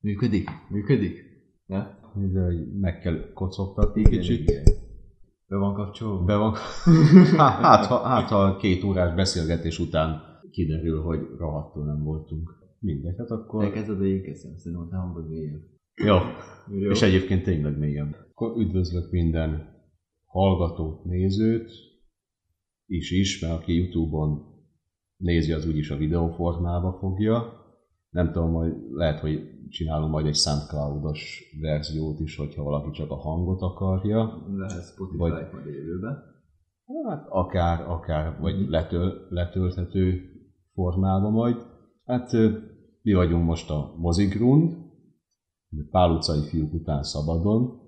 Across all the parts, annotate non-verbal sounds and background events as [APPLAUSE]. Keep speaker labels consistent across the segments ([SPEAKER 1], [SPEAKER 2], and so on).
[SPEAKER 1] Működik? Működik? Ja?
[SPEAKER 2] Ez, hogy meg kell kocogtatni kicsit.
[SPEAKER 1] Be van kapcsolva?
[SPEAKER 2] Be van. Hát, hát, ha, hát, ha két órás beszélgetés után kiderül, hogy rohadtul nem voltunk. Mindegy, hát akkor...
[SPEAKER 1] Elkezded, hogy én kezdem, szerintem te hangod mélyebb.
[SPEAKER 2] Jó.
[SPEAKER 1] Jó.
[SPEAKER 2] És egyébként tényleg mélyen. Akkor üdvözlök minden hallgatót, nézőt, is is, mert aki Youtube-on nézi, az úgyis a videóformába fogja. Nem tudom, majd lehet, hogy csinálunk majd egy SoundCloud-os verziót is, hogyha valaki csak a hangot akarja.
[SPEAKER 1] e- lehet Spotify
[SPEAKER 2] Vagy-
[SPEAKER 1] majd a jövőben.
[SPEAKER 2] Hát akár, akár, vagy letöl, letölthető formában majd. Hát ö, mi vagyunk most a mozigrund, Pál utcai fiúk után szabadon.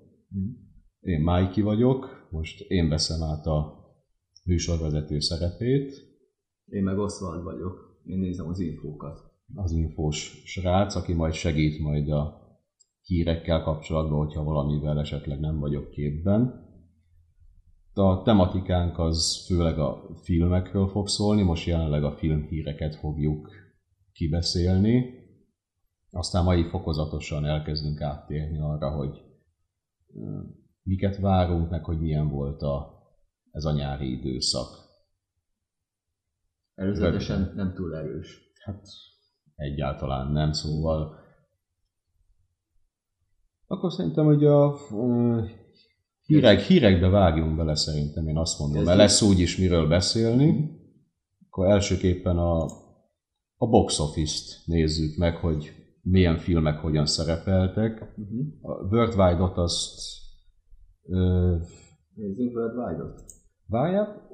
[SPEAKER 2] Én Májki vagyok, most én veszem át a műsorvezető szerepét,
[SPEAKER 1] Én meg Oswald vagyok. Én nézem az infókat.
[SPEAKER 2] az infós srác, aki majd segít majd a hírekkel kapcsolatban, hogyha valamivel esetleg nem vagyok képben. A tematikánk az főleg a filmekről fog szólni, most jelenleg a filmhíreket fogjuk kibeszélni, aztán mai fokozatosan elkezdünk áttérni arra, hogy ö, miket várunk, meg hogy milyen volt a, ez a nyári időszak.
[SPEAKER 1] Előzetesen nem túl erős.
[SPEAKER 2] Hát egyáltalán nem, szóval akkor szerintem, hogy a ö, hírek, hírekbe vágjunk bele szerintem, én azt mondom, mert lesz úgyis miről beszélni. Akkor elsőképpen a, a box office-t nézzük meg, hogy milyen filmek hogyan szerepeltek.
[SPEAKER 1] Uh-huh.
[SPEAKER 2] A World Wide Dot azt ö,
[SPEAKER 1] Nézzük World Wide-ot.
[SPEAKER 2] várjál,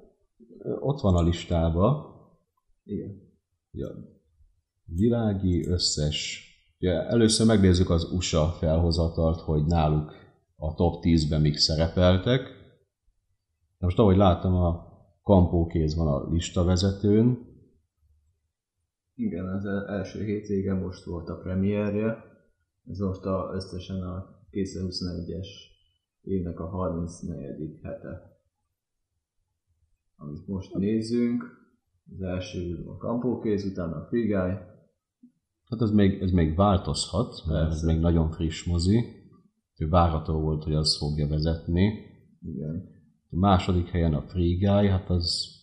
[SPEAKER 2] ö, ott van a listába,
[SPEAKER 1] Igen.
[SPEAKER 2] világi összes, ugye, először megnézzük az USA felhozatalt, hogy náluk a top 10-ben mik szerepeltek. Na Most ahogy láttam, a kampókéz van a listavezetőn,
[SPEAKER 1] Igen, az el- első hétvégen most volt a premierje. Ez most a, összesen a 2021-es évnek a 34. hete. Amit most nézzünk, az első a Kampókéz, utána a Free Guy,
[SPEAKER 2] hát ez még, ez még változhat, mert ez
[SPEAKER 1] Persze.
[SPEAKER 2] még nagyon friss mozi. Ő várható volt, hogy az fogja vezetni.
[SPEAKER 1] igen,
[SPEAKER 2] A második helyen a Free Guy, hát az,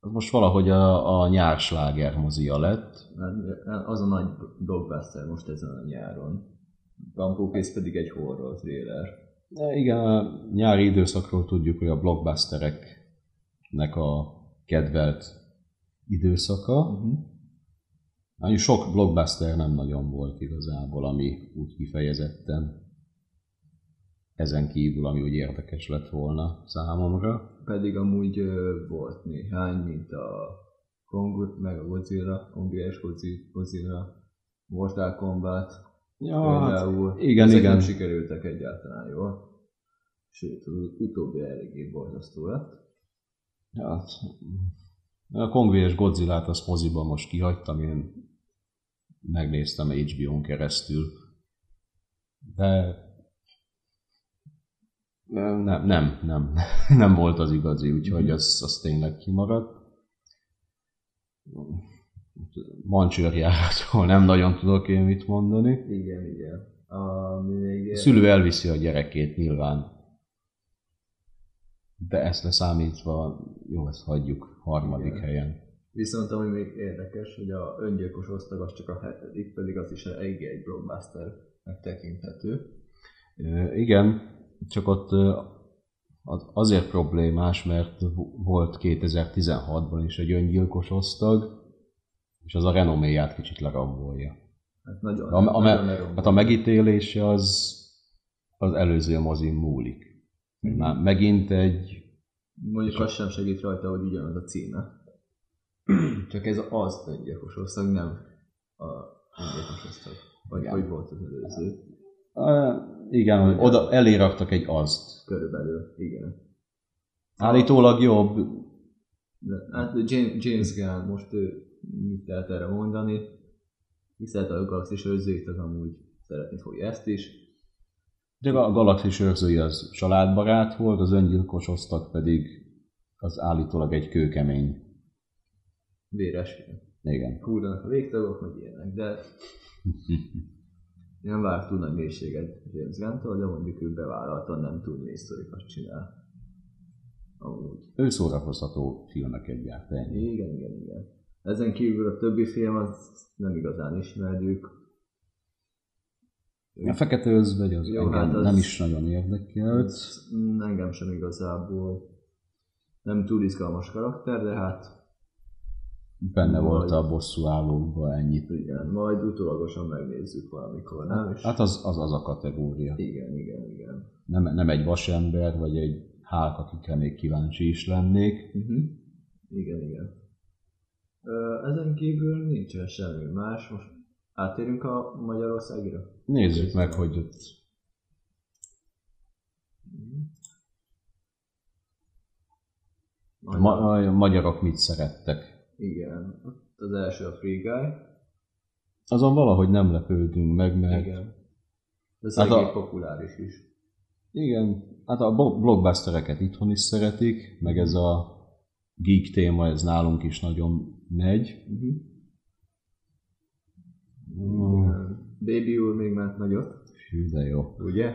[SPEAKER 2] az most valahogy a, a nyársláger mozia lett.
[SPEAKER 1] mert hát, e- az a nagy blockbuster most ezen a nyáron. Kampókéz pedig egy horror thriller.
[SPEAKER 2] Na Igen, a nyári időszakról tudjuk, hogy a blockbustereknek a kedvelt időszaka.
[SPEAKER 1] Uh-huh.
[SPEAKER 2] Nagyon sok blockbuster nem nagyon volt igazából, ami úgy kifejezetten ezen kívül, ami úgy érdekes lett volna számomra.
[SPEAKER 1] Pedig amúgy ö, volt néhány, mint a Kong, meg a Godzilla, Kongres Gozi- Godzilla, Mortal Kombat,
[SPEAKER 2] Ja, hát,
[SPEAKER 1] például.
[SPEAKER 2] igen,
[SPEAKER 1] Ezek
[SPEAKER 2] igen.
[SPEAKER 1] nem sikerültek egyáltalán jól. Sőt, az utóbbi eléggé borzasztó lett.
[SPEAKER 2] hát, a Kongvé és Godzilla-t azt moziban most kihagytam, én megnéztem HBO-n keresztül. De nem, nem, nem, nem, [LAUGHS] nem volt az igazi, úgyhogy az, az tényleg kimaradt. Mancsőrjáratról nem nagyon tudok én mit mondani.
[SPEAKER 1] Igen, igen. Ami még...
[SPEAKER 2] A szülő elviszi a gyerekét nyilván. De ezt leszámítva, jó, ezt hagyjuk harmadik
[SPEAKER 1] Igen.
[SPEAKER 2] helyen.
[SPEAKER 1] Viszont ami még érdekes, hogy a öngyilkos osztag az csak a hetedik, pedig az is eléggé egy blockbuster tekinthető.
[SPEAKER 2] Ö, Igen, csak ott ö, az- azért problémás, mert vo- volt 2016-ban is egy öngyilkos osztag, és az a renoméját kicsit lerombolja.
[SPEAKER 1] Hát nagyon,
[SPEAKER 2] A, a,
[SPEAKER 1] nagyon
[SPEAKER 2] me-
[SPEAKER 1] lerombolt.
[SPEAKER 2] hát a megítélése az az előző mozin múlik. Már megint egy,
[SPEAKER 1] Mondjuk az sem segít rajta, hogy ugyanaz a címe. Csak ez az öngyilkos osztag, nem a öngyilkos osztag. Vagy
[SPEAKER 2] Igen.
[SPEAKER 1] hogy volt az előző.
[SPEAKER 2] Á, igen, hogy oda elé raktak egy azt.
[SPEAKER 1] Körülbelül, igen.
[SPEAKER 2] Állítólag jobb,
[SPEAKER 1] De, hát James, James Gunn most ő mit lehet erre mondani, viszont a galaxis őrzőit az amúgy szeretni fogja ezt is.
[SPEAKER 2] de a galaxis őrzői az családbarát volt, az öngyilkos osztag pedig az állítólag egy kőkemény.
[SPEAKER 1] Véres
[SPEAKER 2] Igen.
[SPEAKER 1] kúrnak a végtagok, meg ilyenek, de nem vár túl nagy mélységet James Gunn-tól, de mondjuk ő bevállaltan nem túl mély sztorikat csinál. Amúgy.
[SPEAKER 2] Ő szórakoztató filmeket gyárt, ennyi.
[SPEAKER 1] Igen, igen, igen. Ezen kívül a többi film az nem igazán ismerjük.
[SPEAKER 2] A Fekete Özvegy az
[SPEAKER 1] Jó,
[SPEAKER 2] Jó, engem
[SPEAKER 1] hát az-
[SPEAKER 2] nem is nagyon érdekelt.
[SPEAKER 1] Mm, Engem sem igazából. Nem túl izgalmas karakter, de hát
[SPEAKER 2] Benne
[SPEAKER 1] Vagy-
[SPEAKER 2] volt a bosszú állókban ennyit.
[SPEAKER 1] igen, majd utólagosan megnézzük valamikor, nem? És
[SPEAKER 2] Hát az, az az a kategória.
[SPEAKER 1] igen, igen, igen.
[SPEAKER 2] Nem, nem egy vasember, vagy egy hálk, akikre még kíváncsi is lennék.
[SPEAKER 1] Uh-huh. Igen, igen. Ö, ezen kívül nincsen semmi más. Most átérünk a Magyarországra.
[SPEAKER 2] Nézzük meg, hogy ott
[SPEAKER 1] Mhm.
[SPEAKER 2] a ma- a magyarok mit szerettek.
[SPEAKER 1] Igen, ott az első a Free Guy.
[SPEAKER 2] Azon valahogy nem lepődünk meg, mert igen,
[SPEAKER 1] Igen. Ez
[SPEAKER 2] Hát
[SPEAKER 1] hát
[SPEAKER 2] a-
[SPEAKER 1] elég populáris is.
[SPEAKER 2] igen hát a bo- blockbustereket itthon is szeretik, meg ez a geek téma, ez nálunk is nagyon megy.
[SPEAKER 1] Uh-huh.
[SPEAKER 2] Mm,
[SPEAKER 1] Baby úr még ment nagyot,
[SPEAKER 2] Hű, de jó.
[SPEAKER 1] ugye?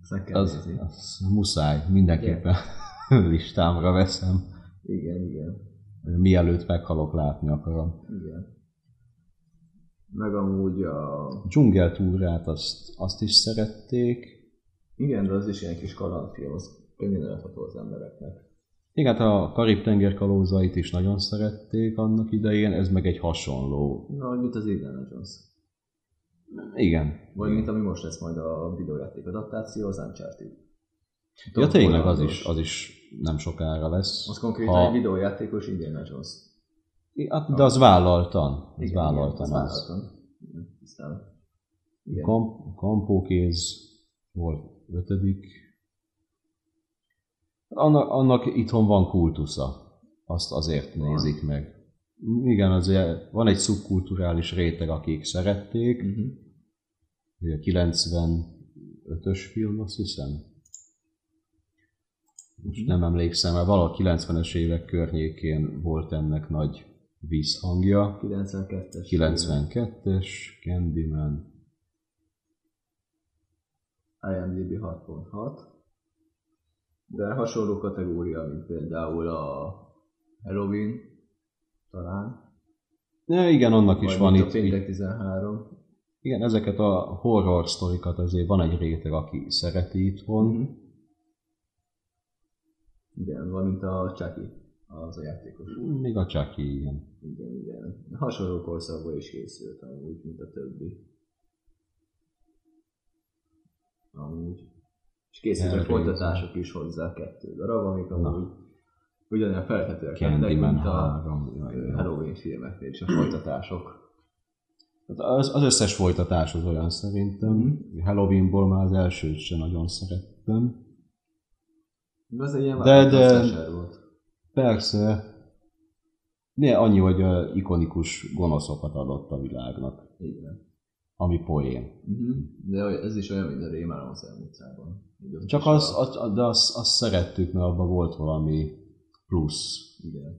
[SPEAKER 1] Ezt meg kell
[SPEAKER 2] Az,
[SPEAKER 1] nézni.
[SPEAKER 2] az muszáj, mindenképpen [LAUGHS] listámra veszem.
[SPEAKER 1] Igen, igen,
[SPEAKER 2] Mielőtt meghalok, látni akarom.
[SPEAKER 1] igen. Meg amúgy a...
[SPEAKER 2] Dzsungeltúrát azt, azt is szerették.
[SPEAKER 1] Igen, de az is ilyen kis kalandfilm, az könnyen elható az embereknek.
[SPEAKER 2] Igen, hát a Karib-tenger kalózait is nagyon szerették annak idején, ez meg egy hasonló.
[SPEAKER 1] Na, hogy mint az Indiana Jones.
[SPEAKER 2] Igen.
[SPEAKER 1] Vagy mint ami most lesz majd a videójáték adaptáció, az Uncharted.
[SPEAKER 2] Ja, tényleg az
[SPEAKER 1] Hollandos.
[SPEAKER 2] is, az is nem sokára lesz.
[SPEAKER 1] Az konkrétan ha... egy videójátékos Indiana Jones.
[SPEAKER 2] hát, de az vállaltan. Az
[SPEAKER 1] Igen, igen,
[SPEAKER 2] vállaltan az.
[SPEAKER 1] vállaltan. Igen, tisztán. Igen.
[SPEAKER 2] Kamp, kampókéz volt ötödik. Annak, annak itthon van kultusza. Azt azért
[SPEAKER 1] Van.
[SPEAKER 2] nézik meg. Igen, azért van egy szubkulturális réteg, akik szerették.
[SPEAKER 1] Mhm.
[SPEAKER 2] Ugye 95-ös film, azt hiszem.
[SPEAKER 1] Mhm.
[SPEAKER 2] Most nem emlékszem, mert valahol 90-es évek környékén volt ennek nagy vízhangja.
[SPEAKER 1] 92-es.
[SPEAKER 2] 92-es, Candyman.
[SPEAKER 1] IMDB 6.6. De hasonló kategória, mint például a Halloween, talán.
[SPEAKER 2] Ne, igen, annak is
[SPEAKER 1] Vagy
[SPEAKER 2] van
[SPEAKER 1] mint a
[SPEAKER 2] itt, itt.
[SPEAKER 1] Péntek 13.
[SPEAKER 2] Igen, ezeket a horror sztorikat azért van egy réteg, aki szereti itthon.
[SPEAKER 1] Mhm. Igen, valamint a Chucky, az a játékos.
[SPEAKER 2] Még a Chucky, igen.
[SPEAKER 1] Igen, igen. Hasonló korszakban is készült amúgy, mint a többi. Amúgy. És készültek
[SPEAKER 2] Elrejtve.
[SPEAKER 1] folytatások is hozzá kettő darab, amik
[SPEAKER 2] Na.
[SPEAKER 1] amúgy ugyanilyen feltetőek lettek,
[SPEAKER 2] Candyman
[SPEAKER 1] mint a
[SPEAKER 2] 3. jaj,
[SPEAKER 1] ö,
[SPEAKER 2] jaj.
[SPEAKER 1] Halloween filmeknél és a folytatások.
[SPEAKER 2] Hát Az, az összes folytatás az olyan szerintem.
[SPEAKER 1] Mhm.
[SPEAKER 2] Halloweenból már az elsőt sem nagyon szerettem.
[SPEAKER 1] De az egy ilyen
[SPEAKER 2] De-
[SPEAKER 1] válogatott
[SPEAKER 2] de-
[SPEAKER 1] slasher volt.
[SPEAKER 2] Persze, ne, annyi, hogy ö, ikonikus gonoszokat adott a világnak,
[SPEAKER 1] Igen.
[SPEAKER 2] ami poén.
[SPEAKER 1] Mhm. De olyan- ez is olyan, mint a Rémálom az elmúltában. Így
[SPEAKER 2] Csak
[SPEAKER 1] is
[SPEAKER 2] az,
[SPEAKER 1] a-
[SPEAKER 2] az, de azt az szerettük, mert abban volt valami plusz.
[SPEAKER 1] Igen.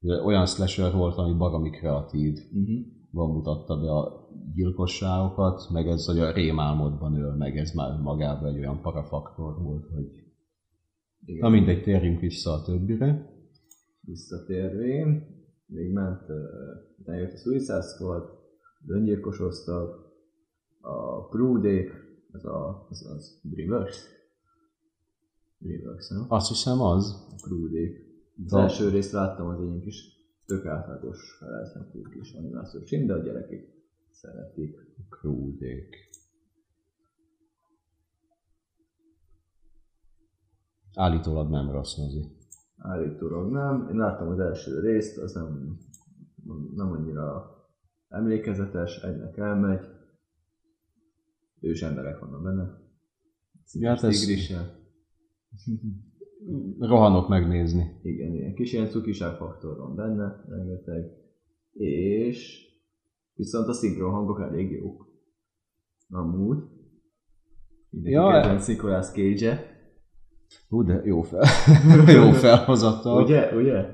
[SPEAKER 2] Ugye Olyan slasher volt, ami baromi kreatív.
[SPEAKER 1] Mhm.
[SPEAKER 2] van mutatta be a gyilkosságokat, meg ez, hogy a rémálmodban öl meg, ez már magában egy olyan parafaktor volt, hogy...
[SPEAKER 1] Igen.
[SPEAKER 2] Na mindegy, térjünk vissza a többire.
[SPEAKER 1] visszatérvén, még ment, ö, utána jött a Suicide Squad, az öngyilkos osztag, a Crewdék, az a, az, az Dreamworks. Dreamworks, nem?
[SPEAKER 2] Azt hiszem az.
[SPEAKER 1] A Crewdék. Az
[SPEAKER 2] Da.
[SPEAKER 1] első részt láttam, az egy kis tök átlagos felelhető kis animációs film, de a gyerekek szeretik.
[SPEAKER 2] Krúdék. Állítólag nem rossz mozi.
[SPEAKER 1] Állítólag nem. Én láttam az első részt, az nem, nem annyira emlékezetes, egynek elmegy. Ős emberek vannak benne.
[SPEAKER 2] Ja, hát ez-
[SPEAKER 1] Tigrissel.
[SPEAKER 2] Rohanok megnézni.
[SPEAKER 1] Igen, ilyen kis ilyen cukiság faktor van benne, rengeteg. És viszont a szinkron hangok elég jók. Amúgy. Mindenki
[SPEAKER 2] Ja,
[SPEAKER 1] ja, kedvenc Nicolas Cage-e.
[SPEAKER 2] Hú, de jó fel. [LAUGHS] jó felhozatal.
[SPEAKER 1] Ugye? Ugye?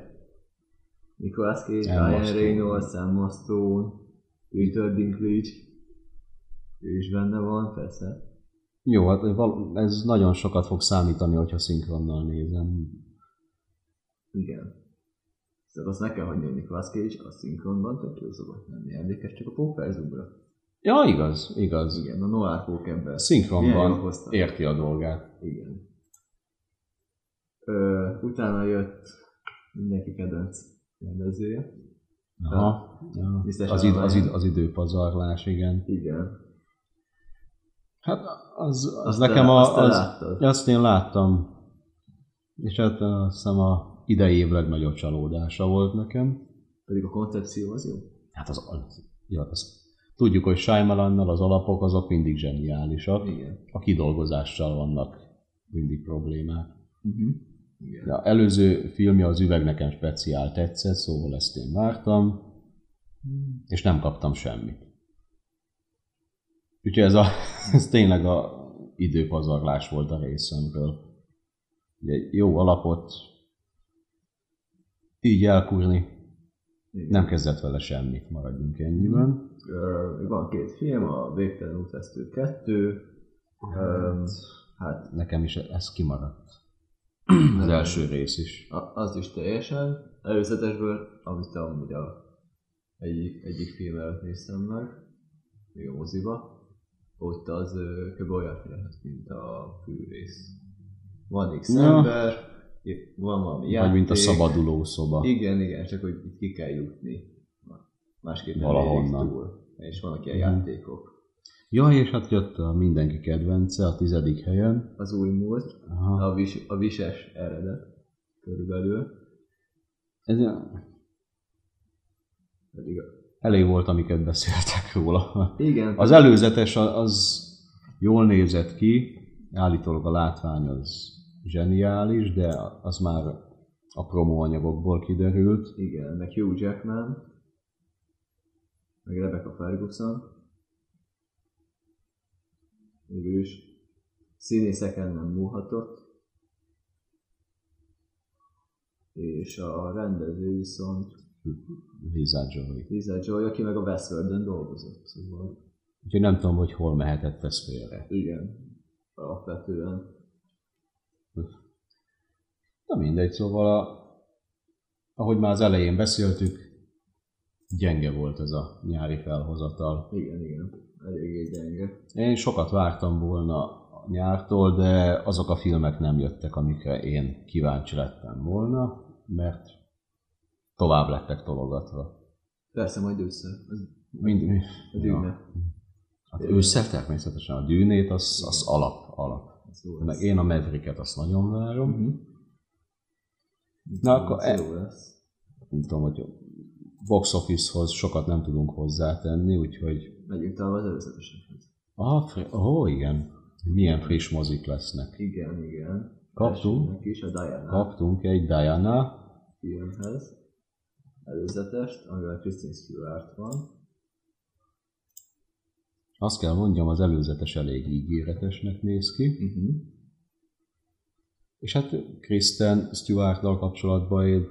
[SPEAKER 1] Nicolas Cage,
[SPEAKER 2] Emma
[SPEAKER 1] Ryan
[SPEAKER 2] Stone.
[SPEAKER 1] Reynolds, Emma Stone, Peter Dinklage. Ő is benne van, persze.
[SPEAKER 2] Jó, hát val- ez nagyon sokat fog számítani, hogyha szinkronnal nézem.
[SPEAKER 1] Igen. Szóval azt nekem hagyni, hogy Nicolas Cage a szinkronban tök jó szokott lenni. Emlékezz csak a Póker Zoomra.
[SPEAKER 2] Ja, igaz, igaz.
[SPEAKER 1] Igen, a Noir Pókerben. Milyen jól
[SPEAKER 2] Szinkronban
[SPEAKER 1] hoztam.
[SPEAKER 2] érti a dolgát.
[SPEAKER 1] Igen. Ö, utána jött mindenki kedvenc rendezője.
[SPEAKER 2] Aha. Ja.
[SPEAKER 1] Biztos
[SPEAKER 2] Az, id- az, id- az időpazarlás, igen.
[SPEAKER 1] Igen.
[SPEAKER 2] Hát az, az
[SPEAKER 1] Azt
[SPEAKER 2] nekem
[SPEAKER 1] te,
[SPEAKER 2] a,
[SPEAKER 1] azt te
[SPEAKER 2] az,
[SPEAKER 1] láttad.
[SPEAKER 2] azt én láttam, és hát azt hiszem a idei év legnagyobb csalódása volt nekem.
[SPEAKER 1] Pedig a koncepció az jó.
[SPEAKER 2] Hát az, az, jó, az tudjuk, hogy Shyamalan-nal az alapok azok mindig zseniálisak,
[SPEAKER 1] Igen.
[SPEAKER 2] a kidolgozással vannak mindig problémák.
[SPEAKER 1] Uh-huh. Igen.
[SPEAKER 2] De a előző filmje az üveg nekem speciál tetszett, szóval ezt én vártam, és nem kaptam semmit. Úgyhogy ez, a, [LAUGHS] ez tényleg a időpazarlás volt a részemről. Ugye egy jó alapot így elkúrni,
[SPEAKER 1] Igen.
[SPEAKER 2] nem kezdett vele semmit, maradjunk ennyiben.
[SPEAKER 1] Ö, még van két film, a Végtelen útvesztő 2. Ö, hát
[SPEAKER 2] Nekem is ez kimaradt. [CLEARS THROAT] Az első rész is.
[SPEAKER 1] a- az is teljesen. Előzetesből, amit amúgy a egyik, egyik film előtt néztem meg, még a moziba, ott az ö, kb. olyan film, lesz, mint a fűrész. Van x
[SPEAKER 2] Ja.
[SPEAKER 1] ember, i- van valami játék.
[SPEAKER 2] Vagy mint a szabaduló szoba.
[SPEAKER 1] Igen, igen, csak hogy itt ki kell jutni. Másképp nem
[SPEAKER 2] Valahonnan.
[SPEAKER 1] érik túl. És vannak ilyen
[SPEAKER 2] Mhm.
[SPEAKER 1] játékok.
[SPEAKER 2] Ja, és hát jött a mindenki kedvence a tizedik helyen.
[SPEAKER 1] Az új múlt,
[SPEAKER 2] Aha.
[SPEAKER 1] a, vis, a vises eredet körülbelül,
[SPEAKER 2] Ez
[SPEAKER 1] pedig a,
[SPEAKER 2] elég volt, amiket beszéltek róla.
[SPEAKER 1] igen,
[SPEAKER 2] Az előzetes a- az jól nézett ki, állítólag a látvány az zseniális, de az már a promóanyagokból kiderült.
[SPEAKER 1] igen, meg Hugh Jackman, meg Rebecca Ferguson, végül is színészeken nem múlhatott, és a rendező viszont
[SPEAKER 2] Lisa Joy.
[SPEAKER 1] Lisa Joy, aki meg a westworld dolgozott, szóval
[SPEAKER 2] Úgyhogy nem tudom, hogy hol mehetett ez félre.
[SPEAKER 1] igen, alapvetően.
[SPEAKER 2] Na mindegy, szóval a, ahogy már az elején beszéltük, gyenge volt ez a nyári felhozatal.
[SPEAKER 1] Igen, igen, eléggé gyenge.
[SPEAKER 2] Én sokat vártam volna a nyártól, de azok a filmek nem jöttek, amikre én kíváncsi lettem volna, mert tovább lettek tologatva.
[SPEAKER 1] Persze majd össze, az,
[SPEAKER 2] Mind, mind,
[SPEAKER 1] az ja.
[SPEAKER 2] Hát ősszel természetesen a dűnét, az, az alap, alap.
[SPEAKER 1] Szóval
[SPEAKER 2] Meg én a medriket, azt nagyon várom. Na, akkor e-
[SPEAKER 1] Mhm. jó lesz.
[SPEAKER 2] nem tudom, hogy a box office-hoz sokat nem tudunk hozzátenni, úgyhogy
[SPEAKER 1] Megyünk tovább az előzetesekhez.
[SPEAKER 2] ah, fri- ó, oh, igen, milyen friss mozik lesznek.
[SPEAKER 1] Igen, igen.
[SPEAKER 2] Kaptunk.
[SPEAKER 1] Elsőnek is a Diana
[SPEAKER 2] Kaptunk egy Diana,
[SPEAKER 1] filmhez előzetest, amivel Christine Stewart van.
[SPEAKER 2] azt kell mondjam, az előzetes elég ígéretesnek néz ki,
[SPEAKER 1] Uh-huh.
[SPEAKER 2] és hát Kristen Stewart-dal kapcsolatban én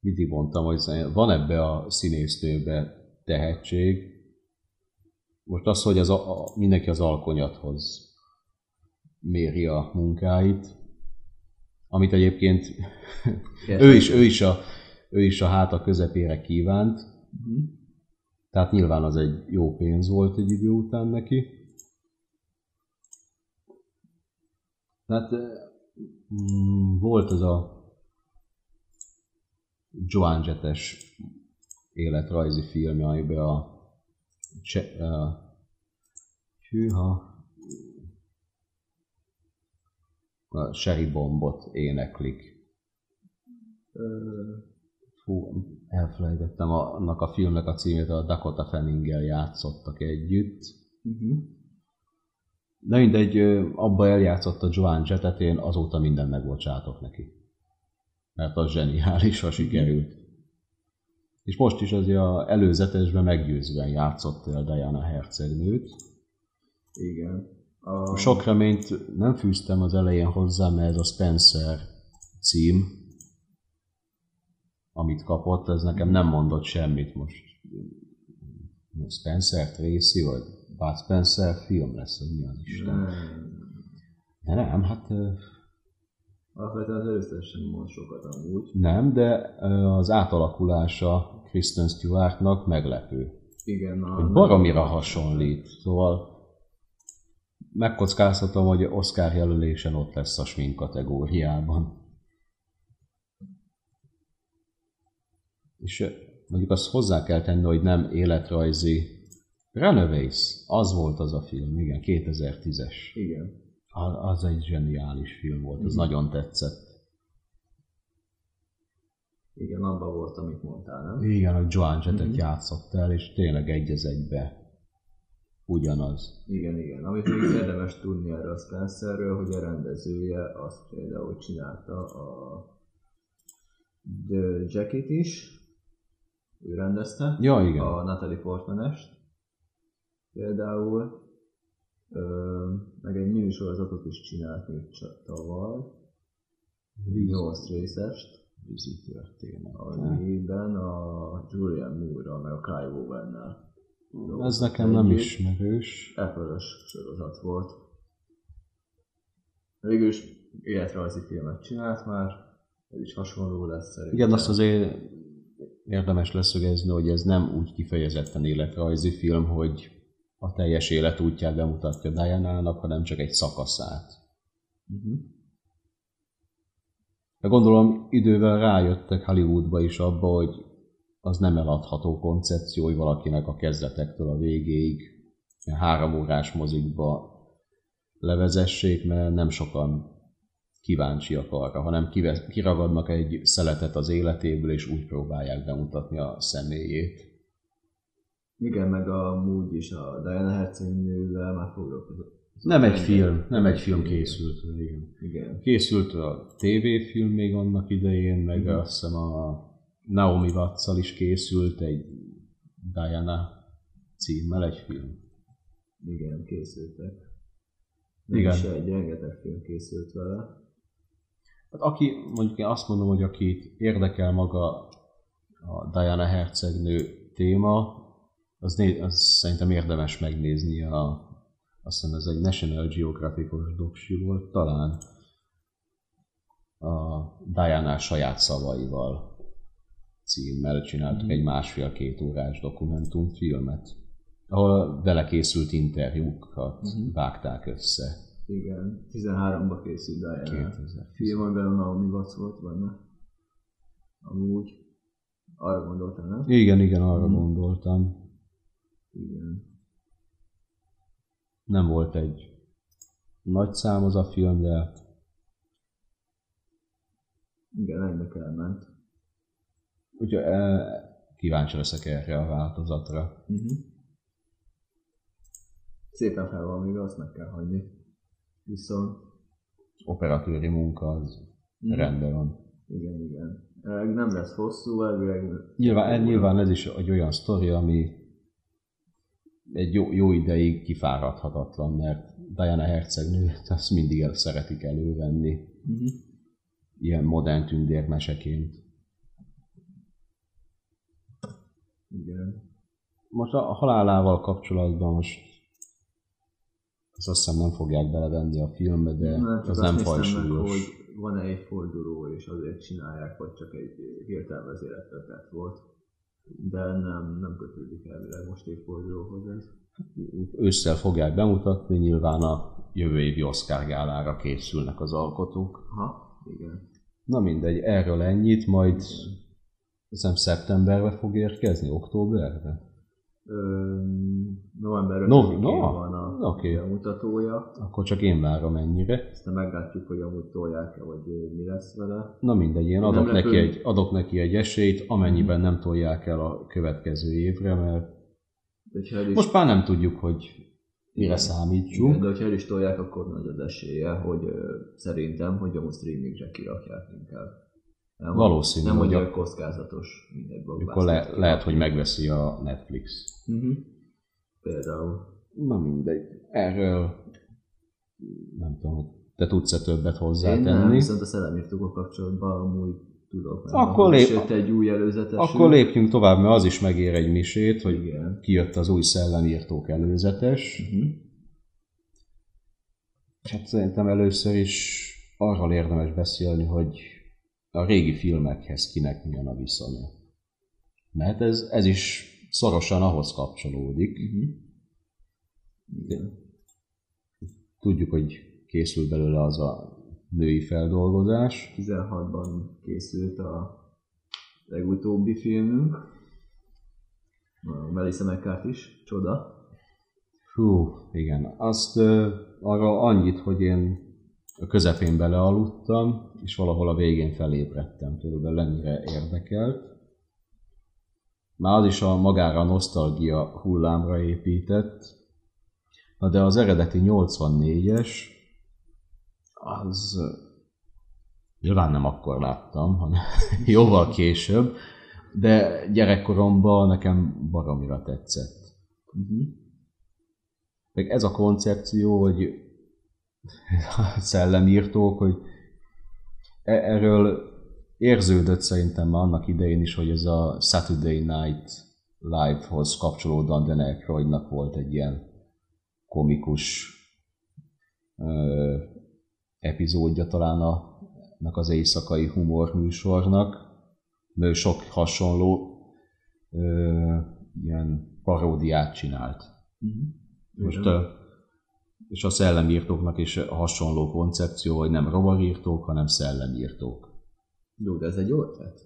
[SPEAKER 2] mindig mondtam, hogy van ebbe a színésznőbe tehetség, most az, hogy az a, a, mindenki az alkonyathoz méri a munkáit, amit egyébként ő is, ő is, a, ő is a háta közepére kívánt,
[SPEAKER 1] Uh-huh.
[SPEAKER 2] tehát nyilván az egy jó pénz volt egy idő után neki. Tehát eh, mm, volt ez a Joan Jett-es életrajzi filmje, amiben a cse, eh, hűha a Sherry Bombot éneklik.
[SPEAKER 1] Ö,
[SPEAKER 2] Fú, elfelejtettem a, annak a filmnek a címét, a Dakota Fanninggel játszottak együtt.
[SPEAKER 1] uh-huh.
[SPEAKER 2] De mindegy, ö, abba eljátszott a Joan Jettet, én azóta minden megbocsátok neki. Mert az zseniálisra sikerült. És most is az a előzetesben meggyőzően játszott el Diana hercegnőt.
[SPEAKER 1] Igen. A,
[SPEAKER 2] Sok reményt nem fűztem az elején hozzá, mert ez a Spencer cím, amit kapott, ez nekem nem mondott semmit most. Spencer Tracy, vagy Bud Spencer film lesz, hogy mi az Isten.
[SPEAKER 1] Nem.
[SPEAKER 2] De nem, hát ö,
[SPEAKER 1] Alapvetően az először sem mond sokat amúgy.
[SPEAKER 2] nem, de ö, az átalakulása Kristen Stewartnak meglepő.
[SPEAKER 1] Igen, a...
[SPEAKER 2] hogy baromira hasonlít. Szóval megkockáztatom, hogy Oscar jelölésen ott lesz a smink kategóriában. És eh, mondjuk azt hozzá kell tenni, hogy nem életrajzi. Runaways, az volt az a film, igen, 2010-es.
[SPEAKER 1] Igen.
[SPEAKER 2] A- Az egy zseniális film volt, az nagyon tetszett.
[SPEAKER 1] Igen, abban volt, amit mondtál, nem?
[SPEAKER 2] Igen, hogy Joan Jettet
[SPEAKER 1] Mhm.
[SPEAKER 2] játszott el, és tényleg egy az egybe ugyanaz.
[SPEAKER 1] Igen, igen. Amit még érdemes tudni erről a Spencerről, hogy a rendezője azt például csinálta a The Jacket is. Ő rendezte.
[SPEAKER 2] Ja, igen.
[SPEAKER 1] a Natalie Portmanest például, ö, meg egy minisorozatot is csinált még csak tavaly, nyolc részest,
[SPEAKER 2] vízi történet.
[SPEAKER 1] amiben a Julian Moore-ral, meg a Clive Owen-nel
[SPEAKER 2] Ez nekem nem
[SPEAKER 1] Egyéb-
[SPEAKER 2] ismerős.
[SPEAKER 1] Apple-ös sorozat volt. Végül is életrajzi filmet csinált már, ez is hasonló lesz szerintem.
[SPEAKER 2] Igen, azt azért érdemes leszögezni, hogy ez nem úgy kifejezetten életrajzi film, hogy a teljes életútját bemutatja Diana-nak, hanem csak egy szakaszát.
[SPEAKER 1] Uh-huh.
[SPEAKER 2] De gondolom idővel rájöttek Hollywoodba is abba, hogy az nem eladható koncepció, hogy valakinek a kezdetektől a végéig ilyen három órás mozikba levezessék, mert nem sokan kíváncsiak arra, hanem kivesz, kiragadnak egy szeletet az életéből, és úgy próbálják bemutatni a személyét.
[SPEAKER 1] Igen, meg amúgy is a Diana Hercegnővel már foglalkozott.
[SPEAKER 2] Nem egy film, nem egy film készült. Igen.
[SPEAKER 1] Igen.
[SPEAKER 2] Készült a tévéfilm még annak idején, meg
[SPEAKER 1] Mhm.
[SPEAKER 2] azt hiszem a Naomi watts is készült egy Diana címmel egy film.
[SPEAKER 1] Igen, készültek. Nem
[SPEAKER 2] Igen.
[SPEAKER 1] Igen. Is egy rengeteg film készült vele.
[SPEAKER 2] Hát aki, mondjuk én azt mondom, hogy akit érdekel maga a Diana hercegnő téma, az, né- az szerintem érdemes megnézni a azt hiszem ez egy National Geographic-os doksi volt talán, a Diana saját szavaival címmel csináltuk egy másfél-két órás dokumentumfilmet, ahol vele készült interjúkat vágták össze.
[SPEAKER 1] Igen, 13-ba készült Diana.
[SPEAKER 2] 2000.
[SPEAKER 1] Film, amiben Naomi Watts volt benne. Amúgy. Arra gondoltam, nem?
[SPEAKER 2] Igen, igen, arra
[SPEAKER 1] Mhm.
[SPEAKER 2] gondoltam.
[SPEAKER 1] Igen.
[SPEAKER 2] nem volt egy nagy szám az a film, de
[SPEAKER 1] Igen, ennek elment.
[SPEAKER 2] ugye eh, kíváncsi leszek erre a változatra.
[SPEAKER 1] Uh-huh. Szépen fel van véve, azt meg kell hagyni. Viszont...
[SPEAKER 2] Operatőri munka az
[SPEAKER 1] Mhm.
[SPEAKER 2] rendben van.
[SPEAKER 1] Igen, igen. Elvileg Nem lesz hosszú, elvileg...
[SPEAKER 2] Nyilván, eh, nyilván ez is egy olyan sztori, ami egy jó, jó ideig kifáradhatatlan, mert Diana hercegnőt azt mindig el szeretik elővenni,
[SPEAKER 1] Uh-huh.
[SPEAKER 2] ilyen modern tündérmeseként.
[SPEAKER 1] Igen.
[SPEAKER 2] Most a halálával kapcsolatban most az azt hiszem nem fogják belevenni a filmbe, de
[SPEAKER 1] Nem, csak
[SPEAKER 2] az
[SPEAKER 1] azt
[SPEAKER 2] nem
[SPEAKER 1] néztem meg,
[SPEAKER 2] fajsúlyos.
[SPEAKER 1] hogy van-e egy forduló, és azért csinálják, vagy csak egy hirtelen vezéretötlet volt. De nem, nem kötődik elvileg most egy fordulóhoz ez.
[SPEAKER 2] ősszel fogják bemutatni, nyilván a jövő évi Oscar gálára készülnek az alkotók.
[SPEAKER 1] Aha, igen.
[SPEAKER 2] Na mindegy, erről ennyit, majd hiszem szeptemberbe fog érkezni, októberbe?
[SPEAKER 1] Öm, november 5
[SPEAKER 2] No- no,
[SPEAKER 1] van a
[SPEAKER 2] oké.
[SPEAKER 1] bemutatója.
[SPEAKER 2] Akkor csak én várom ennyire.
[SPEAKER 1] Aztán meglátjuk, hogy amúgy tolják-e, vagy ö, mi lesz vele.
[SPEAKER 2] Na mindegy, én
[SPEAKER 1] Nem
[SPEAKER 2] adok neki,
[SPEAKER 1] repülünk.
[SPEAKER 2] egy, adok neki egy esélyt, amennyiben nem tolják el a következő évre, mert
[SPEAKER 1] Hogyha el is,
[SPEAKER 2] most már nem tudjuk, hogy mire
[SPEAKER 1] igen, de
[SPEAKER 2] számítsunk.
[SPEAKER 1] hogyha el is tolják, akkor nagy az esélye, hogy ö, szerintem, hogy amúgy streamingre kirakják inkább. Nem,
[SPEAKER 2] Valószínű,
[SPEAKER 1] nem, hogy
[SPEAKER 2] hogy
[SPEAKER 1] olyan kockázatos, mint egy
[SPEAKER 2] Akkor
[SPEAKER 1] blockbuster.
[SPEAKER 2] le, lehet, hogy megveszi a Netflix.
[SPEAKER 1] Uh-huh. Például.
[SPEAKER 2] Na mindegy, erről nem tudom, hogy te tudsz-e többet
[SPEAKER 1] Én nem,
[SPEAKER 2] hozzátenni.
[SPEAKER 1] viszont a szellemírtókkal kapcsolatban amúgy tudok.
[SPEAKER 2] Akkor
[SPEAKER 1] lép...
[SPEAKER 2] lép-
[SPEAKER 1] Sőt, egy új előzetes.
[SPEAKER 2] Akkor lépjünk tovább, mert az is megér egy misét, hogy
[SPEAKER 1] Igen.
[SPEAKER 2] kijött az új szellemírtók előzetes.
[SPEAKER 1] Mhm.
[SPEAKER 2] És Hát szerintem először is arról érdemes beszélni, hogy a régi filmekhez kinek milyen a viszonya. Mert ez, ez is szorosan ahhoz kapcsolódik.
[SPEAKER 1] mhm. Igen.
[SPEAKER 2] Tudjuk, hogy készül belőle az a női feldolgozás.
[SPEAKER 1] 16-ban készült a legutóbbi filmünk. A Melissa McCart is, csoda.
[SPEAKER 2] Hú, igen. Azt ö, arra annyit, hogy én a közepén belealudtam, és valahol a végén felébredtem. Körülbelül ennyire érdekelt. Már az is a magára a nosztalgia hullámra épített. Na de az eredeti 84-es, az ö, nyilván nem akkor láttam, hanem [LAUGHS] jóval később, de gyerekkoromban nekem baromira tetszett.
[SPEAKER 1] Mhm,
[SPEAKER 2] Meg ez a koncepció, hogy [LAUGHS] a szellemírtók, hogy e- erről érződött szerintem már annak idején is, hogy ez a Saturday Night Live-hoz kapcsolódóan Dan Aykroydnak volt egy ilyen komikus ö, epizódja talán a, ennek az éjszakai humor műsornak. Ő sok hasonló ö, ilyen paródiát csinált.
[SPEAKER 1] mhm.
[SPEAKER 2] Most, ö, és a szellemírtóknak is hasonló koncepció, hogy nem rovarírtók, hanem szellemírtók.
[SPEAKER 1] Jó, de ez egy jó ötlet.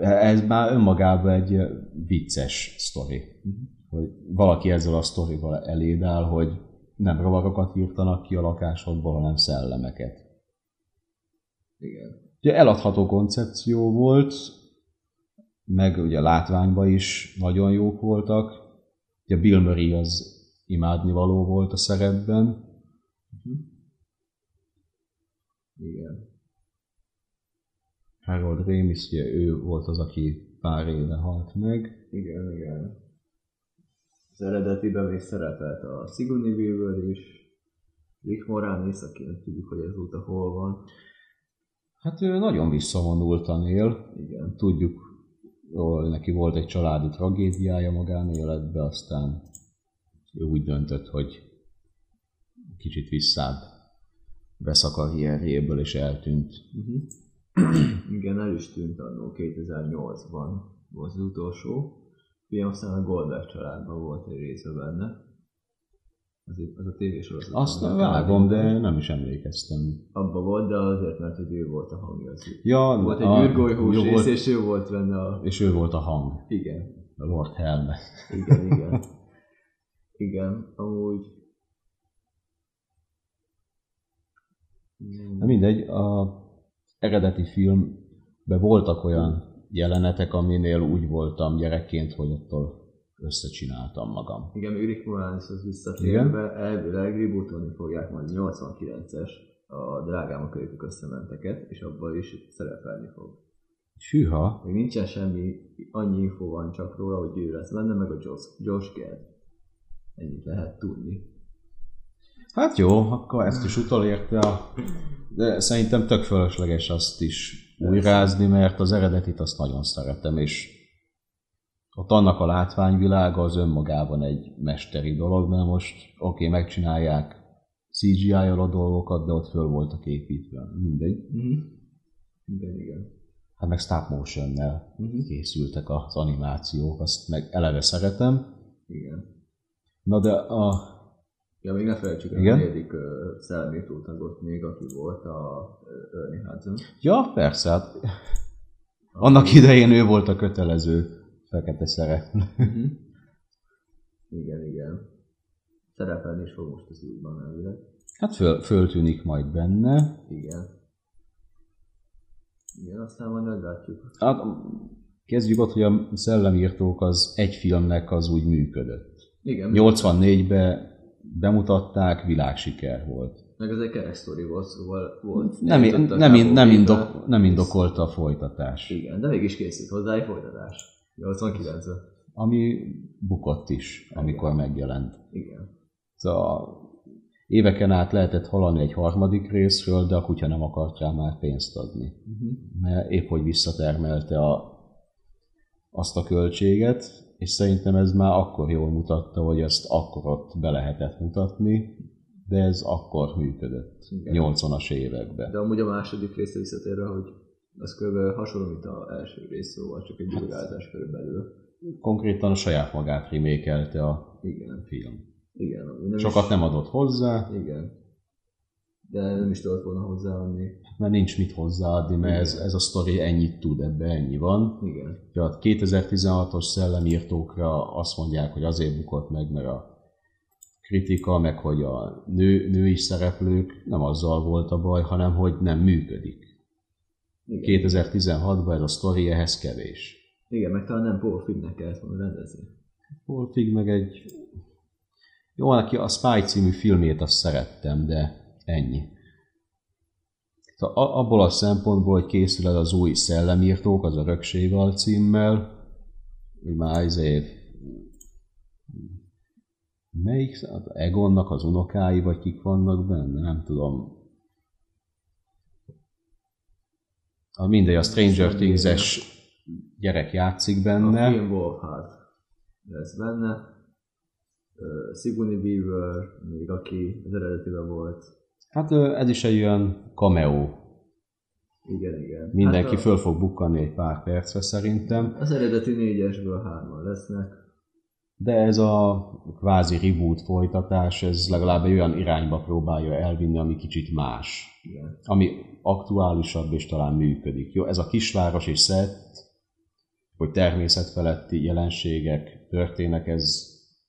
[SPEAKER 2] Ez már önmagában egy vicces sztori. Hogy valaki ezzel a sztorival eléd áll, hogy nem rovarokat írtanak ki a lakásodból, hanem szellemeket.
[SPEAKER 1] Igen.
[SPEAKER 2] Ugye eladható koncepció volt, meg ugye látványban is nagyon jók voltak. Ugye Bill Murray az imádnivaló volt a szerepben,
[SPEAKER 1] Igen.
[SPEAKER 2] Harold Ramis, ugye ő volt az, aki pár éve halt meg.
[SPEAKER 1] Igen, igen. Az eredetiben még szerepelt a Sigourney Weaver is, Rick Moranis, aki nem tudjuk, hogy ezóta hol van.
[SPEAKER 2] Hát ő nagyon visszavonultan él,
[SPEAKER 1] Igen.
[SPEAKER 2] tudjuk, hogy neki volt egy családi tragédiája magánéletben, aztán ő úgy döntött, hogy kicsit visszább vesz a karrierjéből, és eltűnt.
[SPEAKER 1] Mhm. [CLEARS THROAT] Igen, el is tűnt annó 2008-ban volt az utolsó. Film aztán a Goldberg családban volt egy része benne. Az, az a tévésorozat.
[SPEAKER 2] Azt nem
[SPEAKER 1] annak
[SPEAKER 2] vágom,
[SPEAKER 1] elég-
[SPEAKER 2] de nem is emlékeztem.
[SPEAKER 1] Abba volt, de azért, mert hogy ő volt a hangja az ő.
[SPEAKER 2] Ja,
[SPEAKER 1] Volt
[SPEAKER 2] a-
[SPEAKER 1] egy űrgolyhós
[SPEAKER 2] jó
[SPEAKER 1] rész,
[SPEAKER 2] volt-
[SPEAKER 1] és ő volt benne a...
[SPEAKER 2] És ő volt a hang,
[SPEAKER 1] Igen,
[SPEAKER 2] a Lord Helmet.
[SPEAKER 1] igen, igen. igen, amúgy...
[SPEAKER 2] Na mindegy, a eredeti filmben voltak olyan jelenetek, aminél úgy voltam gyerekként, hogy attól összecsináltam magam.
[SPEAKER 1] Igen, még Rick Moranishoz visszatérve, elvileg rebootolni fogják majd a 89-es a Drágám a kölykök összementeket, és abban is szerepelni fog.
[SPEAKER 2] Hűha,
[SPEAKER 1] Még nincsen semmi, annyi info van csak róla, hogy ő lesz benne, meg a Josh, Josh Gad. Ennyit lehet tudni.
[SPEAKER 2] hát jó, akkor ezt is utolérte a... De szerintem tök fölösleges azt is újrázni, mert az eredetit azt nagyon szeretem, és ott annak a látványvilága az önmagában egy mesteri dolog, mert most oké, okay, megcsinálják CGI-jal a dolgokat, de ott föl voltak építve, mindegy.
[SPEAKER 1] Uh-huh. Igen, igen.
[SPEAKER 2] hát meg stop motion-nel
[SPEAKER 1] Mhm.
[SPEAKER 2] készültek az animációk, azt meg eleve szeretem.
[SPEAKER 1] Igen.
[SPEAKER 2] Na de a...
[SPEAKER 1] Ja, még ne felejtsük el a
[SPEAKER 2] Igen?
[SPEAKER 1] negyedik uh, szellemi tagot még, aki volt a ö, Ernie Hudson.
[SPEAKER 2] Ja, persze, hát annak idején ő volt a kötelező fekete szereplő.
[SPEAKER 1] Mhm. igen, igen. Szerepelni is fog most az újban elvileg.
[SPEAKER 2] Hát föl, föltűnik majd benne.
[SPEAKER 1] Igen. Igen, aztán majd meglátjuk.
[SPEAKER 2] Hát kezdjük ott, hogy a szellemírtók az egy filmnek az úgy működött.
[SPEAKER 1] Igen, Jó.
[SPEAKER 2] 84-ben bemutatták, világsiker volt.
[SPEAKER 1] meg ez egy kerek sztori volt, szóval volt.
[SPEAKER 2] Nem,
[SPEAKER 1] Eljutott a
[SPEAKER 2] nem,
[SPEAKER 1] távol
[SPEAKER 2] nem,
[SPEAKER 1] képbe.
[SPEAKER 2] indok, nem indokolta a folytatás,
[SPEAKER 1] Igen, de mégis készült hozzá egy folytatás. 89 -ben.
[SPEAKER 2] ami bukott is, amikor megjelent.
[SPEAKER 1] Igen.
[SPEAKER 2] Szóval Éveken át lehetett hallani egy harmadik részről, de a kutya nem akart rá már pénzt adni.
[SPEAKER 1] Uh-huh.
[SPEAKER 2] Mert épp hogy visszatermelte a, azt a költséget, és szerintem ez már akkor jól mutatta, hogy ezt akkor ott be lehetett mutatni, de ez akkor működött,
[SPEAKER 1] Igen.
[SPEAKER 2] 80-as években.
[SPEAKER 1] De amúgy a második része visszatérve, hogy az kb. hasonló, mint az első rész, szóval csak egy durázás körülbelül.
[SPEAKER 2] Konkrétan a saját magát remékelte a
[SPEAKER 1] Igen,
[SPEAKER 2] film.
[SPEAKER 1] igen. amúgy Nem
[SPEAKER 2] Sokat nem adott hozzá,
[SPEAKER 1] Is, igen. De nem is tudott volna hozzáadni.
[SPEAKER 2] mert nincs mit hozzáadni, mert ez, ez a sztori ennyit tud, ebbe ennyi van.
[SPEAKER 1] Igen.
[SPEAKER 2] Ugye a 2016-os hát szellemírtókra azt mondják, hogy azért bukott meg, mert a kritika, meg hogy a nő, női szereplők nem azzal volt a baj, hanem hogy nem működik.
[SPEAKER 1] Igen.
[SPEAKER 2] 2016-ban ez a sztori ehhez kevés.
[SPEAKER 1] igen, meg talán nem Paul Finnnek kellett volna rendezni.
[SPEAKER 2] Wolfig meg egy... Jó, neki a Spy című filmét azt szerettem, de ennyi. Szóval a- abból a szempontból, hogy készül el az új szellemírtók, az örökség alcímmel, hogy már izé... Melyik? Hát Egonnak az unokái, vagy kik vannak benne? Nem tudom. A mindegy, a Stranger Things-es gyerek játszik benne.
[SPEAKER 1] A Finn Wolfhard lesz benne. Ö, Sigourney Weaver, még aki az eredetiben volt.
[SPEAKER 2] Hát ö, ez is egy olyan cameo.
[SPEAKER 1] Igen, igen.
[SPEAKER 2] Mindenki
[SPEAKER 1] hát a,
[SPEAKER 2] föl fog bukkanni egy pár percre szerintem,
[SPEAKER 1] Az eredeti négyesből hárman lesznek.
[SPEAKER 2] de ez a kvázi reboot folytatás, ez legalább egy olyan irányba próbálja elvinni, ami kicsit más.
[SPEAKER 1] Igen.
[SPEAKER 2] Ami aktuálisabb és talán működik. Jó, ez a kisváros és szett, hogy természetfeletti jelenségek történnek, ez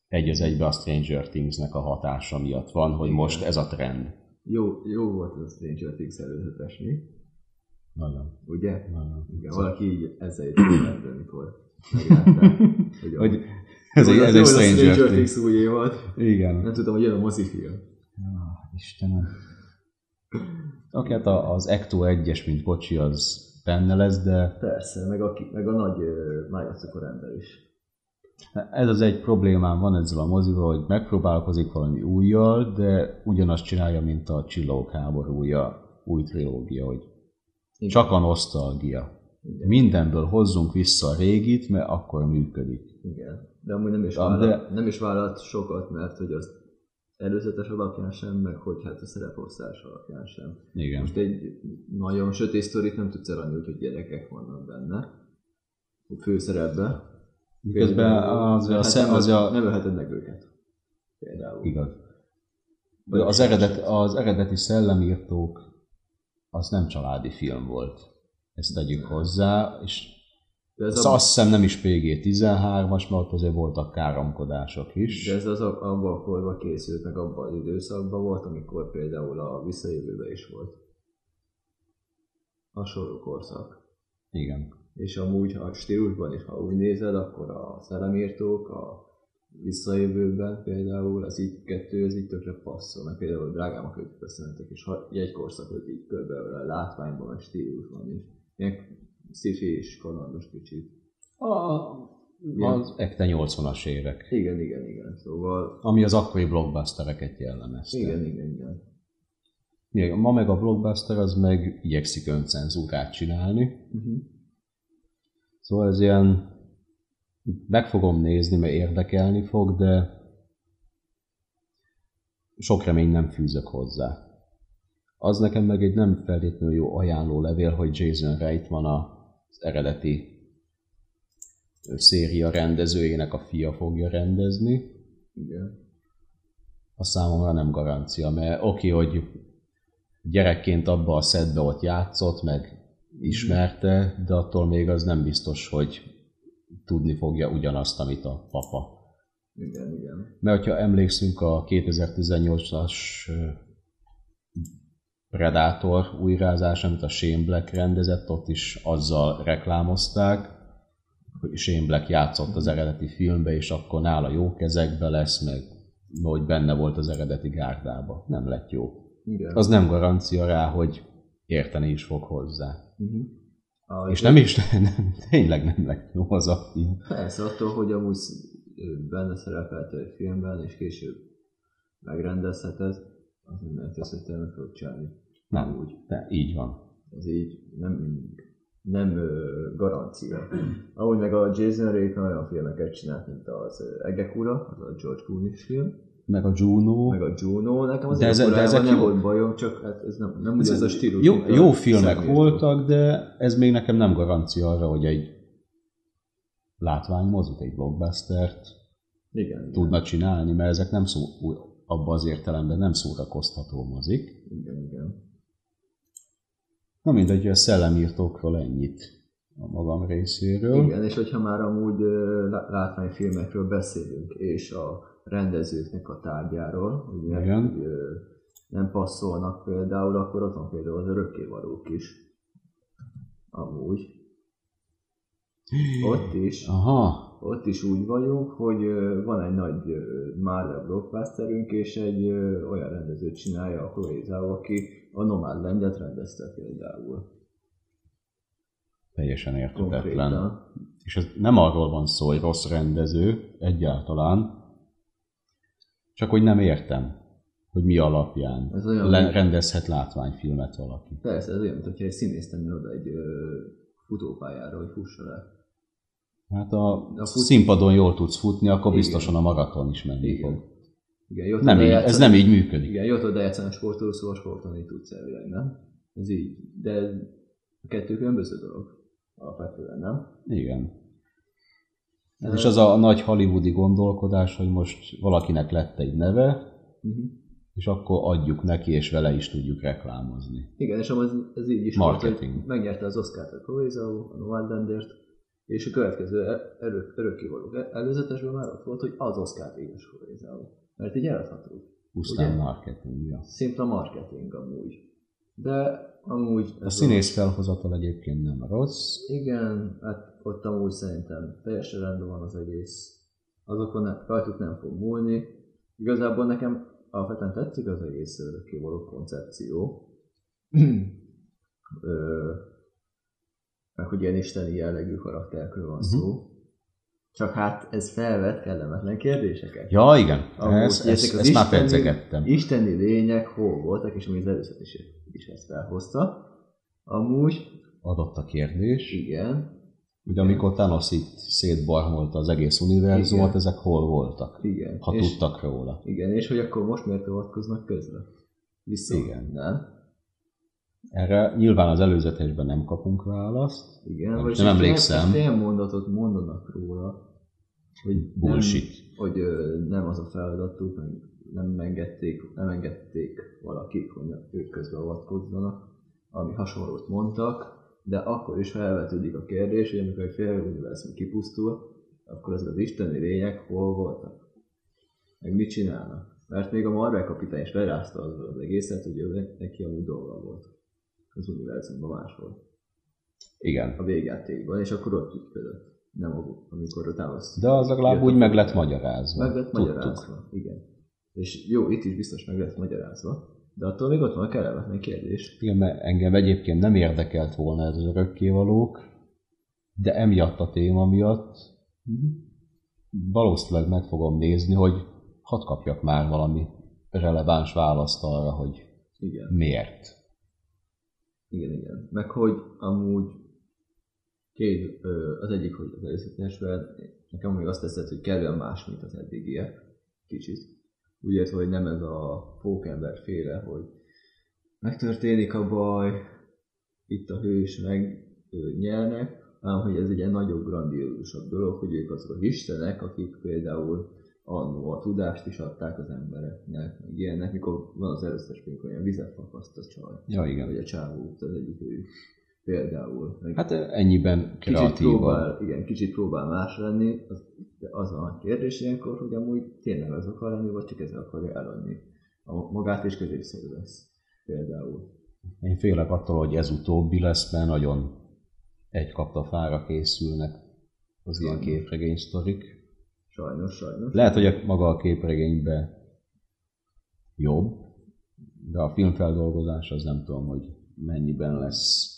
[SPEAKER 2] egy az egybe a Stranger Things-nek a hatása miatt van, hogy most ez a trend.
[SPEAKER 1] Jó, jó volt az a Stranger Things előzetes, mi?
[SPEAKER 2] Nagyon,
[SPEAKER 1] Ugye?
[SPEAKER 2] nagyon.
[SPEAKER 1] Igen, valaki így ezzel jutott amikor
[SPEAKER 2] [LAUGHS]
[SPEAKER 1] meglátták, hogy,
[SPEAKER 2] Hogy ez, egy- ez egy Stranger Things.
[SPEAKER 1] Things új évad.
[SPEAKER 2] Igen.
[SPEAKER 1] Nem tudtam, hogy jön a mozifilm.
[SPEAKER 2] Ah, Istenem. Oké, hát a- az Ecto 1-es, mint kocsi, az benne lesz, de
[SPEAKER 1] Persze, meg a, ki- meg a nagy ö, Mája ember is.
[SPEAKER 2] ez az egy problémám van ezzel a mozival, hogy megpróbálkozik valami újjal, de ugyanazt csinálja, mint a Csillagok háborúja új trilógia, hogy
[SPEAKER 1] Igen.
[SPEAKER 2] csak a nosztalgia. Mindenből hozzunk vissza a régit, mert akkor működik.
[SPEAKER 1] Igen. De amúgy nem is,
[SPEAKER 2] Ah,
[SPEAKER 1] vállalt, nem is vállalt sokat, mert hogy az előzetes alapján sem, meg hogy hát a szereposztás alapján sem.
[SPEAKER 2] Igen.
[SPEAKER 1] Most egy nagyon sötét sztorit nem tudsz eladni, úgyhogy gyerekek vannak benne. Főszerepben.
[SPEAKER 2] Miközben az,
[SPEAKER 1] Hát
[SPEAKER 2] az,
[SPEAKER 1] nem,
[SPEAKER 2] az, az,
[SPEAKER 1] nem ölheted meg őket. Például.
[SPEAKER 2] Igaz. De Az, eredet, az eredeti szellemírtók az nem családi film volt. Ezt tegyük hozzá, és
[SPEAKER 1] De ez,
[SPEAKER 2] ez
[SPEAKER 1] a,
[SPEAKER 2] azt hiszem nem is PG-13-as, mert ott azért voltak káromkodások
[SPEAKER 1] de
[SPEAKER 2] is.
[SPEAKER 1] ez az a- abban a korban készült, meg abban az időszakban volt, amikor például a visszajövőben is volt. Hasonló korszak.
[SPEAKER 2] Igen.
[SPEAKER 1] És amúgy a stílusban is, ha úgy nézed, akkor a szellemírtók, a visszajövőben például, az így kettő, az így tökre passzol, mert például drágámak ők köszönhetek, és ha egy korszakot így körülbelül a látványban, meg stílusban is. Ilyen sci-fi és kalandos kicsit.
[SPEAKER 2] A, az ekte 80-as évek,
[SPEAKER 1] Igen, igen, igen. Szóval
[SPEAKER 2] ami az akkori blockbustereket jellemezte.
[SPEAKER 1] Igen, igen, igen.
[SPEAKER 2] Igen, Ma meg a blockbuster az meg igyekszik öncenzúrát csinálni,
[SPEAKER 1] Uh-huh.
[SPEAKER 2] Szóval ez ilyen, meg fogom nézni, mert érdekelni fog, de sok remény nem fűzök hozzá. Az nekem meg egy nem feltétlenül jó ajánló levél, hogy Jason Reitman az eredeti széria rendezőjének a fia fogja rendezni.
[SPEAKER 1] Igen.
[SPEAKER 2] A számomra nem garancia, mert oké, hogy gyerekként abba a szedbe ott játszott, meg ismerte, de attól még az nem biztos, hogy tudni fogja ugyanazt, amit a papa.
[SPEAKER 1] Igen, igen.
[SPEAKER 2] Mert hogyha emlékszünk a 2018-as ö, Predator újrázás, amit a Shane Black rendezett, ott is azzal reklámozták, hogy Shane Black játszott az eredeti filmbe, és akkor nála jó kezekbe lesz, meg hogy benne volt az eredeti gárdába. Nem lett jó.
[SPEAKER 1] Igen.
[SPEAKER 2] Az nem garancia rá, hogy érteni is fog hozzá.
[SPEAKER 1] Uh-huh. A,
[SPEAKER 2] És nem is, [LAUGHS] nem, tényleg nem lett jó az a film.
[SPEAKER 1] Persze, attól, hogy amúgy sz- ö, benne szerepelt egy filmben, és később megrendezheted, az nem lehet összetelni fog csinálni.
[SPEAKER 2] Nem úgy. De így van.
[SPEAKER 1] Ez így nem mindig. Nem ö, garancia. Ahogy meg a Jason Rake olyan filmeket csinált, mint az ö, Egek ura, az a George Clooney film,
[SPEAKER 2] Meg a Juno.
[SPEAKER 1] meg a Juno, nekem az
[SPEAKER 2] De ezek- de
[SPEAKER 1] Egek
[SPEAKER 2] ezek
[SPEAKER 1] urában nem
[SPEAKER 2] jó-
[SPEAKER 1] volt bajom, csak hát ez nem, nem ugye ez a stílus.
[SPEAKER 2] Jó,
[SPEAKER 1] mint a
[SPEAKER 2] jó filmek
[SPEAKER 1] személyes
[SPEAKER 2] voltak, de ez még nekem nem garancia arra, hogy egy látványmozit, egy blockbustert
[SPEAKER 1] dolog. Igen, igen,
[SPEAKER 2] tudna csinálni, mert ezek nem szó, abba az értelemben nem szórakoztató mozik.
[SPEAKER 1] igen, igen.
[SPEAKER 2] Na mindegy, a szellemírtókról ennyit a magam részéről.
[SPEAKER 1] Igen, és hogyha már amúgy ö, lá- látványfilmekről beszélünk, és a rendezőknek a tárgyáról, ugye,
[SPEAKER 2] Igen.
[SPEAKER 1] hogy, ö, nem passzolnak például, akkor ott van például az örökkévalók is. Amúgy. Ott is.
[SPEAKER 2] Aha,
[SPEAKER 1] Ott is úgy vagyunk, hogy ö, van egy nagy ö, Marvel blockbusterünk, és egy ö, olyan rendező csinálja a Chloe Zhao, aki a Nomadlandet rendezte például.
[SPEAKER 2] teljesen értetetlen.
[SPEAKER 1] Konkrétan.
[SPEAKER 2] És ez nem arról van szó, hogy rossz rendező egyáltalán, csak hogy nem értem, hogy mi alapján
[SPEAKER 1] Ez olyan,
[SPEAKER 2] le- rendezhet látványfilmet valaki.
[SPEAKER 1] Persze, ez olyan, mint hogyha egy színész tenni oda egy ö, futópályára, hogy fussa le.
[SPEAKER 2] Hát a,
[SPEAKER 1] De
[SPEAKER 2] a
[SPEAKER 1] a
[SPEAKER 2] fut...
[SPEAKER 1] fut-
[SPEAKER 2] színpadon jól tudsz futni, akkor
[SPEAKER 1] Igen.
[SPEAKER 2] biztosan a maraton is menni
[SPEAKER 1] Igen.
[SPEAKER 2] fog.
[SPEAKER 1] Igen, jó
[SPEAKER 2] Nem így, ez nem így működik.
[SPEAKER 1] Igen, jól tudod eljátszani a sportoló, szóval sportolni tudsz elvileg, nem? Ez így, de ez a kettő különböző dolog. Alapvetően, nem?
[SPEAKER 2] Igen. Ez
[SPEAKER 1] Ö-
[SPEAKER 2] is az a nagy hollywoodi gondolkodás, hogy most valakinek lett egy neve,
[SPEAKER 1] Uh-huh.
[SPEAKER 2] és akkor adjuk neki, és vele is tudjuk reklámozni.
[SPEAKER 1] Igen, és amúgy ez, ez így is
[SPEAKER 2] Marketing.
[SPEAKER 1] volt, hogy megnyerte az Oscar-t a Provisao, a Nomadlandért, és a következő e- erő, örökkivaló előzetesben már ott volt, hogy az Oscar éges Provisao. Mert így eladható.
[SPEAKER 2] Pusztán
[SPEAKER 1] Ugye?
[SPEAKER 2] marketingja.
[SPEAKER 1] Szimpla marketing amúgy. De amúgy...
[SPEAKER 2] A színész felhozatal egyébként nem rossz.
[SPEAKER 1] Igen, hát ott amúgy szerintem teljesen rendben van az egész. Azokon ne, rajtuk nem fog múlni. Igazából nekem alapvetően tetszik az egész örökkévaló koncepció. [CLEARS THROAT] Ö, meg hogy ilyen isteni jellegű karakterkről van szó. Csak hát ez felvet kellemetlen kérdéseket.
[SPEAKER 2] Ja, igen.
[SPEAKER 1] Amúgy
[SPEAKER 2] Ez,
[SPEAKER 1] ezek
[SPEAKER 2] ez,
[SPEAKER 1] az
[SPEAKER 2] ezt már
[SPEAKER 1] isteni-
[SPEAKER 2] pedzegettem.
[SPEAKER 1] Isteni lények hol voltak, és ami az először is, is ezt felhozta. Amúgy,
[SPEAKER 2] Adott a kérdés,
[SPEAKER 1] igen,
[SPEAKER 2] hogy amikor Thanos itt szétbarmolta az egész univerzumot,
[SPEAKER 1] Igen.
[SPEAKER 2] ezek hol voltak,
[SPEAKER 1] igen.
[SPEAKER 2] ha
[SPEAKER 1] és,
[SPEAKER 2] tudtak róla.
[SPEAKER 1] Igen, és hogy akkor most miért avatkoznak közre? Vissza.
[SPEAKER 2] Igen.
[SPEAKER 1] Nem?
[SPEAKER 2] Erre nyilván az előzetesben nem kapunk választ.
[SPEAKER 1] Igen,
[SPEAKER 2] Nem,
[SPEAKER 1] vagyis
[SPEAKER 2] nem
[SPEAKER 1] egy fél-
[SPEAKER 2] emlékszem.
[SPEAKER 1] Fél mondatot mondanak róla, hogy
[SPEAKER 2] Bullshit.
[SPEAKER 1] Nem, hogy ö, nem az a feladatuk, meg nem engedték, nem engedték valakik, hogy ők közbe avatkozzanak, ami hasonlót mondtak, de akkor is felvetődik a kérdés, hogy amikor egy fél univerzum kipusztul, akkor ezek az isteni lények hol voltak? Meg mit csinálnak? Mert még a Marvel kapitány is lerázta azzal az egészet, hogy ő neki amúgy dolga volt az univerzumban máshol,
[SPEAKER 2] Igen.
[SPEAKER 1] a végjátékban, és akkor ott ügyködött. Nem a- amikor a támaszt
[SPEAKER 2] De az legalább
[SPEAKER 1] Jöttek
[SPEAKER 2] úgy meg lett
[SPEAKER 1] hozzá.
[SPEAKER 2] magyarázva.
[SPEAKER 1] Meg lett magyarázva, igen. És jó, itt is biztos meg lett magyarázva, de attól még ott van a kellemetlen kérdés.
[SPEAKER 2] Igen, mert engem egyébként nem érdekelt volna ez az örökkévalók, de emiatt a téma miatt valószínűleg meg fogom nézni, hogy hadd kapjak már valami releváns választ arra, hogy
[SPEAKER 1] Igen,
[SPEAKER 2] miért.
[SPEAKER 1] igen, igen. Meg hogy amúgy két, ö, az egyik, hogy az előzetesben, nekem még azt teszed, hogy kellően más, mint az eddigiek, kicsit. Úgy értve, hogy nem ez a pókember féle, hogy megtörténik a baj, itt a hős meg ő, nyernek, hanem hogy ez egy ilyen nagyobb, grandiózusabb dolog, hogy ők azok az istenek, akik például annó a tudást is adták az embereknek, meg ilyenek, mikor van az először, mikor ilyen vizet fakaszt a csaj,
[SPEAKER 2] Ja, igen.
[SPEAKER 1] vagy a csávó, az egyik ő például. Meg
[SPEAKER 2] Hát ennyiben
[SPEAKER 1] kicsit
[SPEAKER 2] kreatívan.
[SPEAKER 1] próbál, igen, kicsit próbál más lenni, az, de az a kérdés ilyenkor, hogy amúgy tényleg az akar lenni, vagy csak ezzel akarja eladni a magát, és középszerű lesz például.
[SPEAKER 2] Én félek attól, hogy ez utóbbi lesz, mert nagyon egy kapta fára készülnek az ilyen képregény sztorik.
[SPEAKER 1] Sajnos, sajnos.
[SPEAKER 2] Lehet, hogy a- maga a képregénybe jobb, de a filmfeldolgozás az nem tudom, hogy mennyiben lesz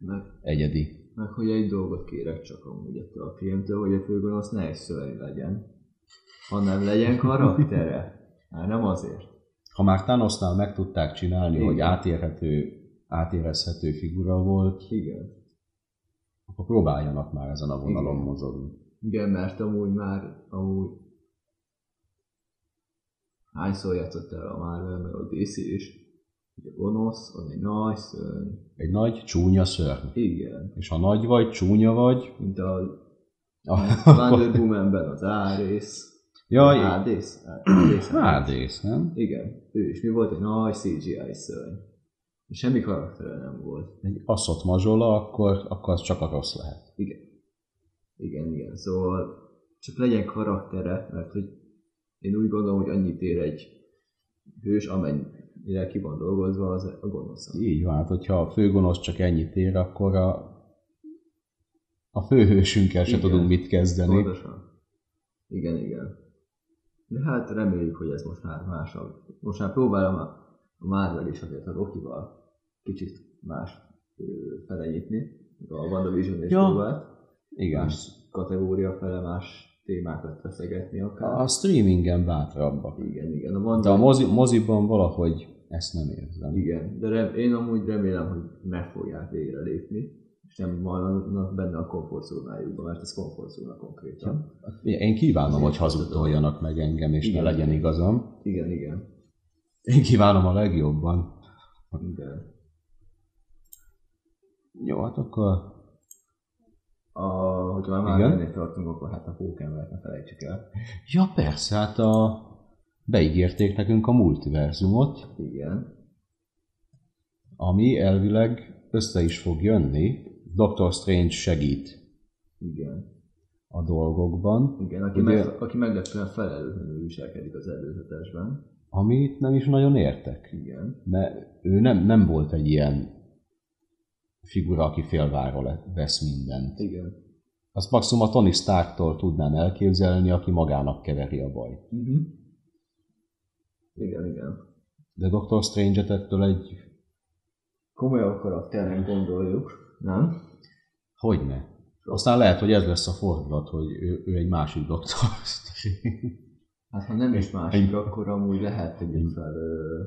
[SPEAKER 1] Meg
[SPEAKER 2] egyedi.
[SPEAKER 1] Meg hogy egy dolgot kérek csak amúgy ettől a filmtől, hogy a főgonosz ne egy szöveg legyen, hanem legyen karaktere. Hát nem azért.
[SPEAKER 2] ha már Thanosnál meg tudták csinálni,
[SPEAKER 1] Igen.
[SPEAKER 2] hogy átérhető, átérezhető figura volt,
[SPEAKER 1] Igen.
[SPEAKER 2] akkor próbáljanak már ezen a vonalon
[SPEAKER 1] Igen.
[SPEAKER 2] mozogni.
[SPEAKER 1] Igen, mert amúgy már, amúgy hányszor játszott el a Marvel, meg a DC is. Ugye gonosz, az egy nagy szörny.
[SPEAKER 2] Egy nagy, csúnya szörny.
[SPEAKER 1] Igen.
[SPEAKER 2] És ha nagy vagy, csúnya
[SPEAKER 1] [LAUGHS]
[SPEAKER 2] vagy,
[SPEAKER 1] Mint a
[SPEAKER 2] akkor...
[SPEAKER 1] Wonder Woman-ben az Árész.
[SPEAKER 2] Jaj,
[SPEAKER 1] Hádész?
[SPEAKER 2] [CLEARS THROAT]
[SPEAKER 1] Hádész.
[SPEAKER 2] hádész, nem?
[SPEAKER 1] Igen, ő is. Mi volt egy nagy CGI szörny. Semmi karaktere nem volt.
[SPEAKER 2] Egy asszot mazsola, akkor, akkor az csak a rossz lehet.
[SPEAKER 1] Igen, igen. Szóval csak legyen karaktere, mert hogy én úgy gondolom, hogy annyit ér egy hős, amennyire ki van dolgozva, az a gonosz.
[SPEAKER 2] Így van, hát hogyha a főgonosz csak ennyit ér, akkor a, a főhősünkkel se
[SPEAKER 1] Igen.
[SPEAKER 2] tudunk mit kezdeni.
[SPEAKER 1] Pontosan. Igen, igen. De hát reméljük, hogy ez most már másabb. Most már próbálom a a Marvel is azért a Rokival kicsit más ö, fele nyitni. A WandaVision is
[SPEAKER 2] Ja.
[SPEAKER 1] ja. próbált.
[SPEAKER 2] Igen.
[SPEAKER 1] Más kategória fele, más témákat feszegetni akár.
[SPEAKER 2] A streamingen bátrabbak.
[SPEAKER 1] Igen, igen. A
[SPEAKER 2] De a
[SPEAKER 1] Wanda...
[SPEAKER 2] mozi, moziban valahogy ezt nem érzem.
[SPEAKER 1] Igen, de rem, én amúgy remélem, hogy meg fogják végre lépni, és nem maradnak benne a komfortzónájukban, mert ez komfortzóna konkrétan. Ja.
[SPEAKER 2] Én kívánom,
[SPEAKER 1] Azért
[SPEAKER 2] hogy
[SPEAKER 1] tudom.
[SPEAKER 2] hazudtoljanak meg engem, és ne
[SPEAKER 1] Igen.
[SPEAKER 2] legyen igazam.
[SPEAKER 1] Igen, igen.
[SPEAKER 2] Én kívánom a legjobban.
[SPEAKER 1] De
[SPEAKER 2] Jó, hát akkor
[SPEAKER 1] A, hogyha már
[SPEAKER 2] Igen?
[SPEAKER 1] Marvelnél tartunk, akkor hát a pókembert ne felejtsük el.
[SPEAKER 2] Ja, persze, hát a... beígérték nekünk a multiverzumot,
[SPEAKER 1] Igen.
[SPEAKER 2] ami elvileg össze is fog jönni. Doctor Strange segít
[SPEAKER 1] Igen.
[SPEAKER 2] a dolgokban,
[SPEAKER 1] Igen, aki,
[SPEAKER 2] Ugye-
[SPEAKER 1] meg, aki meglepően felelőtlenül viselkedik az előzetesben.
[SPEAKER 2] amit nem is nagyon értek.
[SPEAKER 1] Igen.
[SPEAKER 2] Mert ő nem, nem volt egy ilyen figura, aki félváról le- vesz mindent.
[SPEAKER 1] Igen.
[SPEAKER 2] Azt maximum a Tony Starktól tudnám elképzelni, aki magának keveri a bajt.
[SPEAKER 1] Uh-huh. Igen, igen.
[SPEAKER 2] De Doctor Strange-et ettől egy...
[SPEAKER 1] Komolyabb karakternek gondoljuk, nem?
[SPEAKER 2] Hogyne? Aztán lehet, hogy ez lesz a fordulat, hogy ő, ő egy másik Doctor Strange.
[SPEAKER 1] Hát ha nem is másik, akkor amúgy lehet tegyük fel ö,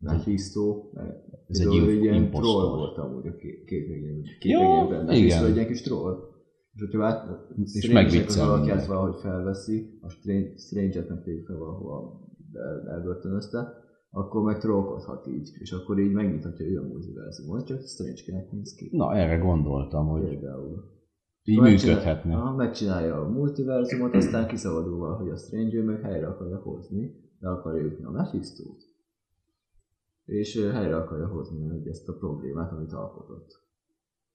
[SPEAKER 1] Mephisto, mert
[SPEAKER 2] Ez egy
[SPEAKER 1] például
[SPEAKER 2] imp-
[SPEAKER 1] ilyen
[SPEAKER 2] impostor.
[SPEAKER 1] troll volt amúgy a két végén.
[SPEAKER 2] Ja, igen.
[SPEAKER 1] Mephisto egy ilyen kis troll. És hogyha át, és
[SPEAKER 2] megviccel
[SPEAKER 1] megviccel
[SPEAKER 2] mindent.
[SPEAKER 1] alakját valahogy felveszi, a Strange- Strange-et meg tegyük fel valahova el- elbörtönözte, akkor meg trollkodhat így, és akkor így megnyithatja ő a multiverzumot, csak Strange-ként néz ki.
[SPEAKER 2] Na, erre gondoltam, hogy
[SPEAKER 1] Például.
[SPEAKER 2] így
[SPEAKER 1] Megcsinál-
[SPEAKER 2] működhetne.
[SPEAKER 1] Aha, megcsinálja a multiverzumot, aztán kiszabadulva, hogy a Stranger meg helyre akarja hozni, le akarja jutni a mephisto És ö, helyre akarja hozni hogy ezt a problémát, amit alkotott.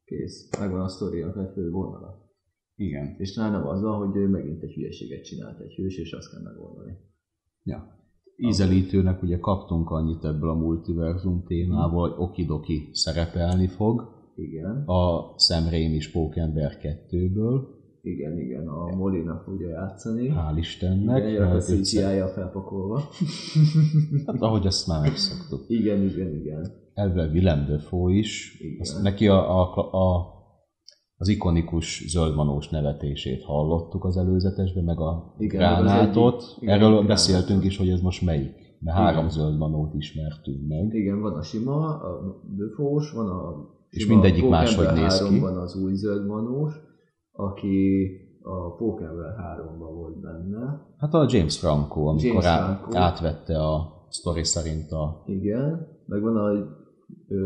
[SPEAKER 1] Kész. Megvan a sztorinak egy fő vonala.
[SPEAKER 2] Igen.
[SPEAKER 1] És talán nem az van, hogy ő megint egy hülyeséget csinált egy hős, és azt kell megoldani.
[SPEAKER 2] Ízelítőnek ugye kaptunk annyit ebből a multiverzum témából, hogy Okidoki szerepelni fog
[SPEAKER 1] Igen,
[SPEAKER 2] a Sam Raimi Spókember 2-ből,
[SPEAKER 1] igen, igen, a Molina fogja játszani.
[SPEAKER 2] hál' Istennek,
[SPEAKER 1] Igen, a
[SPEAKER 2] mert őt szer-
[SPEAKER 1] CGI-ja felpakolva.
[SPEAKER 2] hát, ahogy azt már megszoktuk.
[SPEAKER 1] Igen, igen, igen.
[SPEAKER 2] Elve Willem Dafoe is,
[SPEAKER 1] Igen.
[SPEAKER 2] azt, neki a, a, a, az ikonikus zöldmanós nevetését hallottuk az előzetesben, meg a
[SPEAKER 1] Igen, meg az
[SPEAKER 2] gránátot.
[SPEAKER 1] egyik- igen,
[SPEAKER 2] Erről
[SPEAKER 1] a
[SPEAKER 2] beszéltünk
[SPEAKER 1] gránátot.
[SPEAKER 2] is, hogy ez most melyik, de három
[SPEAKER 1] Igen.
[SPEAKER 2] zöldmanót ismertünk meg.
[SPEAKER 1] Igen, van a sima, a döfós, van a
[SPEAKER 2] És
[SPEAKER 1] sima
[SPEAKER 2] mindegyik
[SPEAKER 1] Pókember
[SPEAKER 2] máshogy néz ki.
[SPEAKER 1] 3-ban az új zöld manós, aki a Pókember 3-ban volt benne.
[SPEAKER 2] Hát a James Franco, amikor
[SPEAKER 1] James
[SPEAKER 2] James
[SPEAKER 1] Franco.
[SPEAKER 2] átvette a sztori szerint a...
[SPEAKER 1] Igen, meg van a ö,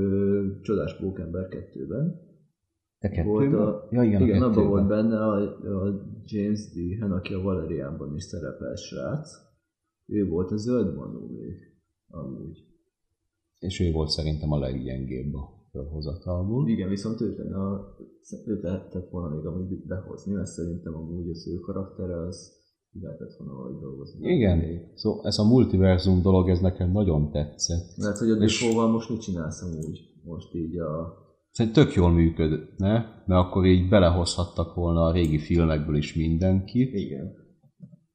[SPEAKER 1] csodás Pókember 2-ben.
[SPEAKER 2] Te
[SPEAKER 1] Volt a-
[SPEAKER 2] Ja, igen,
[SPEAKER 1] Igen,
[SPEAKER 2] a
[SPEAKER 1] abban
[SPEAKER 2] kettőben.
[SPEAKER 1] volt benne a, a James Dehan, aki a Valerianban is szerepel srác. Ő volt a zöld manó még, amúgy.
[SPEAKER 2] És ő volt szerintem a leggyengébb a fölhozatalból.
[SPEAKER 1] Igen, viszont őt lenne a, őt lehetett volna még amúgy behozni, mert szerintem amúgy az ő karaktere az ki lehetett volna valahogy dolgozni.
[SPEAKER 2] Igen, szóval ez a multiverzum dolog, ez nekem nagyon tetszett.
[SPEAKER 1] Mert hogy a
[SPEAKER 2] És-
[SPEAKER 1] Dufóval most mit csinálsz amúgy? Most így a...
[SPEAKER 2] Szerintem Szóval tök jól működne, mert akkor így belehozhattak volna a régi filmekből is mindenkit.
[SPEAKER 1] Igen.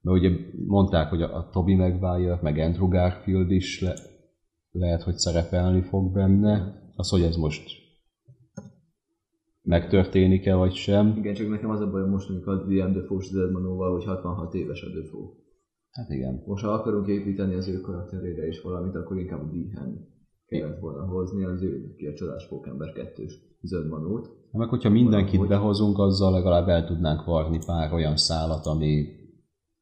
[SPEAKER 2] Mert ugye mondták, hogy a, a Toby Maguire, meg Andrew Garfield is le, lehet, hogy szerepelni fog benne. Az, hogy ez most megtörténik-e, vagy sem.
[SPEAKER 1] Igen, csak nekem az a baj most, amikor a DM Dufós Zedmanóval, hogy 66 éves a Dufó.
[SPEAKER 2] Hát igen.
[SPEAKER 1] Most ha akarunk építeni az ő karakterére is valamit, akkor inkább a Dehan kellett volna hozni, az ő ki a csodás pókember kettős zöldmanót.
[SPEAKER 2] Na, Hát Meg hogyha mindenkit
[SPEAKER 1] Valahogy.
[SPEAKER 2] behozunk, azzal legalább el tudnánk varni pár olyan szálat, ami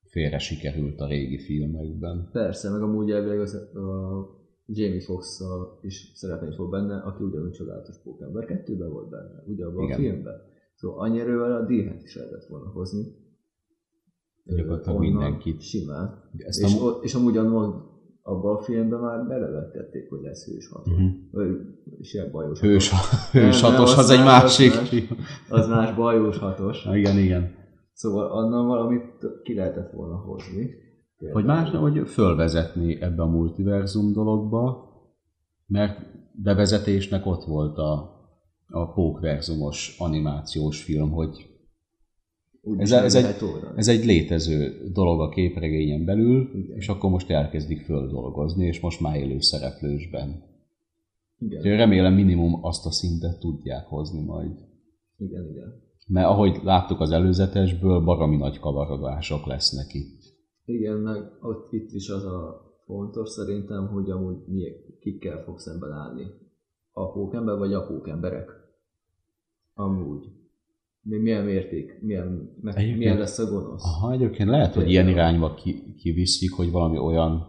[SPEAKER 2] félre sikerült a régi filmekben.
[SPEAKER 1] Persze, meg amúgy elvileg az, a Jamie foxx is szerepelni fog benne, aki ugyanúgy csodálatos pókember kettőben volt benne, ugye abban a
[SPEAKER 2] Igen.
[SPEAKER 1] filmben. Szóval annyi erővel a Dehan is el lett volna hozni.
[SPEAKER 2] Gyakorlatilag
[SPEAKER 1] Onnan
[SPEAKER 2] mindenkit. Szóval
[SPEAKER 1] Simán.
[SPEAKER 2] Ezt
[SPEAKER 1] És,
[SPEAKER 2] a...
[SPEAKER 1] o, és amúgy annól abban a filmben már belevettették, hogy lesz hős hatos.
[SPEAKER 2] Mhm.
[SPEAKER 1] Ö, És ilyen bajós
[SPEAKER 2] Hős,
[SPEAKER 1] hatos.
[SPEAKER 2] hős
[SPEAKER 1] Nem, nem,
[SPEAKER 2] hatos,
[SPEAKER 1] az
[SPEAKER 2] az egy
[SPEAKER 1] más, az
[SPEAKER 2] másik
[SPEAKER 1] más.
[SPEAKER 2] film.
[SPEAKER 1] Az más bajós hatos.
[SPEAKER 2] Na, Igen, igen.
[SPEAKER 1] Szóval annál valamit ki lehetett volna hozni.
[SPEAKER 2] Hogy más, hogy fölvezetni ebbe a multiverzum dologba, mert bevezetésnek ott volt a, a pókverzumos animációs film, hogy
[SPEAKER 1] Úgy
[SPEAKER 2] ez-
[SPEAKER 1] ez,
[SPEAKER 2] ez
[SPEAKER 1] ez
[SPEAKER 2] egy-
[SPEAKER 1] egy... Óra.
[SPEAKER 2] Ez egy létező dolog a képregényen belül,
[SPEAKER 1] Igen.
[SPEAKER 2] és akkor most elkezdik földolgozni, és most már élő szereplősben.
[SPEAKER 1] Igen,
[SPEAKER 2] Úgyhogy remélem minimum azt a szintet tudják hozni majd.
[SPEAKER 1] igen, igen.
[SPEAKER 2] Mert ahogy láttuk az előzetesből, baromi nagy kavarodások lesznek itt.
[SPEAKER 1] Igen, meg ott, itt is az a fontos szerintem, hogy amúgy mi, kikkel fog szemben állni. A pókember vagy a pókemberek? Amúgy. Mi, milyen mérték, milyen, meg,
[SPEAKER 2] Egyébként-
[SPEAKER 1] milyen lesz a gonosz?
[SPEAKER 2] Aha, egyébként lehet, hogy ilyen irányba ki, kiviszik, hogy valami olyan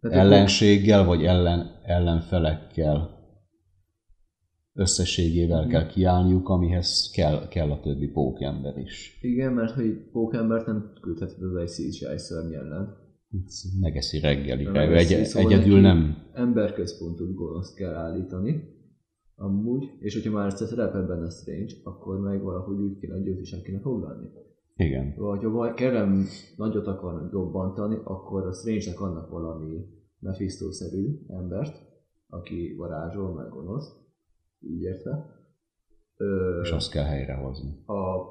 [SPEAKER 1] Tehát egy
[SPEAKER 2] ellenséggel, vagy ellen, ellenfelekkel
[SPEAKER 1] Mhm.
[SPEAKER 2] összességével kell kiállniuk, amihez kell, kell a többi pókember is.
[SPEAKER 1] Igen, mert hogy pókembert nem küldheted az egy CGI szörny ellen.
[SPEAKER 2] Megeszi reggelig.
[SPEAKER 1] Nem
[SPEAKER 2] Ő
[SPEAKER 1] megeszi,
[SPEAKER 2] egy,
[SPEAKER 1] szóval
[SPEAKER 2] egyedül
[SPEAKER 1] neki-
[SPEAKER 2] nem.
[SPEAKER 1] Emberközpontú gonoszt kell állítani. Amúgy, és hogyha már egyszer szerepel benne Strange, akkor meg valahogy úgy kéne, hogy őt is el kéne foglalni.
[SPEAKER 2] Igen.
[SPEAKER 1] Vagy ha val- Kerem nagyot akar dobbantani, akkor a Strange-nek annak valami Mephisto-szerű embert, aki varázsol, meg gonosz, így értve. Ö,
[SPEAKER 2] És azt kell helyrehozni.
[SPEAKER 1] a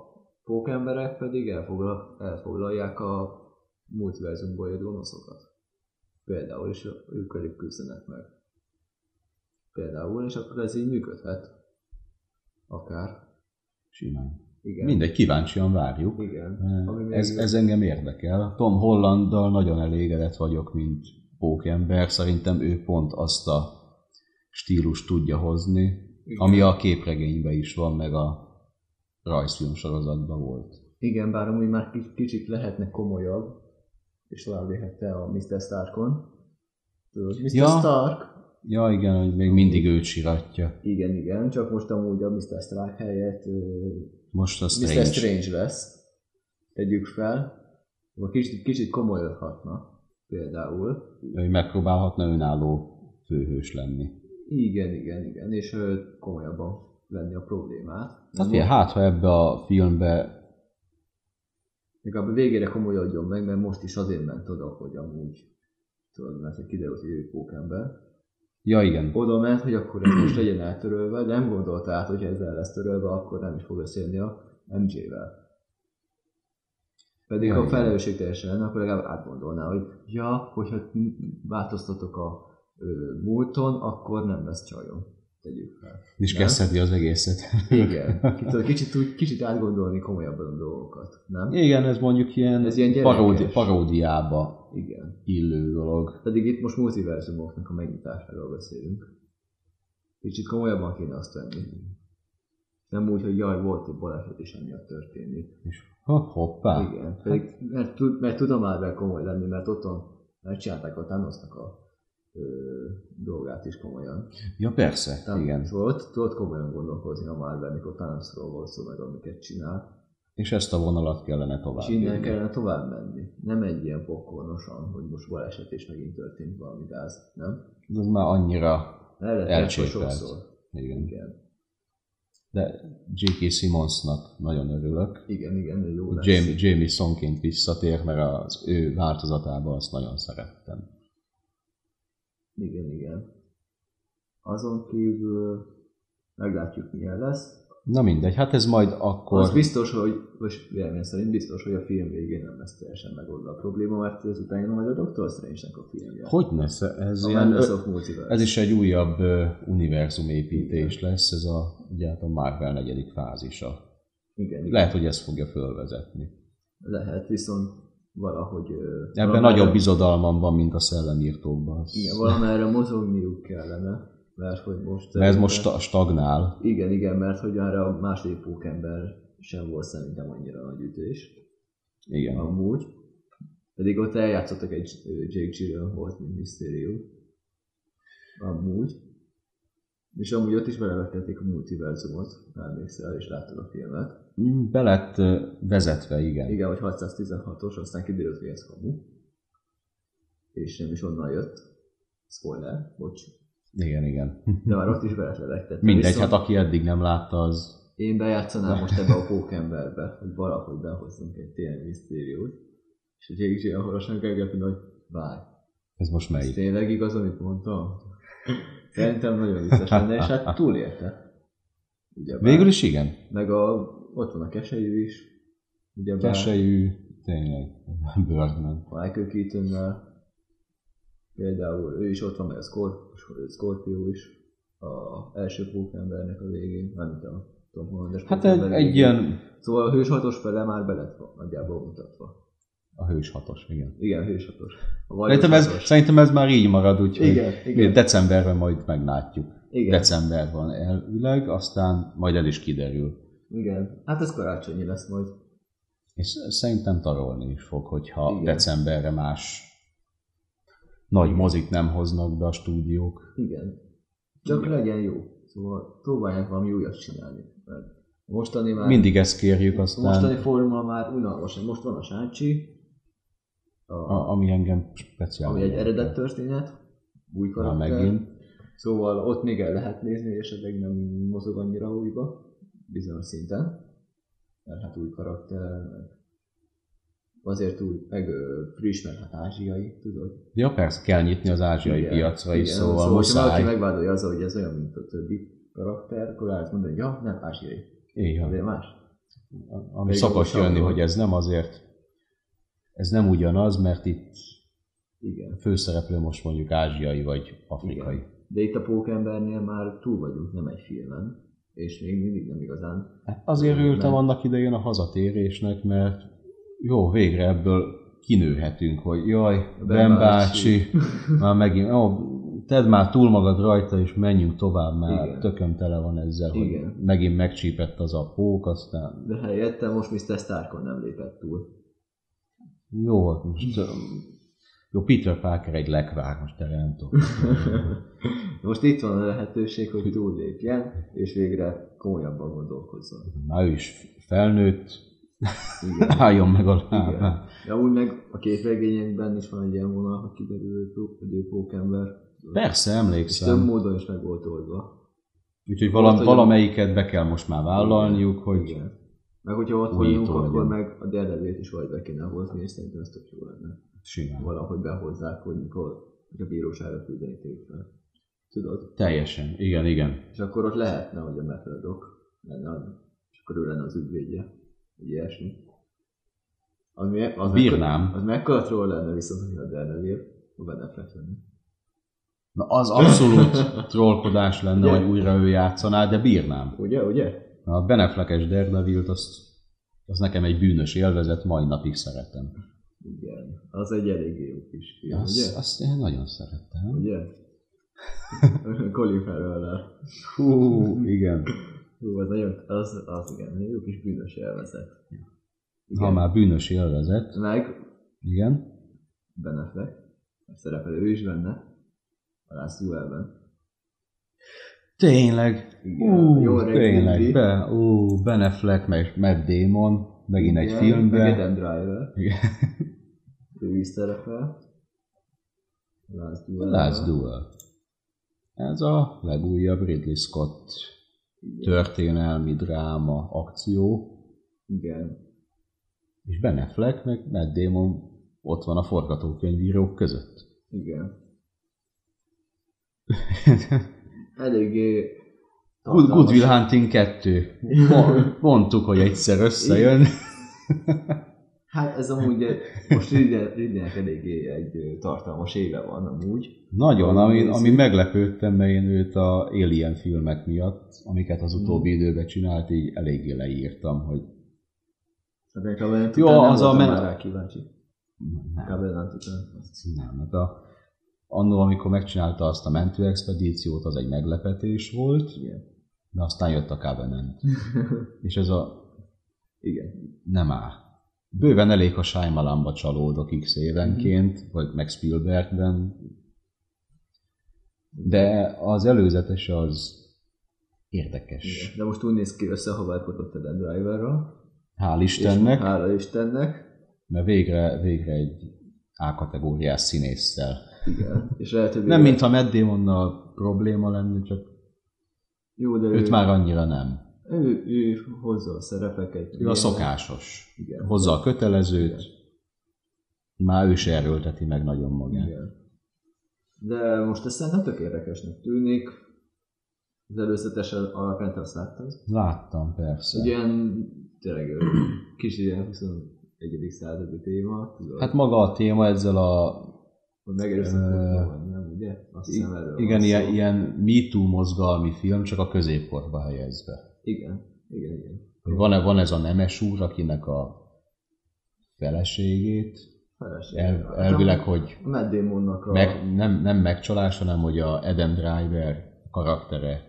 [SPEAKER 1] pókemberek pedig elfoglal, elfoglalják a multiverzumból jött gonoszokat. Például, és ők elég küzdenek meg. Például, és akkor ez így működhet. Akár.
[SPEAKER 2] Simán.
[SPEAKER 1] Igen.
[SPEAKER 2] Mindegy, kíváncsian várjuk.
[SPEAKER 1] Igen. Ami
[SPEAKER 2] Eh,
[SPEAKER 1] még-
[SPEAKER 2] Ez, ez engem érdekel. Tom Hollanddal nagyon elégedett vagyok, mint pókember. Szerintem ő pont azt a stílus tudja hozni,
[SPEAKER 1] Igen.
[SPEAKER 2] ami a képregényben is van, meg a rajzfilm sorozatban volt.
[SPEAKER 1] Igen, bár amúgy már ki- kicsit lehetne komolyabb, és tovább léphetne a Mr. Starkon. Tudod, Mr.
[SPEAKER 2] Ja.
[SPEAKER 1] Ja. Stark?
[SPEAKER 2] Ja, igen, hogy még mindig őt siratja.
[SPEAKER 1] Igen, igen, csak most amúgy a Mr. Stark helyett ö,
[SPEAKER 2] Most a
[SPEAKER 1] Strange. Mr.
[SPEAKER 2] Strange.
[SPEAKER 1] Strange lesz, tegyük fel, akkor kicsit, kicsit komolyodhatna például.
[SPEAKER 2] Ő megpróbálhatna önálló főhős lenni.
[SPEAKER 1] Igen, igen, igen, és ö, komolyabban venni a problémát.
[SPEAKER 2] Hát figyelj, hát ha ebbe a filmbe
[SPEAKER 1] Legalább a végére komolyodjon meg, mert most is azért ment oda, hogy amúgy, tudod, mert kiderült, hogy ő pókember.
[SPEAKER 2] Ja, igen.
[SPEAKER 1] oda ment, hogy akkor ez most legyen eltörölve, de nem gondolta át, hogy ez el lesz törölve, akkor nem is fog összejönni a MJ-vel. Pedig
[SPEAKER 2] Ja,
[SPEAKER 1] ja, ha
[SPEAKER 2] igen.
[SPEAKER 1] felelősségteljesen lenne, akkor legalább átgondolná, hogy ja, hogyha változtatok a ö, múlton, akkor nem lesz csajom. Tegyük fel.
[SPEAKER 2] És
[SPEAKER 1] Nem?
[SPEAKER 2] kezdheti az egészet.
[SPEAKER 1] [LAUGHS] Igen. Kicsit, kicsit, úgy- kicsit átgondolni komolyabban a dolgokat, nem?
[SPEAKER 2] igen, ez mondjuk ilyen,
[SPEAKER 1] Ez ilyen gyerekes.
[SPEAKER 2] paródi, paródiába
[SPEAKER 1] Igen.
[SPEAKER 2] illő dolog.
[SPEAKER 1] Pedig itt most multiverzumoknak a megnyitásáról beszélünk. Kicsit komolyabban kéne azt venni. Nem úgy, hogy jaj, volt egy baleset és emiatt történik.
[SPEAKER 2] És ha, hoppá.
[SPEAKER 1] Igen.
[SPEAKER 2] Hát-
[SPEAKER 1] Pedig, mert, tud, mert tudom már be komoly lenni, mert otthon megcsinálták a Thanosnak a ö, dolgát is komolyan.
[SPEAKER 2] Ja, persze,
[SPEAKER 1] Tehát,
[SPEAKER 2] igen.
[SPEAKER 1] Szóval ott tudod komolyan gondolkozni a Marvel, mikor Thanosról volt szó, meg amiket csinál.
[SPEAKER 2] És ezt a vonalat kellene tovább.
[SPEAKER 1] És innen
[SPEAKER 2] vinni.
[SPEAKER 1] kellene tovább menni. Nem egy ilyen pokornosan, hogy most baleset és megint történt valami gáz, nem?
[SPEAKER 2] Ez már annyira...
[SPEAKER 1] Elrettek
[SPEAKER 2] Elcsépelt.
[SPEAKER 1] sokszor.
[SPEAKER 2] Igen.
[SPEAKER 1] Igen.
[SPEAKER 2] De J.K. Simmonsnak nagyon örülök.
[SPEAKER 1] Igen, igen, ő jó lesz.
[SPEAKER 2] Jamie, Jamie Sonként visszatér, mert az ő változatában azt nagyon szerettem.
[SPEAKER 1] Igen, igen. Azon kívül meglátjuk, milyen lesz.
[SPEAKER 2] Na mindegy, hát ez majd akkor...
[SPEAKER 1] Az biztos, hogy, most vélemény szerint biztos, hogy a film végén nem lesz teljesen megoldva a probléma, mert ezután jön majd a Doctor Strange-nek a filmje.
[SPEAKER 2] Hogy lesz? Ez
[SPEAKER 1] a
[SPEAKER 2] ilyen
[SPEAKER 1] Madness of Multiverse.
[SPEAKER 2] Ez is egy újabb ö, univerzumépítés lesz, ez a, ugye hát a Marvel negyedik fázisa.
[SPEAKER 1] igen, igen.
[SPEAKER 2] Lehet, hogy ezt fogja fölvezetni.
[SPEAKER 1] Lehet, viszont valahogy... ö,
[SPEAKER 2] Ebben
[SPEAKER 1] valamerre-
[SPEAKER 2] nagyobb bizodalmam van, mint a szellemírtókban. Az-
[SPEAKER 1] Igen, valamerre mozogniuk kellene, mert hogy most...
[SPEAKER 2] Mert ez most sta- stagnál.
[SPEAKER 1] Igen, igen, mert hogy arra a második pókember sem volt szerintem annyira nagy ütés,
[SPEAKER 2] Igen.
[SPEAKER 1] amúgy. Pedig ott eljátszottak egy ö, Jake Gyllenhaal-t, mint Mysterio. Amúgy. És amúgy ott is belevettették a multiverzumot, ha emlékszel, és láttad a filmet.
[SPEAKER 2] Mm, Be lett ö, vezetve, igen.
[SPEAKER 1] Igen, hogy 616-os, aztán kiderült, hogy ez kamu. És nem is onnan jött. Spoiler, bocs.
[SPEAKER 2] Igen, igen.
[SPEAKER 1] De már ott is belevettették.
[SPEAKER 2] Mindegy,
[SPEAKER 1] Viszont-
[SPEAKER 2] hát aki eddig nem látta, az
[SPEAKER 1] Én bejátszanám most ebbe a pókemberbe, hogy valahogy behozzunk egy tényleg misztériót. És hogy Jake Gyllenhaal sem kerülgetni, hogy várj,
[SPEAKER 2] ez most
[SPEAKER 1] ez
[SPEAKER 2] melyik?
[SPEAKER 1] tényleg igaz, amit mondtam? Szerintem nagyon vicces lenne, és hát túlélte. Ugye
[SPEAKER 2] Végül is igen.
[SPEAKER 1] Meg a, ott van a keselyű is. Ugye Kesely.
[SPEAKER 2] Keselyű, tényleg, [LAUGHS] Birdman.
[SPEAKER 1] Michael keaton Például ő is ott van, meg a Scor- Scorpio is. A első pókembernek a végén, nem tudom, a Tom Hollandes
[SPEAKER 2] Hát egy,
[SPEAKER 1] pókember
[SPEAKER 2] egy
[SPEAKER 1] végén.
[SPEAKER 2] ilyen
[SPEAKER 1] Szóval a hős hatos fele már be lett van, nagyjából mutatva.
[SPEAKER 2] a hős hatos, igen.
[SPEAKER 1] Igen, hős hatos. A vajos
[SPEAKER 2] Szerintem ez,
[SPEAKER 1] hatos.
[SPEAKER 2] szerintem ez már így marad, úgyhogy
[SPEAKER 1] Igen, igen.
[SPEAKER 2] decemberben majd meglátjuk.
[SPEAKER 1] igen,
[SPEAKER 2] December van elvileg, aztán majd el is kiderül.
[SPEAKER 1] igen. Hát ez karácsonyi lesz majd.
[SPEAKER 2] És szerintem tarolni is fog, hogyha
[SPEAKER 1] Igen.
[SPEAKER 2] igen. decemberre más nagy mozit nem hoznak be a stúdiók.
[SPEAKER 1] Igen. Csak
[SPEAKER 2] Igen.
[SPEAKER 1] legyen jó. Szóval próbálják valami újat csinálni. Mert a mostani már...
[SPEAKER 2] Mindig ezt kérjük,
[SPEAKER 1] A
[SPEAKER 2] aztán
[SPEAKER 1] mostani
[SPEAKER 2] mostani...
[SPEAKER 1] formula már unalmas. Most van a Sáncsi, a,
[SPEAKER 2] a, ami engem speciális.
[SPEAKER 1] ami egy eredet történet, új
[SPEAKER 2] Na
[SPEAKER 1] karakter.
[SPEAKER 2] megint.
[SPEAKER 1] Szóval ott még el lehet nézni, hogy esetleg nem mozog annyira újba, bizonyos szinten. Mert hát új karakter, meg azért új, meg ö, friss, mert hát ázsiai, tudod.
[SPEAKER 2] Ja persze, kell nyitni az ázsiai igen, piacra is, szóval, szóval
[SPEAKER 1] hogyha valaki
[SPEAKER 2] muszáj. Meg...
[SPEAKER 1] megvádolja azzal, hogy ez olyan, mint a többi karakter, akkor lehet mondani, hogy ja, nem ázsiai,
[SPEAKER 2] Így van.
[SPEAKER 1] azért más.
[SPEAKER 2] Ami
[SPEAKER 1] Még
[SPEAKER 2] szokott
[SPEAKER 1] jogosan
[SPEAKER 2] jönni,
[SPEAKER 1] van.
[SPEAKER 2] hogy ez nem azért, ez nem ugyanaz, mert itt
[SPEAKER 1] Igen.
[SPEAKER 2] a főszereplő most mondjuk ázsiai vagy afrikai. Igen.
[SPEAKER 1] De itt a pókembernél már túl vagyunk, nem egy filmen, és még mindig nem igazán.
[SPEAKER 2] Hát azért
[SPEAKER 1] Igen,
[SPEAKER 2] örültem
[SPEAKER 1] mert-
[SPEAKER 2] annak idején a hazatérésnek, mert jó, végre ebből kinőhetünk, hogy jaj, Ben bácsi, már megint, ó, tedd már túl magad rajta, és menjünk tovább, mert
[SPEAKER 1] Igen.
[SPEAKER 2] Igen. tököm tele van ezzel, Igen.
[SPEAKER 1] Igen.
[SPEAKER 2] hogy megint megcsípett az a pók, aztán
[SPEAKER 1] De helyette most Mr. Starkon nem lépett
[SPEAKER 2] [LAUGHS]
[SPEAKER 1] túl.
[SPEAKER 2] Jó, hát most... öm, Jó, Peter Parker egy lekvár, most erre nem tudom.
[SPEAKER 1] Most itt van a lehetőség, hogy túllépjen, és végre komolyabban gondolkozzon.
[SPEAKER 2] Na, ő is felnőtt, [LAUGHS]
[SPEAKER 1] Igen.
[SPEAKER 2] álljon meg a
[SPEAKER 1] Igen.
[SPEAKER 2] lábán.
[SPEAKER 1] De úgy meg a két regényekben is van egy ilyen vonal, ha kiderül, hogy pó- hogy ő pókember.
[SPEAKER 2] Persze,
[SPEAKER 1] És több
[SPEAKER 2] emlékszem.
[SPEAKER 1] módon is meg volt oldva.
[SPEAKER 2] Úgyhogy vala,
[SPEAKER 1] Ott, hogy-
[SPEAKER 2] valamelyiket be kell most már vállalniuk, hogy
[SPEAKER 1] Igen. Meg hogyha ott
[SPEAKER 2] Újító
[SPEAKER 1] vagyunk, akkor
[SPEAKER 2] legyen.
[SPEAKER 1] meg a Daredevil-t is vagy be kéne hozni, és szerintem ez tök jó lenne.
[SPEAKER 2] simán.
[SPEAKER 1] valahogy behozzák, hogy mikor hogy a bíróságra küldeníték fel. Tudod?
[SPEAKER 2] Teljesen, igen, igen.
[SPEAKER 1] És akkor ott lehetne, hogy a metadok lenne, az- és akkor ő lenne az ügyvédje, egy ilyesmi. Az, mi- az
[SPEAKER 2] Bírnám.
[SPEAKER 1] Mekkora, az mekkora troll lenne viszont, hogy a Daredevil, a Ben Affleck lenne.
[SPEAKER 2] Na, az abszolút [LAUGHS] trollkodás lenne,
[SPEAKER 1] Ugye?
[SPEAKER 2] hogy újra ő játszaná, de bírnám.
[SPEAKER 1] Ugye, ugye?
[SPEAKER 2] A Beneflekes Daredevil-t, az, az nekem egy bűnös élvezet, mai napig szeretem.
[SPEAKER 1] Igen. Az egy eléggé jó kis film,
[SPEAKER 2] Azt,
[SPEAKER 1] ugye?
[SPEAKER 2] azt én nagyon szerettem.
[SPEAKER 1] Ugye? [LAUGHS] Colin farrell
[SPEAKER 2] Hú, igen.
[SPEAKER 1] Hú, az nagyon, az, az igen, jó kis bűnös elveszett.
[SPEAKER 2] Ha
[SPEAKER 1] Igen.
[SPEAKER 2] már bűnös élvezet,
[SPEAKER 1] Meg
[SPEAKER 2] igen.
[SPEAKER 1] Ben Affleck, a szerepel ő is benne, a Last Duelben.
[SPEAKER 2] Tényleg.
[SPEAKER 1] Igen,
[SPEAKER 2] Ú,
[SPEAKER 1] jó öreg
[SPEAKER 2] tényleg.
[SPEAKER 1] Mindy.
[SPEAKER 2] Be, ú, Ben Affleck, meg Matt Damon, megint egy
[SPEAKER 1] Igen, Meg
[SPEAKER 2] filmben.
[SPEAKER 1] Adam Driver,
[SPEAKER 2] Igen.
[SPEAKER 1] ő is szerepel. A Last Duel.
[SPEAKER 2] Last Duel. Ez a legújabb Ridley Scott történelmi dráma akció,
[SPEAKER 1] Igen.
[SPEAKER 2] és Ben Affleck, meg Matt Damon ott van a forgatókönyvírók között. [LAUGHS]
[SPEAKER 1] Igen. Eléggé...
[SPEAKER 2] Good, Good
[SPEAKER 1] tartalmas.
[SPEAKER 2] Will Hunting 2. Mo- Mondtuk, hogy egyszer összejön.
[SPEAKER 1] Hát ez amúgy egy, most Ridley- Ridleynek eléggé egy ö, tartalmas éve van amúgy.
[SPEAKER 2] Nagyon, ami,
[SPEAKER 1] Nézzük.
[SPEAKER 2] ami meglepődtem, mert én őt a Alien filmek miatt, amiket az utóbbi
[SPEAKER 1] Hmm.
[SPEAKER 2] időben csinált, így eléggé leírtam, hogy
[SPEAKER 1] Hát nekem olyan
[SPEAKER 2] Jó,
[SPEAKER 1] után nem
[SPEAKER 2] az a
[SPEAKER 1] voltam
[SPEAKER 2] men-
[SPEAKER 1] már rá kíváncsi.
[SPEAKER 2] Nem,
[SPEAKER 1] Kb. nem tudom.
[SPEAKER 2] nem. Hát a, annól, amikor megcsinálta azt a mentőexpedíciót, az egy meglepetés volt,
[SPEAKER 1] Igen.
[SPEAKER 2] de aztán jött a
[SPEAKER 1] [LAUGHS]
[SPEAKER 2] Covenant. És ez a
[SPEAKER 1] Igen.
[SPEAKER 2] nem áll. Bőven elég, ha Shyamalanba csalódok x évenként,
[SPEAKER 1] Mhm.
[SPEAKER 2] vagy meg Spielbergben. De az előzetes az érdekes.
[SPEAKER 1] Igen. De most úgy néz ki, összehavarkodott a Dan Driverral.
[SPEAKER 2] Hál'
[SPEAKER 1] és
[SPEAKER 2] Istennek,
[SPEAKER 1] Hála Istennek.
[SPEAKER 2] mert végre, végre egy A-kategóriás színésszel.
[SPEAKER 1] Igen. És lehet, hogy
[SPEAKER 2] Nem
[SPEAKER 1] végre-
[SPEAKER 2] mintha Matt Damonnal probléma lenne, csak
[SPEAKER 1] Jó, de
[SPEAKER 2] őt már annyira nem.
[SPEAKER 1] Ő, ő hozza a szerepeket.
[SPEAKER 2] Ő a szokásos.
[SPEAKER 1] Igen.
[SPEAKER 2] Hozza a kötelezőt, már ő se erőlteti meg nagyon magát.
[SPEAKER 1] Igen. De most ez szerintem tök érdekesnek tűnik. Az előzetes alapján te azt láttad.
[SPEAKER 2] Láttam, persze.
[SPEAKER 1] Ugyan tényleg ö, kis ilyen 21. századi téma. Tudod,
[SPEAKER 2] Hát maga a téma ezzel a
[SPEAKER 1] hogy megerőszakoló
[SPEAKER 2] ö,
[SPEAKER 1] van, nem ugye? Azt hiszem erről van
[SPEAKER 2] igen,
[SPEAKER 1] szó.
[SPEAKER 2] ilyen, ilyen Me Too mozgalmi film, csak a középkorba helyezve.
[SPEAKER 1] Igen, igen, igen.
[SPEAKER 2] Hogy Van, van ez a nemes úr, akinek a feleségét,
[SPEAKER 1] Feleség.
[SPEAKER 2] el, elvileg, hogy
[SPEAKER 1] A Matt Damonnak a
[SPEAKER 2] meg, nem, nem megcsalás, hanem hogy a Adam Driver karaktere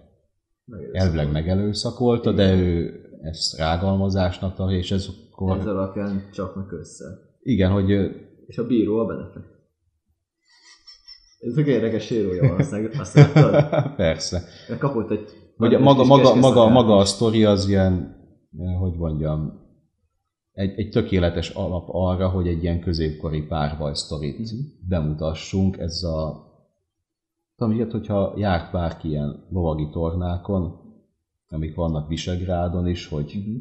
[SPEAKER 1] megerőszakoló.
[SPEAKER 2] elvileg megelőszakolta, de ő ezt rágalmazásnak tartja, és ez
[SPEAKER 1] Ez
[SPEAKER 2] akkor,
[SPEAKER 1] alapján csapnak össze.
[SPEAKER 2] igen, hogy ö, [LAUGHS]
[SPEAKER 1] És a bíró a benefek. Ez egy érdekes sérója van,
[SPEAKER 2] [LAUGHS]
[SPEAKER 1] azt azt láttad?
[SPEAKER 2] persze.
[SPEAKER 1] Mert kapott egy...
[SPEAKER 2] Vagy a
[SPEAKER 1] egy
[SPEAKER 2] maga,
[SPEAKER 1] kis
[SPEAKER 2] maga,
[SPEAKER 1] keskeny
[SPEAKER 2] maga,
[SPEAKER 1] szakát.
[SPEAKER 2] maga a sztori az ilyen, eh, hogy mondjam, egy, egy tökéletes alap arra, hogy egy ilyen középkori párbaj sztorit
[SPEAKER 1] Mhm.
[SPEAKER 2] bemutassunk. Ez a... Tudom, ilyet, hogyha járt bárki ilyen lovagi tornákon, amik vannak Visegrádon is, hogy
[SPEAKER 1] Mhm.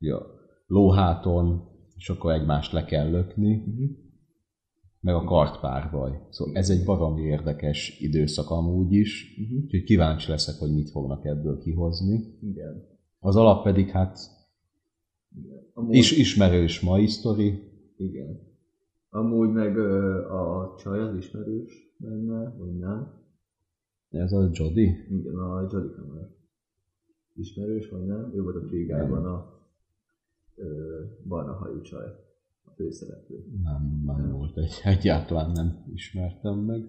[SPEAKER 2] ugye a lóháton, és akkor egymást le kell lökni,
[SPEAKER 1] Mhm.
[SPEAKER 2] meg a kartpárbaj. Szóval ez egy baromi érdekes időszak amúgy is,
[SPEAKER 1] Mhm.
[SPEAKER 2] úgyhogy kíváncsi leszek, hogy mit fognak ebből kihozni.
[SPEAKER 1] Igen.
[SPEAKER 2] Az alap pedig hát
[SPEAKER 1] Amúgy,
[SPEAKER 2] is, ismerős mai sztori.
[SPEAKER 1] Igen. Amúgy meg ö, a csaj az ismerős benne, vagy nem.
[SPEAKER 2] Ez a Jody.
[SPEAKER 1] Igen, a Jodie Comer. Ismerős, vagy nem? Ő volt a brigában a ö, barna hajú csaj. A főszereplő.
[SPEAKER 2] Nem, nem volt egy, egyáltalán nem ismertem meg.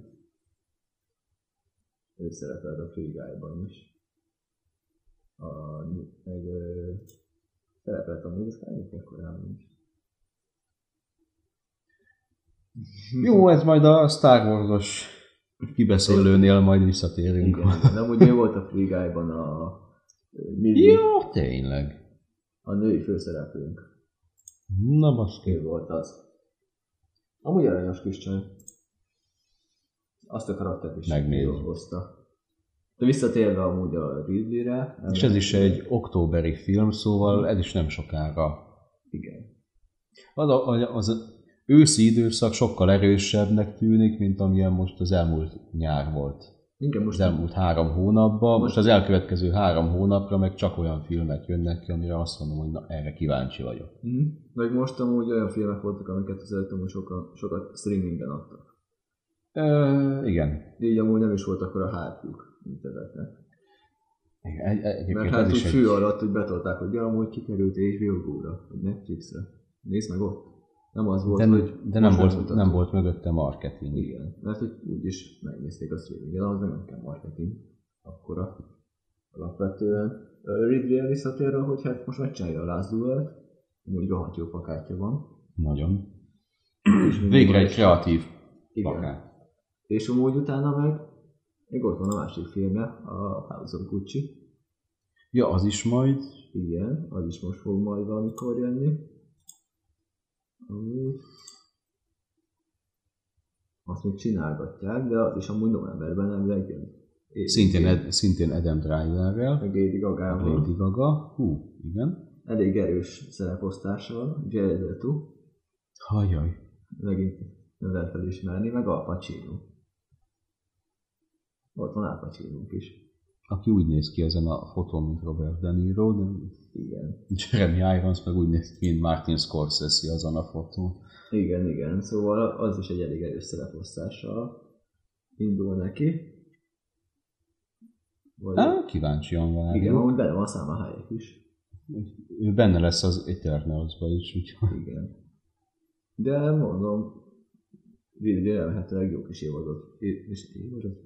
[SPEAKER 1] Ő szerepelt a brigában is. A, meg ö, szerepelt a Mozgányok korábban is.
[SPEAKER 2] Jó, ez majd a Star Wars-os kibeszélőnél majd visszatérünk.
[SPEAKER 1] Igen, igen. amúgy ő volt a Free Guy-ban a, ö, Millie,
[SPEAKER 2] Ja, tényleg.
[SPEAKER 1] a női főszereplőnk.
[SPEAKER 2] Na baszki.
[SPEAKER 1] Ő volt az. Amúgy aranyos kis csaj. Azt a karaktert is
[SPEAKER 2] Megnézem.
[SPEAKER 1] jól hozta. De visszatérve amúgy a Ridley-re.
[SPEAKER 2] És ez is egy októberi film, szóval ez is nem sokára.
[SPEAKER 1] Igen.
[SPEAKER 2] Az, a- az, az őszi időszak sokkal erősebbnek tűnik, mint amilyen most az elmúlt nyár volt.
[SPEAKER 1] Igen,
[SPEAKER 2] az
[SPEAKER 1] most nem.
[SPEAKER 2] elmúlt három hónapban, most az elkövetkező három hónapra meg csak olyan filmek jönnek ki, amire azt mondom, hogy na, erre kíváncsi vagyok.
[SPEAKER 1] Mhm. Meg most amúgy olyan filmek voltak, amiket az előtt amúgy sokan, sokat streamingen adtak.
[SPEAKER 2] Ö, igen.
[SPEAKER 1] Így amúgy nem is volt akkor a hátjuk internetnek.
[SPEAKER 2] Igen, Egy, egyébként
[SPEAKER 1] Mert
[SPEAKER 2] ez
[SPEAKER 1] hát úgy
[SPEAKER 2] is
[SPEAKER 1] fű
[SPEAKER 2] egy...
[SPEAKER 1] alatt, hogy betolták, hogy ja, amúgy kikerült HBO-ra, vagy Netflixre. Nézd meg ott. Nem az volt,
[SPEAKER 2] De,
[SPEAKER 1] hogy
[SPEAKER 2] de nem,
[SPEAKER 1] most
[SPEAKER 2] volt,
[SPEAKER 1] megmutattuk.
[SPEAKER 2] nem volt mögötte marketing.
[SPEAKER 1] Igen, mert hogy úgyis megnézték a streamingen, ahhoz nem kell marketing akkora alapvetően. Ö, Ridley visszatérve, hogy hát most megcsinálja a Last Duel-t, amúgy rohadt jó plakátja
[SPEAKER 2] [CLEARS THROAT]
[SPEAKER 1] van.
[SPEAKER 2] Nagyon.
[SPEAKER 1] És mindig
[SPEAKER 2] Végre
[SPEAKER 1] van
[SPEAKER 2] egy
[SPEAKER 1] is-
[SPEAKER 2] kreatív
[SPEAKER 1] Igen.
[SPEAKER 2] plakát.
[SPEAKER 1] És amúgy utána meg még ott van a másik filmje, a House of Gucci.
[SPEAKER 2] Ja, az is majd.
[SPEAKER 1] Igen, az is most fog majd valamikor jönni. Amúgy azt még csinálgatják, de az is amúgy novemberben nem legyen.
[SPEAKER 2] Szintén, Ed, szintén Adam Driverrel.
[SPEAKER 1] meg Lady Gaga-val.
[SPEAKER 2] Lady Gaga. Hú, igen.
[SPEAKER 1] Elég erős szereposztással, Jared Leto,
[SPEAKER 2] Hajjaj.
[SPEAKER 1] megint nem lehet felismerni, meg Al Pacino. Ott van Al pacino is.
[SPEAKER 2] Aki úgy néz ki ezen a fotón, mint Robert De Niro, de
[SPEAKER 1] Igen.
[SPEAKER 2] Jeremy Irons meg úgy néz ki, mint Martin Scorsese azon a fotón.
[SPEAKER 1] Igen, igen. Szóval az is egy elég erős szereposztással indul neki. Vagy,
[SPEAKER 2] Á, kíváncsian
[SPEAKER 1] igen,
[SPEAKER 2] várjuk.
[SPEAKER 1] amúgy benne van Salma Hayek is.
[SPEAKER 2] Ő benne lesz az Eternals-ba is, úgyhogy
[SPEAKER 1] Igen. De mondom, remélhetőleg jó kis évadot, é- és évadot?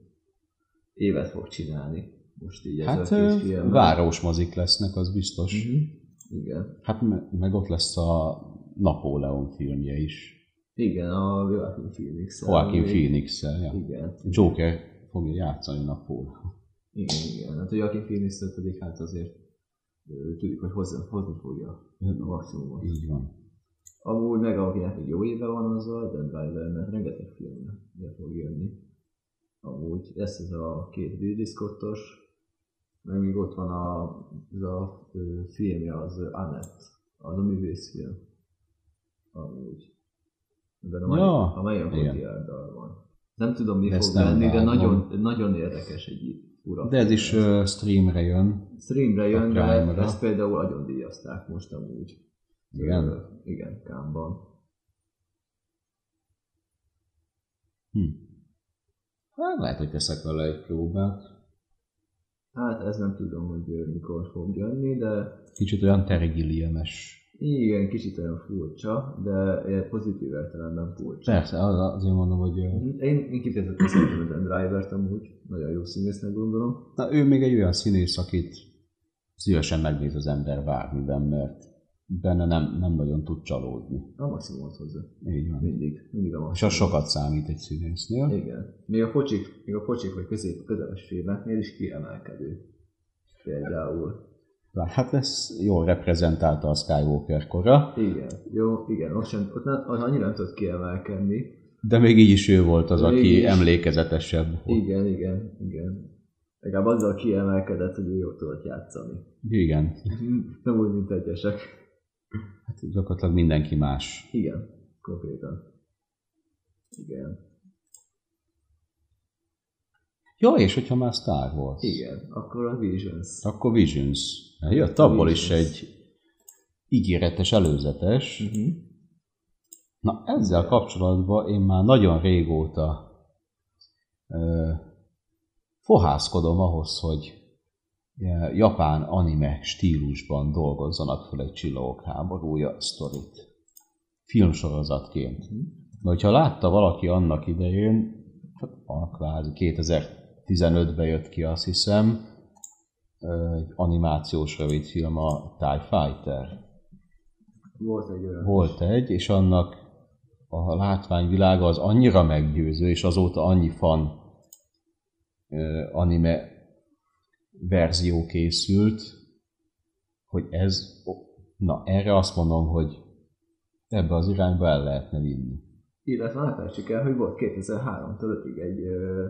[SPEAKER 1] évet fog csinálni. Most így ez
[SPEAKER 2] Hát
[SPEAKER 1] a
[SPEAKER 2] ö,
[SPEAKER 1] két film.
[SPEAKER 2] várós mozik lesznek, az biztos.
[SPEAKER 1] Mhm. Igen.
[SPEAKER 2] Hát me- meg ott lesz a Napóleon filmje is.
[SPEAKER 1] Igen, a Joaquin phoenix
[SPEAKER 2] Joaquin phoenix ja.
[SPEAKER 1] Igen.
[SPEAKER 2] Joker fogja játszani Napóleon.
[SPEAKER 1] Igen, igen. Hát a Joaquin phoenix pedig hát azért ö, tudjuk, hogy hozzá, hozni fogja a maximumot.
[SPEAKER 2] Így van.
[SPEAKER 1] Amúgy meg akinek még jó éve van az a Dead Driver, mert rengeteg filmje fog jönni. Amúgy lesz ez a két Ridley Scottos, meg még ott van a, ez a ö, filmje, az Annette, az a művészfilm. Amúgy. Ebben a, Mar-
[SPEAKER 2] Ja,
[SPEAKER 1] a Marion
[SPEAKER 2] igen.
[SPEAKER 1] Cotillarddal van. Nem tudom, mi
[SPEAKER 2] Ezt
[SPEAKER 1] fog
[SPEAKER 2] nem
[SPEAKER 1] lenni, de
[SPEAKER 2] vágom.
[SPEAKER 1] nagyon, nagyon érdekes egy ura.
[SPEAKER 2] De ez is
[SPEAKER 1] film
[SPEAKER 2] ö, streamre jön.
[SPEAKER 1] streamre jön, de
[SPEAKER 2] Prime-ra.
[SPEAKER 1] ezt például nagyon díjazták most amúgy.
[SPEAKER 2] Igen?
[SPEAKER 1] Ö, igen, Kámban.
[SPEAKER 2] Hát lehet, hogy teszek vele egy próbát.
[SPEAKER 1] Hát ez nem tudom, hogy ö, mikor fog jönni, de
[SPEAKER 2] Kicsit olyan Terry Gilliam-es.
[SPEAKER 1] igen, kicsit olyan furcsa, de ilyen pozitív értelemben furcsa.
[SPEAKER 2] Persze, az- azért mondom, hogy ö,
[SPEAKER 1] Én, én kifejezetten szeretem a Drivert amúgy, nagyon jó színésznek gondolom.
[SPEAKER 2] Na, ő még egy olyan színész, akit szívesen megnéz az ember bármiben, mert benne nem, nem nagyon tud csalódni.
[SPEAKER 1] A maximumot hozzá,
[SPEAKER 2] Így van.
[SPEAKER 1] mindig, mindig a
[SPEAKER 2] És az
[SPEAKER 1] maximumot.
[SPEAKER 2] sokat számít egy színésznél.
[SPEAKER 1] Igen. Még a kocsik, még a kocsik vagy közép közeles filmeknél is kiemelkedő. Például.
[SPEAKER 2] Hát ez jól reprezentálta a Skywalker kora,
[SPEAKER 1] Igen, jó, igen, ott, sem, ott, nem, ott annyira nem tudott kiemelkedni.
[SPEAKER 2] de még így is ő volt az, aki
[SPEAKER 1] Mégis.
[SPEAKER 2] emlékezetesebb volt.
[SPEAKER 1] Igen, igen, igen. Legalább azzal kiemelkedett, hogy ő jól tudott játszani.
[SPEAKER 2] Igen.
[SPEAKER 1] Nem úgy, mint egyesek.
[SPEAKER 2] Hát gyakorlatilag mindenki más.
[SPEAKER 1] Igen, konkrétan. Igen.
[SPEAKER 2] Ja, és hogyha már Star Wars,
[SPEAKER 1] Igen, akkor a Visions.
[SPEAKER 2] akkor Visions. Jött
[SPEAKER 1] A
[SPEAKER 2] abból is
[SPEAKER 1] Visions.
[SPEAKER 2] egy ígéretes előzetes,
[SPEAKER 1] Uh-huh.
[SPEAKER 2] Na ezzel kapcsolatban én már nagyon régóta ö, fohászkodom ahhoz, hogy ö, japán anime stílusban dolgozzanak fel egy csillagok háborúja sztorit. Filmsorozatként.
[SPEAKER 1] Mhm.
[SPEAKER 2] Na, hogyha látta valaki annak idején, hát a kvázi 2015-ben jött ki azt hiszem, ö, egy animációs rövidfilm a TIE Fighter.
[SPEAKER 1] Volt egy olyan.
[SPEAKER 2] Volt egy, és annak a látványvilága az annyira meggyőző, és azóta annyi fan ö, anime verzió készült, hogy ez, na erre azt mondom, hogy ebbe az irányba el lehetne vinni.
[SPEAKER 1] Illetve ne felejtsük el, hogy volt 2003-tól 5-ig egy ö,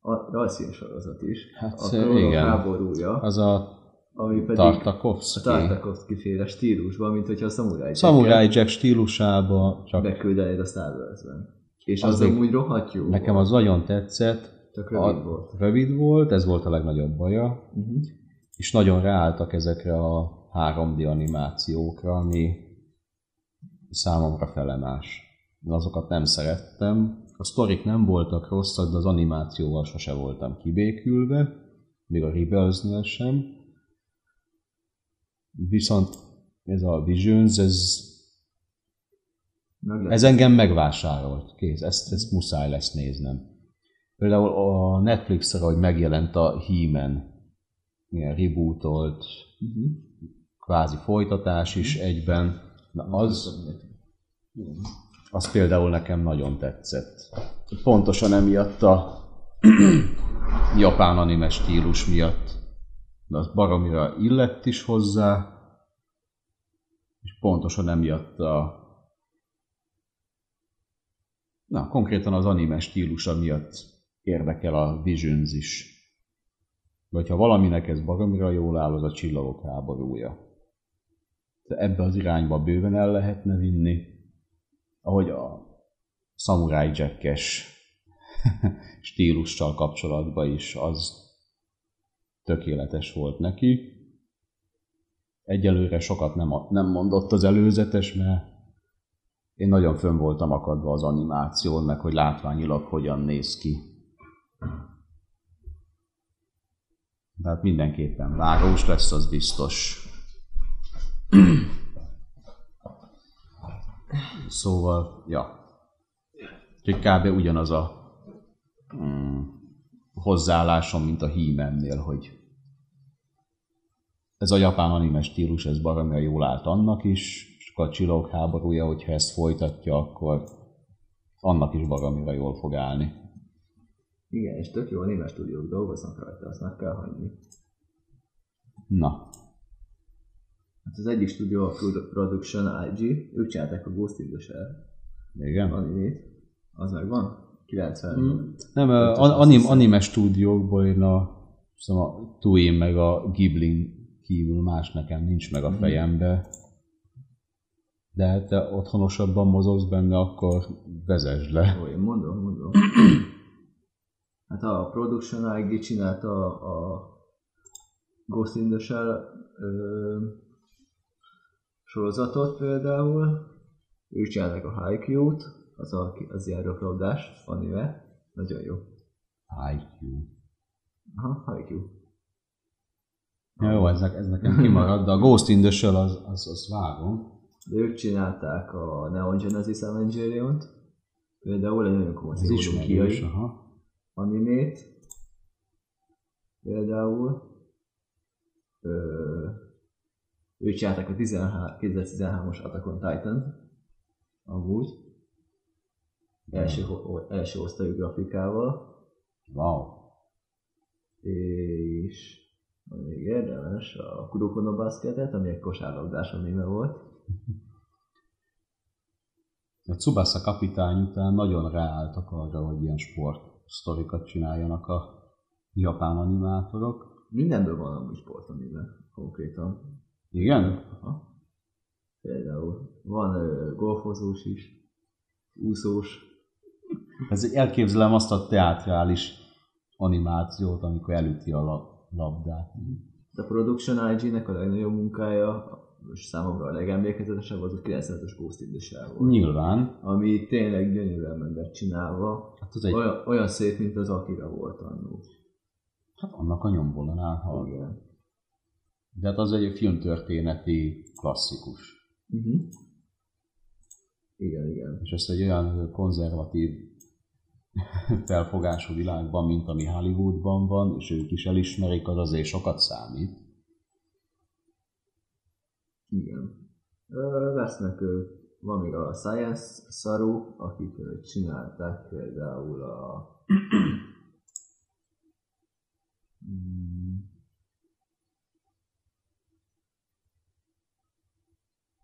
[SPEAKER 1] a rajzfilm sorozat is.
[SPEAKER 2] Hát,
[SPEAKER 1] a
[SPEAKER 2] ö,
[SPEAKER 1] Klónok
[SPEAKER 2] igen.
[SPEAKER 1] háborúja,
[SPEAKER 2] Az a
[SPEAKER 1] ami pedig a
[SPEAKER 2] Tartakovsky,
[SPEAKER 1] Tartakovsky féle stílusban, mint hogyha a Samurai
[SPEAKER 2] Samurai Jack stílusába, csak
[SPEAKER 1] beküldenéd a Star Wars-ben. És
[SPEAKER 2] Az
[SPEAKER 1] az,
[SPEAKER 2] még-
[SPEAKER 1] amúgy rohadt jó
[SPEAKER 2] nekem
[SPEAKER 1] volt,
[SPEAKER 2] az nagyon tetszett,
[SPEAKER 1] csak rövid
[SPEAKER 2] a- Mhm.
[SPEAKER 1] volt.
[SPEAKER 2] rövid volt, ez volt a legnagyobb baja,
[SPEAKER 1] Uh-huh.
[SPEAKER 2] és nagyon ráálltak ezekre a 3D animációkra, ami számomra felemás. Én azokat nem szerettem. A sztorik nem voltak rosszak, de az animációval sose voltam kibékülve, még a Rebelsnél sem. Viszont ez a Visions, ez,
[SPEAKER 1] Meg lett.
[SPEAKER 2] ez engem megvásárolt, kész, ezt, ezt muszáj lesz néznem. Például a Netflixre, hogy megjelent a He-Man, ilyen rebootolt,
[SPEAKER 1] Uh-huh.
[SPEAKER 2] kvázi folytatás is egyben. Na az, az például nekem nagyon tetszett. Pontosan emiatt a [CLEARS THROAT] japán anime stílus miatt. De az baromira illett is hozzá, és pontosan emiatt a Na, konkrétan az anime stílusa miatt érdekel a Visions is. Vagy ha valaminek ez baromira jól áll, az a csillagok háborúja. De ebbe az irányba bőven el lehetne vinni, ahogy a Samurai Jackes [LAUGHS] stílussal kapcsolatban is az tökéletes volt neki. Egyelőre sokat nem, a- nem mondott az előzetes, mert én nagyon fönn voltam akadva az animáción, meg hogy látványilag hogyan néz ki. Tehát hát mindenképpen várós lesz, az biztos. Szóval, ja. Úgyhogy kb. ugyanaz a mm, hozzáállásom, mint a hímennél, hogy ez a japán anime stílus, ez baromira jól állt annak is, és akkor a csillagok háborúja, hogyha ezt folytatja, akkor annak is baromira jól fog állni.
[SPEAKER 1] Igen, és tök jó német stúdiók dolgoznak rajta, azt meg kell hagyni.
[SPEAKER 2] Na,
[SPEAKER 1] Hát az egyik stúdió a Produ- Production IG, ők csinálták a Ghost in the Shell
[SPEAKER 2] igen.
[SPEAKER 1] animét. Az megvan? 90
[SPEAKER 2] Mm.
[SPEAKER 1] mm.
[SPEAKER 2] Nem, ö,
[SPEAKER 1] Ötös
[SPEAKER 2] an- anim,
[SPEAKER 1] azt
[SPEAKER 2] anime stúdiókból én a, hiszem a Tuin meg a Ghibli kívül más nekem nincs meg a fejembe. De hát te otthonosabban mozogsz benne, akkor vezesd le.
[SPEAKER 1] Jó, én mondom, mondom. Hát a Production IG csinálta a, a Ghost in the Shell ö, sorozatot például. Ők csinálták a Haikyuu-t, az, a, az ilyen röplabdás anime. Nagyon jó.
[SPEAKER 2] IQ.
[SPEAKER 1] Aha, Haikyuu.
[SPEAKER 2] Jó, ez, ne- ez nekem kimarad, de a Ghost in the Shell az, az, az vágom.
[SPEAKER 1] De ők csinálták a Neon Genesis Evangelion-t, például egy nagyon komoly
[SPEAKER 2] Ez ismerős,
[SPEAKER 1] kiai
[SPEAKER 2] aha.
[SPEAKER 1] animét, például. Ö, ők csinálták a 13 2013-as Attack on Titan, amúgy. Első, ho- első osztályú grafikával,
[SPEAKER 2] Wow.
[SPEAKER 1] és még érdemes a Kuroko no Basketet, ami egy kosárlabdás anime volt.
[SPEAKER 2] A Tsubasa kapitány után nagyon ráálltak arra, hogy ilyen sport sztorikat csináljanak a japán animátorok.
[SPEAKER 1] Mindenből van amúgy sportanime, konkrétan.
[SPEAKER 2] Igen?
[SPEAKER 1] Aha. Például van ö, golfozós is, úszós.
[SPEAKER 2] Ez egy, elképzelem azt a teátrális animációt, amikor elüti a la- labdát.
[SPEAKER 1] De a Production IG-nek a legnagyobb munkája, és számomra a legemlékezetesebb, az a 95-ös Ghost in the Shell volt.
[SPEAKER 2] Nyilván,
[SPEAKER 1] Ami tényleg gyönyörűen meg lett csinálva.
[SPEAKER 2] hát az egy,
[SPEAKER 1] Olyan, olyan szép, mint az Akira volt annó.
[SPEAKER 2] hát annak a nyomvonalán hal.
[SPEAKER 1] Igen.
[SPEAKER 2] De hát az egy filmtörténeti klasszikus.
[SPEAKER 1] Uh-huh. Igen, igen.
[SPEAKER 2] És ezt egy olyan konzervatív [LAUGHS] felfogású világban, mint ami Hollywoodban van, és ők is elismerik, az azért sokat számít.
[SPEAKER 1] Igen. Ö, Lesznek, ö, van még a Science Saru, akik ö, csinálták például a... [CLEARS THROAT] Mm.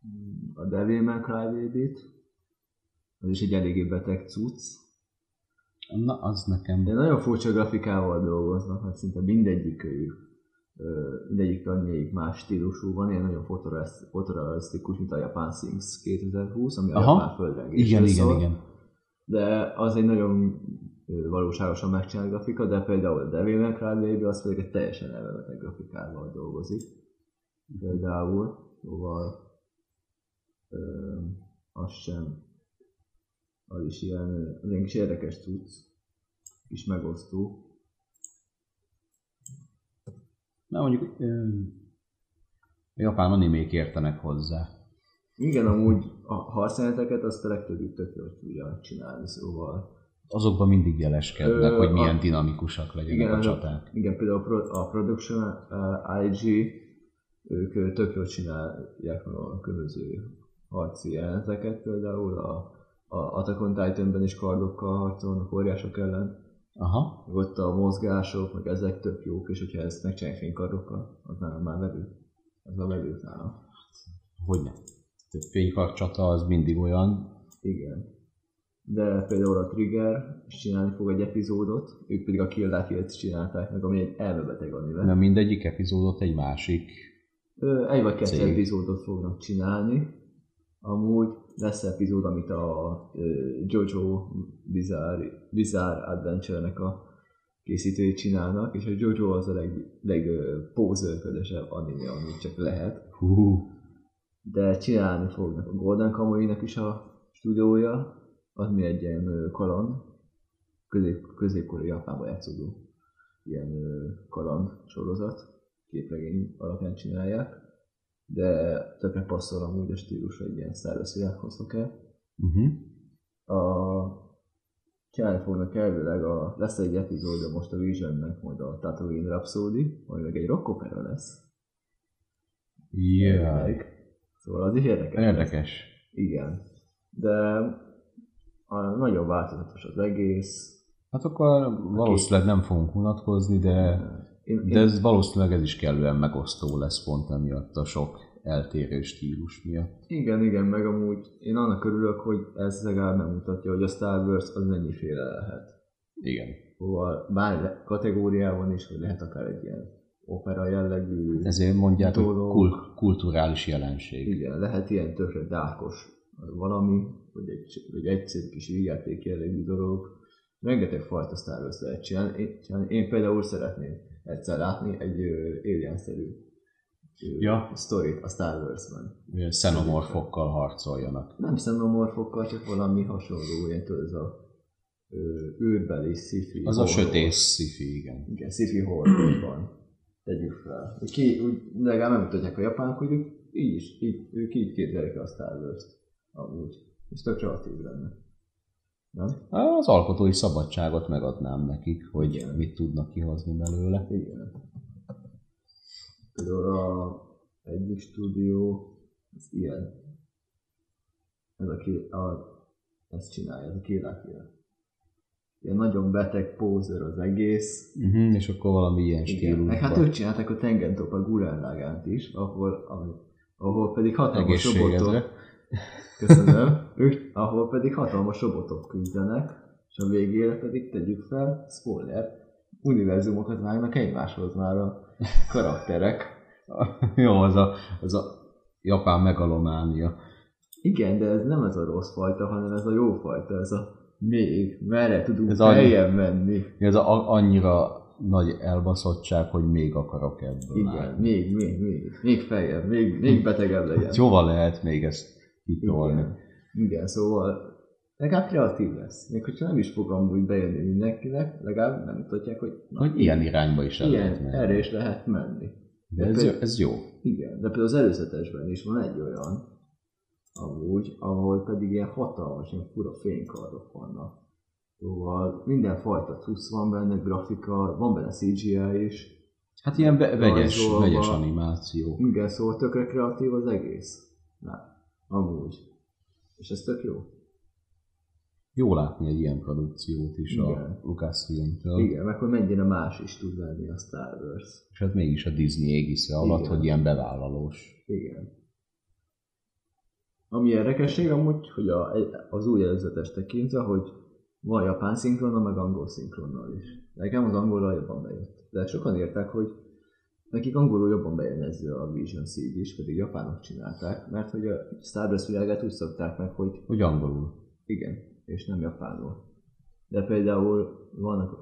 [SPEAKER 1] Mm, a Devilman Crybaby-t, az is egy eléggé beteg cucc.
[SPEAKER 2] Na, az nekem
[SPEAKER 1] De nagyon furcsa grafikával dolgoznak, hát szinte mindegyikőjük, ö, mindegyik tanjék más stílusú van, ilyen nagyon fotoresz- fotorealisztikus, mint a Japan Sings 2020, ami a
[SPEAKER 2] Aha.
[SPEAKER 1] japán földrengésről
[SPEAKER 2] Igen, igen,
[SPEAKER 1] szól.
[SPEAKER 2] igen.
[SPEAKER 1] De az egy nagyon ö, valóságosan megcsinált grafika, de például a Devil May Cry Baby, az pedig egy teljesen elvetett grafikával dolgozik. Például, szóval ö, az sem, az is ilyen, ö, az egy kis érdekes cucc, kis megosztó.
[SPEAKER 2] Na mondjuk ö, a japán animék értenek hozzá.
[SPEAKER 1] Igen, amúgy a harcjeleneteket azt a legtöbbit tök jól tudja csinálni, szóval.
[SPEAKER 2] Azokban mindig jeleskednek,
[SPEAKER 1] Ö,
[SPEAKER 2] hogy milyen
[SPEAKER 1] a-
[SPEAKER 2] dinamikusak legyenek
[SPEAKER 1] Igen,
[SPEAKER 2] a
[SPEAKER 1] az-
[SPEAKER 2] csaták.
[SPEAKER 1] Igen, például a, pro, a Production uh, IG, ők ö, tök jól csinálják meg a különböző harci jeleneteket, például a, a Attack on Titanben is kardokkal harcolnak óriások ellen,
[SPEAKER 2] Aha.
[SPEAKER 1] meg ott a mozgások, meg ezek tök jók, és hogyha ezt megcsinálják fénykardokkal, az nálam már vevő. Az a vevő nálam.
[SPEAKER 2] Hogyne. A Fénykarcsata az mindig olyan.
[SPEAKER 1] Igen. De például a Trigger is csinálni fog egy epizódot, ők pedig a Kill la Kill-t csinálták meg, ami egy elmebeteg anime.
[SPEAKER 2] Mert mindegyik epizódot egy másik.
[SPEAKER 1] Ö, egy vagy kettő
[SPEAKER 2] Cég.
[SPEAKER 1] epizódot fognak csinálni. Amúgy lesz epizód, amit a ö, Jojo Bizarre, Bizarre Adventure-nek a készítői csinálnak, és a Jojo az a leg, legpózölködesebb anime, amit csak lehet.
[SPEAKER 2] Hú.
[SPEAKER 1] De csinálni fognak a Golden kamuy is a stúdiója, ami egy ilyen ö, kaland, közép, középkori Japánban játszódó ilyen ö, kaland sorozat, képregény alapján csinálják, de tökre passzol
[SPEAKER 2] Mhm.
[SPEAKER 1] amúgy a stílus egy ilyen szervez világhoz el. A
[SPEAKER 2] Uh-huh.
[SPEAKER 1] kell fognak elvileg, a, lesz egy epizódja most a Visionnek, majd a Tatooine Rhapsody, majd meg egy rockopera lesz.
[SPEAKER 2] Jaj,
[SPEAKER 1] Elvileg. Szóval az is érdekes.
[SPEAKER 2] érdekes.
[SPEAKER 1] Igen. De a, nagyon változatos az egész.
[SPEAKER 2] Hát akkor valószínűleg nem fogunk unatkozni, de,
[SPEAKER 1] Én,
[SPEAKER 2] de ez valószínűleg ez is kellően megosztó lesz pont emiatt a sok eltérő stílus miatt.
[SPEAKER 1] Igen, igen, meg amúgy én annak örülök, hogy ez legalább nem mutatja, hogy a Star Wars az mennyiféle lehet.
[SPEAKER 2] Igen.
[SPEAKER 1] Szóval bár kategóriában is, hogy lehet akár egy ilyen opera jellegű,
[SPEAKER 2] Ezért mondják, hogy
[SPEAKER 1] Dolog.
[SPEAKER 2] kul- kulturális jelenség.
[SPEAKER 1] igen, lehet ilyen tökre dákos valami, vagy egy, vagy egyszerű kis vigyáték jellegű dolog. Rengeteg fajta Star Wars lehet csinálni. Én, csinálni. én például szeretném egyszer látni egy ö, alien-szerű ö,
[SPEAKER 2] Ja.
[SPEAKER 1] sztorit a Star Wars-ben.
[SPEAKER 2] Szenomorfokkal harcoljanak.
[SPEAKER 1] nem xenomorfokkal, csak valami hasonló, ilyen tudod, ez a ö, űrbeli sci-fi.
[SPEAKER 2] Az a
[SPEAKER 1] horror.
[SPEAKER 2] sötét szifi, igen.
[SPEAKER 1] Igen, sci-fi horrorban. Tegyük fel. Ki, úgy, legalább nem mutatják a japánok, hogy ők így is, így, ők így képzelik el a Star Wars-t. Amúgy. És tök kreatív lenne. Nem?
[SPEAKER 2] Az alkotói szabadságot megadnám nekik, hogy
[SPEAKER 1] Igen.
[SPEAKER 2] mit tudnak kihozni belőle.
[SPEAKER 1] Igen. Például a egyik stúdió, az ilyen. Ez a, ké, a ezt csinálja, ez a kélákja. Ilyen nagyon beteg pózer az egész.
[SPEAKER 2] Uh-huh, és akkor valami ilyen
[SPEAKER 1] Igen. Meg
[SPEAKER 2] stílusban.
[SPEAKER 1] hát ők csinálták a Tengentop a Gurrenlágánt is, ahol, ahol, ahol pedig hatalmas robotok,
[SPEAKER 2] Egészségedre.
[SPEAKER 1] köszönöm, ők, ahol pedig hatalmas robotok küzdenek, és a végére pedig tegyük fel, spoiler, univerzumokat vágnak egymáshoz már a karakterek.
[SPEAKER 2] [LAUGHS] Jó, az a, az a japán megalománia.
[SPEAKER 1] Igen, de ez nem ez a rossz fajta, hanem ez a jó fajta, ez a még, merre tudunk ez
[SPEAKER 2] Ez annyi.
[SPEAKER 1] helyen menni.
[SPEAKER 2] Ez a, a- annyira nagy elbaszottság, hogy még akarok ebből
[SPEAKER 1] Igen,
[SPEAKER 2] látni.
[SPEAKER 1] még, még, még, még feljebb, még, még betegebb legyen.
[SPEAKER 2] Hát Jóval lehet még ezt kitolni.
[SPEAKER 1] Igen. Igen, szóval legalább kreatív lesz. Még hogyha nem is fog amúgy bejönni mindenkinek, legalább nem mutatják, hogy na,
[SPEAKER 2] Hogy ilyen irányba is el lehet
[SPEAKER 1] ilyen,
[SPEAKER 2] menni.
[SPEAKER 1] erre is lehet menni.
[SPEAKER 2] De
[SPEAKER 1] Hát,
[SPEAKER 2] ez, jó- ez jó.
[SPEAKER 1] Igen, de például az előzetesben is van egy olyan, amúgy, ahol pedig ilyen hatalmas, ilyen fura fénykardok vannak. Szóval mindenfajta cucc van benne, grafika, van benne CGI is.
[SPEAKER 2] Hát ilyen be, vegyes,
[SPEAKER 1] Rajzolva.
[SPEAKER 2] vegyes animáció.
[SPEAKER 1] Igen, szóval tökre kreatív az egész. Na, amúgy. És ez tök jó.
[SPEAKER 2] Jó látni egy ilyen produkciót is
[SPEAKER 1] Igen.
[SPEAKER 2] a Lucasfilmtől.
[SPEAKER 1] Igen, meg hogy mennyire más is tud lenni a Star Wars.
[SPEAKER 2] És hát mégis a Disney égisze alatt,
[SPEAKER 1] Igen.
[SPEAKER 2] hogy ilyen bevállalós.
[SPEAKER 1] Igen. Ami érdekesség amúgy, hogy a, az új előzetes tekintve, hogy van japán szinkronna, meg angol szinkronnal is. Nekem az angolra jobban bejött. De sokan értek, hogy nekik angolul jobban bejön ez a Vision Siege is, pedig japánok csinálták, mert hogy a Star Wars világát úgy szokták meg, hogy
[SPEAKER 2] Hogy angolul.
[SPEAKER 1] igen, és nem japánul. De például vannak,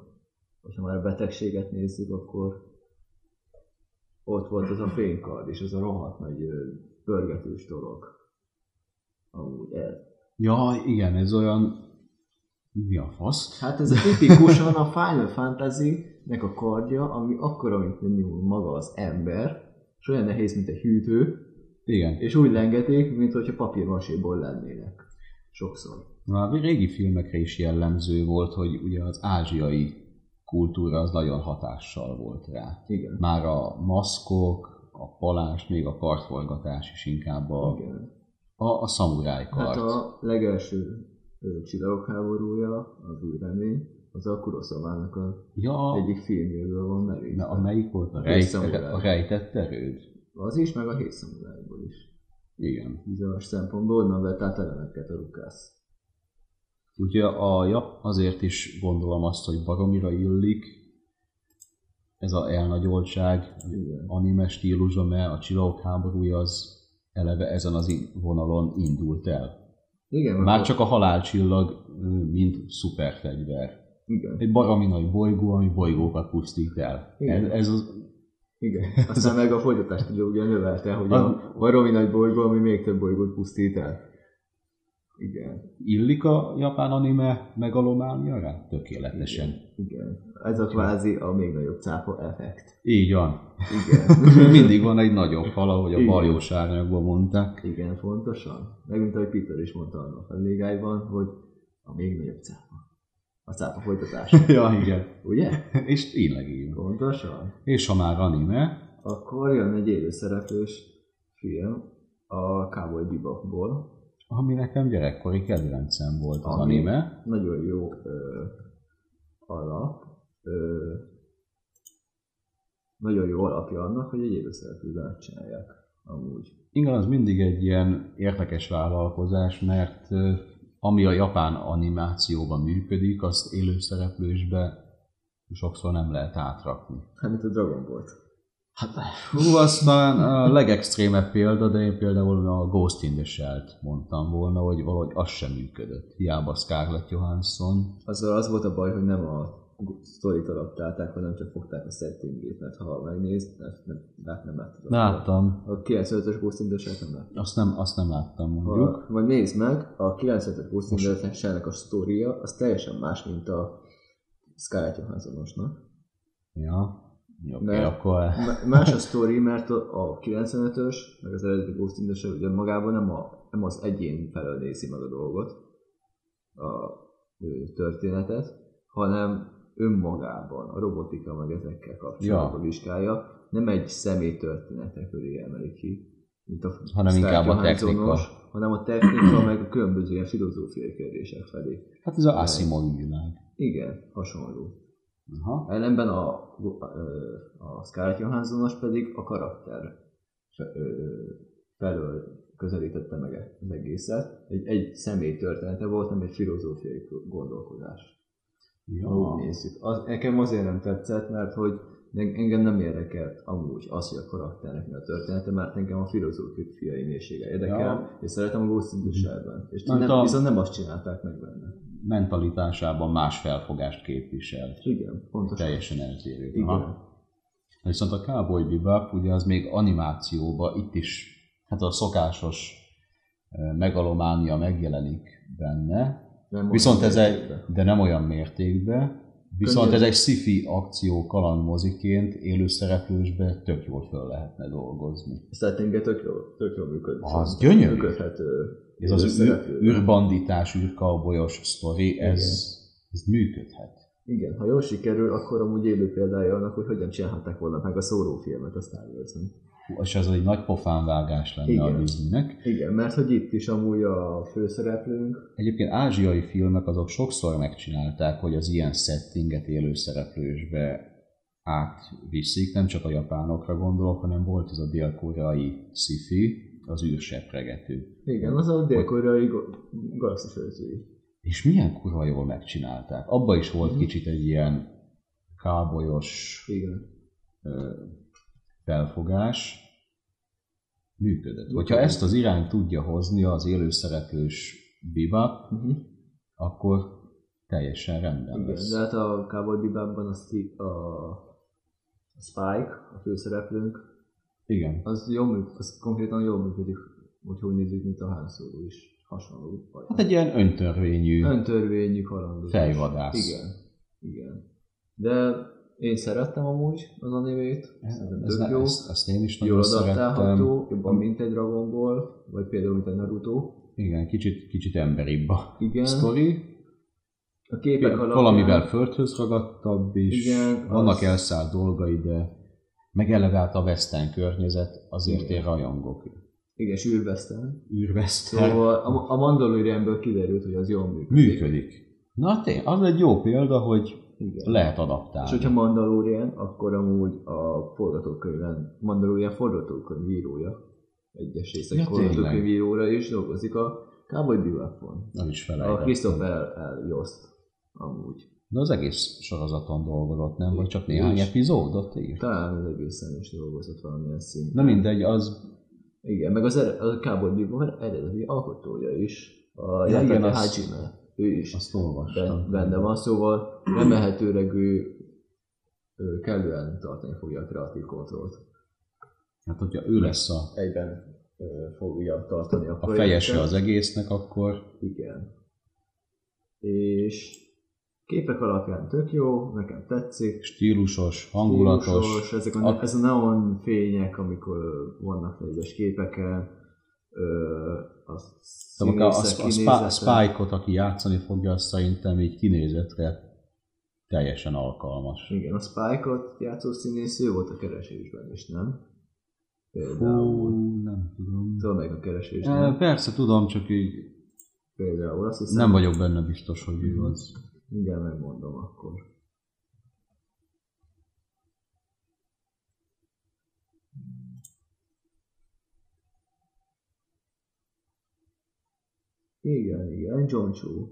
[SPEAKER 1] hogyha már a betegséget nézzük, akkor ott volt az a fénykard, és az a rohadt nagy ö, pörgetős dolog. Amúgy ez.
[SPEAKER 2] Ja, igen, ez olyan... Mi a fasz?
[SPEAKER 1] Hát ez a tipikusan a Final Fantasy-nek a kardja, ami akkor, mint minimum maga az ember, és olyan nehéz, mint egy hűtő,
[SPEAKER 2] Igen.
[SPEAKER 1] és úgy lengetik, mint hogyha papírmaséból lennének. Sokszor.
[SPEAKER 2] Már hát régi filmekre is jellemző volt, hogy ugye az ázsiai kultúra az nagyon hatással volt rá.
[SPEAKER 1] Igen.
[SPEAKER 2] Már a maszkok, a palás, még a kartforgatás is inkább a,
[SPEAKER 1] Igen.
[SPEAKER 2] a, a szamuráj
[SPEAKER 1] Hát
[SPEAKER 2] kart.
[SPEAKER 1] a legelső ö, csillagok háborúja, az új remény, az a Kuroszavának a
[SPEAKER 2] ja,
[SPEAKER 1] egyik filmjéből van merítve.
[SPEAKER 2] na, amelyik volt a,
[SPEAKER 1] A
[SPEAKER 2] rejt,
[SPEAKER 1] szamuráj.
[SPEAKER 2] a rejtett erőd?
[SPEAKER 1] Az is, meg a hét szamurájból is.
[SPEAKER 2] Igen.
[SPEAKER 1] Bizonyos szempontból onnan vett át elemeket a Lukász.
[SPEAKER 2] Ugye a jap azért is gondolom azt, hogy baromira illik ez a elnagyoltság
[SPEAKER 1] Igen.
[SPEAKER 2] anime stílusba, mert a csillagok háborúja az eleve ezen az in- vonalon indult el.
[SPEAKER 1] Igen,
[SPEAKER 2] Már
[SPEAKER 1] mert-
[SPEAKER 2] csak a halálcsillag, ö, mint szuperfegyver.
[SPEAKER 1] Igen,
[SPEAKER 2] Egy baromi nagy bolygó, ami bolygókat pusztít el.
[SPEAKER 1] Igen.
[SPEAKER 2] Ez, ez az,
[SPEAKER 1] igen. Aztán meg a folytatást ugye, ugye növelte, hogy a
[SPEAKER 2] Az-
[SPEAKER 1] baromi nagy bolygó, ami még több bolygót pusztít el. Igen,
[SPEAKER 2] illik a japán anime megalománjára? Tökéletesen. Igen.
[SPEAKER 1] igen. Ez a kvázi a még nagyobb cápa effekt.
[SPEAKER 2] Így van. [LAUGHS]
[SPEAKER 1] Igen. [LAUGHS]
[SPEAKER 2] Mindig van egy nagyobb fal, ahogy a
[SPEAKER 1] Igen.
[SPEAKER 2] baljós árnyakban
[SPEAKER 1] [LAUGHS]
[SPEAKER 2] mondták.
[SPEAKER 1] Igen, fontosan. Meg mint ahogy Peter is mondta annak a ligájban, hogy a még nagyobb cápa. a cápa
[SPEAKER 2] [LAUGHS]
[SPEAKER 1] folytatása.
[SPEAKER 2] ja, igen.
[SPEAKER 1] Ugye?
[SPEAKER 2] És tényleg így. van.
[SPEAKER 1] Pontosan.
[SPEAKER 2] És ha már anime,
[SPEAKER 1] Akkor jön egy élőszereplős film a Cowboy Bebopból.
[SPEAKER 2] ami nekem gyerekkori kedvencem volt az
[SPEAKER 1] Ami?
[SPEAKER 2] anime,
[SPEAKER 1] Nagyon jó ö, alap. Ö, nagyon jó alapja annak, hogy egy élőszereplőben csinálják. Amúgy.
[SPEAKER 2] Igen, az mindig egy ilyen érdekes vállalkozás, mert ö, ami a japán animációban működik, azt élőszereplősbe sokszor nem lehet átrakni.
[SPEAKER 1] Hát mint a Dragon Ball.
[SPEAKER 2] Hát, hú, aztán a legextrémebb példa, de én például a Ghost in the Shell-t mondtam volna, hogy valahogy az sem működött. Hiába Scarlett Johansson.
[SPEAKER 1] Azzal az volt a baj, hogy nem a sztorit adaptálták, hanem csak fogták a settingét, mert ha megnézed, nem, nem, hát nem láttad.
[SPEAKER 2] Láttam.
[SPEAKER 1] A 95-ös Ghost in the Shell nem láttad.
[SPEAKER 2] Azt nem, azt nem láttam mondjuk.
[SPEAKER 1] Ha, vagy nézd meg, a 95-ös Ghost in the Shell-nek a sztoria, az teljesen más, mint a Scarlett Johanssonosnak.
[SPEAKER 2] Ja. Oké, okay,
[SPEAKER 1] De-
[SPEAKER 2] akkor...
[SPEAKER 1] M- Más a sztori, mert a a 95-ös, meg az eredeti Ghost in the Shell ugye magában nem, a, nem az egyén felől nézi meg a dolgot, a ő történetet, hanem önmagában, a robotika meg ezekkel kapcsolatban ja. vizsgálja, nem egy személy története köré emeli ki, mint a
[SPEAKER 2] Hanem
[SPEAKER 1] Scarlett
[SPEAKER 2] inkább a technika.
[SPEAKER 1] Johanssonos, hanem a technika, meg a különböző ilyen filozófiai kérdések felé.
[SPEAKER 2] Hát ez a Asimov ügynek.
[SPEAKER 1] Igen, hasonló.
[SPEAKER 2] Aha.
[SPEAKER 1] Ellenben a, ö, a Scarlett Johanssonos pedig a karakter fe- ö, felől közelítette meg az egészet. Egy, egy személy története volt, nem egy filozófiai gondolkodás. Ha
[SPEAKER 2] Ja.
[SPEAKER 1] Úgy nézzük. Az, nekem azért nem tetszett, mert hogy ne- engem nem érdekelt amúgy az, hogy a karakternek mi a története, mert engem a filozófiai mélysége érdekel,
[SPEAKER 2] Ja.
[SPEAKER 1] ja. és szeretem a Ghost in the Shell-ben. És
[SPEAKER 2] Mert
[SPEAKER 1] nem,
[SPEAKER 2] a-
[SPEAKER 1] viszont nem azt csinálták meg benne.
[SPEAKER 2] mentalitásában más felfogást képviselt.
[SPEAKER 1] Igen, pontosan.
[SPEAKER 2] Teljesen eltérő.
[SPEAKER 1] Igen.
[SPEAKER 2] Aha. Viszont a Cowboy Bebop ugye az még animációba itt is, hát a szokásos eh, megalománia megjelenik benne,
[SPEAKER 1] Nem
[SPEAKER 2] viszont
[SPEAKER 1] olyan
[SPEAKER 2] ez egy,
[SPEAKER 1] érdekel.
[SPEAKER 2] de nem olyan mértékben, viszont ez
[SPEAKER 1] Könnyű.
[SPEAKER 2] egy sci-fi akció kalandmoziként élőszereplősbe tök jól föl lehetne dolgozni.
[SPEAKER 1] Szerintem tök jól, tök jól működik.
[SPEAKER 2] Az gyönyörű.
[SPEAKER 1] Működhető.
[SPEAKER 2] Ez az űr,
[SPEAKER 1] Szereplő.
[SPEAKER 2] űrbanditás, űrkaubolyos sztori, ez, ez működhet.
[SPEAKER 1] Igen, ha jól sikerül, akkor amúgy élő példája annak, hogy hogyan csinálták volna meg a szórófilmet a Star wars
[SPEAKER 2] Hú, És ez egy nagy pofánvágás lenne Igen. a
[SPEAKER 1] Igen.
[SPEAKER 2] Disneynek.
[SPEAKER 1] Igen, mert hogy itt is amúgy a főszereplőnk,
[SPEAKER 2] Egyébként ázsiai filmek azok sokszor megcsinálták, hogy az ilyen settinget élőszereplősbe átviszik, nem csak a japánokra gondolok, hanem volt ez a dél-koreai sci-fi, az űrsepregető.
[SPEAKER 1] igen, az a dél-koreai go- galaxis őrzői.
[SPEAKER 2] És milyen kurva jól megcsinálták. Abba is volt
[SPEAKER 1] Mhm.
[SPEAKER 2] kicsit egy ilyen kábolyos
[SPEAKER 1] Igen.
[SPEAKER 2] felfogás működött. Hogyha ezt az irányt tudja hozni az élőszereplős bebop,
[SPEAKER 1] Uh-huh.
[SPEAKER 2] akkor teljesen rendben
[SPEAKER 1] Igen,
[SPEAKER 2] lesz.
[SPEAKER 1] de hát a Cowboy Bebopban a, Steve- a, a Spike, a főszereplőnk,
[SPEAKER 2] Igen.
[SPEAKER 1] az, jól működik, az konkrétan jól működik, hogyha úgy nézzük, mint a Han Solo is. Hasonló. vagy-
[SPEAKER 2] Hát egy ilyen öntörvényű,
[SPEAKER 1] Öntörvényű kalandozás.
[SPEAKER 2] Fejvadász.
[SPEAKER 1] Igen. Igen. De én szerettem amúgy az animét. Szerintem
[SPEAKER 2] ez
[SPEAKER 1] tök
[SPEAKER 2] ne,
[SPEAKER 1] jó.
[SPEAKER 2] ezt, ezt én is
[SPEAKER 1] Jól
[SPEAKER 2] nagyon szerettem.
[SPEAKER 1] adaptálható, jobban mint egy Dragon Ball, vagy például mint egy Naruto.
[SPEAKER 2] Igen, kicsit, kicsit emberibb a
[SPEAKER 1] Igen.
[SPEAKER 2] sztori.
[SPEAKER 1] A képek alapján...
[SPEAKER 2] Valamivel földhöz ragadtabb is,
[SPEAKER 1] Igen,
[SPEAKER 2] vannak
[SPEAKER 1] az-
[SPEAKER 2] elszállt dolgai, de meg eleve hát a western környezet, azért
[SPEAKER 1] Igen. Szóval-
[SPEAKER 2] én rajongok.
[SPEAKER 1] Igen, sűrbesztem.
[SPEAKER 2] Űrwestern
[SPEAKER 1] Szóval a, a Mandalorianből kiderült, hogy az jól működik.
[SPEAKER 2] működik. Na tény, az egy jó példa, hogy
[SPEAKER 1] Igen.
[SPEAKER 2] lehet
[SPEAKER 1] És
[SPEAKER 2] adaptálni.
[SPEAKER 1] hogyha Mandalorian, akkor amúgy a forgatókönyven, Mandalorian forgatókönyvírója, egyes részek
[SPEAKER 2] Ja,
[SPEAKER 1] ja,
[SPEAKER 2] tényleg.
[SPEAKER 1] forgatókönyvírója is dolgozik a Cowboy Bebopon.
[SPEAKER 2] Nem is
[SPEAKER 1] A
[SPEAKER 2] felejtettem.
[SPEAKER 1] Christopher L. Jost, amúgy.
[SPEAKER 2] De az egész sorozaton dolgozott, nem? Vagy csak néhány
[SPEAKER 1] Nincs.
[SPEAKER 2] epizódot írt?
[SPEAKER 1] Talán az egészen is dolgozott valamilyen szint.
[SPEAKER 2] Na mindegy, az
[SPEAKER 1] Igen, meg az, er- a Cowboy Bebop eredeti alkotója is. A
[SPEAKER 2] Ja, igen,
[SPEAKER 1] Jatake
[SPEAKER 2] azt-
[SPEAKER 1] Hajime, ő is
[SPEAKER 2] Azt
[SPEAKER 1] ben-
[SPEAKER 2] olvastam.
[SPEAKER 1] benne van, szóval remélhetőleg ő, ő kellően tartani fogja a kreatív kontrollt.
[SPEAKER 2] Hát, hogyha ő lesz a,
[SPEAKER 1] Egyben ö, fogja tartani a,
[SPEAKER 2] a
[SPEAKER 1] projektet.
[SPEAKER 2] fejese az egésznek, akkor
[SPEAKER 1] Igen. És képek alapján tök jó, nekem tetszik.
[SPEAKER 2] stílusos, hangulatos.
[SPEAKER 1] Stílusos, ezek a,
[SPEAKER 2] A-
[SPEAKER 1] a... ez a neon fények, amikor vannak egyes képeken, ö, a
[SPEAKER 2] Tudom, a, a,
[SPEAKER 1] színészek
[SPEAKER 2] a Spa-
[SPEAKER 1] kinézete.
[SPEAKER 2] Spike-ot, aki játszani fogja, azt szerintem így kinézetre teljesen alkalmas.
[SPEAKER 1] Igen, a Spike-ot játszó színész ő volt a keresésben is, nem? Például.
[SPEAKER 2] Hú, nem tudom.
[SPEAKER 1] Tudom meg a keresés,
[SPEAKER 2] E,
[SPEAKER 1] nem?
[SPEAKER 2] persze, tudom, csak így
[SPEAKER 1] Például azt hiszem,
[SPEAKER 2] nem vagyok benne biztos, hogy
[SPEAKER 1] Mhm.
[SPEAKER 2] ő az.
[SPEAKER 1] mindjárt megmondom akkor. Igen, igen, John Chu.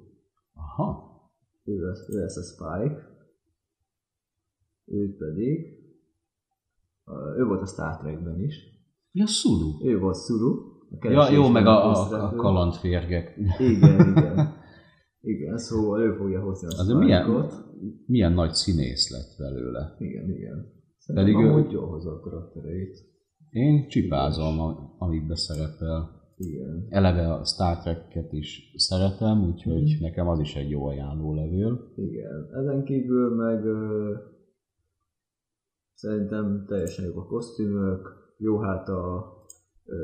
[SPEAKER 2] Aha.
[SPEAKER 1] ő lesz, ő lesz a Spike, ő pedig, ö, ő volt a Star Trekben is,
[SPEAKER 2] Ja, Sulu.
[SPEAKER 1] ő volt Sulu, a
[SPEAKER 2] Ja, jó,
[SPEAKER 1] keresésben
[SPEAKER 2] meg a, a, a
[SPEAKER 1] főszereplő.
[SPEAKER 2] kalandférgek.
[SPEAKER 1] Igen, igen. Igen, szóval ő fogja hozni a
[SPEAKER 2] Az
[SPEAKER 1] Spike-ot.
[SPEAKER 2] milyen, milyen nagy színész lett belőle.
[SPEAKER 1] Igen, igen.
[SPEAKER 2] Pedig
[SPEAKER 1] Pedig
[SPEAKER 2] ő-
[SPEAKER 1] amúgy jól hozza a karaktereit.
[SPEAKER 2] Én csipázom, a- amit beszerepel.
[SPEAKER 1] Igen.
[SPEAKER 2] Eleve a Star Trek-et is szeretem, úgyhogy nekem az is egy jó ajánló levél.
[SPEAKER 1] Igen. Ezen kívül meg ö, szerintem teljesen jók a kosztümök, jó hát a ö,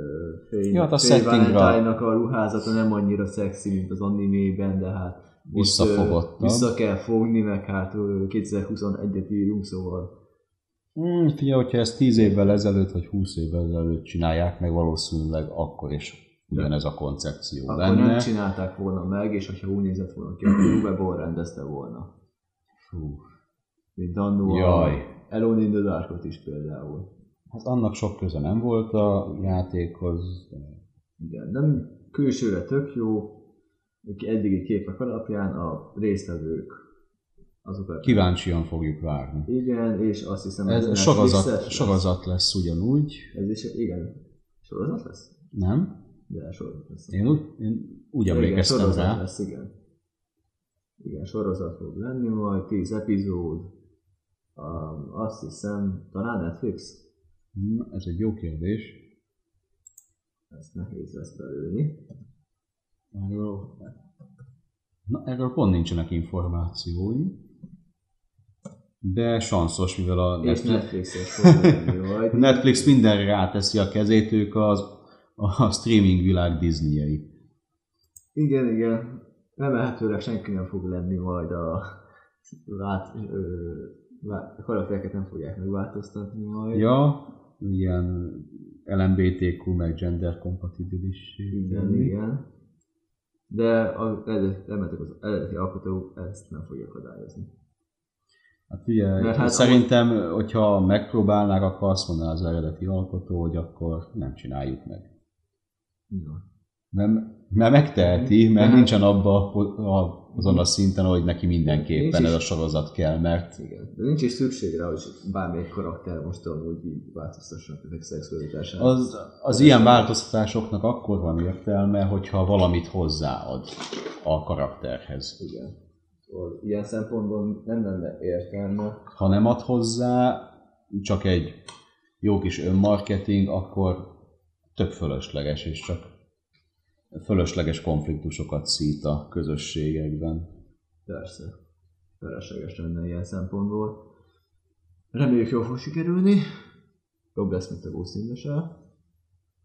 [SPEAKER 1] fény,
[SPEAKER 2] Jó, hát a
[SPEAKER 1] fény
[SPEAKER 2] settingra-
[SPEAKER 1] Valentine-nak a ruházata nem annyira szexi, mint az animében, de hát most, ö,
[SPEAKER 2] Visszafogottabb.
[SPEAKER 1] vissza kell fogni, meg hát ö, 2021-et írunk, szóval
[SPEAKER 2] Hmm, figyelj, hogyha ezt 10 évvel ezelőtt, vagy 20 évvel ezelőtt csinálják, meg valószínűleg akkor is ugyanez a koncepció
[SPEAKER 1] akkor nem
[SPEAKER 2] lenne.
[SPEAKER 1] csinálták volna meg, és hogyha úgy nézett volna ki, akkor Rubeból rendezte volna.
[SPEAKER 2] Fú,
[SPEAKER 1] Mint annó a
[SPEAKER 2] Jaj.
[SPEAKER 1] Alone in the Darkot is például.
[SPEAKER 2] Hát annak sok köze nem volt a játékhoz.
[SPEAKER 1] Igen, nem külsőre tök jó, eddigi képek alapján a résztvevők azokat.
[SPEAKER 2] Kíváncsian fogjuk várni.
[SPEAKER 1] Igen, és azt hiszem
[SPEAKER 2] Ez
[SPEAKER 1] Netflixes
[SPEAKER 2] sorozat,
[SPEAKER 1] lesz.
[SPEAKER 2] sorozat lesz ugyanúgy,
[SPEAKER 1] Ez is, igen. Sorozat lesz?
[SPEAKER 2] nem?
[SPEAKER 1] De sorozat lesz.
[SPEAKER 2] Én úgy, én úgy
[SPEAKER 1] igen,
[SPEAKER 2] emlékeztem
[SPEAKER 1] sorozat
[SPEAKER 2] rá.
[SPEAKER 1] lesz, igen. Igen, sorozat fog lenni majd, 10 epizód. Um, azt hiszem, talán Netflix?
[SPEAKER 2] Na, ez egy jó kérdés.
[SPEAKER 1] Ezt nehéz lesz belőni.
[SPEAKER 2] Erről, na, erről pont nincsenek információi. De sanszos, mivel a
[SPEAKER 1] És
[SPEAKER 2] Netflix,
[SPEAKER 1] Netflixes fog lenni majd.
[SPEAKER 2] [LAUGHS] Netflix mindenre ráteszi a kezét, ők az, a streaming világ Disney-ei.
[SPEAKER 1] Igen, igen. Remélhetőleg senki nem fog lenni majd a vált, ö, vá- karaktereket nem fogják megváltoztatni majd.
[SPEAKER 2] Ja, ilyen LMBTQ meg gender kompatibilis.
[SPEAKER 1] Igen, igen. De az eredeti, remetek az eredeti alkotó ezt nem fogja akadályozni.
[SPEAKER 2] Hát ugye,
[SPEAKER 1] Mert
[SPEAKER 2] hát
[SPEAKER 1] hát
[SPEAKER 2] szerintem, hogyha megpróbálnák, akkor azt mondaná az eredeti alkotó, hogy akkor nem csináljuk meg.
[SPEAKER 1] Ja.
[SPEAKER 2] Nem, mert megteheti, mert
[SPEAKER 1] Hát-
[SPEAKER 2] nincsen abba a, a, azon a szinten, hogy neki
[SPEAKER 1] Nincs
[SPEAKER 2] mindenképpen
[SPEAKER 1] is.
[SPEAKER 2] ez a sorozat kell, mert
[SPEAKER 1] Hát Igen. De nincs is szükség rá, hogy bármelyik karakter mostanában úgy így változtassanak ezek szexualitását.
[SPEAKER 2] az, az ilyen változtatásoknak akkor van értelme, hogyha valamit hozzáad a karakterhez.
[SPEAKER 1] Igen. Szóval Ilyen szempontból nem lenne értelme.
[SPEAKER 2] Ha nem ad hozzá, csak egy jó kis önmarketing, akkor több fölösleges, és csak fölösleges konfliktusokat szít a közösségekben.
[SPEAKER 1] Persze. Felesleges lenne ilyen szempontból. Reméljük jól fog sikerülni. Jobb lesz, mint a Ghost in the Shell.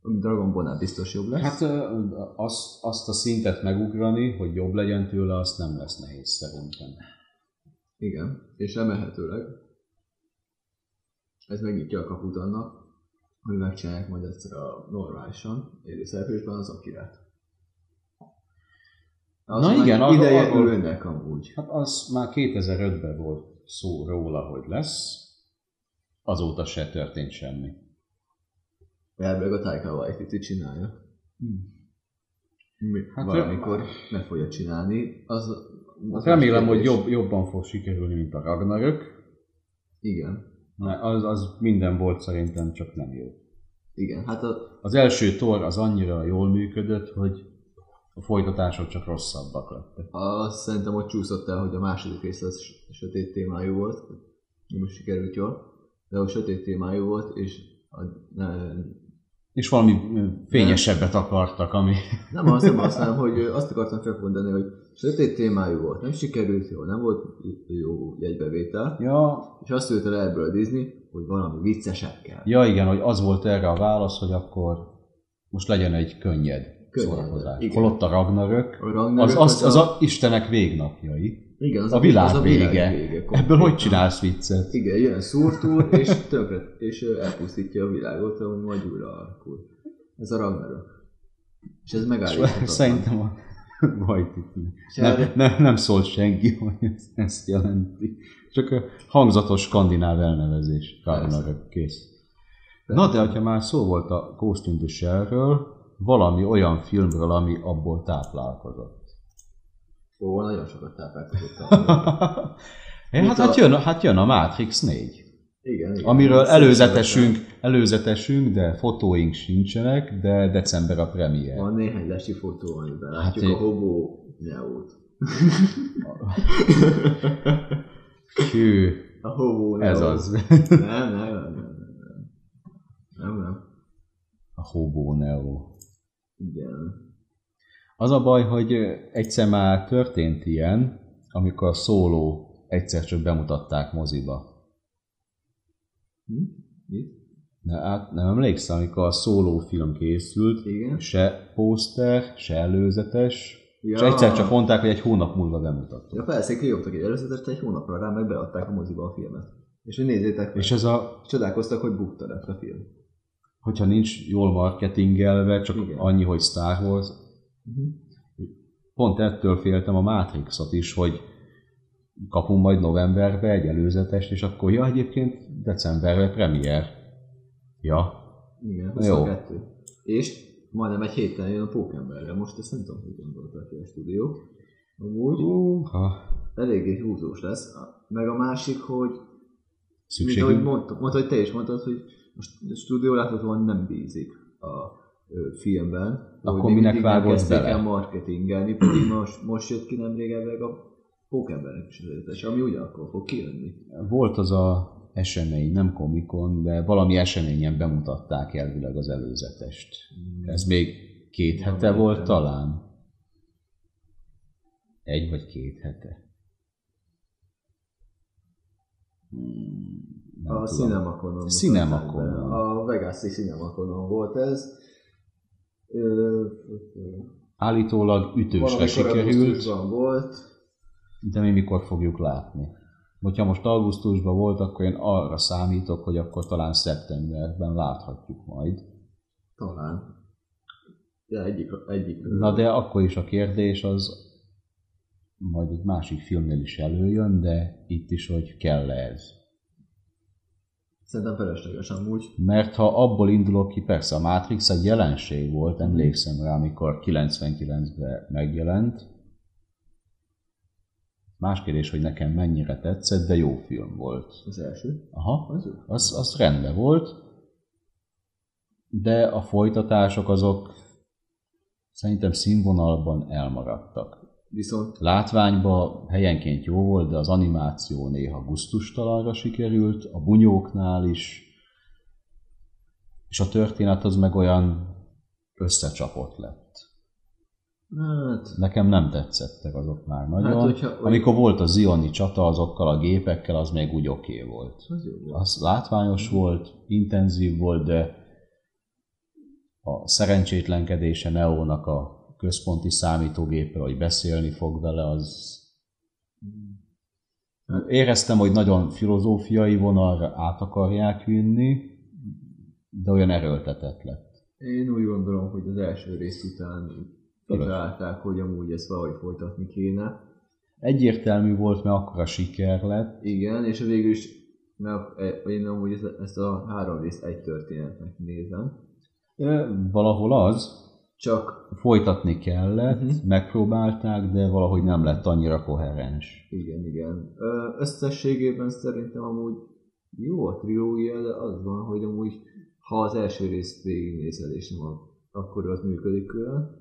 [SPEAKER 1] Ami Dragon Ball biztos jobb lesz.
[SPEAKER 2] Hát ö, azt, azt a szintet megugrani, hogy jobb legyen tőle, azt nem lesz nehéz szerintem.
[SPEAKER 1] Igen. És remélhetőleg ez megnyitja a kaput annak, hogy megcsinálják majd egyszer a normálisan élő szereplésben az Akirát. Az
[SPEAKER 2] Na
[SPEAKER 1] már
[SPEAKER 2] igen, arról-
[SPEAKER 1] ideje
[SPEAKER 2] arról-
[SPEAKER 1] ülnek amúgy.
[SPEAKER 2] Hát az már 2005-ben volt szó róla, hogy lesz, azóta se történt semmi.
[SPEAKER 1] Elvileg a Taika Waititi csinálja. Mi,
[SPEAKER 2] Hmm.
[SPEAKER 1] hát
[SPEAKER 2] Hát
[SPEAKER 1] valamikor meg fogja csinálni. Az,
[SPEAKER 2] Hát
[SPEAKER 1] az
[SPEAKER 2] remélem,
[SPEAKER 1] más
[SPEAKER 2] hogy
[SPEAKER 1] kérdés.
[SPEAKER 2] jobb, jobban fog sikerülni, mint a Ragnarök,
[SPEAKER 1] Igen.
[SPEAKER 2] mert az, az minden volt szerintem, csak nem jó.
[SPEAKER 1] Igen, hát a,
[SPEAKER 2] Az első tor az annyira jól működött, hogy a folytatások csak rosszabbak lettek.
[SPEAKER 1] azt szerintem ott csúszott el, hogy a második rész az s- sötét témájú volt. Nem is sikerült jól. De a sötét témájú volt, és a, ne,
[SPEAKER 2] És valami ö, fényesebbet akartak, ami...
[SPEAKER 1] nem azt nem azt, hanem, hogy azt akartam felmondani, hogy sötét témájú volt, nem sikerült jól, nem volt jó jegybevétel,
[SPEAKER 2] Ja,
[SPEAKER 1] és azt ült el ebből a Disney, hogy valami viccesebb kell.
[SPEAKER 2] Ja igen, hogy az volt erre a válasz, hogy akkor most legyen egy könnyed,
[SPEAKER 1] Könnyed,
[SPEAKER 2] szórakozás.
[SPEAKER 1] igen.
[SPEAKER 2] Holott a Ragnarök,
[SPEAKER 1] A Ragnarök
[SPEAKER 2] az, az, az
[SPEAKER 1] a,
[SPEAKER 2] a Istenek végnapjai.
[SPEAKER 1] igen, az
[SPEAKER 2] a világ
[SPEAKER 1] az a
[SPEAKER 2] vége.
[SPEAKER 1] konkrétan.
[SPEAKER 2] Ebből hogy csinálsz viccet?
[SPEAKER 1] Igen, jön szúrtúr, és tönkre, és ö, elpusztítja a világot, ami majd újra alakul. Ez a Ragnarök. És ez megállíthatatlan.
[SPEAKER 2] Szerintem a Vajtitnek.
[SPEAKER 1] És hát-
[SPEAKER 2] Nem,
[SPEAKER 1] erre-
[SPEAKER 2] nem, nem szólt senki, hogy ez- ezt jelenti. Csak a hangzatos skandináv elnevezés. Ragnarök kész. Na de, hogyha már szó volt a Ghost in the Shell-ről, valami olyan filmről, ami abból táplálkozott.
[SPEAKER 1] Ó, nagyon sokat táplálkozottam.
[SPEAKER 2] Én, hát,
[SPEAKER 1] Mit a-
[SPEAKER 2] hát, jön, hát jön a Matrix 4,
[SPEAKER 1] Igen, igen.
[SPEAKER 2] amiről
[SPEAKER 1] Szerintem
[SPEAKER 2] előzetesünk, előzetesünk, de fotóink sincsenek, de december a premier.
[SPEAKER 1] Van néhány lesi fotó, amiben látjuk
[SPEAKER 2] én-
[SPEAKER 1] a hobó neót.
[SPEAKER 2] Hű,
[SPEAKER 1] A hobó neót.
[SPEAKER 2] ez az. [LAUGHS]
[SPEAKER 1] Nem, nem, nem, nem, nem. Nem, nem.
[SPEAKER 2] A Hobo Neo.
[SPEAKER 1] Igen.
[SPEAKER 2] Az a baj, hogy ö, egyszer már történt ilyen, amikor a szóló egyszer csak bemutatták moziba.
[SPEAKER 1] Hm? Mit?
[SPEAKER 2] Na, hát nem emlékszel, amikor a szóló film készült,
[SPEAKER 1] Igen.
[SPEAKER 2] se póster, se előzetes, ja. és egyszer csak mondták, hogy egy hónap múlva bemutattuk.
[SPEAKER 1] Ja persze, kijöttek egy előzetet, egy hónapra rá meg beadták a moziba a filmet. És hogy nézzétek meg.
[SPEAKER 2] És ez a,
[SPEAKER 1] Csodálkoztak, hogy bukta lett a film.
[SPEAKER 2] hogyha nincs jól marketingelve, csak Igen.
[SPEAKER 1] Igen.
[SPEAKER 2] annyi, hogy Star Wars,
[SPEAKER 1] Mhm.
[SPEAKER 2] pont ettől féltem a Matrixot is, hogy kapunk majd novemberbe egy előzetest, és akkor, ja, egyébként decemberre premier. Ja,
[SPEAKER 1] Igen,
[SPEAKER 2] Jó.
[SPEAKER 1] 22. Jó. És majdnem egy héten jön a Pókemberre. Most ezt nem tudom, hogy gondolta ki a stúdió. Amúgy
[SPEAKER 2] ha
[SPEAKER 1] eléggé húzós lesz. A- Meg a másik, hogy mint ahogy
[SPEAKER 2] szükségünk.
[SPEAKER 1] mondta, mondta, hogy te is mondtad, hogy a st- a stúdió láthatóan nem bízik a ö, filmben.
[SPEAKER 2] Akkor
[SPEAKER 1] hogy még
[SPEAKER 2] minek
[SPEAKER 1] mindig nem
[SPEAKER 2] vágod
[SPEAKER 1] kezdték
[SPEAKER 2] bele?
[SPEAKER 1] el marketingelni, pedig most, most jött ki nem régebben a Pókembernek is az előzetes, ami ugyanakkor fog kijönni.
[SPEAKER 2] Volt az a esemény, nem komikon, de valami eseményen bemutatták elvileg az előzetest. Ez még két
[SPEAKER 1] Mm. Nem
[SPEAKER 2] hete volt
[SPEAKER 1] emlékszem.
[SPEAKER 2] talán? Egy vagy két hete? Hmm, nem
[SPEAKER 1] A
[SPEAKER 2] tudom.
[SPEAKER 1] Cinemaconon.
[SPEAKER 2] Cinemaconon.
[SPEAKER 1] mutatták be. A Vegas-i Cinemaconon volt ez. Ö, ö, ö,
[SPEAKER 2] Állítólag ütősre
[SPEAKER 1] valamikor
[SPEAKER 2] sikerült,
[SPEAKER 1] augusztusban volt.
[SPEAKER 2] de mi mikor fogjuk látni. Hogyha most augusztusban volt, akkor én arra számítok, hogy akkor talán szeptemberben láthatjuk majd.
[SPEAKER 1] Talán. Ja, egyik, egyik.
[SPEAKER 2] Na de akkor is a kérdés az majd egy másik filmnél is előjön, de itt is, hogy kell ez.
[SPEAKER 1] Szerintem felesleges amúgy.
[SPEAKER 2] Mert ha abból indulok ki, persze a Matrix egy jelenség volt, emlékszem rá, amikor 99-ben megjelent. Más kérdés, hogy nekem mennyire tetszett, de jó film volt.
[SPEAKER 1] Az első.
[SPEAKER 2] Aha,
[SPEAKER 1] Az ő.
[SPEAKER 2] az, az rendben volt, de a folytatások azok szerintem színvonalban elmaradtak.
[SPEAKER 1] Viszont
[SPEAKER 2] Látványban helyenként jó volt, de az animáció néha guztustalanra sikerült, a bunyóknál is, és a történet az meg olyan összecsapott lett.
[SPEAKER 1] hát,
[SPEAKER 2] Nekem nem tetszettek azok már nagyon. Hát,
[SPEAKER 1] hogyha- hogy-
[SPEAKER 2] Amikor volt a zioni csata azokkal a gépekkel, az még úgy oké okay volt
[SPEAKER 1] az jó volt.
[SPEAKER 2] az látványos volt, intenzív volt, de a szerencsétlenkedése Neónak a központi számítógépről, hogy beszélni fog vele, az Hát éreztem, hogy nagyon filozófiai vonalra át akarják vinni, de olyan erőltetett lett.
[SPEAKER 1] Én úgy gondolom, hogy az első rész után
[SPEAKER 2] Fölös.
[SPEAKER 1] kitalálták, hogy amúgy ezt valahogy folytatni kéne.
[SPEAKER 2] Egyértelmű volt, mert akkora siker lett,
[SPEAKER 1] Igen, és végül is, mert eh, én amúgy ezt- ezt a három részt egy történetnek nézem,
[SPEAKER 2] Ö, valahol az,
[SPEAKER 1] csak
[SPEAKER 2] folytatni kellett,
[SPEAKER 1] Mhm.
[SPEAKER 2] megpróbálták, de valahogy nem lett annyira koherens.
[SPEAKER 1] igen, igen. Ö, Összességében szerintem amúgy jó a trilógia, de az van, hogy amúgy ha az első részt végignézed és nem a, akkor az működik külön.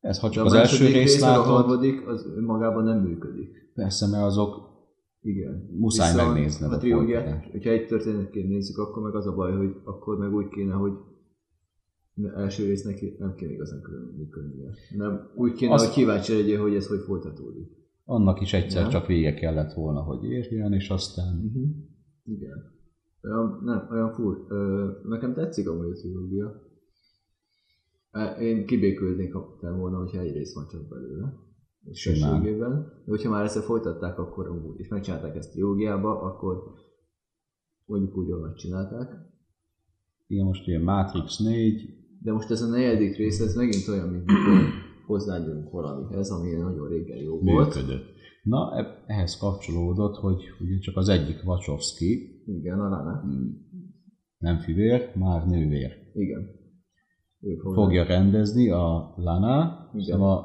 [SPEAKER 2] Ez ha
[SPEAKER 1] De
[SPEAKER 2] csak
[SPEAKER 1] a
[SPEAKER 2] az első
[SPEAKER 1] második
[SPEAKER 2] részt
[SPEAKER 1] rész, meg a
[SPEAKER 2] látod,
[SPEAKER 1] harmadik, az önmagában nem működik.
[SPEAKER 2] Persze, mert azok
[SPEAKER 1] Igen.
[SPEAKER 2] muszáj
[SPEAKER 1] Viszont
[SPEAKER 2] megnézned
[SPEAKER 1] a
[SPEAKER 2] a
[SPEAKER 1] trilógiát.
[SPEAKER 2] folytatást.
[SPEAKER 1] Hogyha egy történetként nézzük, akkor meg az a baj, hogy akkor meg úgy kéne, hogy ne- első rész neki nem kéne igazán külön működnie. Nem, úgy kéne,
[SPEAKER 2] Azt-
[SPEAKER 1] hogy kíváncsi legyél, hogy ez hogy folytatódik.
[SPEAKER 2] Annak is egyszer
[SPEAKER 1] Nem?
[SPEAKER 2] csak vége kellett volna, hogy érjen, és aztán
[SPEAKER 1] Uh-huh. Igen. Olyan, nem, olyan fur. Ö, nekem tetszik amúgy a trilógia. Á, Én kibékülnék kaptam volna, hogyha egy rész van csak belőle. És
[SPEAKER 2] Simán.
[SPEAKER 1] összességében. De hogyha már ezt folytatták, akkor amúgy, és megcsinálták ezt triógiába, akkor mondjuk úgy, jól megcsinálták.
[SPEAKER 2] Igen, most ilyen Matrix 4,
[SPEAKER 1] De most ez a negyedik rész, ez megint olyan, mint
[SPEAKER 2] [CLEARS THROAT]
[SPEAKER 1] mikor hozzányúlunk valamihez, ami nagyon régen jó volt.
[SPEAKER 2] működött. Na, e- ehhez kapcsolódott, hogy ugye csak az egyik Wachowski,
[SPEAKER 1] Igen, a Lana.
[SPEAKER 2] nem fivér, már nővér,
[SPEAKER 1] Igen. Ő fog-
[SPEAKER 2] fogja rendezni a Lana,
[SPEAKER 1] Igen.
[SPEAKER 2] szóval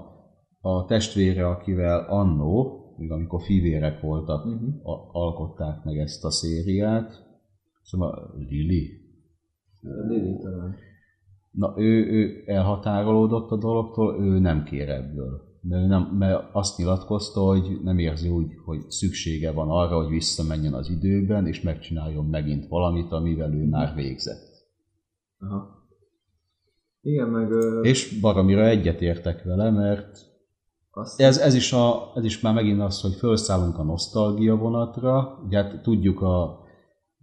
[SPEAKER 2] a, a testvére, akivel annó, még amikor fivérek voltak,
[SPEAKER 1] Mhm.
[SPEAKER 2] a, alkották meg ezt a szériát. Szóval Lili.
[SPEAKER 1] Lili talán.
[SPEAKER 2] Na, ő, ő elhatárolódott a dologtól, ő nem kér ebből. De ő nem, mert azt nyilatkozta, hogy nem érzi úgy, hogy szüksége van arra, hogy visszamenjen az időben, és megcsináljon megint valamit, amivel ő már végzett.
[SPEAKER 1] Aha. Igen, meg ö,
[SPEAKER 2] És baromira egyetértek vele, mert
[SPEAKER 1] azt
[SPEAKER 2] ez, ez, is a, ez is már megint az, hogy felszállunk a nosztalgia vonatra. Ugye hát tudjuk a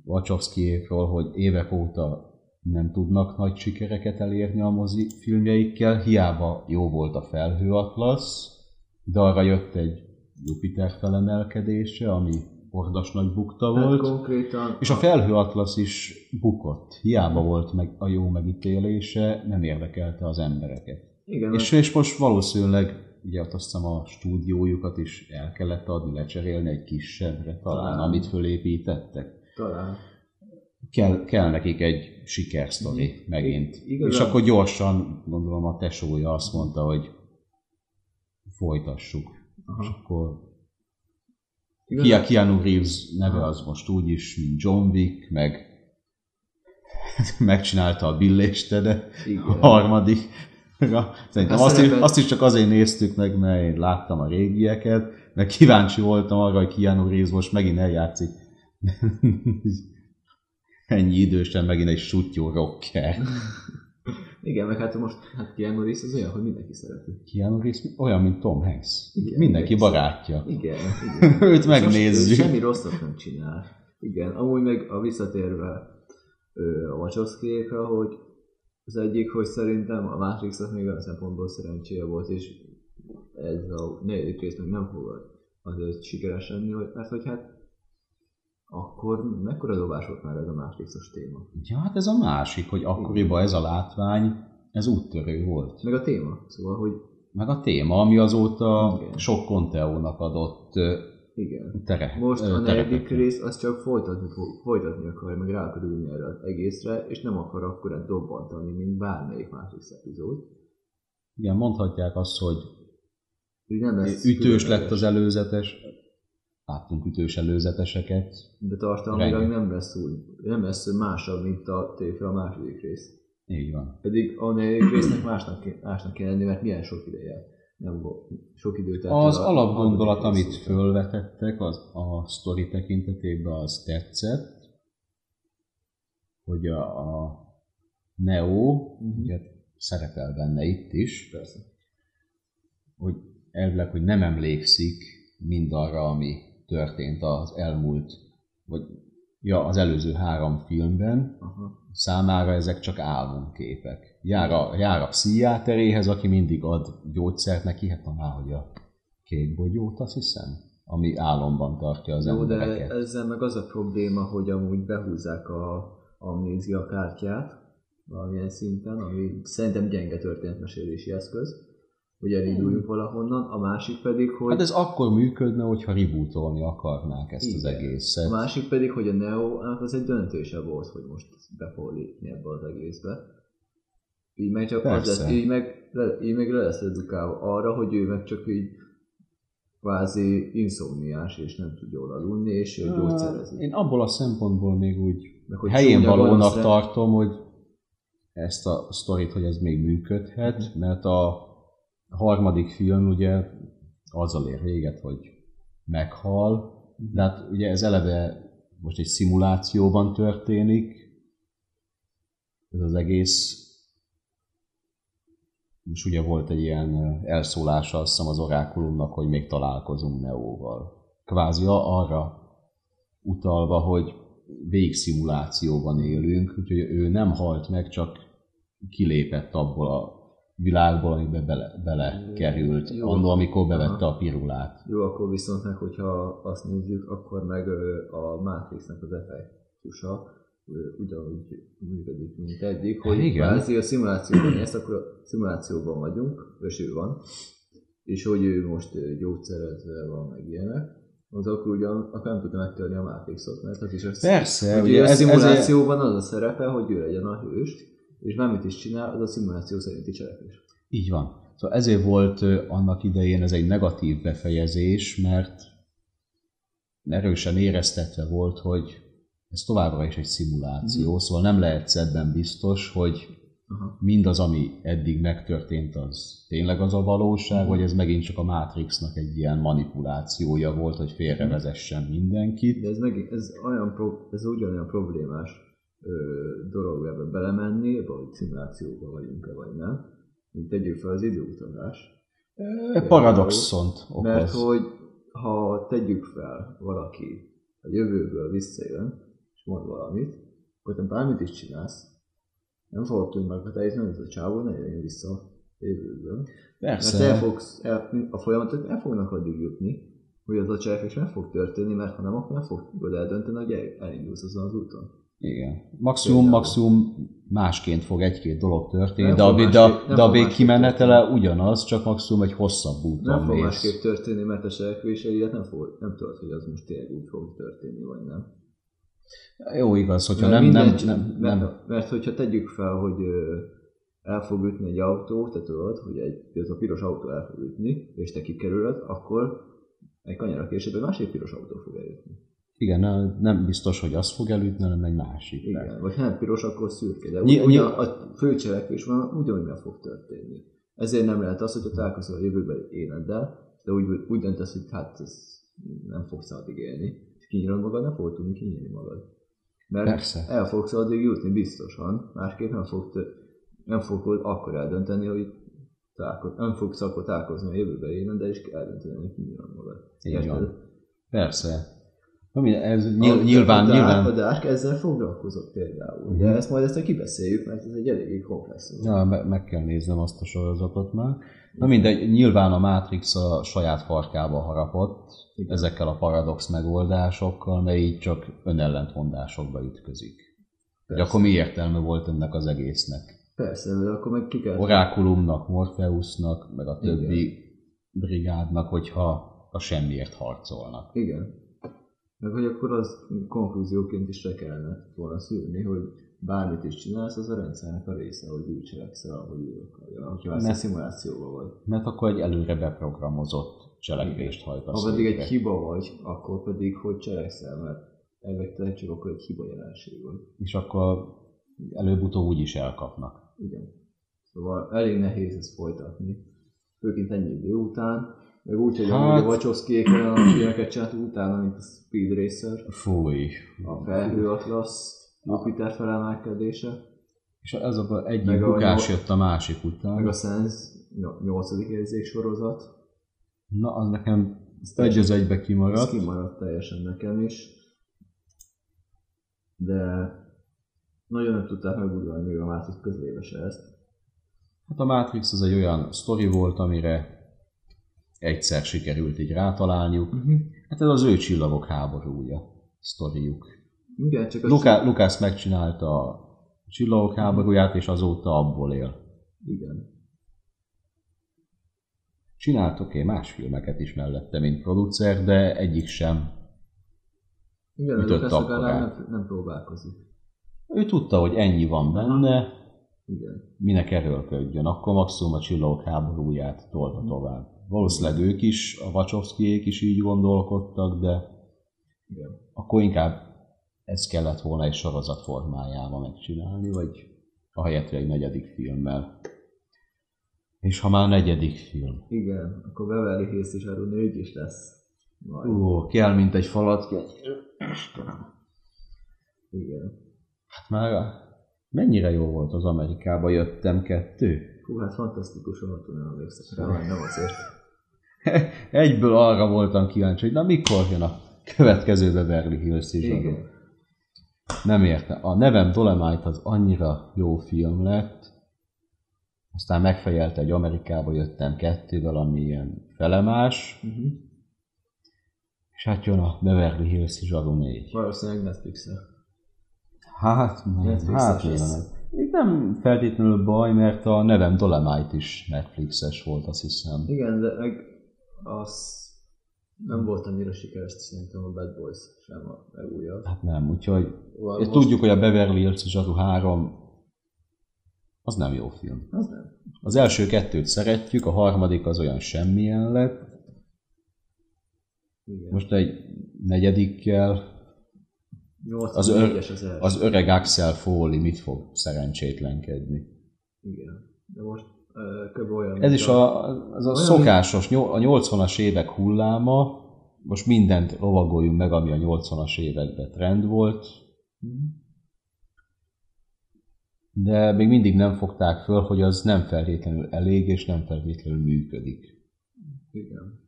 [SPEAKER 2] Wachowskiékról, hogy évek óta nem tudnak nagy sikereket elérni a mozi filmjeikkel, hiába jó volt a felhőatlasz, de arra jött egy Jupiter felemelkedése, ami ordas nagy bukta
[SPEAKER 1] hát
[SPEAKER 2] volt.
[SPEAKER 1] konkrétan
[SPEAKER 2] És a felhőatlasz is bukott. Hiába volt meg a jó megítélése, nem érdekelte az embereket.
[SPEAKER 1] igen, és
[SPEAKER 2] És, és most valószínűleg ugye ott azt hiszem a stúdiójukat is el kellett adni, lecserélni egy kisebbre talán,
[SPEAKER 1] Talán.
[SPEAKER 2] amit fölépítettek.
[SPEAKER 1] talán.
[SPEAKER 2] Kell, kell nekik egy sikersztori
[SPEAKER 1] Mhm.
[SPEAKER 2] megint.
[SPEAKER 1] I- igazán-
[SPEAKER 2] És akkor gyorsan, gondolom a tesója azt mondta, hogy folytassuk. És
[SPEAKER 1] Aha.
[SPEAKER 2] akkor
[SPEAKER 1] Igazán-
[SPEAKER 2] Kia Keanu Reeves neve az most úgy is, mint John Wick, meg [LAUGHS] megcsinálta a billéstedet. a
[SPEAKER 1] Igen.
[SPEAKER 2] harmadik. Szerintem
[SPEAKER 1] Hát
[SPEAKER 2] azt is,
[SPEAKER 1] szerepel-
[SPEAKER 2] azt is csak azért néztük meg, mert én láttam a régieket, meg kíváncsi voltam arra, hogy Keanu Reeves most megint eljátszik. [LAUGHS] Ennyi idősen megint egy sutyó rocker.
[SPEAKER 1] Igen, meg hát most hát Keanu Reeves az olyan, hogy mindenki szereti.
[SPEAKER 2] Keanu Reeves olyan, mint Tom Hanks.
[SPEAKER 1] Igen,
[SPEAKER 2] Mindenki
[SPEAKER 1] igen.
[SPEAKER 2] barátja. [LAUGHS]
[SPEAKER 1] Igen, igen.
[SPEAKER 2] Őt
[SPEAKER 1] Sose-
[SPEAKER 2] megnézzük.
[SPEAKER 1] Semmi rosszat nem csinál. Igen, amúgy meg a visszatérve ö, a Wachowskiékra, hogy az egyik, hogy szerintem a Matrixnak még olyan szempontból szerencséje volt, és ez a negyedik rész meg nem fogad azért sikeres lenni, hogy, mert hogy hát akkor mekkora dobás volt már ez a Matrixos téma.
[SPEAKER 2] Ja, hát ez a másik, hogy akkoriban ez a látvány, ez úttörő volt.
[SPEAKER 1] Meg a téma, szóval, hogy
[SPEAKER 2] Meg a téma, ami azóta
[SPEAKER 1] Igen.
[SPEAKER 2] sok Conteónak adott ö,
[SPEAKER 1] igen.
[SPEAKER 2] tere.
[SPEAKER 1] Most
[SPEAKER 2] ö,
[SPEAKER 1] a negyedik
[SPEAKER 2] terepekre.
[SPEAKER 1] rész az csak folytatni, fog- folytatni akar, meg rákerülni erre az egészre, és nem akar akkora dobbantani, mint bármelyik másik epizód.
[SPEAKER 2] Igen, mondhatják azt, hogy
[SPEAKER 1] Úgy nem lesz
[SPEAKER 2] ütős
[SPEAKER 1] különleges,
[SPEAKER 2] lett az előzetes, láttunk ütős előzeteseket.
[SPEAKER 1] De tartalmilag
[SPEAKER 2] Rengeteg.
[SPEAKER 1] nem lesz úgy, nem lesz másabb, mint a tévre a második rész.
[SPEAKER 2] Így van.
[SPEAKER 1] Pedig a negyedik résznek másnak, ké- másnak kell lenni, mert milyen sok ideje. Nem volt. Sok időt eltelt
[SPEAKER 2] Az
[SPEAKER 1] a-
[SPEAKER 2] alapgondolat,
[SPEAKER 1] a harmadik
[SPEAKER 2] amit
[SPEAKER 1] rész óta.
[SPEAKER 2] fölvetettek az, a sztori tekintetében, az tetszett, hogy a, a Neo,
[SPEAKER 1] Mhm.
[SPEAKER 2] ugye szerepel benne itt is,
[SPEAKER 1] Persze.
[SPEAKER 2] hogy elvileg, hogy nem emlékszik mindarra, ami történt az elmúlt, vagy ja, az előző három filmben,
[SPEAKER 1] Aha.
[SPEAKER 2] számára ezek csak álomképek. Jár a, jár a pszichiáteréhez, aki mindig ad gyógyszert neki, hát annál, hogy a kék bogyót, azt hiszem, ami álomban tartja az
[SPEAKER 1] Jó, de
[SPEAKER 2] embereket. Hát
[SPEAKER 1] ezzel meg az a probléma, hogy amúgy behúzzák a amnézia kártyát valamilyen szinten, ami szerintem gyenge történetmesélési eszköz, hogy elinduljunk valahonnan, a másik pedig, hogy
[SPEAKER 2] Hmm. Hát ez akkor működne, hogyha rebootolni akarnák ezt az
[SPEAKER 1] Igen.
[SPEAKER 2] egészet.
[SPEAKER 1] a másik pedig, hogy a neo -nak az egy döntése volt, hogy most be fog lépni ebbe az egészbe. Így meg csak az
[SPEAKER 2] Persze.
[SPEAKER 1] lesz, így meg, le, így meg le lesz edukálva arra, hogy ő meg csak így kvázi inszomniás, és nem tud jól aludni, és ő gyógyszerezik.
[SPEAKER 2] Én abból a szempontból még úgy
[SPEAKER 1] Meg, hogy
[SPEAKER 2] helyén
[SPEAKER 1] csúnya
[SPEAKER 2] valónak
[SPEAKER 1] gonosz lett.
[SPEAKER 2] tartom, hogy ezt a sztorit, hogy ez még működhet, mert a harmadik film ugye azzal ér véget, hogy meghal, de hát ugye ez eleve most egy szimulációban történik, ez az egész, és ugye volt egy ilyen ö, elszólása azt hiszem az orákulumnak, hogy még találkozunk Neóval. Kvázi a- arra utalva, hogy végig szimulációban élünk, úgyhogy ő nem halt meg, csak kilépett abból a világból, amiben bele, belekerült,
[SPEAKER 1] Jó.
[SPEAKER 2] annó, amikor bevette
[SPEAKER 1] Aha.
[SPEAKER 2] a pirulát.
[SPEAKER 1] Jó, akkor viszont meg, hogyha azt nézzük, akkor meg ö, a Matrixnek az effektusa ö, ugyanúgy működik, mint eddig,
[SPEAKER 2] Hát
[SPEAKER 1] hogy
[SPEAKER 2] igen.
[SPEAKER 1] kvázi a szimulációban ezt, akkor a szimulációban vagyunk, és ő van, és hogy ő most ö, gyógyszerezve van, meg ilyenek, az akkor ugyan, akkor nem tudja megtörni a Matrixot, mert az is az,
[SPEAKER 2] Persze,
[SPEAKER 1] hogy ugye a
[SPEAKER 2] ez- ezért-
[SPEAKER 1] szimulációban az a szerepe, hogy ő legyen a hős, és bármit is csinál, az a szimuláció szerinti cselekvés.
[SPEAKER 2] Így van. Szóval ezért volt ö, annak idején ez egy negatív befejezés, mert erősen éreztetve volt, hogy ez továbbra is egy szimuláció, mm. szóval nem lehetsz ebben biztos, hogy
[SPEAKER 1] Mhm. Aha.
[SPEAKER 2] mindaz, ami eddig megtörtént, az tényleg az a
[SPEAKER 1] Mhm.
[SPEAKER 2] valóság, vagy ez megint csak a Matrixnak egy ilyen manipulációja volt, hogy félrevezessen
[SPEAKER 1] Mhm.
[SPEAKER 2] mindenkit.
[SPEAKER 1] De ez, meg, ez, olyan pro, ez ugyanolyan problémás ö, dolog ebbe belemenni, vagy szimulációba vagyunk-e, vagy nem. Mint tegyük fel az időutazás.
[SPEAKER 2] Ö, Paradoxont okoz.
[SPEAKER 1] Mert hogy ha tegyük fel valaki a jövőből visszajön, és mond valamit, akkor te bármit is csinálsz, nem fogod tudni meghatározni, hogy ez a csávó ne jöjjön vissza a jövőből. Mert
[SPEAKER 2] Persze.
[SPEAKER 1] el fogsz, el, a folyamatok el fognak addig jutni, hogy az a cselekvés meg fog történni, mert ha nem, akkor nem fog tudod eldönteni, hogy el, elindulsz azon az úton.
[SPEAKER 2] Igen. Maximum,
[SPEAKER 1] Például.
[SPEAKER 2] maximum másként fog egy-két dolog történni,
[SPEAKER 1] Nem
[SPEAKER 2] de
[SPEAKER 1] fog
[SPEAKER 2] a, de,
[SPEAKER 1] másképp-
[SPEAKER 2] a,
[SPEAKER 1] nem
[SPEAKER 2] de a
[SPEAKER 1] fog
[SPEAKER 2] végkimenetele ugyanaz, csak maximum egy hosszabb
[SPEAKER 1] Nem
[SPEAKER 2] úton
[SPEAKER 1] fog
[SPEAKER 2] mész.
[SPEAKER 1] másképp történni, mert a cselekvéseidet nem, fog, nem tudod, hogy az most tényleg úgy fog történni, vagy nem.
[SPEAKER 2] Jó igaz, hogyha
[SPEAKER 1] Mert
[SPEAKER 2] nem, nem,
[SPEAKER 1] minden-
[SPEAKER 2] nem,
[SPEAKER 1] mert,
[SPEAKER 2] nem,
[SPEAKER 1] mert hogyha tegyük fel, hogy ö, el fog ütni egy autó, te tudod, hogy egy, ez a piros autó el fog ütni, és te kikerülöd, akkor egy kanyarra később egy másik piros autó fog elütni.
[SPEAKER 2] igen, nem- nem biztos, hogy az fog elütni, hanem egy másik.
[SPEAKER 1] Igen, vagy ha nem piros, akkor szürke, de
[SPEAKER 2] Nyi-
[SPEAKER 1] Ny- ugyan,
[SPEAKER 2] nyi-
[SPEAKER 1] a főcselekvés van, ugyanúgy meg fog történni. Ezért nem lehet az, hogyha találkozol a jövőbeli élettel, de úgy, úgy döntesz, hogy hát ez nem fogsz addig élni, és kinyírod magad, nem fogod tudni kinyírni magad. Mert
[SPEAKER 2] Persze.
[SPEAKER 1] el fogsz addig jutni biztosan, másképp nem, fog tör- nem fogod akkor eldönteni, hogy találko- nem fogsz akkor találkozni a jövőbeli élettel, és eldönteni, hogy kinyírod magad.
[SPEAKER 2] Így
[SPEAKER 1] Érted?
[SPEAKER 2] van. Persze. Na, mi- Ez
[SPEAKER 1] A-
[SPEAKER 2] nyil- nyilván,
[SPEAKER 1] a Dark, A
[SPEAKER 2] nyilván.
[SPEAKER 1] Dark ezzel foglalkozott például. De
[SPEAKER 2] Mhm.
[SPEAKER 1] ezt majd ezt kibeszéljük, mert ez egy eléggé komplex. dolog.
[SPEAKER 2] Ja, me- meg kell néznem azt a sorozatot már. Na mindegy, nyilván a Matrix a saját farkába harapott
[SPEAKER 1] Igen.
[SPEAKER 2] ezekkel a paradox megoldásokkal, mert így csak önellentmondásokba ütközik. Hogy
[SPEAKER 1] Persze.
[SPEAKER 2] akkor mi értelme volt ennek az egésznek?
[SPEAKER 1] Persze, de akkor meg ki kell...
[SPEAKER 2] Orákulumnak, Morpheusnak, meg a többi brigádnak, hogyha a semmiért harcolnak.
[SPEAKER 1] Igen. Meg hogy akkor az konklúzióként is le kellene volna szűrni, hogy bármit is csinálsz, az a rendszernek a része, hogy úgy cselekszel, ahogy ő akarja. Hogyha ezt
[SPEAKER 2] Ne.
[SPEAKER 1] a szimulációban vagy.
[SPEAKER 2] Mert akkor egy előre beprogramozott cselekvést hajtasz.
[SPEAKER 1] Ha pedig
[SPEAKER 2] végre.
[SPEAKER 1] egy hiba vagy, akkor pedig hogy cselekszel, mert elvek te csak akkor egy hiba jelenség vagy.
[SPEAKER 2] És akkor előbb-utóbb úgy is elkapnak.
[SPEAKER 1] Igen. Szóval elég nehéz ezt folytatni. Főként ennyi idő után, meg úgy, hogy
[SPEAKER 2] Hát-
[SPEAKER 1] hát... a Wachowskiék olyan filmeket csinált utána, mint a Speed Racer,
[SPEAKER 2] Fúj.
[SPEAKER 1] a Felhő Atlasz, Jupiter felemelkedése,
[SPEAKER 2] És ez a egyik
[SPEAKER 1] Meg a
[SPEAKER 2] bukás
[SPEAKER 1] nyol-
[SPEAKER 2] jött a másik után.
[SPEAKER 1] meg a Sense 8. érzék sorozat.
[SPEAKER 2] Na, az nekem
[SPEAKER 1] Ez
[SPEAKER 2] egy
[SPEAKER 1] teljesen-
[SPEAKER 2] az egybe
[SPEAKER 1] ez
[SPEAKER 2] kimaradt.
[SPEAKER 1] kimaradt teljesen nekem is. De nagyon nem tudták megugrani még a másik közlébe se ezt.
[SPEAKER 2] Hát a Matrix az egy olyan sztori volt, amire egyszer sikerült így rátalálniuk.
[SPEAKER 1] Uh-huh.
[SPEAKER 2] Hát ez az ő csillagok háborúja, sztoriuk.
[SPEAKER 1] Igen, csak azt-
[SPEAKER 2] Luká- Lukász megcsinálta a csillagok háborúját, és azóta abból él.
[SPEAKER 1] Igen.
[SPEAKER 2] Csinált oké okay, más filmeket is mellette, mint producer, de egyik sem.
[SPEAKER 1] Igen, de
[SPEAKER 2] Ütött
[SPEAKER 1] Lucas legalább
[SPEAKER 2] akkorát.
[SPEAKER 1] nem, nem próbálkozik.
[SPEAKER 2] Ő tudta, hogy ennyi van benne,
[SPEAKER 1] Igen.
[SPEAKER 2] minek erőlködjön, akkor maximum a csillagok háborúját tolta tovább. Valószínűleg ők is, a Wachowskiék is így gondolkodtak, de
[SPEAKER 1] Igen.
[SPEAKER 2] akkor inkább ezt kellett volna egy sorozat formájában megcsinálni, vagy a helyett egy negyedik filmmel. És ha már negyedik film,
[SPEAKER 1] Igen, akkor Beverly Hills is arról négy is lesz. Majd. Uh.
[SPEAKER 2] ó, kell, mint egy falat, kell.
[SPEAKER 1] Igen.
[SPEAKER 2] Hát már a- mennyire jó volt az Amerikába jöttem kettő?
[SPEAKER 1] Hú, hát fantasztikus rohadtul nem emlékszek rá, vagy nem azért.
[SPEAKER 2] Egyből arra voltam kíváncsi, hogy na mikor jön a következő Beverly Hills is.
[SPEAKER 1] Igen.
[SPEAKER 2] Nem értem. A nevem Dolemite az annyira jó film lett, Aztán megfejelte, hogy Amerikába jöttem kettővel, ami ilyen felemás,
[SPEAKER 1] Uh-huh.
[SPEAKER 2] és hát jön a Beverly Hills Zsaru 4.
[SPEAKER 1] Valószínűleg Netflix-re.
[SPEAKER 2] Hát, nem,
[SPEAKER 1] Netflixes
[SPEAKER 2] hát
[SPEAKER 1] lesz.
[SPEAKER 2] jelenet. Itt nem feltétlenül baj, mert a nevem Dolomite is Netflixes volt, azt hiszem.
[SPEAKER 1] Igen, de meg az nem volt annyira sikeres, szerintem a Bad Boys sem a legújabb.
[SPEAKER 2] Hát nem, úgyhogy
[SPEAKER 1] Val-
[SPEAKER 2] és tudjuk, hogy a Beverly Hills Zsaru 3 az nem jó film.
[SPEAKER 1] Az nem.
[SPEAKER 2] Az első kettőt szeretjük, a harmadik az olyan semmilyen lett,
[SPEAKER 1] Igen.
[SPEAKER 2] most egy negyedikkel
[SPEAKER 1] Nyolc
[SPEAKER 2] az
[SPEAKER 1] az
[SPEAKER 2] ör-
[SPEAKER 1] négyes az első.
[SPEAKER 2] az öreg Axel Foley mit fog szerencsétlenkedni.
[SPEAKER 1] Igen. De most uh, kb. olyan.
[SPEAKER 2] Ez
[SPEAKER 1] mint
[SPEAKER 2] is a, az a
[SPEAKER 1] Olyan,
[SPEAKER 2] szokásos, nyol- a 80-as évek hulláma, most mindent lovagoljunk meg, ami a 80-as években trend volt,
[SPEAKER 1] Mhm.
[SPEAKER 2] de még mindig nem fogták föl, hogy az nem feltétlenül elég, és nem feltétlenül működik.
[SPEAKER 1] Igen.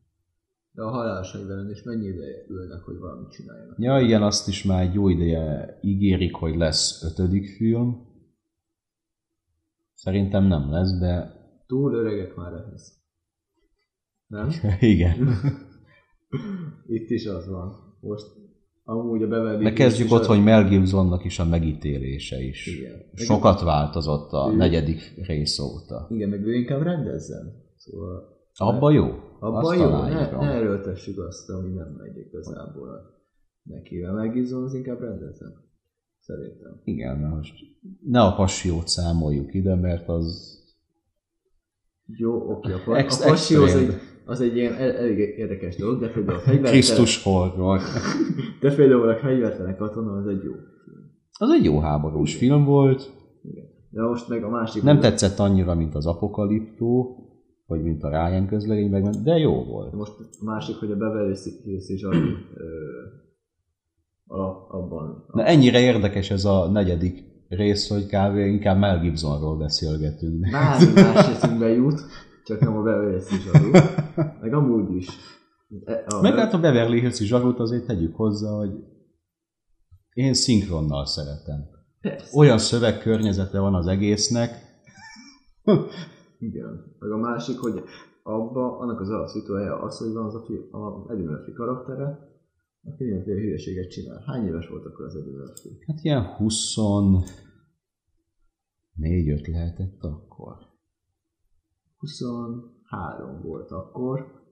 [SPEAKER 1] De a halálos egyben is mennyi ideje ülnek, hogy valamit csináljanak.
[SPEAKER 2] Ja, igen, azt is már egy jó ideje ígérik, hogy lesz ötödik film. Szerintem nem lesz, de
[SPEAKER 1] Túl öregek már ehhez. Nem?
[SPEAKER 2] igen.
[SPEAKER 1] Itt is az van. Most amúgy a Beverly
[SPEAKER 2] De
[SPEAKER 1] Hills
[SPEAKER 2] kezdjük
[SPEAKER 1] is
[SPEAKER 2] ott,
[SPEAKER 1] az-
[SPEAKER 2] hogy Mel Gibsonnak is a megítélése is.
[SPEAKER 1] Igen.
[SPEAKER 2] Sokat változott a
[SPEAKER 1] Ő-
[SPEAKER 2] negyedik rész óta.
[SPEAKER 1] Igen, meg ő inkább rendezzen. Szóval
[SPEAKER 2] Abba jó?
[SPEAKER 1] abban
[SPEAKER 2] Azt
[SPEAKER 1] jó, ne,
[SPEAKER 2] aláírom.
[SPEAKER 1] ne erőltessük azt, ami nem megy igazából a- neki. A Megizon az inkább rendezzen. Szerintem.
[SPEAKER 2] Igen, na most ne a passiót számoljuk ide, mert az...
[SPEAKER 1] Jó, oké, a, fa-
[SPEAKER 2] Ex-
[SPEAKER 1] a fassió az
[SPEAKER 2] extrém.
[SPEAKER 1] egy, az egy ilyen el- elég érdekes dolog, de
[SPEAKER 2] [LAUGHS]
[SPEAKER 1] például a fegyvertelen,
[SPEAKER 2] Krisztus horror.
[SPEAKER 1] de például a fegyvertelen katona az egy jó
[SPEAKER 2] Az egy jó háborús film volt.
[SPEAKER 1] De most meg a másik...
[SPEAKER 2] Nem tetszett annyira, mint az Apokaliptó, vagy mint a Ryan közlegény, meg- de jó volt.
[SPEAKER 1] Most a másik, hogy a Beverly Hills is az, ö, alap, abban...
[SPEAKER 2] Na, ennyire érdekes ez a negyedik rész, hogy kb. inkább Mel Gibsonról beszélgetünk.
[SPEAKER 1] Bármi más eszünkbe jut, csak nem a Beverly Hills adó. Meg amúgy is. E- A
[SPEAKER 2] Meg hát a Beverly Hills zsarót azért tegyük hozzá, hogy én szinkronnal szeretem.
[SPEAKER 1] Persze,
[SPEAKER 2] Olyan szövegkörnyezete van az egésznek,
[SPEAKER 1] igen. Meg a másik, hogy abba, annak az alapszító helye az, hogy van az a, fi, a Eddie Murphy karaktere, aki mindenféle hülyeséget csinál. Hány éves volt akkor az Eddie Murphy?
[SPEAKER 2] hát ilyen 24 5 lehetett akkor.
[SPEAKER 1] 23 volt akkor.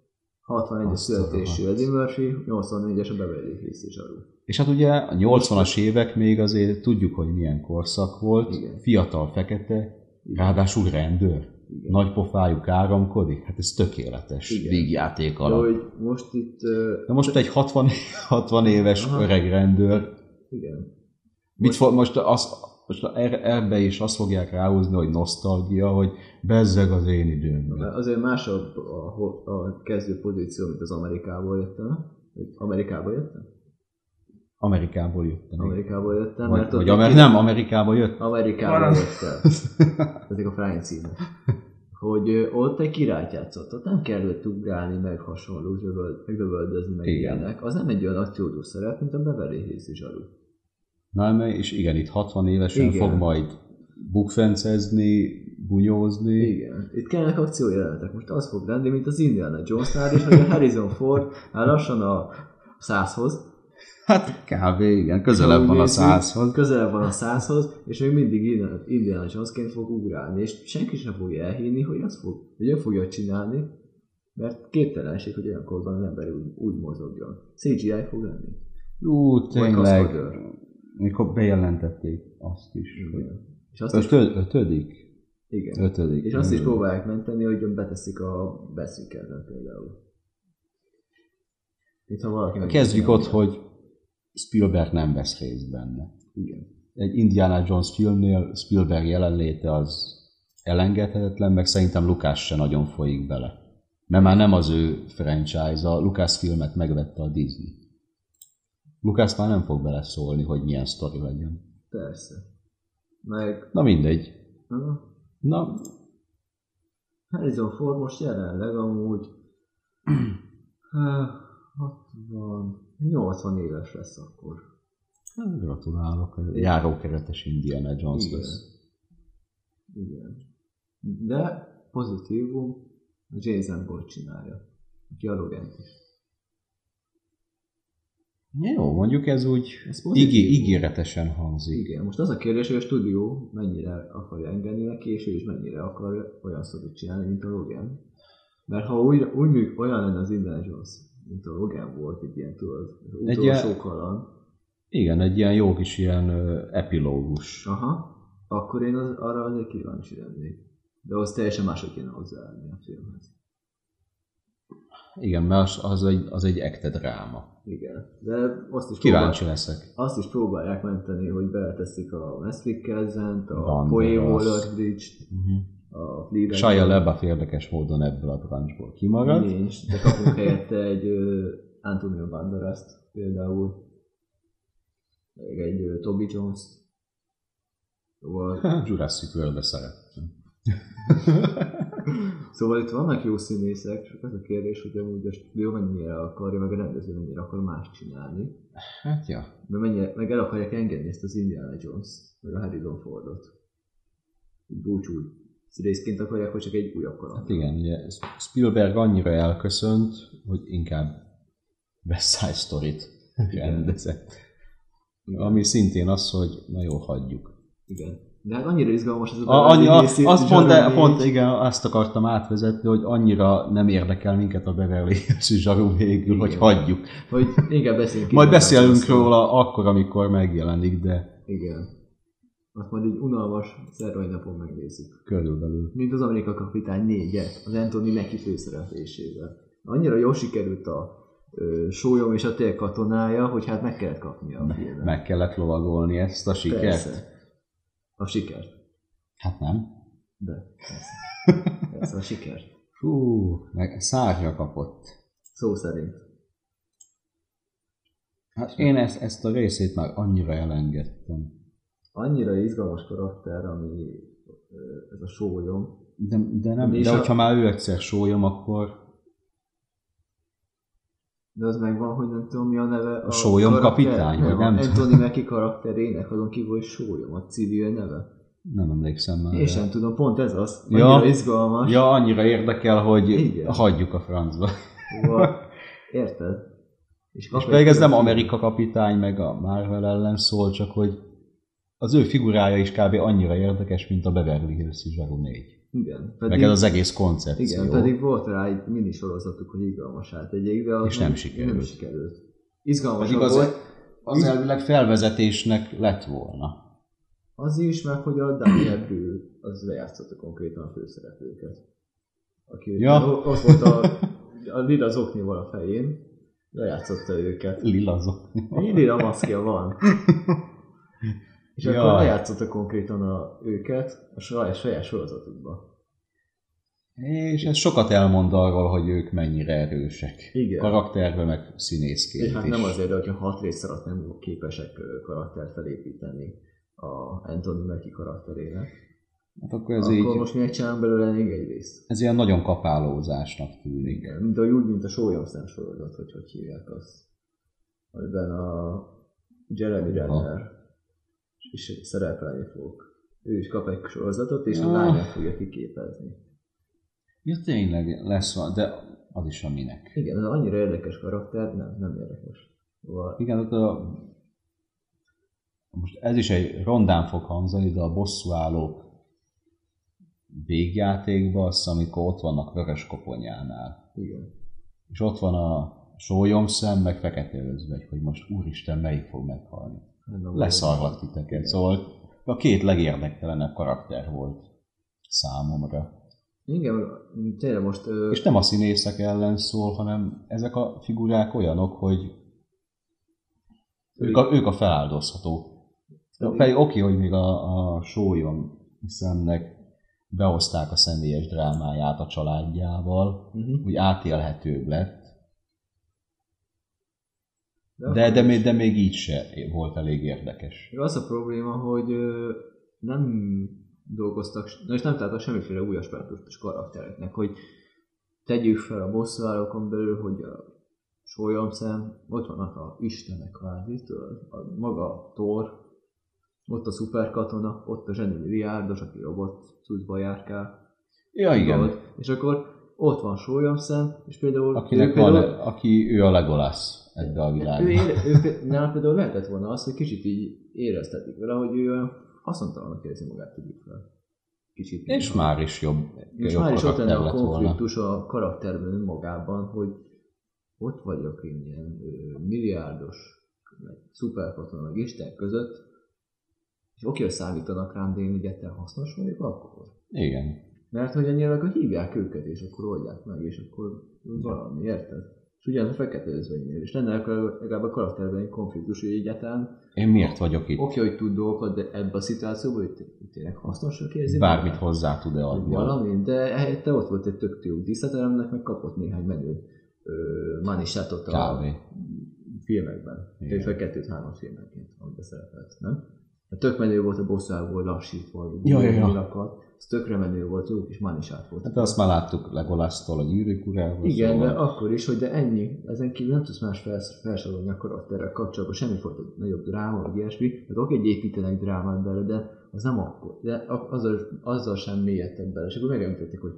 [SPEAKER 1] 61-es
[SPEAKER 2] Azt hát. a
[SPEAKER 1] születésű
[SPEAKER 2] rohadt.
[SPEAKER 1] Eddie Murphy, 84-es a Beverly Hills is adó.
[SPEAKER 2] És hát ugye a 80-as évek még azért tudjuk, hogy milyen korszak volt,
[SPEAKER 1] Igen.
[SPEAKER 2] fiatal, fekete, ráadásul rendőr, nagy pofájú káromkodik, hát ez tökéletes
[SPEAKER 1] Igen.
[SPEAKER 2] vígjáték
[SPEAKER 1] De
[SPEAKER 2] alap.
[SPEAKER 1] hogy most itt, ö,
[SPEAKER 2] Na most egy 60, 60 éves
[SPEAKER 1] Aha.
[SPEAKER 2] öreg rendőr
[SPEAKER 1] igen,
[SPEAKER 2] Mit fog, most, az, most er- ebbe is azt fogják ráhúzni, hogy nosztalgia, hogy bezzeg az én időmben.
[SPEAKER 1] azért másabb a, ho- a kezdő pozíció, mint az Amerikából jöttem. Vagy Amerikából jöttem?
[SPEAKER 2] Amerikából jöttem.
[SPEAKER 1] Amerikából
[SPEAKER 2] Amerikából,
[SPEAKER 1] jöttem,
[SPEAKER 2] vagy,
[SPEAKER 1] mert
[SPEAKER 2] vagy
[SPEAKER 1] ott
[SPEAKER 2] Amer- nem, Amerikából jöttem.
[SPEAKER 1] Amerikából
[SPEAKER 2] [LAUGHS]
[SPEAKER 1] jöttem. Ezek a frány címek. Hogy ö, ott egy királyt játszott, ott nem kellett ugrálni, meg hasonló, zsövöld, meg lövöldözni, meg
[SPEAKER 2] Igen.
[SPEAKER 1] ilyenek. Az nem egy olyan akciódó szerep, mint a Beverly Hills is alul.
[SPEAKER 2] Na, mert- és igen, itt 60 évesen
[SPEAKER 1] Igen.
[SPEAKER 2] igen. fog majd bukfencezni, bunyózni. Igen.
[SPEAKER 1] Igen, itt kellnek akciójelenetek. Most az fog lenni, mint az Indiana Jonesnál is, hogy a Harrison Ford már lassan a százhoz,
[SPEAKER 2] Hát kávé, igen, közelebb
[SPEAKER 1] Úgy
[SPEAKER 2] van a
[SPEAKER 1] nézzük.
[SPEAKER 2] százhoz.
[SPEAKER 1] közelebb van a százhoz, és még mindig Indiana- Indiana Jonesként fog ugrálni, és senki sem fogja elhinni, hogy, az fog, hogy ő fogja csinálni, mert képtelenség, hogy olyan korban az ember úgy, úgy mozogjon. CGI fog lenni.
[SPEAKER 2] Ú, tényleg.
[SPEAKER 1] kaszkadőr.
[SPEAKER 2] Mikor bejelentették azt is, hogy
[SPEAKER 1] Igen. És azt is,
[SPEAKER 2] Ötö- ötödik?
[SPEAKER 1] igen.
[SPEAKER 2] Ötödik.
[SPEAKER 1] És azt is próbálják menteni, hogy beteszik a beszűkelben például. Itt, ha valaki meg-
[SPEAKER 2] Kezdjük ott, hogy Spielberg nem vesz részt benne.
[SPEAKER 1] Igen.
[SPEAKER 2] egy Indiana Jones filmnél Spielberg jelenléte az elengedhetetlen, meg szerintem Lukás se nagyon folyik bele. Mert már nem az ő franchise-a, Lukás filmet megvette a Disney. Lukás már nem fog beleszólni, hogy milyen sztori legyen.
[SPEAKER 1] Persze. Meg
[SPEAKER 2] Na mindegy.
[SPEAKER 1] aha,
[SPEAKER 2] Na,
[SPEAKER 1] Harrison Hát Ford most jelenleg amúgy [CLEARS THROAT] hát, 60, 80 éves lesz akkor.
[SPEAKER 2] hát gratulálok, járókeretes Indiana Jones
[SPEAKER 1] Igen.
[SPEAKER 2] lesz.
[SPEAKER 1] Igen. De pozitívum a Jason Bourne csinálja, aki a Logent is.
[SPEAKER 2] Jó, mondjuk ez úgy
[SPEAKER 1] Ez
[SPEAKER 2] igé-
[SPEAKER 1] pozitívum.
[SPEAKER 2] ígéretesen hangzik.
[SPEAKER 1] Igen, most az a kérdés, hogy a stúdió mennyire akarja engedni neki, és ő is mennyire akar olyan szorút csinálni, mint a Logan. Mert ha úgy, úgy műk, olyan lenne az Indiana Jones, mint a Logan volt, egy ilyen tudod, az
[SPEAKER 2] Egy
[SPEAKER 1] utolsó kaland,
[SPEAKER 2] Igen, egy ilyen jó kis ilyen ö, epilógus.
[SPEAKER 1] aha, akkor én az, arra azért kíváncsi lennék. De az teljesen máshogy kéne hozzáállni a filmhez.
[SPEAKER 2] Igen, mert az, az, egy, az egy ekte dráma.
[SPEAKER 1] Igen, de azt is
[SPEAKER 2] Kíváncsi leszek.
[SPEAKER 1] azt is próbálják menteni, hogy beleteszik a Wesley Kelzent, a
[SPEAKER 2] Van,
[SPEAKER 1] Poé
[SPEAKER 2] de az-
[SPEAKER 1] Waller Bridge-t,
[SPEAKER 2] Uh-huh.
[SPEAKER 1] a Fleabag-
[SPEAKER 2] Shia LaBeouf érdekes módon ebből a branchból kimaradt.
[SPEAKER 1] Nincs, de kapunk helyette egy ö, Antonio Banderas-t például, meg egy ö, Toby jones szóval,
[SPEAKER 2] [LAUGHS] Jurassic World-be szerettem.
[SPEAKER 1] szóval itt vannak jó színészek, csak az a kérdés, hogy amúgy a stúdió mennyire akarja, meg a rendező mennyire akar más csinálni,
[SPEAKER 2] Hát ja.
[SPEAKER 1] meg, mennyire, meg el akarják engedni ezt az Indiana Jones, meg a Harrison Fordot. Így Búcsúgy. Részként akarják, hogy csak egy újabb kaland.
[SPEAKER 2] Hát igen, ugye Spielberg annyira elköszönt, hogy inkább West Side Story-t rendezett. Ami szintén az, hogy na jó, hagyjuk.
[SPEAKER 1] Igen. De hát annyira izgalmas ez a
[SPEAKER 2] A, annyi,
[SPEAKER 1] Beverly
[SPEAKER 2] az,
[SPEAKER 1] Hills
[SPEAKER 2] az pont,
[SPEAKER 1] Zsaromény.
[SPEAKER 2] pont, igen, azt akartam átvezetni, hogy annyira nem érdekel minket a Beverly Hills zsaru végül, hogy
[SPEAKER 1] Igen.
[SPEAKER 2] hagyjuk.
[SPEAKER 1] Hogy inkább beszéljünk.
[SPEAKER 2] Majd
[SPEAKER 1] Indiana
[SPEAKER 2] beszélünk
[SPEAKER 1] Jonesról.
[SPEAKER 2] róla akkor, amikor megjelenik, de
[SPEAKER 1] Igen. Azt majd egy unalmas szervaj napon megnézzük.
[SPEAKER 2] körülbelül.
[SPEAKER 1] Mint az Amerika Kapitány 4 az Anthony Mackie főszereplésével. Annyira jól sikerült a ö, sólyom és a tél katonája, hogy hát meg kellett kapnia a filmet.
[SPEAKER 2] Meg kellett lovagolni ezt a sikert.
[SPEAKER 1] Persze. A sikert.
[SPEAKER 2] Hát nem.
[SPEAKER 1] De. Persze. Persze, a sikert.
[SPEAKER 2] Hú, meg szárnya kapott.
[SPEAKER 1] Szó szerint.
[SPEAKER 2] Hát én ezt, ezt a részét már annyira elengedtem.
[SPEAKER 1] Annyira izgalmas karakter, ami ö, ez a sólyom,
[SPEAKER 2] De, de nem,
[SPEAKER 1] És
[SPEAKER 2] de
[SPEAKER 1] a-
[SPEAKER 2] hogyha már ő egyszer sólyom, akkor
[SPEAKER 1] De az megvan, hogy nem tudom mi a neve. A,
[SPEAKER 2] sólyom
[SPEAKER 1] karakter-
[SPEAKER 2] kapitány, vagy nem?
[SPEAKER 1] A Anthony Mackie karakterének azon kívül, hogy sólyom, a civil neve.
[SPEAKER 2] nem emlékszem már.
[SPEAKER 1] Én
[SPEAKER 2] rá.
[SPEAKER 1] sem tudom, pont ez az.
[SPEAKER 2] Ja.
[SPEAKER 1] Annyira izgalmas.
[SPEAKER 2] Ja, annyira érdekel, hogy
[SPEAKER 1] Igen.
[SPEAKER 2] hagyjuk a francba. [LAUGHS]
[SPEAKER 1] Szóval, Érted? kap
[SPEAKER 2] És
[SPEAKER 1] egy
[SPEAKER 2] pedig ez nem
[SPEAKER 1] külön-
[SPEAKER 2] Amerika kapitány, meg a Marvel ellen szól, csak hogy az ő figurája is kb. annyira érdekes, mint a Beverly Hills Zsaru 4.
[SPEAKER 1] Igen.
[SPEAKER 2] Meg
[SPEAKER 1] Pedig,
[SPEAKER 2] ez az egész
[SPEAKER 1] igen,
[SPEAKER 2] koncepció.
[SPEAKER 1] pedig volt rá egy mini sorozatuk, hogy izgalmasát tegyék, de az
[SPEAKER 2] És nem sikerült.
[SPEAKER 1] Nem sikerült. Izgalmas
[SPEAKER 2] Pedig az,
[SPEAKER 1] volt.
[SPEAKER 2] az elvileg felvezetésnek lett volna.
[SPEAKER 1] Az is, meg hogy a Daniel Brühl az lejátszotta konkrétan a főszereplőket. Aki
[SPEAKER 2] Ja.
[SPEAKER 1] o- ott volt a, a lila zoknival a fején, lejátszotta őket.
[SPEAKER 2] Lila zokni.
[SPEAKER 1] Egy lila maszkja
[SPEAKER 2] [LAUGHS]
[SPEAKER 1] van. És
[SPEAKER 2] Jaj.
[SPEAKER 1] akkor lejátszotta konkrétan a, őket a saját, saját sorozatukba.
[SPEAKER 2] És ez sokat elmond arról, hogy ők mennyire erősek.
[SPEAKER 1] Igen.
[SPEAKER 2] Karakterben, meg
[SPEAKER 1] És
[SPEAKER 2] színészként
[SPEAKER 1] hát
[SPEAKER 2] is.
[SPEAKER 1] nem azért, de hogyha hat rész alatt nem voltak képesek ö, karaktert felépíteni a Anthony Mackie karakterének,
[SPEAKER 2] Hát akkor ez
[SPEAKER 1] ez akkor
[SPEAKER 2] így,
[SPEAKER 1] most miért csinálunk belőle még egy részt?
[SPEAKER 2] ez ilyen nagyon kapálózásnak tűnik.
[SPEAKER 1] Igen, mint ahogy úgy, mint a sólyomszem sorozat, hogy hogy hívják azt. Amiben a Jeremy
[SPEAKER 2] Aha.
[SPEAKER 1] Renner is szerepelni fog. Ő is kap egy sorozatot, és a
[SPEAKER 2] Ah.
[SPEAKER 1] lányát fogja kiképezni.
[SPEAKER 2] Ja, tényleg lesz van, de az is aminek.
[SPEAKER 1] Igen, ez annyira érdekes karakter, nem, nem érdekes. Szóval,
[SPEAKER 2] Igen, ott a, most ez is egy rondán fog hangzani, de a bosszúállók végjátékban azt, hiszem, amikor ott vannak vörös koponyánál.
[SPEAKER 1] igen.
[SPEAKER 2] És ott van a sólyomszem, meg fekete özvegy, hogy most úristen melyik fog meghalni.
[SPEAKER 1] Nem
[SPEAKER 2] Leszarlak titeket. Szóval a két legérdektelenebb karakter volt számomra.
[SPEAKER 1] Igen, tényleg most... Ö,
[SPEAKER 2] És nem a színészek ellen szól, hanem ezek a figurák olyanok, hogy ők a, ők a feláldozhatók. Ja,
[SPEAKER 1] pedig-
[SPEAKER 2] Pedig oké, hogy még a, a sólyom szemnek behozták a személyes drámáját a családjával,
[SPEAKER 1] Mhm.
[SPEAKER 2] úgy átélhetőbb lett,
[SPEAKER 1] akkor
[SPEAKER 2] de, de, még, de még így se volt elég érdekes.
[SPEAKER 1] Ja, Az a probléma, hogy ö, nem dolgoztak, na és nem találtak semmiféle új aspektus karaktereknek, hogy tegyük fel a bosszúállókon belül, hogy a sólyomszem, ott vannak a istenek kvázi, tudod, a maga a Thor, ott a szuperkatona, ott a zseni milliárdos, aki robot cuccba járkál,
[SPEAKER 2] Ja, igen.
[SPEAKER 1] Tudod? És akkor ott van sólyomszem, és például...
[SPEAKER 2] Akinek
[SPEAKER 1] ő például,
[SPEAKER 2] van, aki ő a Legolász ebbe a
[SPEAKER 1] ő,
[SPEAKER 2] világban.
[SPEAKER 1] ére, ő pé- nála például lehetett volna az, hogy kicsit így éreztetik vele, hogy ő olyan haszontalannak érzi magát tudjuk fel. Kicsit.
[SPEAKER 2] És már is jobb.
[SPEAKER 1] és
[SPEAKER 2] jobb
[SPEAKER 1] már is ott lenne
[SPEAKER 2] karakter
[SPEAKER 1] a
[SPEAKER 2] lett volna.
[SPEAKER 1] konfliktus a karakterben önmagában, hogy ott vagyok én ilyen ö, milliárdos, meg szuperkatona, meg Isten között, és oké, hogy számítanak rám, de én egyetlen hasznos vagyok akkor.
[SPEAKER 2] Igen.
[SPEAKER 1] Mert hogy ennyire meg hívják őket, és akkor oldják meg, és akkor valami, érted? És ugyanaz a fekete özvegynél, és lenne akkor legalább a karakterben egy konfliktus, hogy egyáltalán
[SPEAKER 2] Én miért vagyok itt?
[SPEAKER 1] oké, hogy tud dolgokat, de ebbe a szituációban, hogy té- tényleg hasznosak érzi
[SPEAKER 2] Bármit
[SPEAKER 1] magát?
[SPEAKER 2] hozzá tud-e adni.
[SPEAKER 1] Valami, de helyette ott volt egy tök jó díszletelemnek, meg kapott néhány menő ö, manisátot a
[SPEAKER 2] Kávé.
[SPEAKER 1] filmekben.
[SPEAKER 2] Igen.
[SPEAKER 1] És vagy kettőt-három filmenként, amiben szerepelt, nem? A tök menő volt a bosszából lassítva,
[SPEAKER 2] Ja, ja, ja.
[SPEAKER 1] nyilakat, ez tökre menő volt, jó kis manisát volt.
[SPEAKER 2] Hát azt már láttuk Legolásztól a gyűrűk urához.
[SPEAKER 1] Igen, de
[SPEAKER 2] szóval
[SPEAKER 1] akkor is, hogy de ennyi, ezen kívül nem tudsz más felsz- felsorolni a karakterrel kapcsolatban, semmifajta nagyobb dráma, vagy ilyesmi, mert oké, hogy építenek drámát bele, de az nem akkor, de a- azzal, azzal sem mélyedtek bele, és akkor megemlítették, hogy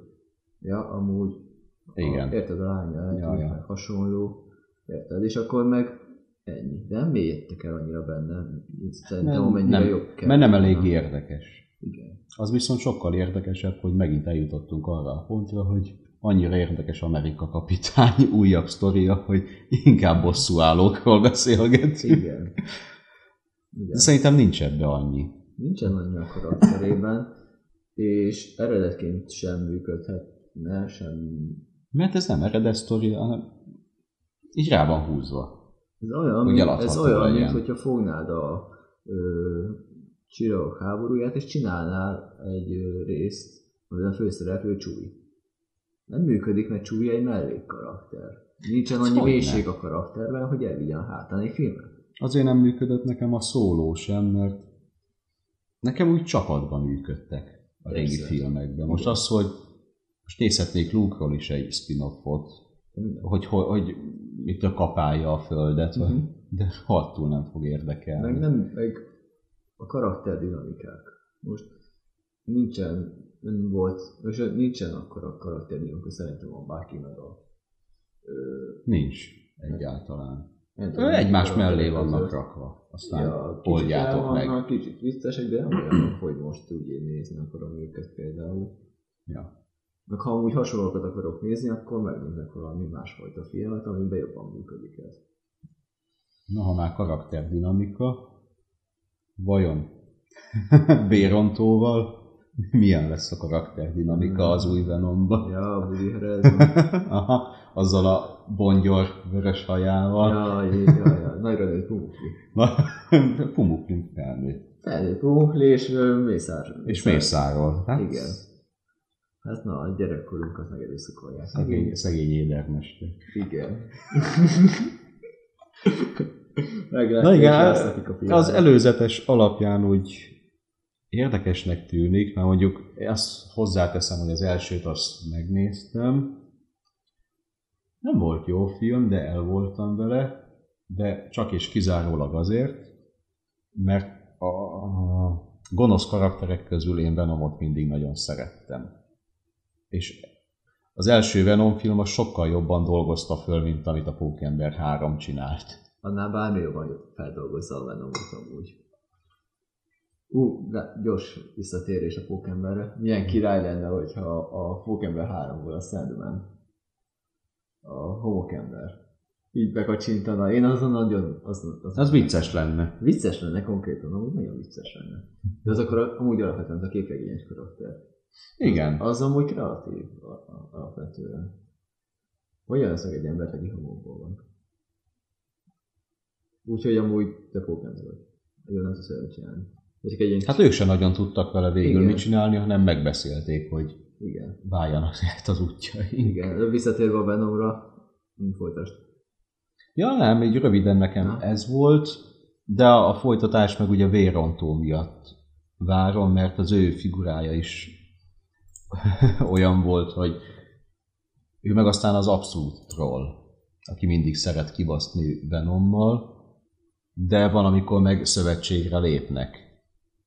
[SPEAKER 1] ja, amúgy,
[SPEAKER 2] Igen.
[SPEAKER 1] A, érted, a lánya eltűnt,
[SPEAKER 2] ja.
[SPEAKER 1] meg hasonló, érted, és akkor meg ennyi, de nem mélyedtek el annyira benne, így szerintem
[SPEAKER 2] nem,
[SPEAKER 1] amennyire
[SPEAKER 2] nem,
[SPEAKER 1] jobb kell.
[SPEAKER 2] mert nem elég
[SPEAKER 1] volna.
[SPEAKER 2] érdekes.
[SPEAKER 1] Igen.
[SPEAKER 2] Az viszont sokkal érdekesebb, hogy megint eljutottunk arra a pontra, hogy annyira érdekes Amerika kapitány [LAUGHS] újabb sztoria, hogy inkább bosszúállókról beszélgetünk. [LAUGHS]
[SPEAKER 1] Igen. Igen.
[SPEAKER 2] De szerintem nincs ebbe annyi.
[SPEAKER 1] nincsen annyi a karakterében, és eredetként sem működhetne, sem...
[SPEAKER 2] Mert ez nem eredet sztoria, hanem így rá van húzva.
[SPEAKER 1] Ez olyan,
[SPEAKER 2] Hogy
[SPEAKER 1] mint, ez
[SPEAKER 2] eladható
[SPEAKER 1] olyan, mint
[SPEAKER 2] legyen.
[SPEAKER 1] hogyha fognád a ö, csillagok háborúját, és csinálnál egy ö, részt, amiben a főszereplő Csúi. Nem működik, mert Csúi egy mellékkarakter. Nincsen annyi
[SPEAKER 2] Hogyne.
[SPEAKER 1] mélység a karakterben, hogy elvigyen a hátán egy filmet.
[SPEAKER 2] Azért nem működött nekem a szóló sem, mert nekem úgy csapatban működtek a régi
[SPEAKER 1] Persze.
[SPEAKER 2] filmekben. Most
[SPEAKER 1] Igen.
[SPEAKER 2] az, hogy most nézhetnék Luke-ról is egy spin-offot, hogy, hogy, hogy mit a kapálja a földet,
[SPEAKER 1] Mhm.
[SPEAKER 2] uh-huh. de hattul nem fog érdekelni.
[SPEAKER 1] Meg nem, meg a karakter dinamikák. Most nincsen, nem volt, és nincsen akkor a karakter dinamika szerintem van bárkivel a... Ö,
[SPEAKER 2] Nincs egyáltalán.
[SPEAKER 1] nem
[SPEAKER 2] Ő egymás
[SPEAKER 1] karakterek
[SPEAKER 2] mellé vannak
[SPEAKER 1] között.
[SPEAKER 2] rakva, aztán
[SPEAKER 1] Ja,
[SPEAKER 2] ja,
[SPEAKER 1] kicsit el
[SPEAKER 2] oldjátok meg.
[SPEAKER 1] vannak, Kicsit viccesek, de nem olyanok, hogy most úgy én nézni akarom őket például.
[SPEAKER 2] Ja.
[SPEAKER 1] Meg ha amúgy hasonlókat akarok nézni, akkor megnézek valami másfajta filmet, amiben jobban működik ez.
[SPEAKER 2] Na, ha már karakterdinamika, vajon [LAUGHS] Bérontóval milyen lesz a
[SPEAKER 1] Mhm.
[SPEAKER 2] karakterdinamika az új Venomban?
[SPEAKER 1] Ja, Woody
[SPEAKER 2] [LAUGHS] Aha, azzal a bongyor vörös hajával. Ja.
[SPEAKER 1] Ja, jaj, jaj, jaj, nagyra nőtt pumukli.
[SPEAKER 2] Na, [LAUGHS] pumuklink felnőtt.
[SPEAKER 1] Felnőtt pumukli és ö, mészár.
[SPEAKER 2] És mészáról. Hát,
[SPEAKER 1] Igen. Hát na, a gyerekkorunkat megerőszakolják.
[SPEAKER 2] Szegény, szegény édermester. [LAUGHS]
[SPEAKER 1] Igen. Meglátjuk,
[SPEAKER 2] Na igen, hát
[SPEAKER 1] és lesz nekik a pillanat.
[SPEAKER 2] Az előzetes alapján úgy érdekesnek tűnik, mert mondjuk azt hozzáteszem, hogy az elsőt azt megnéztem. Nem volt jó film, de el voltam vele, de csak és kizárólag azért, mert a gonosz karakterek közül én Venomot mindig nagyon szerettem. És az első Venom film az sokkal jobban dolgozta föl, mint amit a Pókember 3 csinált.
[SPEAKER 1] Annál bármi jobban feldolgozza a Venomot amúgy. Ú, de gyors visszatérés a Pókemberre.
[SPEAKER 2] Mhm.
[SPEAKER 1] Milyen király lenne, hogyha a Pókember 3-ból a Sandman. A homokember. Így bekacsintana. Én azon nagyon... Azon, azon
[SPEAKER 2] Az vicces lenne.
[SPEAKER 1] Vicces lenne konkrétan, amúgy nagyon vicces lenne. De az akkor amúgy alapvetően az a képregényes karakter.
[SPEAKER 2] Igen.
[SPEAKER 1] Az amúgy kreatív a- a- alapvetően. Hogyan leszek egy embert, aki homokból van? Úgyhogy amúgy te pókember vagy. Nagyon nem tudsz olyan csinálni. De csak egy ilyen...
[SPEAKER 2] Hát ők sem nagyon tudtak vele végül
[SPEAKER 1] Igen.
[SPEAKER 2] Igen. mit csinálni, hanem megbeszélték, hogy
[SPEAKER 1] Igen.
[SPEAKER 2] váljanak [LAUGHS] át az útjaink.
[SPEAKER 1] Igen. De Visszatérve a Venomra, mint folytasd.
[SPEAKER 2] Ja nem, így röviden nekem
[SPEAKER 1] Na.
[SPEAKER 2] Na. ez volt, de a folytatás meg ugye vérontó miatt várom, mert az ő figurája is [LAUGHS] olyan volt, hogy ő meg aztán az abszolút troll, aki mindig szeret kibaszni Venommal, de van, amikor meg szövetségre lépnek.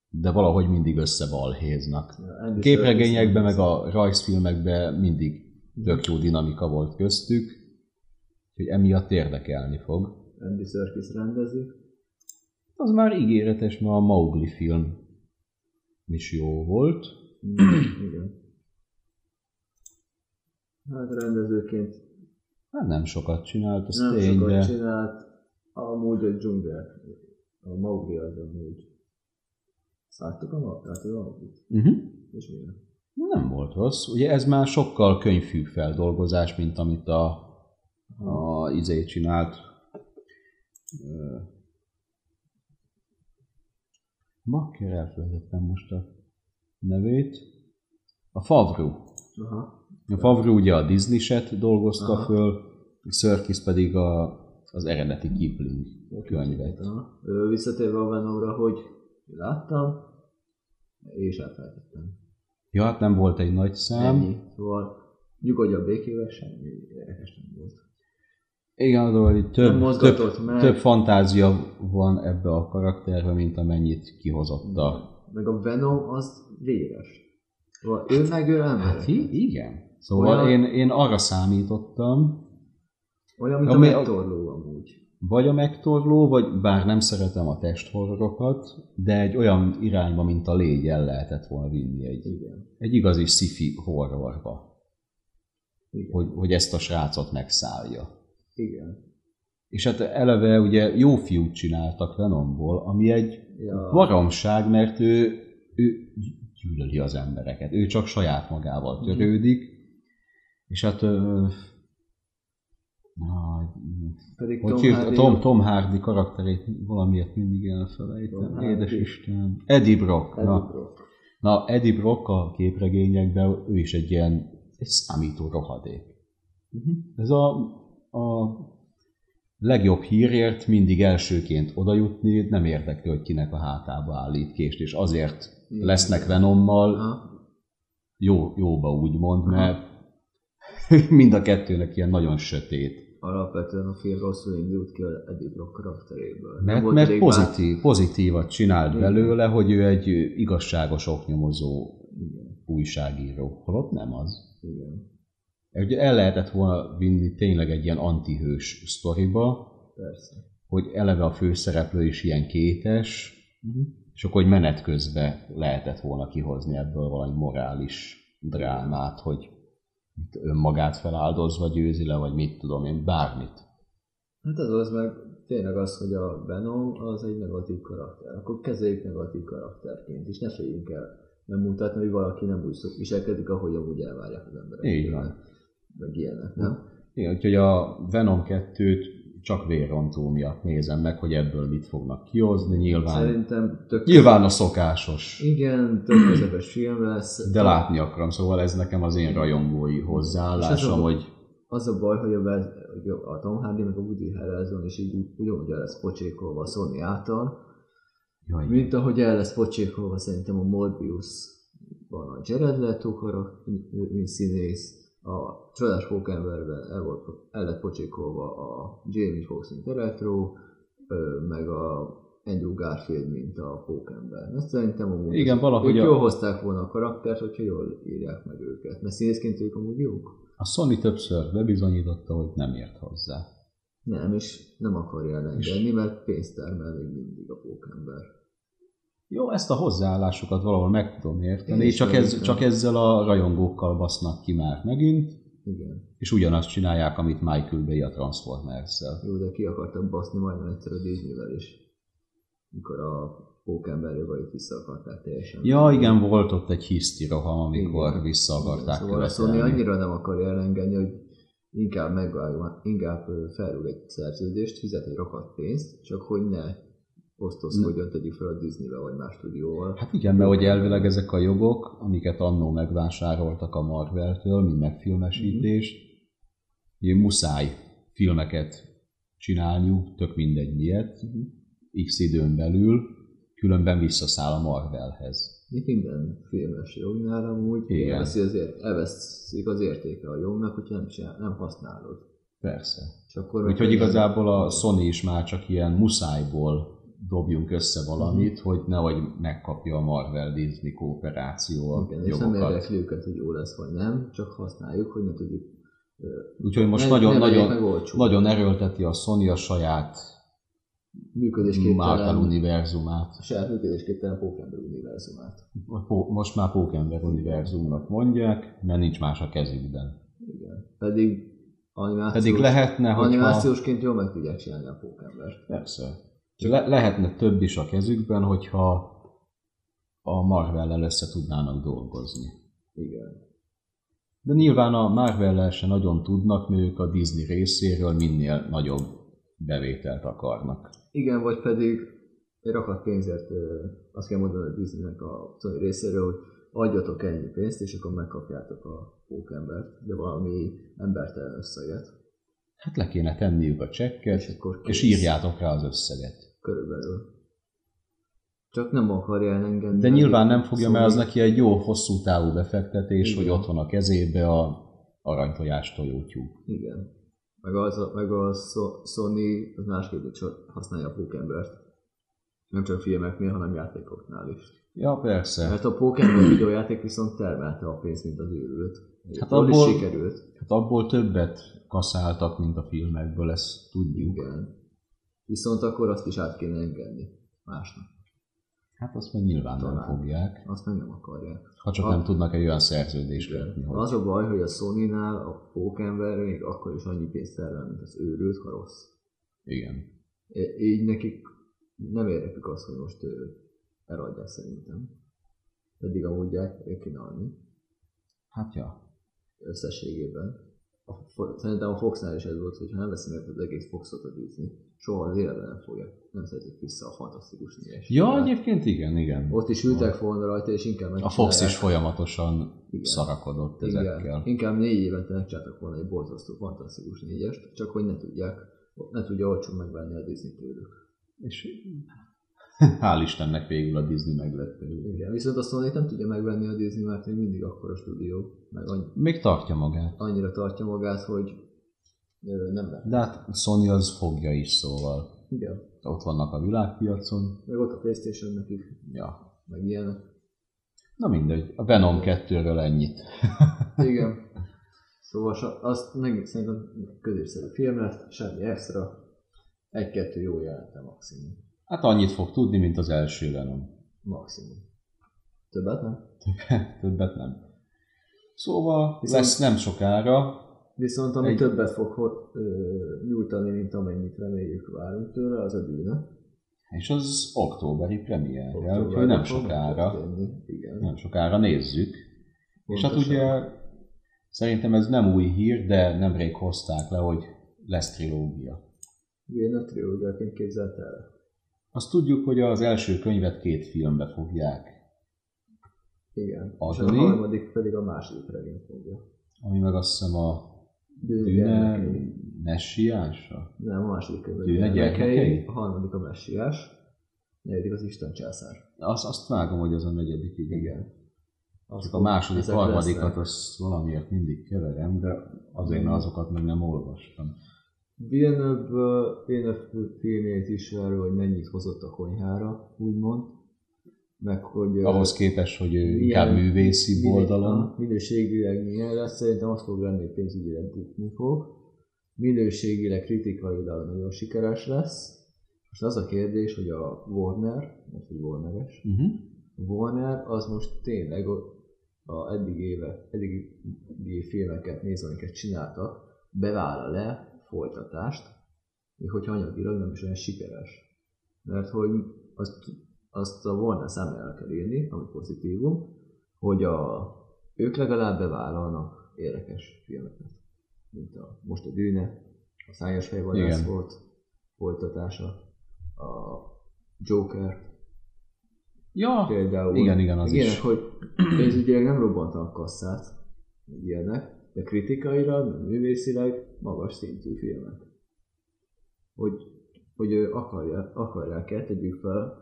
[SPEAKER 2] de valahogy mindig összebalhéznak.
[SPEAKER 1] Andy
[SPEAKER 2] A képregényekben,
[SPEAKER 1] Serkis-
[SPEAKER 2] meg a rajzfilmekben mindig tök jó dinamika volt köztük, hogy emiatt érdekelni fog.
[SPEAKER 1] Andy Serkis
[SPEAKER 2] [CLEARS THROAT]
[SPEAKER 1] rendezi.
[SPEAKER 2] Az már ígéretes, mert a Mowgli film is jó volt.
[SPEAKER 1] Mm, Igen. Hát rendezőként
[SPEAKER 2] Hát nem sokat csinált, az
[SPEAKER 1] nem
[SPEAKER 2] tény,
[SPEAKER 1] sokat
[SPEAKER 2] de
[SPEAKER 1] csinált. Amúgy a dzsungel. A Mowgli az amúgy. Száttuk a magát, a Mowglit?
[SPEAKER 2] uh-huh.
[SPEAKER 1] És milyen?
[SPEAKER 2] nem volt rossz. Ugye ez már sokkal könyvfűbb feldolgozás, mint amit a, a izé csinált. Ö, Makker elfelejtettem most a nevét. A Favru.
[SPEAKER 1] Aha.
[SPEAKER 2] A Favreau ugye a Disney-set dolgozta
[SPEAKER 1] Aha.
[SPEAKER 2] Aha. föl, Sörkis pedig a, az eredeti Kipling könyvet.
[SPEAKER 1] Aha. Ö, Visszatérve a Venomra, hogy láttam, és elfelejtettem.
[SPEAKER 2] Ja, hát nem volt egy nagy szám.
[SPEAKER 1] Ennyi. Szóval nyugodja békével, semmi érdekes nem volt.
[SPEAKER 2] Igen, az, hogy
[SPEAKER 1] Nem
[SPEAKER 2] több,
[SPEAKER 1] mozgatott
[SPEAKER 2] több,
[SPEAKER 1] meg.
[SPEAKER 2] több fantázia van ebbe a karakterbe, mint amennyit kihozott a...
[SPEAKER 1] Meg a Venom az véres. Szóval ő meg ő ember.
[SPEAKER 2] Hát i- igen. Szóval
[SPEAKER 1] Olyan-
[SPEAKER 2] én, én arra számítottam,
[SPEAKER 1] Olyan, mint a
[SPEAKER 2] Ami-
[SPEAKER 1] megtorló amúgy.
[SPEAKER 2] vagy a megtorló, vagy bár nem szeretem a testhorrorokat, de egy olyan irányba, mint a légy el lehetett volna vinni egy,
[SPEAKER 1] Igen.
[SPEAKER 2] egy igazi sci-fi horrorba.
[SPEAKER 1] Igen.
[SPEAKER 2] hogy, hogy ezt a srácot megszállja.
[SPEAKER 1] Igen.
[SPEAKER 2] És hát eleve ugye jó fiút csináltak Venomból, ami egy
[SPEAKER 1] Ja.
[SPEAKER 2] baromság, mert ő, ő gyűlöli az embereket. Ő csak saját magával
[SPEAKER 1] Mhm.
[SPEAKER 2] törődik, és hát ö, na,
[SPEAKER 1] Pedig
[SPEAKER 2] hogy
[SPEAKER 1] Tom,
[SPEAKER 2] Tom,
[SPEAKER 1] Hardy,
[SPEAKER 2] Tom, Tom Hardy karakterét valamiért mindig
[SPEAKER 1] Tom
[SPEAKER 2] elfelejtem.
[SPEAKER 1] Hardy.
[SPEAKER 2] Édes Isten. Eddie Brock.
[SPEAKER 1] Eddie
[SPEAKER 2] Na,
[SPEAKER 1] Brock.
[SPEAKER 2] na, Eddie Brock a képregényekben ő is egy ilyen egy számító rohadék.
[SPEAKER 1] Mhm.
[SPEAKER 2] Ez a, a legjobb hírért mindig elsőként oda jutni, nem érdekli, hogy kinek a hátába állít kést, és azért
[SPEAKER 1] Igen.
[SPEAKER 2] lesznek Venommal
[SPEAKER 1] Aha.
[SPEAKER 2] jó, jóba úgymond, mert [LAUGHS] mind a kettőnek ilyen nagyon sötét.
[SPEAKER 1] Alapvetően a film rosszul indult ki az Eddie Brock karakteréből. Nem
[SPEAKER 2] Mert,
[SPEAKER 1] volt
[SPEAKER 2] mert
[SPEAKER 1] elég
[SPEAKER 2] pozitív, pozitívat csinált
[SPEAKER 1] Igen.
[SPEAKER 2] belőle, hogy ő egy igazságos oknyomozó újságíró. Holott nem az.
[SPEAKER 1] bár- Igen,
[SPEAKER 2] Ugye el lehetett volna vinni tényleg egy ilyen antihős sztoriba,
[SPEAKER 1] persze.
[SPEAKER 2] hogy eleve a főszereplő is ilyen kétes,
[SPEAKER 1] Mhm.
[SPEAKER 2] és akkor hogy menet közben lehetett volna kihozni ebből valami morális drámát, hogy itt önmagát feláldozva győzi le, vagy mit tudom én, bármit.
[SPEAKER 1] Hát az az meg tényleg az, hogy a Venom az egy negatív karakter. Akkor kezeljük negatív karakterként, és ne féljünk el nem mutatni, hogy valaki nem úgy szok- viselkedik, ahogy amúgy elvárják az emberek.
[SPEAKER 2] Így van.
[SPEAKER 1] Meg ilyenek, nem?
[SPEAKER 2] Igen, úgyhogy a Venom 2-t csak vérontó miatt nézem meg, hogy ebből mit fognak kihozni, nyilván,
[SPEAKER 1] Szerintem tök
[SPEAKER 2] nyilván a szokásos,
[SPEAKER 1] Igen, tök közepes film lesz.
[SPEAKER 2] de látni akarom, szóval ez nekem az én rajongói hozzáállásom, hogy
[SPEAKER 1] Az a baj, hogy a, Wes- hogy a Tom Hardy meg a Woody Harrelson is így ugyanúgy el lesz pocsékolva a Sony által,
[SPEAKER 2] jaj,
[SPEAKER 1] mint ahogy el lesz pocsékolva szerintem a Morbius van a Jared Leto karak- mint színész, a Travis Hawkenberben el, volt, el lett pocsékolva a Jamie Foxx, mint a Retro, ö, meg a Andrew Garfield, mint a Pókember. Ezt szerintem amúgy
[SPEAKER 2] Igen,
[SPEAKER 1] ők-
[SPEAKER 2] valahogy
[SPEAKER 1] ők
[SPEAKER 2] a-
[SPEAKER 1] jól hozták volna a karaktert, hogyha jól írják meg őket. Mert színészként ők amúgy jók.
[SPEAKER 2] a Sony többször bebizonyította, hogy nem ért hozzá.
[SPEAKER 1] Nem, és nem akarja elengedni, mert pénzt termel még mindig a pókember.
[SPEAKER 2] Jó, ezt a hozzáállásukat valahol meg tudom
[SPEAKER 1] Én
[SPEAKER 2] érteni,
[SPEAKER 1] is
[SPEAKER 2] csak,
[SPEAKER 1] megértem.
[SPEAKER 2] ez, csak ezzel a rajongókkal basznak ki már megint,
[SPEAKER 1] Igen.
[SPEAKER 2] és ugyanazt csinálják, amit Michael Bay a Transformers-szel.
[SPEAKER 1] Jó, de ki akartam baszni majdnem egyszer a Disney-vel is. Mikor a pókember jogait vissza akarták teljesen.
[SPEAKER 2] Ja, igen, volt ott egy hisztiroham, amikor
[SPEAKER 1] Igen.
[SPEAKER 2] igen. vissza akarták
[SPEAKER 1] Szóval a Sony annyira nem akarja elengedni, hogy inkább megvágja, inkább ö, felrúg egy szerződést, fizet egy rakat pénzt, csak hogy ne osztozkodjon, tegyük fel a Disney-vel vagy más stúdióval.
[SPEAKER 2] Hát igen, mert hogy elvileg ezek a jogok, amiket annó megvásároltak a Marvel-től, mint megfilmesítést,
[SPEAKER 1] Mhm.
[SPEAKER 2] ugye muszáj filmeket csinálniuk, tök mindegy miért,
[SPEAKER 1] Mhm.
[SPEAKER 2] x időn belül, különben visszaszáll a Marvelhez.
[SPEAKER 1] Mint minden filmes jognál amúgy
[SPEAKER 2] Igen.
[SPEAKER 1] elveszi az, ér- elveszik az értéke a jognak, hogyha nem, csinál, nem használod.
[SPEAKER 2] Persze.
[SPEAKER 1] És akkor
[SPEAKER 2] Úgyhogy igazából a Sony is már csak ilyen muszájból dobjunk össze valamit,
[SPEAKER 1] Mhm.
[SPEAKER 2] hogy nehogy megkapja a Marvel Disney kooperáció a
[SPEAKER 1] Igen, és nem
[SPEAKER 2] jogokat.
[SPEAKER 1] érdekli őket, hogy jó lesz vagy nem, csak használjuk, hogy ne tudjuk.
[SPEAKER 2] Úgyhogy most
[SPEAKER 1] ne- ne vegyék
[SPEAKER 2] nagyon-nagyon
[SPEAKER 1] meg olcsó.
[SPEAKER 2] nagyon erőlteti a Sony a saját Marvel
[SPEAKER 1] működésképtelen,
[SPEAKER 2] univerzumát.
[SPEAKER 1] a saját működésképtelen Pokémon univerzumát.
[SPEAKER 2] Pó- Most már Pókember univerzumnak mondják, mert nincs más a kezükben.
[SPEAKER 1] Igen. Pedig animációs,
[SPEAKER 2] Pedig lehetne, hogyha...
[SPEAKER 1] animációsként jól meg tudják csinálni a Pokémon-t.
[SPEAKER 2] Persze. Le- lehetne több is a kezükben, hogyha a Marvel-lel össze tudnának dolgozni.
[SPEAKER 1] Igen.
[SPEAKER 2] De nyilván a Marvel-lel se nagyon tudnak, mert ők a Disney részéről minél nagyobb bevételt akarnak.
[SPEAKER 1] Igen, vagy pedig egy rakat pénzért, ö, azt kell mondani a Disneynek a Sony részéről, hogy adjatok ennyi pénzt, és akkor megkapjátok a pókembert, de valami embertelen összeget.
[SPEAKER 2] Hát le kéne tenniük a csekket,
[SPEAKER 1] És akkor kész.
[SPEAKER 2] és írjátok rá az összeget.
[SPEAKER 1] Körülbelül. Csak nem akarja elengedni.
[SPEAKER 2] De nyilván nem fogja, mert az
[SPEAKER 1] Szóval-
[SPEAKER 2] neki egy jó hosszú távú befektetés,
[SPEAKER 1] Igen.
[SPEAKER 2] hogy ott van a kezébe a aranytojás tojótyú.
[SPEAKER 1] Igen. Meg, az, a- meg a Szo- Sony az másképp is használja a pókembert. Nem csak filmeknél, hanem játékoknál is.
[SPEAKER 2] Ja, persze.
[SPEAKER 1] Mert a Pokémon videójáték viszont termelte a pénzt, mint az őrült.
[SPEAKER 2] Hát
[SPEAKER 1] Hát abból
[SPEAKER 2] abból-
[SPEAKER 1] is sikerült.
[SPEAKER 2] Hát abból többet kaszáltak, mint a filmekből, ezt tudjuk.
[SPEAKER 1] Igen. Viszont akkor azt is át kéne engedni másnak.
[SPEAKER 2] Hát azt meg nyilván nem
[SPEAKER 1] Talán.
[SPEAKER 2] fogják,
[SPEAKER 1] Azt meg nem akarják.
[SPEAKER 2] ha csak
[SPEAKER 1] Ha-
[SPEAKER 2] nem tudnak egy olyan szerződést kötni, hogy
[SPEAKER 1] Az a baj, hogy a Sony-nál a Pokémon még akkor is annyi pénzt termel, mint az őrült, ha rossz.
[SPEAKER 2] igen.
[SPEAKER 1] É- így nekik nem érdekük azt, hogy most ő eladják szerintem. Pedig amúgy el el kéne adni
[SPEAKER 2] Hát ja,
[SPEAKER 1] összességében. A, Fo- szerintem a Foxnál is ez volt, hogy ha nem veszi meg az egész Foxot a Disney, soha az életben nem fogja, nem szeretik vissza a fantasztikus négyes.
[SPEAKER 2] Ja, egyébként igen, igen.
[SPEAKER 1] Ott is ültek volna rajta, és inkább
[SPEAKER 2] A Fox is
[SPEAKER 1] megcsinálják.
[SPEAKER 2] folyamatosan
[SPEAKER 1] Igen.
[SPEAKER 2] szarakodott
[SPEAKER 1] Igen.
[SPEAKER 2] ezekkel.
[SPEAKER 1] Inkább négy évente megcsináltak volna egy borzasztó fantasztikus négyest, csak hogy ne tudják, ne tudja olcsón megvenni a Disney tőlük.
[SPEAKER 2] És [LAUGHS] hál' Istennek végül a Disney meglett.
[SPEAKER 1] Igen, viszont a sony nem tudja megvenni a Disney, mert még mindig akkora stúdió, meg annyi-
[SPEAKER 2] Még tartja magát.
[SPEAKER 1] annyira tartja magát, hogy ö, nem lehet.
[SPEAKER 2] De hát Sony az fogja is, szóval
[SPEAKER 1] Igen,
[SPEAKER 2] ott vannak a világpiacon.
[SPEAKER 1] meg ott a Playstation nekik,
[SPEAKER 2] Ja.
[SPEAKER 1] meg ilyenek.
[SPEAKER 2] Na mindegy, a Venom 2-ről ennyit.
[SPEAKER 1] Igen. [LAUGHS] Szóval sa- azt meg szerintem középszerű film lett, semmi extra. Egy-kettő jó jelente maximum.
[SPEAKER 2] Hát annyit fog tudni, mint az első Venom.
[SPEAKER 1] Maximum. Többet nem?
[SPEAKER 2] Többet nem. Szóval
[SPEAKER 1] Viszont-
[SPEAKER 2] lesz nem sokára.
[SPEAKER 1] Viszont ami
[SPEAKER 2] Egy-
[SPEAKER 1] Egy... többet fog ho- ö, nyújtani, mint amennyit reméljük várunk tőle, az a bűne.
[SPEAKER 2] És az októberi premierrel, úgyhogy
[SPEAKER 1] Októberben
[SPEAKER 2] nem
[SPEAKER 1] fog
[SPEAKER 2] sokára,
[SPEAKER 1] megtörténni. Igen.
[SPEAKER 2] nem sokára nézzük. És hát
[SPEAKER 1] Pontosan.
[SPEAKER 2] ugye szerintem ez nem új hír, de nemrég hozták le, hogy lesz trilógia.
[SPEAKER 1] Igen, a triógiaként képzelt el.
[SPEAKER 2] Azt tudjuk, hogy az első könyvet két filmbe fogják,
[SPEAKER 1] Igen. És
[SPEAKER 2] Adni.
[SPEAKER 1] a harmadik pedig a második regény fogja.
[SPEAKER 2] ami meg azt hiszem a
[SPEAKER 1] Dűne
[SPEAKER 2] Dűne
[SPEAKER 1] gyermekei.
[SPEAKER 2] messiása.
[SPEAKER 1] Nem, a második könyv. a
[SPEAKER 2] Dűne
[SPEAKER 1] gyermekei,
[SPEAKER 2] gyermekei?
[SPEAKER 1] A harmadik a messiás. Negyedik az Isten császár.
[SPEAKER 2] Azt, azt vágom, hogy az a negyedik, igen.
[SPEAKER 1] Igen.
[SPEAKER 2] Csak a második,
[SPEAKER 1] Ezek
[SPEAKER 2] harmadikat,
[SPEAKER 1] lesznek.
[SPEAKER 2] azt valamiért mindig keverem, de azért mert azokat meg nem olvastam.
[SPEAKER 1] Villeneuve, Villeneuve filmjét is erről, hogy mennyit hozott a konyhára, úgymond. Meg hogy...
[SPEAKER 2] Ahhoz képest, hogy ő
[SPEAKER 1] Milyen-
[SPEAKER 2] inkább művészi
[SPEAKER 1] minő-
[SPEAKER 2] oldalon.
[SPEAKER 1] aha, Minőségileg milyen lesz, szerintem azt fog lenni, hogy pénzügyileg bukni fog. Minőségileg, kritikailag nagyon sikeres lesz. Most az a kérdés, hogy a Warner, most hogy Warneres,
[SPEAKER 2] Uh-huh.
[SPEAKER 1] Warner az most tényleg o- a eddig éve, eddigi filmeket nézve, amiket csináltak, bevállal-e folytatást, még hogyha anyagilag nem is olyan sikeres. Mert hogy azt, azt a Warner számjára kell írni, ami pozitívum, hogy a, ők legalább bevállalnak érdekes filmeket. Mint a, most a Dűne, a Szányos Fejvadász
[SPEAKER 2] Igen.
[SPEAKER 1] volt folytatása, a Joker,
[SPEAKER 2] Ja,
[SPEAKER 1] például.
[SPEAKER 2] Igen, igen, az
[SPEAKER 1] ilyenek,
[SPEAKER 2] is.
[SPEAKER 1] hogy pénzügyileg nem robbantanak kasszát, meg ilyenek, de kritikailag, meg művészileg magas szintű filmek. Hogy, hogy ő akarják, akarják el, tegyük fel,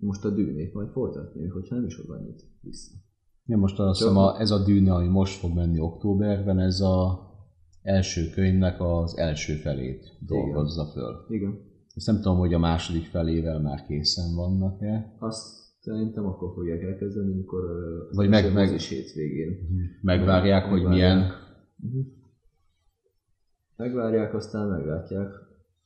[SPEAKER 1] most a dűnét majd folytatni, még hogyha nem is hoz annyit vissza.
[SPEAKER 2] ja most azt
[SPEAKER 1] Csak-
[SPEAKER 2] hiszem, a- ez a dűne, ami most fog menni októberben, ez a első könyvnek az első felét dolgozza föl.
[SPEAKER 1] Igen.
[SPEAKER 2] Azt nem tudom, hogy a második felével már készen vannak-e.
[SPEAKER 1] Azt szerintem akkor fogják elkezdeni, amikor ö, az
[SPEAKER 2] Vagy meg-
[SPEAKER 1] első
[SPEAKER 2] meg-
[SPEAKER 1] mozis hétvégén.
[SPEAKER 2] Megvárják, hogy milyen.
[SPEAKER 1] Mhm. Megvárják, aztán meglátják.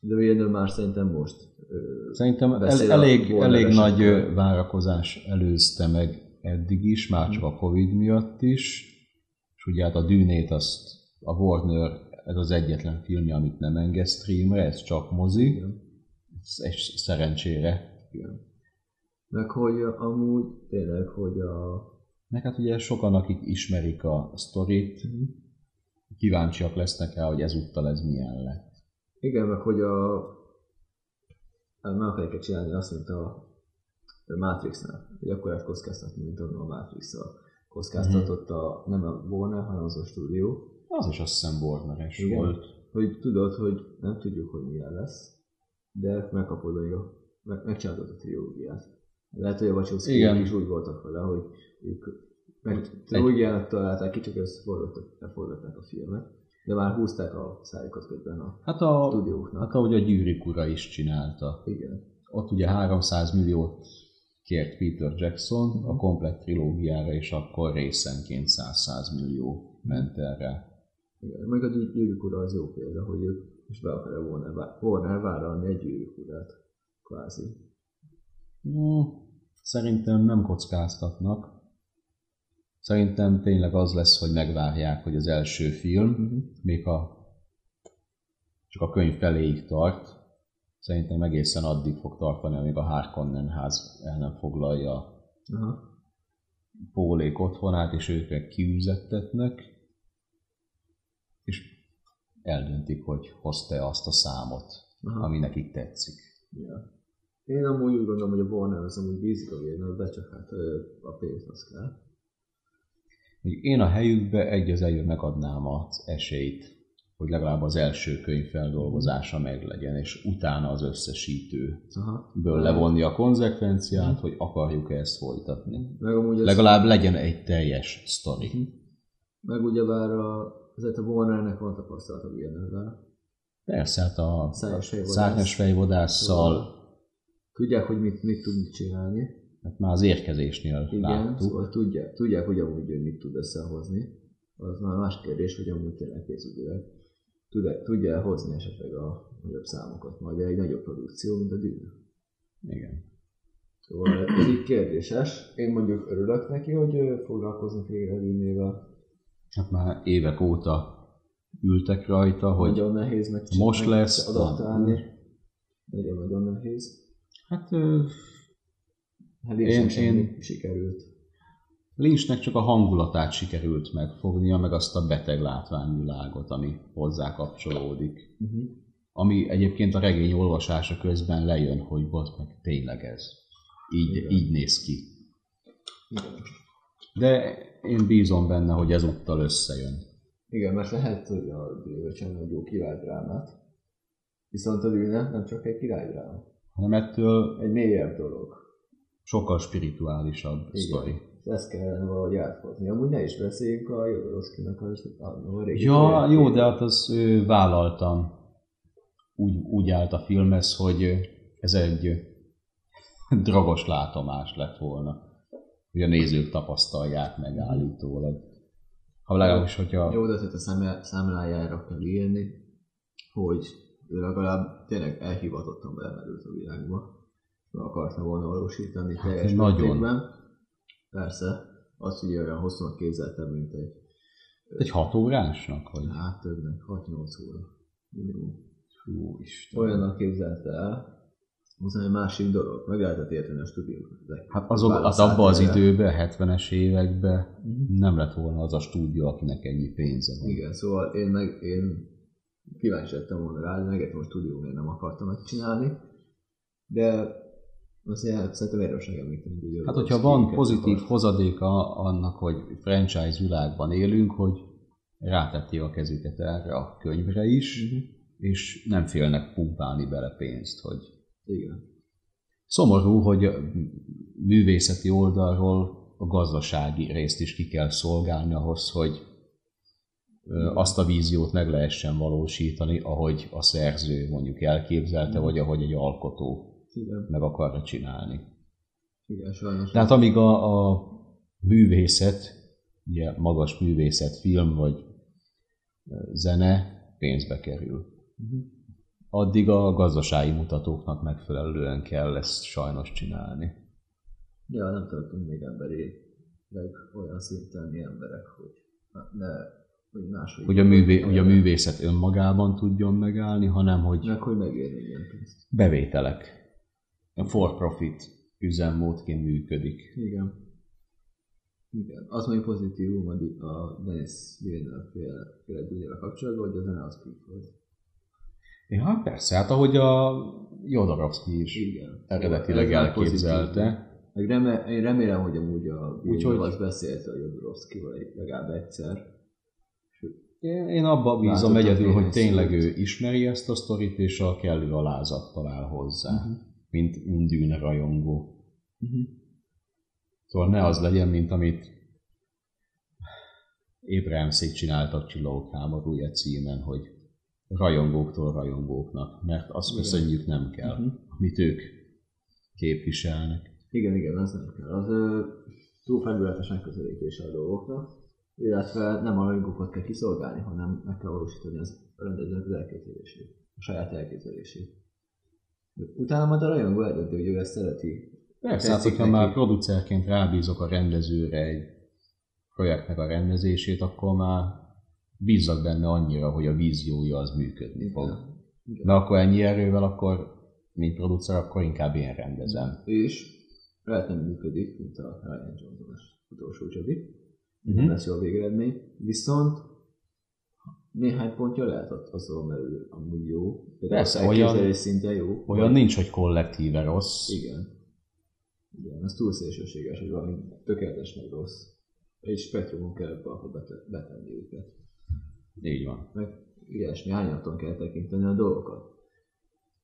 [SPEAKER 1] De Villeneuve már szerintem most. ö,
[SPEAKER 2] Szerintem el,
[SPEAKER 1] Beszél a
[SPEAKER 2] elég,
[SPEAKER 1] Warner
[SPEAKER 2] elég
[SPEAKER 1] esetről.
[SPEAKER 2] nagy ö, várakozás előzte meg eddig is, már csak a Covid miatt is. És ugye hát a Dűnét azt a Warner, ez az egyetlen filmje, amit nem enged streamre, ez csak mozi.
[SPEAKER 1] Igen.
[SPEAKER 2] Ez- És szerencsére.
[SPEAKER 1] Meg hogy amúgy tényleg, hogy a...
[SPEAKER 2] Meg hát ugye sokan, akik ismerik a sztorit, kíváncsiak lesznek rá, hogy ezúttal ez milyen lett.
[SPEAKER 1] Igen, meg hogy a... hát Meg akarják csinálni azt, mint a, a Matrixnál. Egy akkorát kockáztatni, mint annól a matrix Kockáztatott
[SPEAKER 2] Mhm.
[SPEAKER 1] a, nem a Warner, hanem az a stúdió.
[SPEAKER 2] Az is azt hiszem Warneres
[SPEAKER 1] Igen.
[SPEAKER 2] volt.
[SPEAKER 1] hogy tudod, hogy nem tudjuk, hogy milyen lesz, de megkapod a jó, meg, megcsinálod a trilógiát. Lehet, hogy a
[SPEAKER 2] Igen.
[SPEAKER 1] Wachowski is úgy voltak vele, hogy ők meg trilógiának találták ki, csak összefordították lefordították a filmet, de már húzták a szájukat közben a
[SPEAKER 2] Hát, a,
[SPEAKER 1] stúdióknak.
[SPEAKER 2] hát ahogy a Gyűrik ura is csinálta.
[SPEAKER 1] Igen.
[SPEAKER 2] ott ugye 300 milliót kért Peter Jackson a komplett trilógiára, és akkor részenként 100 millió ment erre.
[SPEAKER 1] Igen. Meg a Gyű- gyűrűk ura az jó példa, hogy ők most be akarja Warner, vá- Warner vállalni egy gyűrűk urát, kvázi.
[SPEAKER 2] Mm, Szerintem nem kockáztatnak. Szerintem tényleg az lesz, hogy megvárják, hogy az első film,
[SPEAKER 1] Uh-huh.
[SPEAKER 2] még ha csak a könyv feléig tart, szerintem egészen addig fog tartani, amíg a Harkonnen ház el nem foglalja
[SPEAKER 1] Aha.
[SPEAKER 2] Pólék otthonát, és őket kiüzettetnek, és eldöntik, hogy hozta-e azt a számot,
[SPEAKER 1] Aha.
[SPEAKER 2] ami nekik tetszik.
[SPEAKER 1] Ja. Én amúgy úgy gondolom, hogy a Warner az amúgy bízik a Villeneuve, de csak hát ö, a pénz az kell.
[SPEAKER 2] Hogy én a helyükbe egy az egyben megadnám az esélyt, hogy legalább az első könyv feldolgozása meglegyen, és utána az összesítőből
[SPEAKER 1] Aha.
[SPEAKER 2] levonni a konzekvenciát, hogy akarjuk-e ezt folytatni.
[SPEAKER 1] Meg amúgy ez, Legal-
[SPEAKER 2] Legalább legyen egy teljes sztori.
[SPEAKER 1] meg ugyebár a, azért a Warnernek van tapasztalata Villeneuve-vel.
[SPEAKER 2] Persze, hát a
[SPEAKER 1] Szárnyas fejvadász.
[SPEAKER 2] szárnyas fejvadásszal
[SPEAKER 1] Tudják, hogy mit, mit tud csinálni.
[SPEAKER 2] Hát már az érkezésnél
[SPEAKER 1] Igen,
[SPEAKER 2] láttuk.
[SPEAKER 1] szóval tudják, tudják, hogy amúgy ő mit tud összehozni. Az már más kérdés, hogy amúgy tényleg pénzügyileg tud-e- tudja hozni esetleg a nagyobb számokat, majd egy nagyobb produkció, mint a Dűne.
[SPEAKER 2] Igen.
[SPEAKER 1] Szóval ez így kérdéses. Én mondjuk örülök neki, hogy ö, foglalkoznak végre a Dűnével.
[SPEAKER 2] Hát már évek óta ültek rajta, hogy
[SPEAKER 1] Nagyon nehéz meg
[SPEAKER 2] most lesz a-
[SPEAKER 1] adaptálni. Nagyon-nagyon nehéz.
[SPEAKER 2] hát ö,
[SPEAKER 1] Hát
[SPEAKER 2] Én-
[SPEAKER 1] én, én,
[SPEAKER 2] én-
[SPEAKER 1] én sikerült.
[SPEAKER 2] Lynchnek csak a hangulatát sikerült megfognia, meg azt a beteg látványvilágot, ami hozzá kapcsolódik.
[SPEAKER 1] Uh-huh.
[SPEAKER 2] Ami egyébként a regény olvasása közben lejön, hogy volt meg tényleg ez. Így,
[SPEAKER 1] Igen.
[SPEAKER 2] így néz ki. De én bízom benne, hogy ezúttal összejön.
[SPEAKER 1] Igen, mert lehet, hogy a Dővöcsen egy jó királydrámát, viszont a Dűne nem csak egy királydráma,
[SPEAKER 2] Hanem ettől
[SPEAKER 1] egy mélyebb dolog.
[SPEAKER 2] sokkal spirituálisabb
[SPEAKER 1] Igen.
[SPEAKER 2] sztori.
[SPEAKER 1] Ezt kellene valahogy áthozni. Amúgy ne is beszéljünk a Jodorowskynak a, a, a régi
[SPEAKER 2] Ja,
[SPEAKER 1] projektjét.
[SPEAKER 2] jó, de hát az ő, vállaltam. Úgy, úgy állt a filmhez, hogy ö, ez egy ö, drogos látomás lett volna. Hogy a nézők tapasztalják meg állítólag. Ha legalábbis, hogyha...
[SPEAKER 1] Jó, de tehát a számlá- számlájára kell írni, hogy ő legalább tényleg elhivatottan belemerült a világba. Meg akarta volna valósítani hát teljes
[SPEAKER 2] nagyon.
[SPEAKER 1] mértékben. Persze, az ugye olyan hosszúnak képzeltem, mint egy
[SPEAKER 2] Egy hat órásnak? Vagy?
[SPEAKER 1] hát többnek, 6-8 óra minimum.
[SPEAKER 2] Hú, Isten.
[SPEAKER 1] Olyannak képzelte el, az egy másik dolog, meg lehetett érteni a stúdiót.
[SPEAKER 2] Hát azok, az abban az időben, 70-es években nem lett volna az a stúdió, akinek ennyi pénze van.
[SPEAKER 1] Igen, szóval én, meg, én kíváncsi lettem volna rá, de megértem, hogy stúdió miért nem akartam megcsinálni, de azért szerintem érdemes megemlíteni. hogy jó
[SPEAKER 2] Hát,
[SPEAKER 1] volt,
[SPEAKER 2] hogyha van
[SPEAKER 1] kiket
[SPEAKER 2] pozitív
[SPEAKER 1] akart.
[SPEAKER 2] hozadéka annak, hogy franchise világban élünk, hogy rátették a kezüket erre a könyvre is, és nem félnek pumpálni bele pénzt. Hogy
[SPEAKER 1] Igen.
[SPEAKER 2] szomorú, hogy a művészeti oldalról a gazdasági részt is ki kell szolgálni ahhoz, hogy ö, azt a víziót meg lehessen valósítani, ahogy a szerző mondjuk elképzelte, vagy ahogy egy alkotó
[SPEAKER 1] Igen,
[SPEAKER 2] meg akarja csinálni.
[SPEAKER 1] igen sajnos.
[SPEAKER 2] Tehát hát amíg a, a művészet, ugye magas művészet, film vagy ö, zene pénzbe kerül,
[SPEAKER 1] Mhm.
[SPEAKER 2] addig a gazdasági mutatóknak megfelelően kell ezt sajnos csinálni.
[SPEAKER 1] Ja, nem tartunk még emberi, meg olyan szinten mi emberek, hogy hát ne, hogy máshogy.
[SPEAKER 2] Hogy a, művé, hogy a művészet önmagában tudjon megállni, hanem hogy
[SPEAKER 1] Meg hogy megérjen pénzt.
[SPEAKER 2] bevételek. A for-profit üzemmódként működik.
[SPEAKER 1] Igen. Igen. Az még pozitívum a, a Dennis Villeneuve féle, féle díjjával kapcsolatban, hogy a zene az kikhoz.
[SPEAKER 2] Ja, hát persze, hát ahogy a Jodorowsky is
[SPEAKER 1] Igen.
[SPEAKER 2] eredetileg
[SPEAKER 1] Ez már pozitív.
[SPEAKER 2] elképzelte.
[SPEAKER 1] Meg remé- én remélem, hogy amúgy a
[SPEAKER 2] Úgyhogy-
[SPEAKER 1] Villeneuve az beszélt a Jodorowskyval egy- legalább egyszer.
[SPEAKER 2] Én, én abba bízom
[SPEAKER 1] Látod,
[SPEAKER 2] egyedül,
[SPEAKER 1] hogy
[SPEAKER 2] hogy
[SPEAKER 1] én
[SPEAKER 2] tényleg
[SPEAKER 1] szólt.
[SPEAKER 2] ő ismeri ezt a sztorit, és a kellő alázat talál hozzá,
[SPEAKER 1] Mhm.
[SPEAKER 2] uh-huh. mint, mint dűne rajongó.
[SPEAKER 1] Uh-huh.
[SPEAKER 2] Szóval ne az legyen, mint amit Abrahamsék csináltak Csillagok háborúja címen, hogy rajongóktól rajongóknak, mert azt
[SPEAKER 1] Igen.
[SPEAKER 2] köszönjük nem kell,
[SPEAKER 1] Mhm.
[SPEAKER 2] uh-huh. amit ők képviselnek.
[SPEAKER 1] Igen, igen, az nem kell. Az ö, túl felületes megközelítése a dolgoknak, illetve nem a rajongókat kell kiszolgálni, hanem meg kell valósítani az a rendezőnek az elképzelését, a saját elképzelését. Utána majd a rajongó eldönti, hogy ő ezt szereti.
[SPEAKER 2] Persze, hát,
[SPEAKER 1] Tetszik
[SPEAKER 2] hogyha
[SPEAKER 1] neki.
[SPEAKER 2] már producerként rábízok a rendezőre egy projektnek a rendezését, akkor már bízzak benne annyira, hogy a víziója az működni fog.
[SPEAKER 1] Igen.
[SPEAKER 2] De akkor ennyi erővel, akkor mint producer, akkor inkább én rendezem.
[SPEAKER 1] És lehet nem működik, mint a Ryan Johnson-os utolsó csabi.
[SPEAKER 2] Mhm.
[SPEAKER 1] Nem lesz jó a végeredmény. Viszont néhány pontja lehet az- azon belül amúgy jó.
[SPEAKER 2] Persze, olyan-
[SPEAKER 1] olyan, szinten jó.
[SPEAKER 2] Olyan nincs, hogy kollektíve rossz.
[SPEAKER 1] Igen. Igen, az túl szélsőséges, hogy valami tökéletes meg rossz. Egy spektrumon kell valahol bete- betenni őket.
[SPEAKER 2] Így van.
[SPEAKER 1] Meg ilyesmi hányaton kell tekinteni a dolgokat.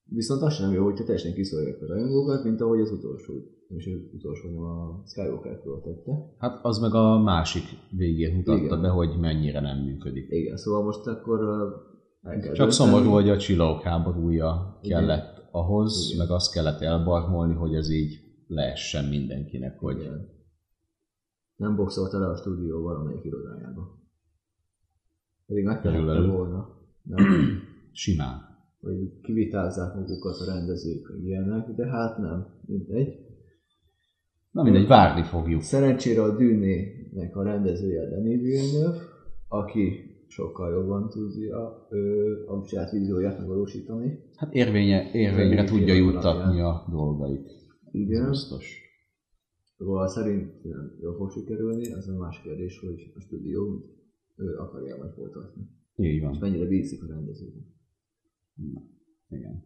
[SPEAKER 1] Viszont az sem jó, hogyha teljesen kiszolgálják a rajongókat, mint ahogy az utolsó, nem is az utolsó, hanem a Skywalker Pro tette.
[SPEAKER 2] Hát az meg a másik végén mutatta Igen.
[SPEAKER 1] Igen.
[SPEAKER 2] be, hogy mennyire nem működik.
[SPEAKER 1] Igen, szóval most akkor ö, el kell
[SPEAKER 2] Csak
[SPEAKER 1] dönteni.
[SPEAKER 2] szomorú, hogy a csillagok háborúja
[SPEAKER 1] Igen.
[SPEAKER 2] kellett ahhoz,
[SPEAKER 1] Igen.
[SPEAKER 2] meg azt kellett elbarmolni, hogy ez így leessen mindenkinek, hogy
[SPEAKER 1] Igen. Nem boxolta le a stúdió valamelyik irodájába. Pedig megtehette
[SPEAKER 2] Körülbelül.
[SPEAKER 1] volna. Nem.
[SPEAKER 2] simán.
[SPEAKER 1] hogy kivitázzák magukat a rendezők, hogy ilyenek, de hát nem, mindegy.
[SPEAKER 2] Na mindegy, várni fogjuk.
[SPEAKER 1] Szerencsére a Dűnének a rendezője Danny Villeneuve, aki sokkal jobban tudja ő, a saját vízióját megvalósítani.
[SPEAKER 2] Hát érvénye, érvényre
[SPEAKER 1] Reméljük,
[SPEAKER 2] tudja
[SPEAKER 1] jól
[SPEAKER 2] juttatni a dolgait. Ez
[SPEAKER 1] Igen.
[SPEAKER 2] Biztos.
[SPEAKER 1] Szóval szerintem jól fog sikerülni, az a más kérdés, hogy a stúdió ő akarja majd folytatni.
[SPEAKER 2] Így
[SPEAKER 1] És
[SPEAKER 2] van.
[SPEAKER 1] mennyire bízik a rendezőben.
[SPEAKER 2] Igen.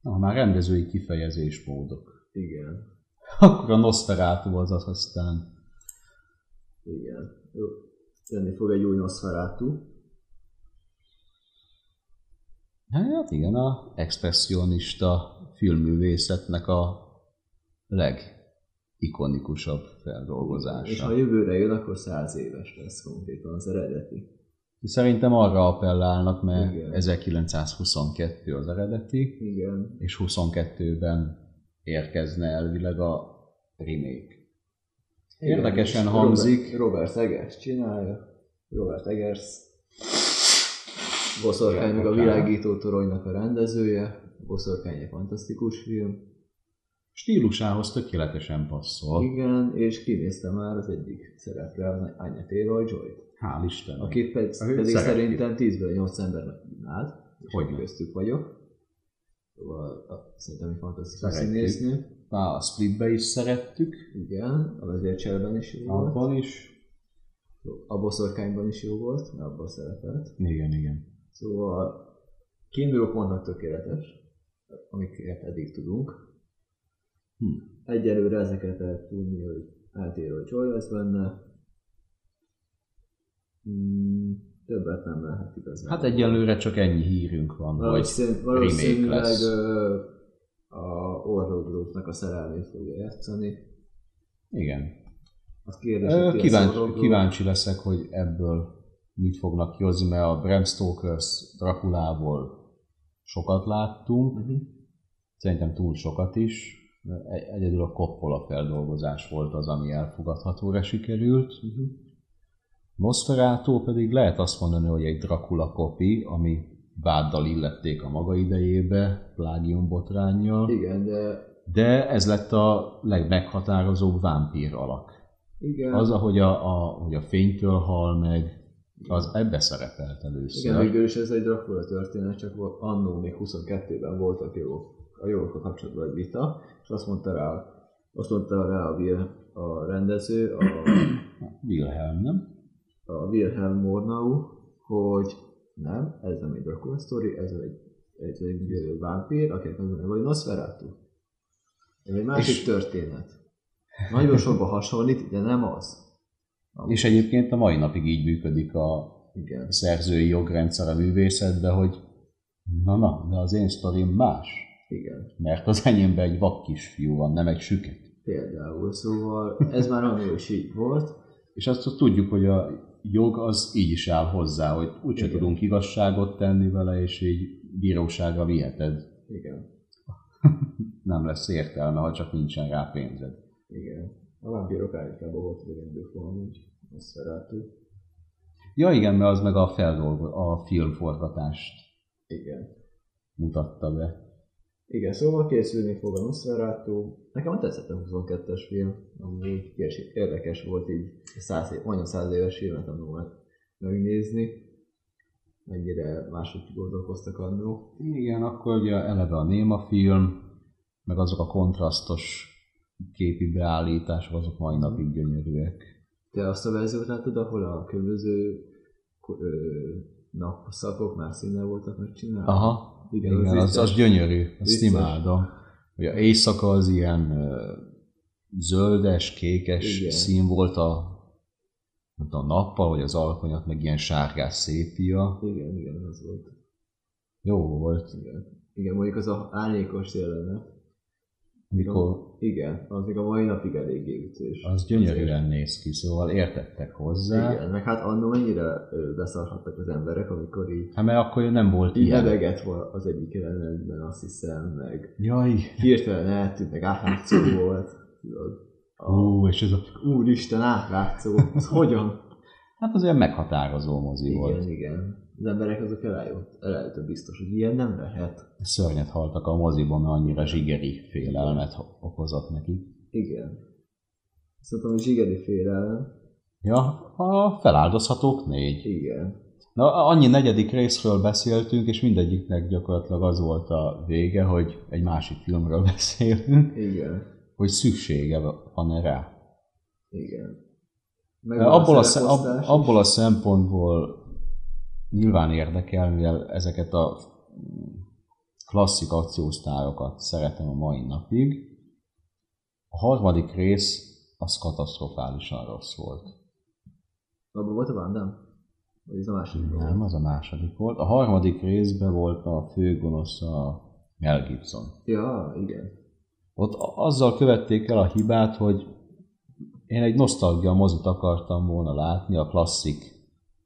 [SPEAKER 2] Na, ha már rendezői kifejezésmódok.
[SPEAKER 1] Igen,
[SPEAKER 2] [LAUGHS] Akkor a Nosferatu az az aztán
[SPEAKER 1] igen. Jó. Lenni fog egy új Nosferatu.
[SPEAKER 2] Hát igen, a expressionista filmművészetnek a legikonikusabb
[SPEAKER 1] És ha
[SPEAKER 2] feldolgozása.
[SPEAKER 1] jövőre jön, akkor száz éves lesz konkrétan az eredeti.
[SPEAKER 2] Szerintem arra appellálnak, mert
[SPEAKER 1] Igen.
[SPEAKER 2] 1922 az eredeti,
[SPEAKER 1] Igen,
[SPEAKER 2] és 22-ben érkezne elvileg a remake.
[SPEAKER 1] Igen,
[SPEAKER 2] Érdekesen
[SPEAKER 1] és
[SPEAKER 2] hangzik.
[SPEAKER 1] Robert, Robert Eggers csinálja. Robert Eggers. Boszorkány meg a világító toronynak a rendezője. Boszorkány egy fantasztikus film.
[SPEAKER 2] Stílusához tökéletesen passzol.
[SPEAKER 1] Igen, és kinézte már az egyik szerepre az Anya Taylor joy
[SPEAKER 2] Hál' Isten.
[SPEAKER 1] akit pedig,
[SPEAKER 2] Akit
[SPEAKER 1] pedig
[SPEAKER 2] szeretjük.
[SPEAKER 1] szerintem 10-ből 8 embernek kínált, és
[SPEAKER 2] Hogyne.
[SPEAKER 1] Hogyne. köztük vagyok. Szóval a- szerintem egy fantasztikus
[SPEAKER 2] Szeretjük.
[SPEAKER 1] színésznő.
[SPEAKER 2] Már a Splitbe is szerettük,
[SPEAKER 1] Igen, a vezércselben is jó volt.
[SPEAKER 2] abban is.
[SPEAKER 1] A boszorkányban is jó volt, mert abban szerepelt.
[SPEAKER 2] Igen, igen.
[SPEAKER 1] Szóval kiinduló pontnak tökéletes, amiket eddig tudunk.
[SPEAKER 2] Hm.
[SPEAKER 1] Egyelőre ezeket lehet tudni, hogy eltérő Joy lesz benne. Mm, többet nem lehet igazán.
[SPEAKER 2] Hát egyelőre csak ennyi hírünk van, hogy
[SPEAKER 1] Valószín- valószínűleg
[SPEAKER 2] lesz.
[SPEAKER 1] ö, a Orló Groupnak a szerelmét fogja játszani.
[SPEAKER 2] igen,
[SPEAKER 1] Az kérdés,
[SPEAKER 2] Ö,
[SPEAKER 1] hogy ki lesz
[SPEAKER 2] Kíváncsi,
[SPEAKER 1] Orló Group.
[SPEAKER 2] kíváncsi leszek, hogy ebből mit fognak kihozni, mert a Bram Stokers Drakulából sokat láttunk,
[SPEAKER 1] Uh-huh.
[SPEAKER 2] szerintem túl sokat is. Egy- Egyedül a Coppola feldolgozás volt az, ami elfogadhatóra sikerült.
[SPEAKER 1] Uh-huh.
[SPEAKER 2] Nosferatu pedig lehet azt mondani, hogy egy Dracula kopi, ami váddal illették a maga idejébe, plágium botránnyal,
[SPEAKER 1] Igen, de
[SPEAKER 2] de ez lett a legmeghatározóbb vámpír alak.
[SPEAKER 1] igen,
[SPEAKER 2] Az, ahogy a, a, hogy a fénytől hal meg, az ebbe szerepelt először.
[SPEAKER 1] igen végül is ez egy Dracula történet, csak vo- annó még 22-ben voltak jó, a jókkal kapcsolatban egy vita, és azt mondta rá, azt mondta rá a, Wil- a rendező, a
[SPEAKER 2] Wilhelm, nem?
[SPEAKER 1] a Wilhelm Murnau, hogy nem, ez nem egy Dracula sztori, ez egy, ez egy ö, vámpír, akinek az a neve, hogy Nosferatu. Ez egy másik
[SPEAKER 2] És-
[SPEAKER 1] és... történet. Nagyon sokba hasonlít, de nem az. Amúgy.
[SPEAKER 2] És egyébként a mai napig így működik a
[SPEAKER 1] Igen.
[SPEAKER 2] szerzői jogrendszer a művészetben, hogy na-na, de az én sztorim más,
[SPEAKER 1] Igen.
[SPEAKER 2] mert az enyémben egy vak kisfiú van, nem egy süket.
[SPEAKER 1] Például. Szóval ez már annól is így volt.
[SPEAKER 2] És azt tudjuk, hogy a jog az így is áll hozzá, hogy úgyse
[SPEAKER 1] Igen.
[SPEAKER 2] tudunk igazságot tenni vele, és így bíróságra viheted.
[SPEAKER 1] Igen.
[SPEAKER 2] Nem lesz értelme, ha csak nincsen rá pénzed.
[SPEAKER 1] Igen. A vámpírok állítában volt végendő form, úgy Nosferatu.
[SPEAKER 2] Ja igen, mert az meg a, feldolgo- a filmforgatást
[SPEAKER 1] Igen.
[SPEAKER 2] mutatta be.
[SPEAKER 1] Igen, szóval készülni fog a Nosferatu. Nekem tetszett a 22-es film, amúgy kies- érdekes volt így a 100 év, majdnem 100 éves filmet tanulnak megnézni. Mennyire máshogy gondolkoztak annó.
[SPEAKER 2] Igen, akkor ugye eleve a néma film, meg azok a kontrasztos képi beállítások, azok mai napig gyönyörűek.
[SPEAKER 1] Te azt a verziót láttad, ahol a különböző ko- ö, napszakok már színnel voltak megcsinálva?
[SPEAKER 2] Aha,
[SPEAKER 1] igen,
[SPEAKER 2] Igen, az, az gyönyörű, azt
[SPEAKER 1] Vicces.
[SPEAKER 2] imádom. Ugye éjszaka az ilyen ö, zöldes, kékes Igen.
[SPEAKER 1] Igen.
[SPEAKER 2] szín volt a, mint a nappal, vagy az alkonyat, meg ilyen sárgás szépia.
[SPEAKER 1] Igen, igen, az volt.
[SPEAKER 2] Jó volt,
[SPEAKER 1] Igen, igen mondjuk az a árnyékos jelenet.
[SPEAKER 2] mikor
[SPEAKER 1] Igen, az még a mai napig eléggé ütős.
[SPEAKER 2] az gyönyörűen néz ki, szóval értettek hozzá. Igen.
[SPEAKER 1] Igen, meg hát annó mennyire ö, beszarhattak az emberek, amikor így,
[SPEAKER 2] Hát mert akkor nem volt
[SPEAKER 1] így
[SPEAKER 2] ilyen.
[SPEAKER 1] lebegett volt az egyik jelenetben, azt hiszem, meg
[SPEAKER 2] Jaj,
[SPEAKER 1] hirtelen eltűnt, meg átlátszó volt. Tudod, a,
[SPEAKER 2] ú, és ez a,
[SPEAKER 1] úristen, átlátszó, ez
[SPEAKER 2] [LAUGHS]
[SPEAKER 1] hogyan?
[SPEAKER 2] hát az olyan meghatározó mozi Igen. volt.
[SPEAKER 1] Igen, igen. Az emberek azok elájult, elájult biztos, hogy ilyen nem lehet.
[SPEAKER 2] Szörnyet haltak a moziban, mert annyira zsigeri félelmet okozott nekik.
[SPEAKER 1] Igen. Szerintem, hogy zsigeri félelem.
[SPEAKER 2] Ja, a feláldozhatók négy.
[SPEAKER 1] Igen.
[SPEAKER 2] Na, annyi negyedik részről beszéltünk, és mindegyiknek gyakorlatilag az volt a vége, hogy egy másik filmről [LAUGHS] beszélünk,
[SPEAKER 1] Igen.
[SPEAKER 2] hogy szüksége van rá.
[SPEAKER 1] Igen. Meg van
[SPEAKER 2] Abból a, szem- ab,
[SPEAKER 1] szereposztás is.
[SPEAKER 2] abból a szempontból nyilván érdekel, mivel ezeket a klasszik akciósztárokat szeretem a mai napig. A harmadik rész az katasztrofálisan rossz volt.
[SPEAKER 1] Abban volt a Vandam? Vagy ez a második? volt?
[SPEAKER 2] Nem, az a második volt. A harmadik részben volt a főgonosz a Mel Gibson.
[SPEAKER 1] Ja, igen.
[SPEAKER 2] Ott a- azzal követték el a hibát, hogy én egy nosztalgia mozit akartam volna látni a klasszik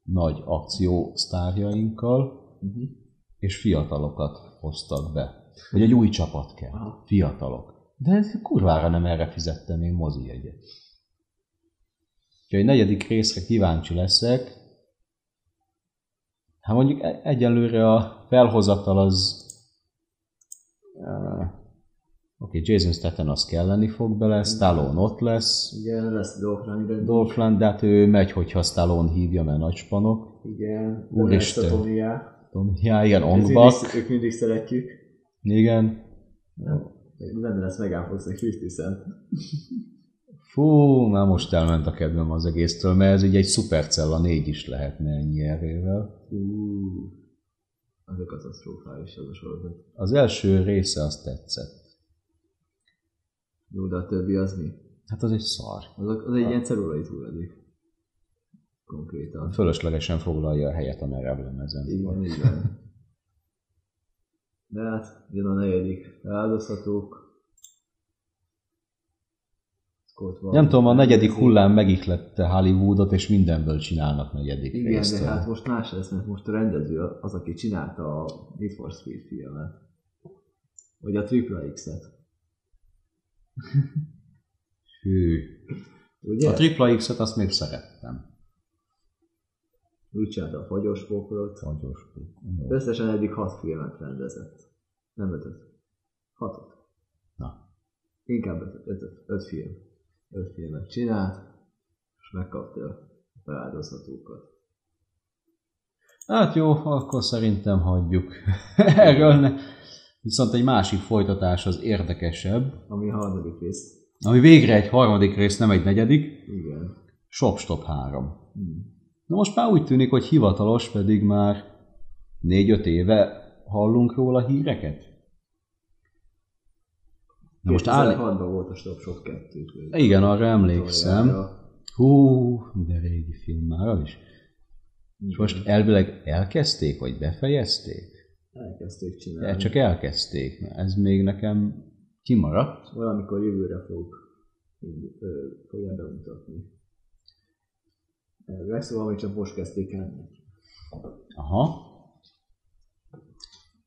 [SPEAKER 2] nagy akció sztárjainkkal,
[SPEAKER 1] Uh-huh.
[SPEAKER 2] és fiatalokat hoztak be. Hogy egy új csapat kell.
[SPEAKER 1] Aha.
[SPEAKER 2] Fiatalok. De ez kurvára nem erre fizettem én mozi jegyet. Úgyhogy a negyedik részre kíváncsi leszek. Hát mondjuk e- egyelőre a felhozatal az... eh, Oké, okay, Jason Statham az kelleni fog bele, Stallone ott lesz,
[SPEAKER 1] Igen, lesz dolgok, amire
[SPEAKER 2] Dolph Lund, de hát ő megy, hogyha Stallone hívja, mert nagy spanok.
[SPEAKER 1] Igen,
[SPEAKER 2] Úristen.
[SPEAKER 1] lesz a Tomiá.
[SPEAKER 2] Tudom, ja, igen,
[SPEAKER 1] Ezt mindig-
[SPEAKER 2] ongbak.
[SPEAKER 1] Ők mindig szeretjük.
[SPEAKER 2] Igen,
[SPEAKER 1] Benne lesz Megan Fox és 50 Cent.
[SPEAKER 2] Fú, már most elment a kedvem az egésztől, mert ez így egy szupercella négy is lehetne ennyi erővel.
[SPEAKER 1] Úúúú. Az a katasztrofális az a sorozat.
[SPEAKER 2] Az első része az tetszett.
[SPEAKER 1] Jó, de a többi az mi?
[SPEAKER 2] Hát az egy szar.
[SPEAKER 1] Az, a- az egy ilyen cellulai hulladék. Konkrétan.
[SPEAKER 2] Fölöslegesen foglalja a helyet a merev lemezen.
[SPEAKER 1] Igen, így van. De hát, jön a negyedik. Áldozhatók. Scott Ward.
[SPEAKER 2] Nem tudom, a negyedik hullám megihlette Hollywoodot, és mindenből csinálnak negyedik
[SPEAKER 1] Igen,
[SPEAKER 2] részt.
[SPEAKER 1] de hát most más lesz, mert most a rendező az, aki csinálta a Need for Speed filmet. Vagy a Triple X-et.
[SPEAKER 2] Hű.
[SPEAKER 1] Ugye?
[SPEAKER 2] A tripla X-et azt még szerettem.
[SPEAKER 1] Úgy csinálta a fagyos pokrot.
[SPEAKER 2] Fagyos pokol. Jó.
[SPEAKER 1] Összesen eddig hat filmet rendezett. Nem ötöt. Hatot.
[SPEAKER 2] Na.
[SPEAKER 1] Inkább ötöt. Ötöt. Öt film. Öt filmet csinált, és megkapta a feláldozhatókat.
[SPEAKER 2] Hát jó, akkor szerintem hagyjuk. [LAUGHS] Erről ne. Viszont egy másik folytatás az érdekesebb,
[SPEAKER 1] Ami a harmadik rész.
[SPEAKER 2] ami végre egy harmadik rész, nem egy negyedik,
[SPEAKER 1] Igen.
[SPEAKER 2] Shop Stop 3.
[SPEAKER 1] Hm.
[SPEAKER 2] Na most már úgy tűnik, hogy hivatalos, pedig már 4-5 éve hallunk róla híreket. Na most áll...
[SPEAKER 1] 2006-ban volt a Stop Shop 2.
[SPEAKER 2] Igen, arra emlékszem. Hú, de régi film már az is. És most elvileg elkezdték, vagy befejezték?
[SPEAKER 1] elkezdték csinálni.
[SPEAKER 2] De csak elkezdték. Ez még nekem kimaradt.
[SPEAKER 1] Valamikor jövőre fog, így, ö, fogja bemutatni. Erre szóval, hogy csak most kezdték el.
[SPEAKER 2] Aha.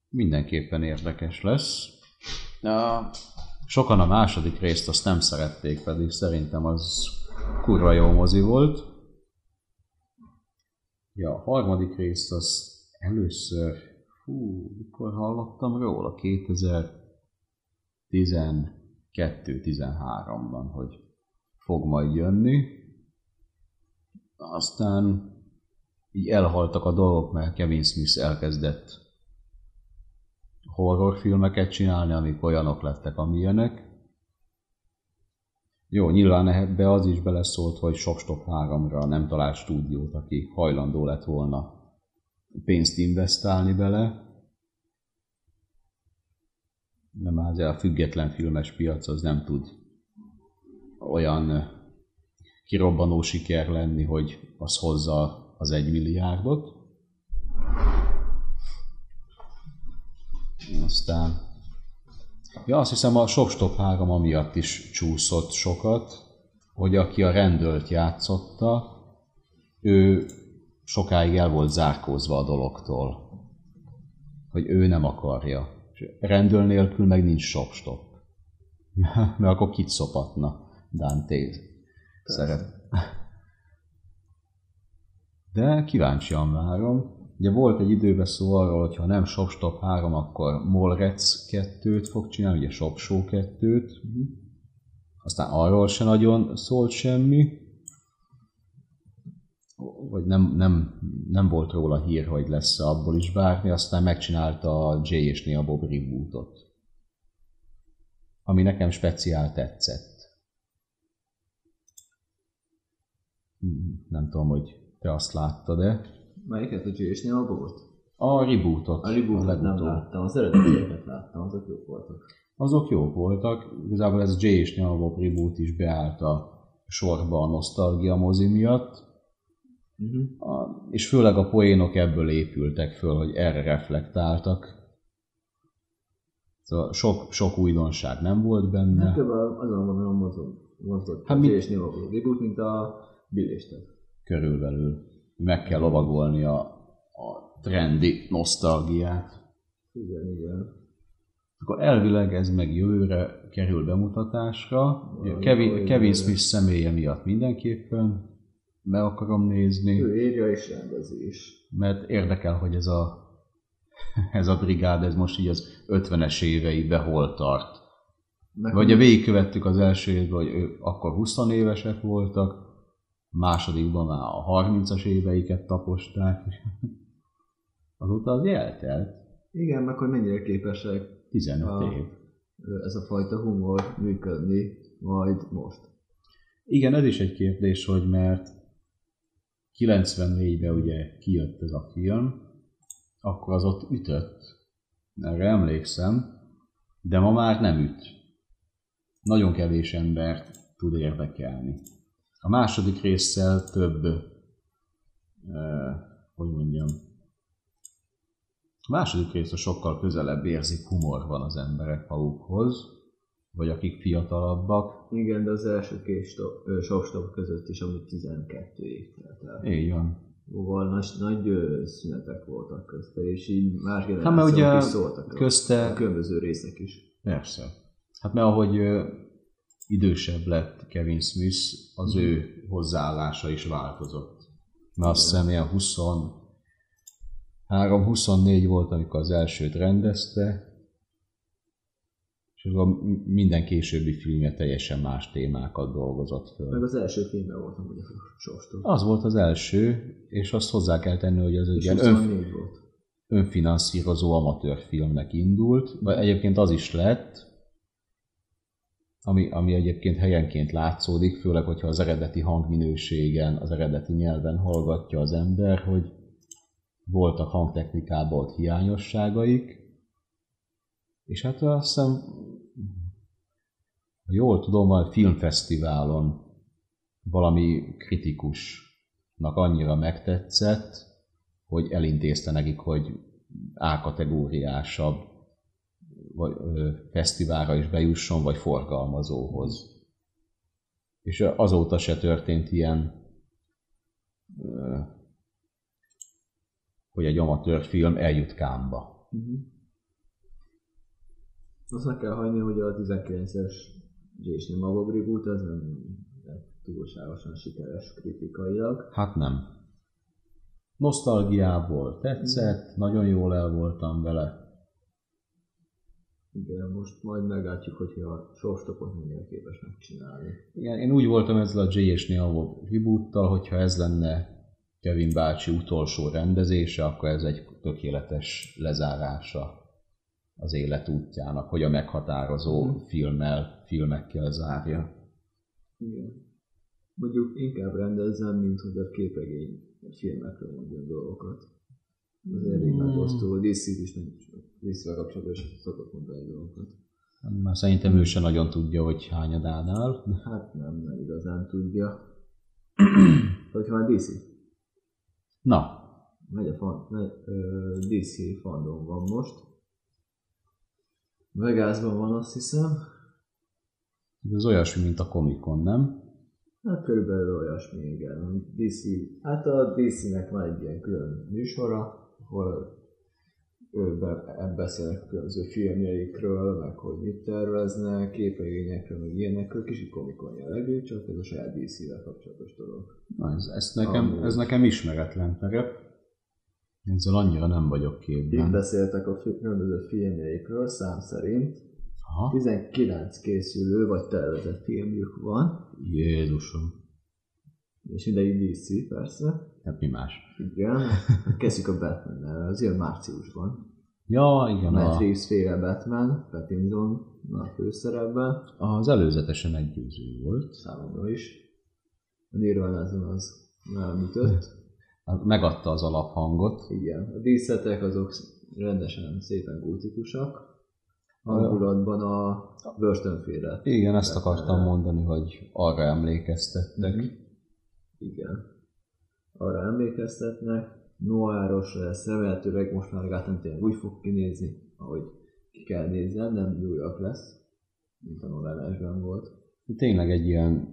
[SPEAKER 2] Mindenképpen érdekes lesz. A... Sokan a második részt azt nem szerették, pedig szerintem az kurva jó mozi volt. Ja, a harmadik részt az először, hú, mikor hallottam róla? 2012-13-ban, hogy fog majd jönni. Aztán így elhaltak a dolgok, mert Kevin Smith elkezdett horrorfilmeket csinálni, amik olyanok lettek, amilyenek. Jó, nyilván ebbe az is beleszólt, hogy Shopstop 3-ra nem talált stúdiót, aki hajlandó lett volna pénzt investálni bele. Nem az a független filmes piac az nem tud olyan kirobbanó siker lenni, hogy az hozza az egy milliárdot. Aztán... Ja, azt hiszem a Shopstop 3 amiatt is csúszott sokat, hogy aki a rendőrt játszotta, ő sokáig el volt zárkózva a dologtól. Hogy ő nem akarja. És rendőr nélkül meg nincs Shopstop. [LAUGHS] Mert akkor kit szopatna Dante szeret, de kíváncsian várom. Ugye volt egy időben szó arról, hogy ha nem Shopstop 3, akkor Molrec 2-t fog csinálni, ugye Shopshow 2-t. Aztán arról se nagyon szólt semmi. Vagy nem, nem, nem volt róla hír, hogy lesz abból is bármi. Aztán megcsinálta a Jay és Nia Bob rebootot. Ami nekem speciál tetszett. Nem tudom, hogy te azt láttad-e.
[SPEAKER 1] Melyiket a J.S.-nél a bobot?
[SPEAKER 2] A rebootot.
[SPEAKER 1] A rebootot nem
[SPEAKER 2] legutóbb.
[SPEAKER 1] láttam, az eredetieket láttam, azok jók voltak.
[SPEAKER 2] Azok jók voltak. Igazából ez J és Nyalvop reboot is beállt a sorba a nosztalgia mozi miatt.
[SPEAKER 1] Uh-huh.
[SPEAKER 2] A, és főleg a poénok ebből épültek föl, hogy erre reflektáltak. Szóval sok, sok újdonság nem volt benne.
[SPEAKER 1] Hát kb. azon gondolom mozog, mozgott hát
[SPEAKER 2] Hát
[SPEAKER 1] a
[SPEAKER 2] mi-
[SPEAKER 1] J.S.-nél a bobot, reboot, mint a Billistet.
[SPEAKER 2] körülbelül. Meg kell lovagolni a, a trendi nosztalgiát.
[SPEAKER 1] Igen, igen.
[SPEAKER 2] Akkor elvileg ez meg jövőre kerül bemutatásra. Ugye Kevin, Kevin Smith személye miatt mindenképpen meg akarom nézni,
[SPEAKER 1] Ő írja és rendezi is.
[SPEAKER 2] mert érdekel, hogy ez a, [LAUGHS] ez a brigád, ez most így az 50-es éveibe hol tart.
[SPEAKER 1] Meg
[SPEAKER 2] Vagy a végigkövettük az első évben, hogy ők akkor 20 évesek voltak, másodikban már a 30-as éveiket taposták. [LAUGHS] Azóta az eltelt
[SPEAKER 1] Igen, meg hogy mennyire képesek
[SPEAKER 2] 15
[SPEAKER 1] Ah.
[SPEAKER 2] év.
[SPEAKER 1] ö, ez a fajta humor működni majd most.
[SPEAKER 2] Igen, ez is egy kérdés, hogy mert 94-ben ugye kijött ez a film, akkor az ott ütött, erre emlékszem, de ma már nem üt. Nagyon kevés embert tud érdekelni. A második résszel több, eh, hogy mondjam, a második része sokkal közelebb érzik humor van az emberek magukhoz, vagy akik fiatalabbak.
[SPEAKER 1] Igen, de az első két sovstop között is, amit 12 év telt el.
[SPEAKER 2] Így van.
[SPEAKER 1] Jóval nagy, nagy ö, szünetek voltak közte, és így más
[SPEAKER 2] Hát mert
[SPEAKER 1] generációk
[SPEAKER 2] ugye
[SPEAKER 1] is szóltak. róla.
[SPEAKER 2] közte
[SPEAKER 1] A különböző részek is.
[SPEAKER 2] Persze. Hát mert ahogy ö, idősebb lett Kevin Smith, az ő hozzáállása is változott. Mert azt hiszem ilyen 23-24 volt, amikor az elsőt rendezte, és akkor m- minden későbbi filmje teljesen más témákat dolgozott föl.
[SPEAKER 1] Meg az első filmben volt amúgy a sovstop.
[SPEAKER 2] Az volt az első, és azt hozzá kell tenni, hogy az egy
[SPEAKER 1] És
[SPEAKER 2] ilyen önf-
[SPEAKER 1] 24 volt.
[SPEAKER 2] önfinanszírozó amatőrfilmnek indult, vagy egyébként az is lett, ami, ami egyébként helyenként látszódik, főleg, hogyha az eredeti hangminőségen, az eredeti nyelven hallgatja az ember, hogy voltak hangtechnikában ott hiányosságaik, és hát azt hiszem, ha jól tudom, a filmfesztiválon valami kritikusnak annyira megtetszett, hogy elintézte nekik, hogy A-kategóriásabb vagy, ö, fesztiválra is bejusson, vagy forgalmazóhoz. És azóta se történt ilyen, ö, hogy egy amatőr film eljut Kámba.
[SPEAKER 1] Uh-huh. Azt meg kell hagyni, hogy a 19-es Jason Magobrig út az nem lett túlságosan sikeres kritikailag.
[SPEAKER 2] Hát nem. Nosztalgiából tetszett, nagyon jól el voltam vele.
[SPEAKER 1] Igen, most majd meglátjuk, hogy a sovstopot mennyire képes megcsinálni.
[SPEAKER 2] Igen, én úgy voltam ezzel a J és Neavo reboottal, hogyha ez lenne Kevin bácsi utolsó rendezése, akkor ez egy tökéletes lezárása az élet útjának, hogy a meghatározó filmmel, filmekkel zárja.
[SPEAKER 1] Igen. Mondjuk inkább rendezzem, mint hogy a képregény a filmekről mondjon dolgokat. Az elég
[SPEAKER 2] Hmm.
[SPEAKER 1] megosztó, a dc is nem dc kapcsolatban is szokott mondani dolgokat.
[SPEAKER 2] Már szerintem ő se nagyon tudja, hogy hányadánál.
[SPEAKER 1] Hát nem, nem igazán tudja. [CLEARS THROAT] Hogyha már DC,
[SPEAKER 2] Na,
[SPEAKER 1] megy a fan, megy, ö, DC fandom van most. Vegasban van azt hiszem.
[SPEAKER 2] ez olyasmi, mint a Comic Con, nem?
[SPEAKER 1] Hát körülbelül olyasmi, igen. DC, hát a DC-nek van egy ilyen külön műsora, ahol ő be, beszélnek különböző filmjeikről, meg hogy mit terveznek, képregényekről, meg ilyenekről, kicsit komikon jellegű, csak ez a saját DC-vel kapcsolatos dolog.
[SPEAKER 2] Na, ez, ez, nekem,
[SPEAKER 1] Amúgy.
[SPEAKER 2] ez nekem ismeretlen terep. Ezzel annyira nem vagyok
[SPEAKER 1] Itt
[SPEAKER 2] képben.
[SPEAKER 1] beszéltek a fi- különböző filmjeikről szám szerint.
[SPEAKER 2] Aha.
[SPEAKER 1] 19 készülő vagy tervezett filmjük van,
[SPEAKER 2] Jézusom.
[SPEAKER 1] és ideig DC persze.
[SPEAKER 2] Hát mi más?
[SPEAKER 1] Igen, kezdjük a Batman-nel, az jön márciusban.
[SPEAKER 2] Ja, igen,
[SPEAKER 1] Matt
[SPEAKER 2] a,
[SPEAKER 1] Reeves féle Batman, Pattinson a főszerepben,
[SPEAKER 2] az előzetesen egy győző volt.
[SPEAKER 1] számomra is. A Nirvanázon az nem ütött.
[SPEAKER 2] Hát Megadta az alaphangot.
[SPEAKER 1] Igen, a díszletek azok rendesen szépen gótikusak. Hangulatban a börtönféle.
[SPEAKER 2] Igen, ezt akartam mondani, hogy arra emlékeztettek.
[SPEAKER 1] Mhm. Igen. Arra emlékeztetnek, noáros lesz, remélhetőleg most már Gotham tényleg úgy fog kinézni, ahogy ki kell nézzen, nem New York lesz, mint a novellásban volt.
[SPEAKER 2] Tényleg egy ilyen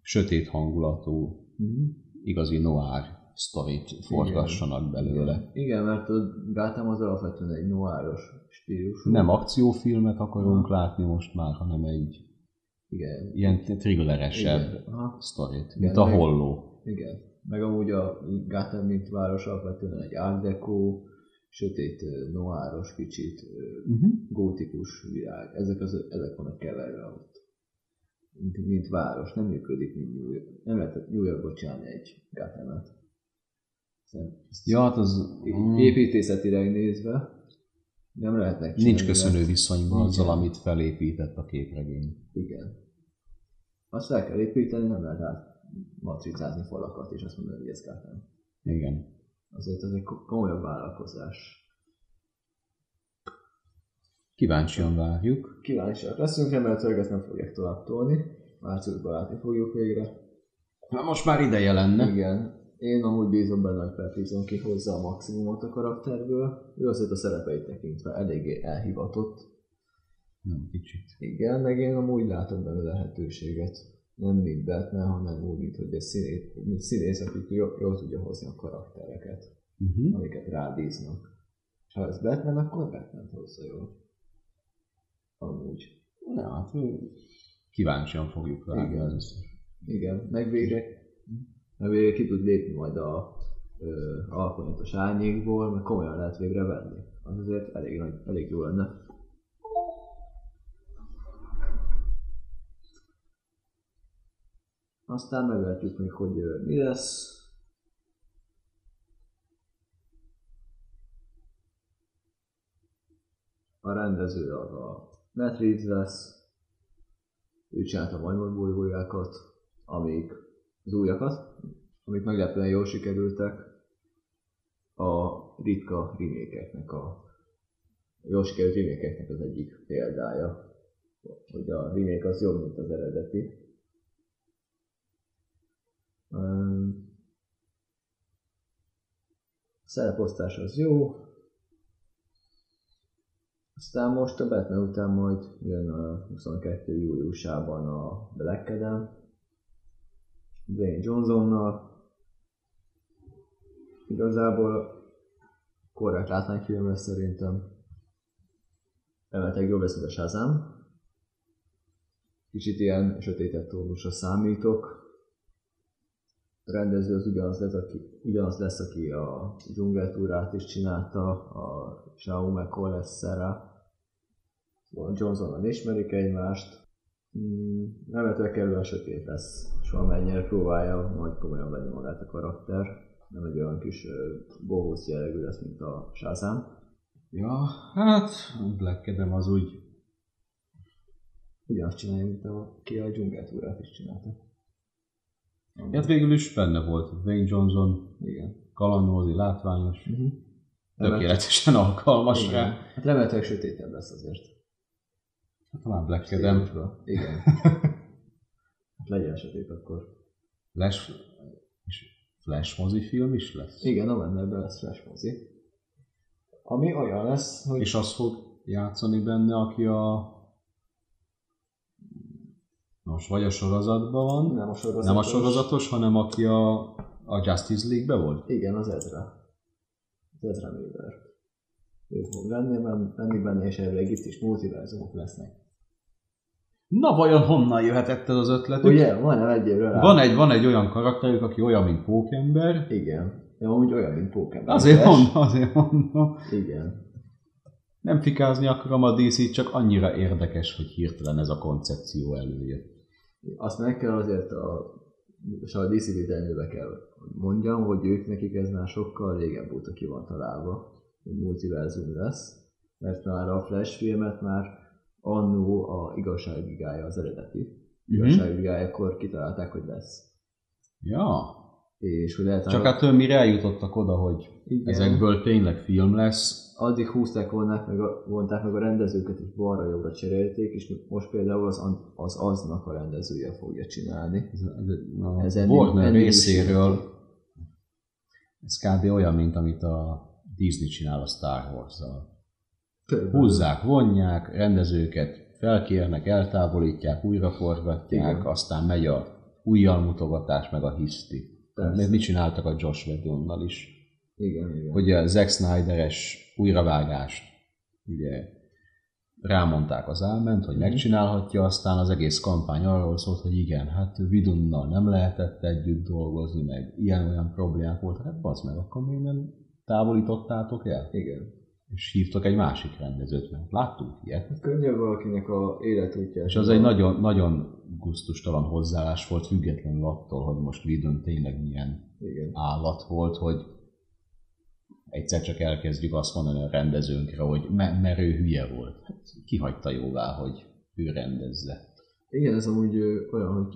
[SPEAKER 2] sötét hangulatú,
[SPEAKER 1] Mm-hmm.
[SPEAKER 2] igazi noir sztorit forgassanak belőle.
[SPEAKER 1] Igen, mert a Gotham az alapvetően egy noáros stílusú.
[SPEAKER 2] Nem akciófilmet akarunk látni most már, hanem egy
[SPEAKER 1] Igen.
[SPEAKER 2] ilyen thrilleresebb
[SPEAKER 1] Igen. Aha,
[SPEAKER 2] sztorit,
[SPEAKER 1] Igen,
[SPEAKER 2] mint a
[SPEAKER 1] meg-
[SPEAKER 2] holló.
[SPEAKER 1] igen. Meg amúgy a Gotham, mint város alapvetően egy art deco, sötét, ö, noáros, kicsit ö,
[SPEAKER 2] Uh-huh.
[SPEAKER 1] gótikus világ. Ezek, az, ezek vannak keverve ott. Mint, mint város, nem működik, mint New York. Nem lehetett New Yorkba csinálni egy Gotham-et. Szerintem ezt
[SPEAKER 2] Ja, hát az mm,
[SPEAKER 1] Építészetileg nézve nem lehetnek
[SPEAKER 2] nincs
[SPEAKER 1] csinálni, mert-
[SPEAKER 2] köszönő viszonyban azzal,
[SPEAKER 1] Nincsen.
[SPEAKER 2] amit felépített a képregény.
[SPEAKER 1] Igen. Azt fel kell építeni, nem lehet át matricázni falakat, és azt mondani, hogy ez Gotham.
[SPEAKER 2] Igen.
[SPEAKER 1] Azért ez egy ko- komolyabb vállalkozás.
[SPEAKER 2] Kíváncsian várjuk.
[SPEAKER 1] Kíváncsiak leszünk, remélhetőleg ezt nem fogják tovább tolni. Márciusban látni fogjuk végre.
[SPEAKER 2] Na most már ideje lenne.
[SPEAKER 1] Igen. Én amúgy bízom benne, hogy Pattinson kihozza a maximumot a karakterből. Ő azért a szerepeit tekintve eléggé elhivatott.
[SPEAKER 2] nem kicsit.
[SPEAKER 1] Igen, meg én amúgy látom benne lehetőséget. Nem mint Batman, hanem úgy, mint hogy egy színész, mint színész aki jól, jól tudja hozni a karaktereket,
[SPEAKER 2] Uh-huh.
[SPEAKER 1] amiket rádíznak. És ha ez Batman, akkor Batman hozza jól. Amúgy.
[SPEAKER 2] Na, hát ö, kíváncsian fogjuk vágni.
[SPEAKER 1] Igen.
[SPEAKER 2] az biztos.
[SPEAKER 1] Igen, meg végre, meg végre ki tud lépni majd a ö, alkonyatos árnyékból, meg komolyan lehet végre venni. Az azért elég, nagy, elég jó lenne. Aztán meglátjuk még, hogy ö, mi lesz. A rendező az a Matt Reeves lesz, ő csinálta a majmon bolygójákat, amik az újakat, amik meglepően jól sikerültek a ritka remékeknek a jól sikerült remékeknek az egyik példája. Hogy a remake az jobb, mint az eredeti. Um, a szereposztás az jó. Aztán most a Batman után majd jön a 22. júliusában a Black Adam. Dwayne Johnsonnal. Igazából korrekt látványfilm lesz szerintem. Emeltek jobb lesz, mint a Shazam. Kicsit ilyen sötétebb tónusra számítok. A rendező az ugyanaz lesz, aki, ugyanaz lesz, aki a dzsungeltúrát is csinálta, a Xiaomi Colessera. Szóval Johnsonon ismerik egymást. Mm, Nevetve kerül a sötét lesz, és valamennyire próbálja majd komolyan venni magát a karakter. Nem egy olyan kis ö, bohóc jellegű lesz, mint a Shazam.
[SPEAKER 2] Ja, hát Black Adam az úgy
[SPEAKER 1] Ugyanazt csinálja, mint a, ki a dzsungeltúrát is csinálta.
[SPEAKER 2] Hát végül is benne volt Dwayne Johnson,
[SPEAKER 1] Igen.
[SPEAKER 2] kalanózi, látványos,
[SPEAKER 1] Uh-huh.
[SPEAKER 2] tökéletesen alkalmas rá.
[SPEAKER 1] Hát remélhetőleg sötétebb lesz azért.
[SPEAKER 2] Hát ha már Black Adam,
[SPEAKER 1] Kedem. [LAUGHS] Igen. Hát legyen sötét akkor.
[SPEAKER 2] Flash, és Flash mozifilm is lesz.
[SPEAKER 1] Igen, a benne ebben lesz flash mozi. Ami olyan lesz, hogy...
[SPEAKER 2] És az fog játszani benne, aki a... Most vagy a sorozatban van,
[SPEAKER 1] nem a sorozatos.
[SPEAKER 2] nem a sorozatos, hanem aki a, a Justice League-be volt.
[SPEAKER 1] Igen, az Ezra. Az Ezra Miller. Ő fog lenni, ben- lenni benne, és elvileg itt is multiverzumok lesznek.
[SPEAKER 2] Na vajon honnan jöhetett ez az ötlet?
[SPEAKER 1] Ugye? Majdnem egy évre rá.
[SPEAKER 2] Van egy, van egy olyan karakterük, aki olyan, mint Pókember.
[SPEAKER 1] Igen. De amúgy olyan, mint Pokémon.
[SPEAKER 2] Azért mondom, azért mondom.
[SPEAKER 1] Igen.
[SPEAKER 2] Nem fikázni akarom a DC-t, csak annyira érdekes, hogy hirtelen ez a koncepció előjött.
[SPEAKER 1] Azt meg kell azért a, és a DC védelműbe kell mondjam, hogy ők nekik ez már sokkal régebb óta ki van találva, hogy multiverzum lesz, mert már a Flash filmet már annó a igazságvigája az eredeti.
[SPEAKER 2] Mhm.
[SPEAKER 1] Igazságvigájakor kitalálták, hogy lesz.
[SPEAKER 2] Ja,
[SPEAKER 1] És hogy lehet
[SPEAKER 2] csak hát ő mire eljutottak oda, hogy
[SPEAKER 1] Igen.
[SPEAKER 2] ezekből tényleg film lesz.
[SPEAKER 1] addig húzták volnák meg a, vonták meg a rendezőket, és balra-jobbra cserélték, és most például az, an- az aznak a rendezője fogja csinálni.
[SPEAKER 2] Ez, ez, a
[SPEAKER 1] Ez
[SPEAKER 2] ez
[SPEAKER 1] ennél-
[SPEAKER 2] Warner
[SPEAKER 1] ennél is
[SPEAKER 2] részéről ez kb. olyan, mint amit a Disney csinál a Star Wars-zal.
[SPEAKER 1] Körülbelül.
[SPEAKER 2] Húzzák, vonják, rendezőket felkérnek, eltávolítják, újraforgatják,
[SPEAKER 1] Igen.
[SPEAKER 2] aztán megy a újjalmutogatás, meg a hiszti.
[SPEAKER 1] Persze.
[SPEAKER 2] Mit csináltak a Josh Whedonnal is?
[SPEAKER 1] Igen, igen.
[SPEAKER 2] hogy a Zack Snyderes újravágást ugye rámondták az álment, hogy megcsinálhatja, aztán az egész kampány arról szólt, hogy igen, hát Vidunnal nem lehetett együtt dolgozni, meg ilyen-olyan problémák voltak, hát bazd meg, akkor még nem távolítottátok el?
[SPEAKER 1] igen.
[SPEAKER 2] És hívtak egy másik rendezőt, mert láttunk ilyet.
[SPEAKER 1] Hát Könnyebb valakinek a életútját.
[SPEAKER 2] És az egy nagyon, nagyon gusztustalan hozzáállás volt, függetlenül attól, hogy most Vidun tényleg milyen
[SPEAKER 1] Igen.
[SPEAKER 2] állat volt, hogy egyszer csak elkezdjük azt mondani a rendezőnkre, hogy me- merő hülye volt. Hát, kihagyta jóvá, hogy ő rendezze.
[SPEAKER 1] igen, ez amúgy ö, olyan, hogy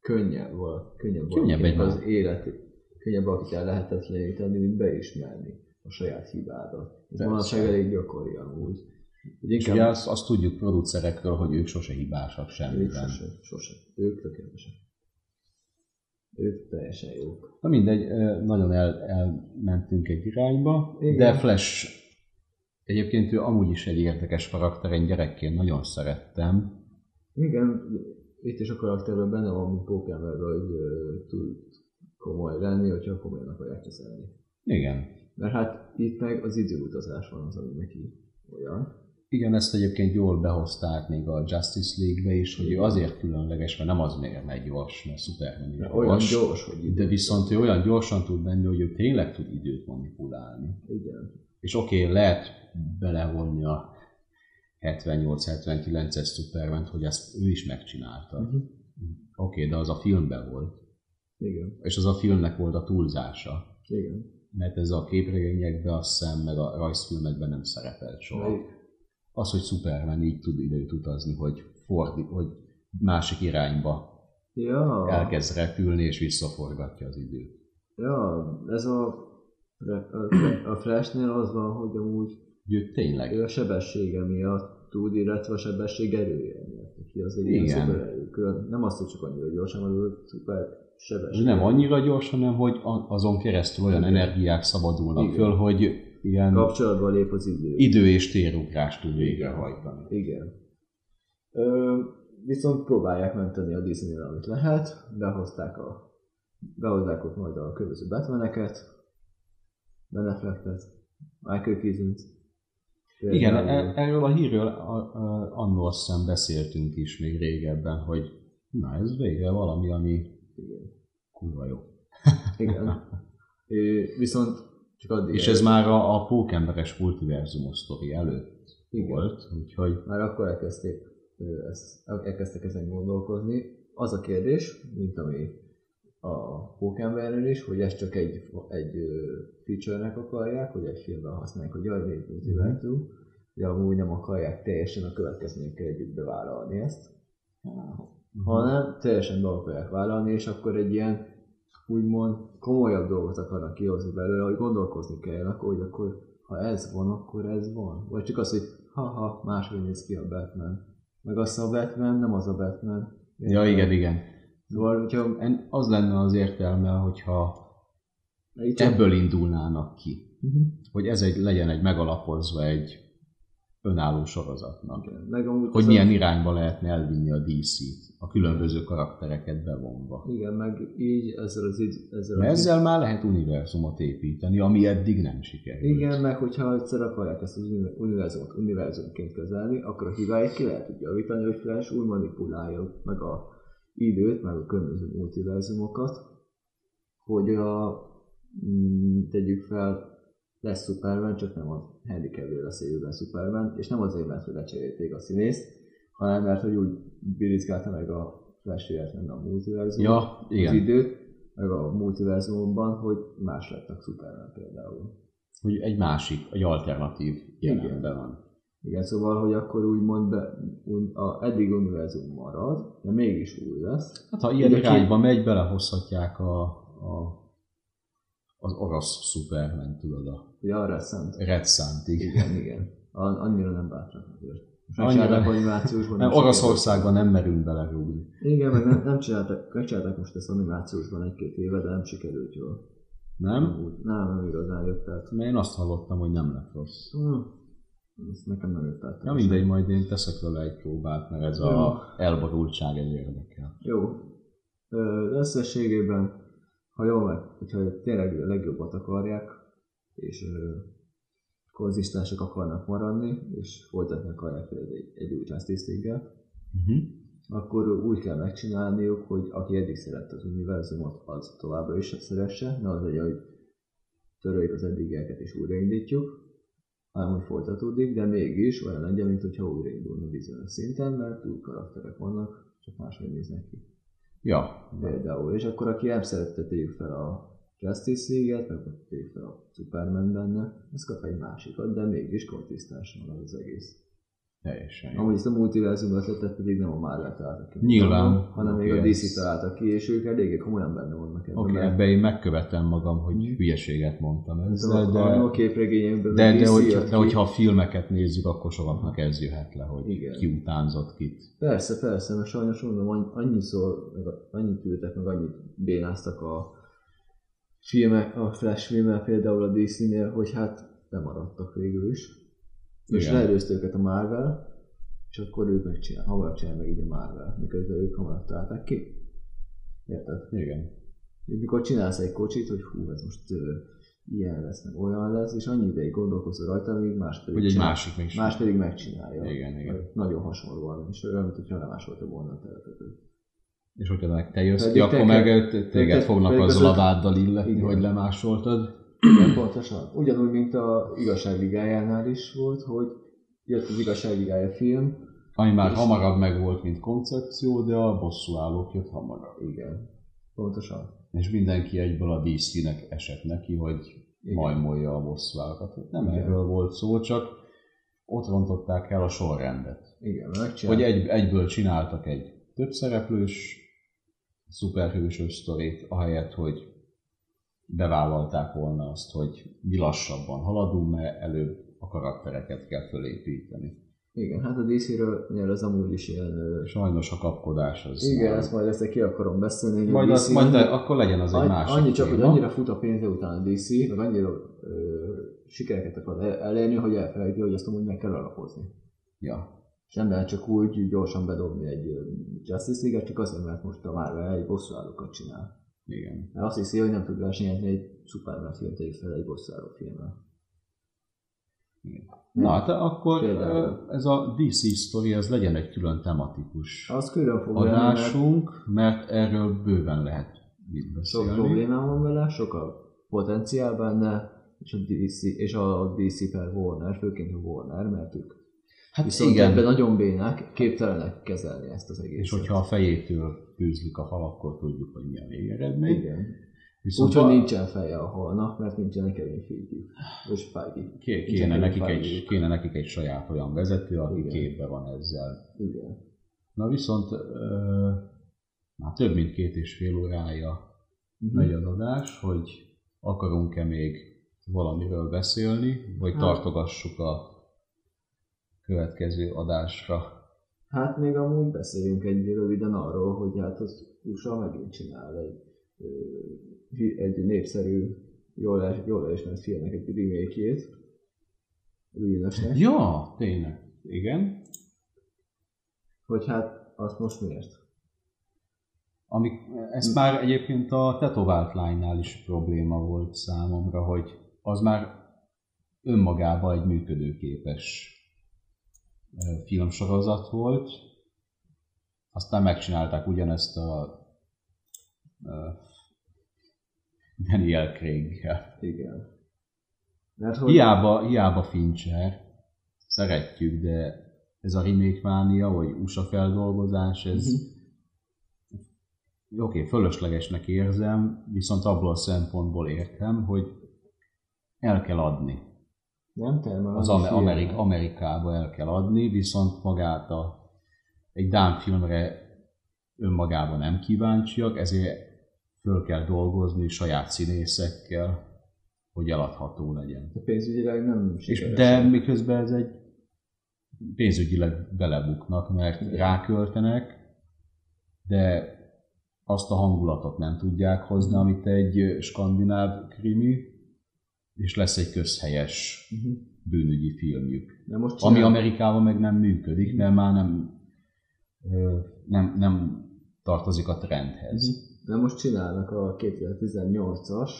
[SPEAKER 1] könnyebb volt. Könnyebb,
[SPEAKER 2] Könnyebb
[SPEAKER 1] valakinek
[SPEAKER 2] egy
[SPEAKER 1] az élet. Könnyebb valakit el lehetetleníteni, mint beismerni a saját hibádat. Ez
[SPEAKER 2] Persze.
[SPEAKER 1] manapság elég gyakori amúgy. Hogy
[SPEAKER 2] És ugye azt, azt tudjuk producerekről, hogy ők sose hibásak
[SPEAKER 1] Ők
[SPEAKER 2] semmiben.
[SPEAKER 1] sose, sose. Ők tökéletesek. Ők teljesen jók.
[SPEAKER 2] Na mindegy, ö, nagyon el, elmentünk egy irányba,
[SPEAKER 1] Igen.
[SPEAKER 2] de Flash Egyébként ő amúgy is egy érdekes karakter, én gyerekként nagyon szerettem.
[SPEAKER 1] Igen, itt is a karakterben benne van, mint Pokémonben, hogy ö, tud komoly lenni, hogyha komolyan akarják kezelni.
[SPEAKER 2] Igen.
[SPEAKER 1] Mert hát itt meg az időutazás van az, ami neki olyan.
[SPEAKER 2] Igen, ezt egyébként jól behozták még a Justice League-be is, hogy ő azért különleges, mert nem az miért megy gyors, mert Superman is
[SPEAKER 1] Mert olyan
[SPEAKER 2] gyors,
[SPEAKER 1] gyors, hogy
[SPEAKER 2] de
[SPEAKER 1] ide.
[SPEAKER 2] viszont ő olyan gyorsan tud menni, hogy ő tényleg tud időt manipulálni.
[SPEAKER 1] Igen.
[SPEAKER 2] És oké, okay, lehet belevonni a 78-79-es Superman-t, hogy ezt ő is megcsinálta. Oké,
[SPEAKER 1] Uh-huh.
[SPEAKER 2] okay, de az a filmben volt.
[SPEAKER 1] Igen.
[SPEAKER 2] És az a filmnek volt a túlzása.
[SPEAKER 1] Igen.
[SPEAKER 2] Mert ez a képregényekben, azt hiszem, meg a rajzfilmekben nem szerepelt soha.
[SPEAKER 1] Melyik?
[SPEAKER 2] az, hogy Superman így tud időt utazni, hogy, fordi, hogy másik irányba
[SPEAKER 1] Ja.
[SPEAKER 2] elkezd repülni, és visszaforgatja az időt.
[SPEAKER 1] Ja, ez a, Fre- a Fre- a Freshnél az van, hogy amúgy
[SPEAKER 2] Hogy ő tényleg,
[SPEAKER 1] ő a sebessége miatt tud, illetve a sebesség erője miatt. Neki azért ilyen
[SPEAKER 2] Igen.
[SPEAKER 1] szupererő. Külön, nem azt, hogy csak annyira gyorsan, hanem ő szuper
[SPEAKER 2] ő
[SPEAKER 1] sebesség.
[SPEAKER 2] nem annyira gyors, hanem hogy a- azon keresztül olyan energiák szabadulnak
[SPEAKER 1] Igen.
[SPEAKER 2] föl, hogy ilyen
[SPEAKER 1] Kapcsolatba lép az idő.
[SPEAKER 2] idő- és térugrást tud végrehajtani.
[SPEAKER 1] Igen. Ö, viszont próbálják menteni a disney amit lehet, behozták a behozzák ott majd a különböző Batmaneket, Ben Afflecket, Michael Keaton-t.
[SPEAKER 2] Igen, e- erről a hírről a- a- annól azt hiszem beszéltünk is még régebben, hogy na ez végre valami, ami
[SPEAKER 1] Igen.
[SPEAKER 2] kurva jó. [LAUGHS]
[SPEAKER 1] Igen. Ö, viszont csak addig
[SPEAKER 2] És ez már a, a pókemberes multiverzumos sztori előtt
[SPEAKER 1] Igen.
[SPEAKER 2] volt, úgyhogy
[SPEAKER 1] már akkor elkezdték ö, ezt, elkezdtek ezen gondolkozni. Az a kérdés, mint ami a Pokémonről is, hogy ezt csak egy, egy ö, feature-nek akarják, hogy egy filmben használják, hogy jaj, négy multiverzum, de amúgy nem akarják teljesen a következményekkel együtt bevállalni ezt,
[SPEAKER 2] Mhm.
[SPEAKER 1] hanem teljesen be akarják vállalni, és akkor egy ilyen úgymond komolyabb dolgot akarnak kihozni belőle, hogy gondolkozni kell, akkor, hogy akkor ha ez van, akkor ez van. Vagy csak az, hogy ha-ha, máshogy néz ki a Batman. Meg azt a Batman nem az a Batman.
[SPEAKER 2] Ja, igen, igen.
[SPEAKER 1] Szóval, hogyha
[SPEAKER 2] En- Az lenne az értelme, hogyha
[SPEAKER 1] itt csak-
[SPEAKER 2] ebből indulnának ki,
[SPEAKER 1] Mhm.
[SPEAKER 2] hogy ez egy, legyen egy megalapozva egy önálló sorozatnak.
[SPEAKER 1] Igen, Meg amúgy
[SPEAKER 2] Hogy
[SPEAKER 1] az a-
[SPEAKER 2] milyen irányba lehetne elvinni a DC-t, a különböző karaktereket bevonva.
[SPEAKER 1] Igen, meg így ezzel az id- ezzel
[SPEAKER 2] Mert
[SPEAKER 1] az
[SPEAKER 2] ezzel már lehet univerzumot építeni, ami eddig nem sikerült.
[SPEAKER 1] Igen, meg hogyha egyszer akarják ezt az uni- univerzumot univerzumként kezelni, akkor a hibáit ki lehet így javítani, hogy Flash úgy manipulálja meg a időt, meg a különböző multiverzumokat, hogy a, mm, tegyük fel, lesz Superman, csak nem a Henry Cavill lesz a jövőben Superman, és nem azért, mert hogy lecserélték a színészt, hanem mert hogy úgy birizgálta meg a Flash életlen a multiverzumot,
[SPEAKER 2] Ja,
[SPEAKER 1] az
[SPEAKER 2] igen.
[SPEAKER 1] időt, meg a multiverzumban, hogy más lettek Superman például.
[SPEAKER 2] Hogy egy másik, egy alternatív jelenben van.
[SPEAKER 1] Igen, szóval, hogy akkor úgymond be, un, a eddig univerzum marad, de mégis új lesz.
[SPEAKER 2] Hát ha ilyen
[SPEAKER 1] Ugye ki-
[SPEAKER 2] irányba megy, belehozhatják a, a az orosz Superman, tudod, a
[SPEAKER 1] Ugye arra szent.
[SPEAKER 2] Red Sun-ig.
[SPEAKER 1] Igen, igen. A, annyira nem bátrak azért. Most nem
[SPEAKER 2] Annyira-
[SPEAKER 1] csináltak animációsban.
[SPEAKER 2] Nem,
[SPEAKER 1] sikerült.
[SPEAKER 2] Oroszországban nem merünk belerúgni.
[SPEAKER 1] Igen, meg nem, nem csináltak, megcsináltak most ezt animációsban egy-két éve, de nem sikerült jól.
[SPEAKER 2] Nem?
[SPEAKER 1] Úgy, nem, nem igazán jött át.
[SPEAKER 2] Mert én azt hallottam, hogy nem lett rossz.
[SPEAKER 1] Hm. Ez nekem nem jött át.
[SPEAKER 2] Na mindegy, majd én teszek vele egy próbát, mert ez a elborultság ez érdekel.
[SPEAKER 1] Jó. Ö, Összességében, ha jól meg, hogyha tényleg a legjobbat akarják, és ö, konzisztensek akarnak maradni, és folytatni akarják például egy, egy új Justice League-gel, Mhm.
[SPEAKER 2] Uh-huh.
[SPEAKER 1] akkor úgy kell megcsinálniuk, hogy aki eddig szerette az univerzumot, az továbbra is szeresse, ne az legyen, hogy töröljük az eddigieket és újraindítjuk, hanem hogy folytatódik, de mégis olyan legyen, mint hogyha újraindulna bizonyos szinten, mert új karakterek vannak, csak máshogy néznek ki
[SPEAKER 2] Ja.
[SPEAKER 1] például, és akkor aki nem szerette tegyük fel a Justice League-et, meg ott tegyük fel a Superman benne, az kap egy másikat, de mégis kontisztás van az egész.
[SPEAKER 2] Teljesen jó.
[SPEAKER 1] Amúgy ezt a multiverzum ötletet pedig nem a Marvel találta ki.
[SPEAKER 2] Nyilván.
[SPEAKER 1] Hanem még
[SPEAKER 2] Oké,
[SPEAKER 1] a
[SPEAKER 2] ez-
[SPEAKER 1] DC találta ki, és ők eléggé komolyan benne vannak ebben.
[SPEAKER 2] Oké, okay,
[SPEAKER 1] mert
[SPEAKER 2] ebbe én megkövetem magam, hogy hülyeséget mondtam ezzel,
[SPEAKER 1] Mhm. de, a
[SPEAKER 2] de,
[SPEAKER 1] képregényekben
[SPEAKER 2] de, de,
[SPEAKER 1] hogy,
[SPEAKER 2] hogy, de hogyha a filmeket nézzük, akkor sokaknak ez jöhet le, hogy
[SPEAKER 1] Igen.
[SPEAKER 2] ki utánzott kit.
[SPEAKER 1] Persze, persze, mert sajnos mondom, annyi- annyiszor, meg a- annyit ültek, meg annyit bénáztak a filmek, a Flash filmmel például a DC-nél, hogy hát nem maradtak végül is. És
[SPEAKER 2] Igen.
[SPEAKER 1] leelőzte őket a Marvel, és akkor ők megcsinál, hamarabb csinál meg így a Marvel, miközben ők hamarabb találták ki. Érted?
[SPEAKER 2] Igen.
[SPEAKER 1] Így mikor csinálsz egy kocsit, hogy hú, ez most ö, ilyen lesz, meg olyan lesz, és annyi ideig gondolkozol rajta, míg más pedig
[SPEAKER 2] Hogy egy
[SPEAKER 1] csinál.
[SPEAKER 2] másik még
[SPEAKER 1] más pedig megcsinálja.
[SPEAKER 2] Igen, igen.
[SPEAKER 1] Nagyon hasonlóan, és olyan, mint hogyha lemásolta volna a teletetet.
[SPEAKER 2] És hogyha meg te jössz ki,
[SPEAKER 1] Pedig
[SPEAKER 2] akkor
[SPEAKER 1] Hát te-
[SPEAKER 2] meg téged,
[SPEAKER 1] pedig-
[SPEAKER 2] fognak
[SPEAKER 1] pedig
[SPEAKER 2] az
[SPEAKER 1] az öt-
[SPEAKER 2] laváddal illetni,
[SPEAKER 1] Igen.
[SPEAKER 2] hogy lemásoltad.
[SPEAKER 1] Igen, pontosan. Ugyanúgy, mint a igazságvigájánál is volt, hogy jött az igazságvigája film,
[SPEAKER 2] Ami már
[SPEAKER 1] És-
[SPEAKER 2] hamarabb megvolt, mint koncepció, de a bosszúállók jött hamarabb.
[SPEAKER 1] igen, pontosan.
[SPEAKER 2] És mindenki egyből a DC-nek esett neki, hogy
[SPEAKER 1] Igen.
[SPEAKER 2] majmolja a bosszúállakat. Nem
[SPEAKER 1] Igen.
[SPEAKER 2] erről volt szó, csak ott rontották el a sorrendet.
[SPEAKER 1] Igen, megcsinálta.
[SPEAKER 2] Hogy egy, egyből csináltak egy több szereplős, szuperhősös sztorit, ahelyett, hogy bevállalták volna azt, hogy mi lassabban haladunk, mert előbb a karaktereket kell fölépíteni.
[SPEAKER 1] Igen, hát a DC-ről nyilván az amúgy is ilyen... ö,
[SPEAKER 2] Sajnos a kapkodás az...
[SPEAKER 1] Igen,
[SPEAKER 2] már-
[SPEAKER 1] ezt majd ezt ki akarom beszélni. hogy a
[SPEAKER 2] Szóval. majd,
[SPEAKER 1] DC
[SPEAKER 2] az, majd
[SPEAKER 1] annyi-
[SPEAKER 2] de, akkor legyen az egy
[SPEAKER 1] annyi-
[SPEAKER 2] másik
[SPEAKER 1] Annyi csak, hogy
[SPEAKER 2] téma.
[SPEAKER 1] annyira fut a pénze után a DC, meg annyira ö, sikereket akar el- elérni, hogy elfelejti, hogy azt amúgy meg kell alapozni.
[SPEAKER 2] Ja.
[SPEAKER 1] És nem lehet csak úgy gyorsan bedobni egy ö, Justice League-et, csak azért, mert most a Marvel egy bosszúállókat csinál.
[SPEAKER 2] Igen.
[SPEAKER 1] Mert azt hiszi, hogy nem tud versenyezni egy Superman filmet, egy fel egy bosszúálló filmmel. Hm?
[SPEAKER 2] Na, hát akkor
[SPEAKER 1] Például.
[SPEAKER 2] ö, ez a DC sztori, ez legyen egy külön tematikus
[SPEAKER 1] Az külön fog lenni, mert
[SPEAKER 2] adásunk, mert erről bőven lehet mit
[SPEAKER 1] sok
[SPEAKER 2] beszélni.
[SPEAKER 1] problémám van vele, sok a potenciál benne, és a DC, és a DC per Warner, főként a Warner, mert ők
[SPEAKER 2] Hát
[SPEAKER 1] viszont
[SPEAKER 2] igen,
[SPEAKER 1] ebben nagyon bénák, képtelenek kezelni ezt az egészet.
[SPEAKER 2] és hogyha a fejétől tűzlik a hal, akkor tudjuk, hogy mi a végeredmény.
[SPEAKER 1] igen.
[SPEAKER 2] Viszont
[SPEAKER 1] Úgyhogy
[SPEAKER 2] a-
[SPEAKER 1] nincsen feje a halnak, mert nincsenek Kevin Feige és Feige.
[SPEAKER 2] ké-
[SPEAKER 1] nincsen
[SPEAKER 2] kéne, nekik
[SPEAKER 1] fájljuk.
[SPEAKER 2] egy, kéne nekik egy saját olyan vezető, aki
[SPEAKER 1] Igen.
[SPEAKER 2] képbe van ezzel.
[SPEAKER 1] Igen.
[SPEAKER 2] Na viszont ö, már több mint két és fél órája
[SPEAKER 1] Mhm. Hm.
[SPEAKER 2] megy az adás, hogy akarunk-e még valamiről beszélni, vagy
[SPEAKER 1] Hát.
[SPEAKER 2] tartogassuk a következő adásra.
[SPEAKER 1] Hát még amúgy beszéljünk egy röviden arról, hogy hát az USA megint csinál egy, ö, fi- egy népszerű, jól, el- jól elismert filmnek egy remake-jét. Bűnösnek.
[SPEAKER 2] Ja, tényleg. Igen.
[SPEAKER 1] Hogy hát azt most miért?
[SPEAKER 2] Ami, ez már egyébként a tetovált lánynál is probléma volt számomra, hogy az már önmagában egy működőképes ö, filmsorozat volt. Aztán megcsinálták ugyanezt a ö, Daniel Craig-gel.
[SPEAKER 1] Igen. Mert hogy...
[SPEAKER 2] Hiába, hiába Fincher, szeretjük, de ez a remake mánia, vagy USA feldolgozás, ez
[SPEAKER 1] Mhm.
[SPEAKER 2] oké, okay, fölöslegesnek érzem, viszont abból a szempontból értem, hogy el kell adni.
[SPEAKER 1] Nem termel
[SPEAKER 2] Az
[SPEAKER 1] annyi
[SPEAKER 2] Amer- Amerik- Amerikába el kell adni, viszont magát a, egy Dán filmre önmagában nem kíváncsiak, ezért föl kell dolgozni saját színészekkel, hogy eladható legyen.
[SPEAKER 1] filmet. Pénzügyileg nem
[SPEAKER 2] És
[SPEAKER 1] sikeres.
[SPEAKER 2] de miközben ez egy szóval- pénzügyileg belebuknak, mert
[SPEAKER 1] Igen.
[SPEAKER 2] ráköltenek, de azt a hangulatot nem tudják hozni, amit egy ö, skandináv krimi, és lesz egy közhelyes
[SPEAKER 1] Mhm.
[SPEAKER 2] bűnügyi filmjük.
[SPEAKER 1] De most
[SPEAKER 2] Ami
[SPEAKER 1] csinál-
[SPEAKER 2] Amerikában meg nem működik, mert már nem, ö, nem, nem tartozik a trendhez.
[SPEAKER 1] Mhm. De most csinálnak a 2018-as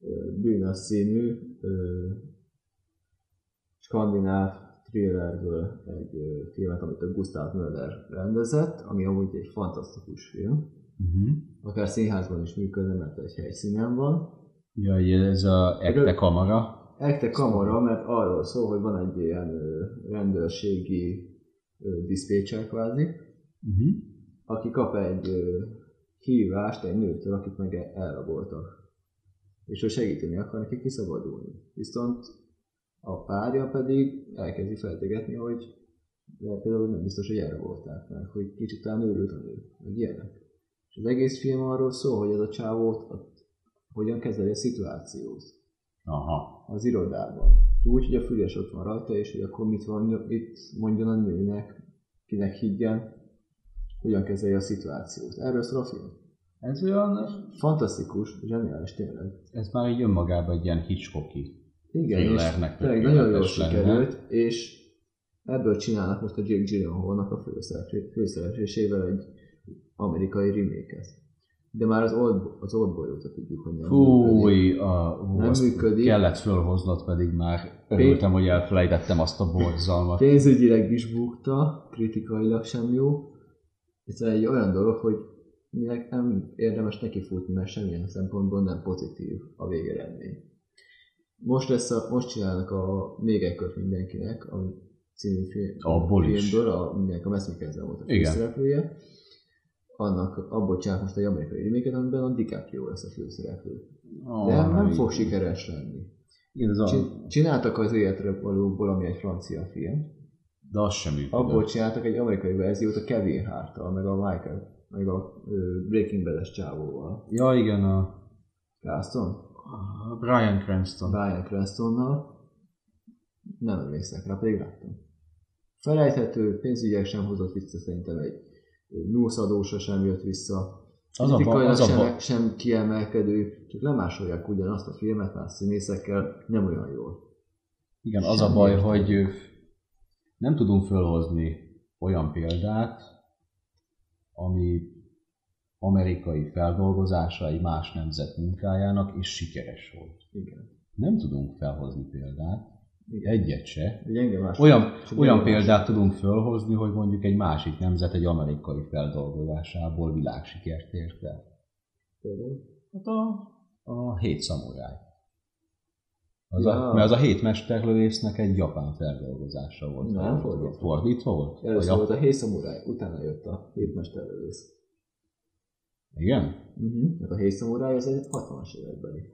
[SPEAKER 1] ö, bűnös színű ö, skandináv thrillerből egy ö, filmet, amit a Gustav Möller rendezett, ami amúgy egy fantasztikus film.
[SPEAKER 2] Uh-huh.
[SPEAKER 1] Akár színházban is működne, mert egy helyszínen van.
[SPEAKER 2] Jaj, ez a ekte kamera.
[SPEAKER 1] Ekte kamera, mert arról szól, hogy van egy ilyen ö, rendőrségi ö, diszpécser kvázi,
[SPEAKER 2] Uh-huh.
[SPEAKER 1] aki kap egy ö, hívást egy nőtől, akit meg el- elraboltak. És ő segíteni akar neki kiszabadulni. Viszont a párja pedig elkezdi feltegetni, hogy de például nem biztos, hogy elrabolták meg, hogy kicsit talán őrült a nő, meg ilyenek. És az egész film arról szól, hogy ez a csávót a, hogyan kezeli a szituációt
[SPEAKER 2] Aha.
[SPEAKER 1] az irodában. Úgy, hogy a füles ott van rajta, és hogy akkor mit, van, mit mondjon a nőnek, kinek higgyen, hogyan kezelje a szituációt. Erről szól a film.
[SPEAKER 2] Ez olyan
[SPEAKER 1] Fantasztikus, zseniális tényleg.
[SPEAKER 2] ez már így önmagában egy ilyen Hitchcocki
[SPEAKER 1] Igen, és
[SPEAKER 2] thrillernek
[SPEAKER 1] tényleg nagyon jól
[SPEAKER 2] tökéletes lenne.
[SPEAKER 1] sikerült, és ebből csinálnak most a Jake Gyllenhaalnak a főszereplé- főszereplésével egy amerikai remake De már az Old, az old boy óta tudjuk, hogy nem működik.
[SPEAKER 2] Fúj, a, hú,
[SPEAKER 1] Nem
[SPEAKER 2] azt
[SPEAKER 1] működik.
[SPEAKER 2] kellett fölhoznod, pedig már örültem, hogy elfelejtettem azt a borzalmat.
[SPEAKER 1] Pénzügyileg is bukta, kritikailag sem jó. Ez egy olyan dolog, hogy minek nem érdemes nekifutni, mert semmilyen szempontból nem pozitív a végeredmény. Most, lesz a, most csinálnak a még egy kört mindenkinek, ami című film,
[SPEAKER 2] Abból is.
[SPEAKER 1] filmből, a, aminek a Mads Mikkelsen volt a
[SPEAKER 2] Igen.
[SPEAKER 1] főszereplője. Annak abból csinálnak most egy amerikai reméket, amiben a DiCaprio lesz a főszereplő.
[SPEAKER 2] Ah,
[SPEAKER 1] De hát nem fog
[SPEAKER 2] igen.
[SPEAKER 1] sikeres lenni.
[SPEAKER 2] Igen, ez a,
[SPEAKER 1] Csi- Csináltak az életre valóból, ami egy francia film.
[SPEAKER 2] de az sem működött.
[SPEAKER 1] Abból csináltak egy amerikai verziót a Kevin hart meg a Michael, meg a ö, Breaking Bad-es csávóval.
[SPEAKER 2] Ja, igen, a,
[SPEAKER 1] Cranston?
[SPEAKER 2] a Brian Cranston.
[SPEAKER 1] Brian Cranstonnal. Nem emlékszek rá, pedig láttam. Felejthető, pénzügyek sem hozott vissza, szerintem egy nullszadósa sem jött vissza.
[SPEAKER 2] Az a, ba-
[SPEAKER 1] Kritikailag
[SPEAKER 2] az a,
[SPEAKER 1] sem,
[SPEAKER 2] ba-
[SPEAKER 1] sem kiemelkedő, csak lemásolják ugyanazt a filmet már színészekkel, nem olyan jól.
[SPEAKER 2] igen, az a
[SPEAKER 1] semmi
[SPEAKER 2] baj,
[SPEAKER 1] értelme.
[SPEAKER 2] hogy ö, nem tudunk fölhozni olyan példát, ami amerikai feldolgozása egy más nemzet munkájának, és sikeres volt.
[SPEAKER 1] Igen.
[SPEAKER 2] Nem tudunk felhozni példát, egyet se,
[SPEAKER 1] Gyenge más.
[SPEAKER 2] Olyan,
[SPEAKER 1] Csak
[SPEAKER 2] olyan
[SPEAKER 1] gyenge más-
[SPEAKER 2] példát tudunk fölhozni, hogy mondjuk egy másik nemzet egy amerikai feldolgozásából világsikert ért el.
[SPEAKER 1] Például.
[SPEAKER 2] Hát a, a hét szamuráj. Az
[SPEAKER 1] Ja.
[SPEAKER 2] a, mert az a hét mesterlövésznek egy japán feldolgozása volt.
[SPEAKER 1] Nem,
[SPEAKER 2] Fordítva-
[SPEAKER 1] fordítva.
[SPEAKER 2] Fordítva volt? A
[SPEAKER 1] Először
[SPEAKER 2] jap-
[SPEAKER 1] volt a Héj Szamuráj, utána jött a Hétmesterlövész.
[SPEAKER 2] Igen?
[SPEAKER 1] Uh-huh. Tehát a Héj Szamuráj az egy 60-as évekbeli.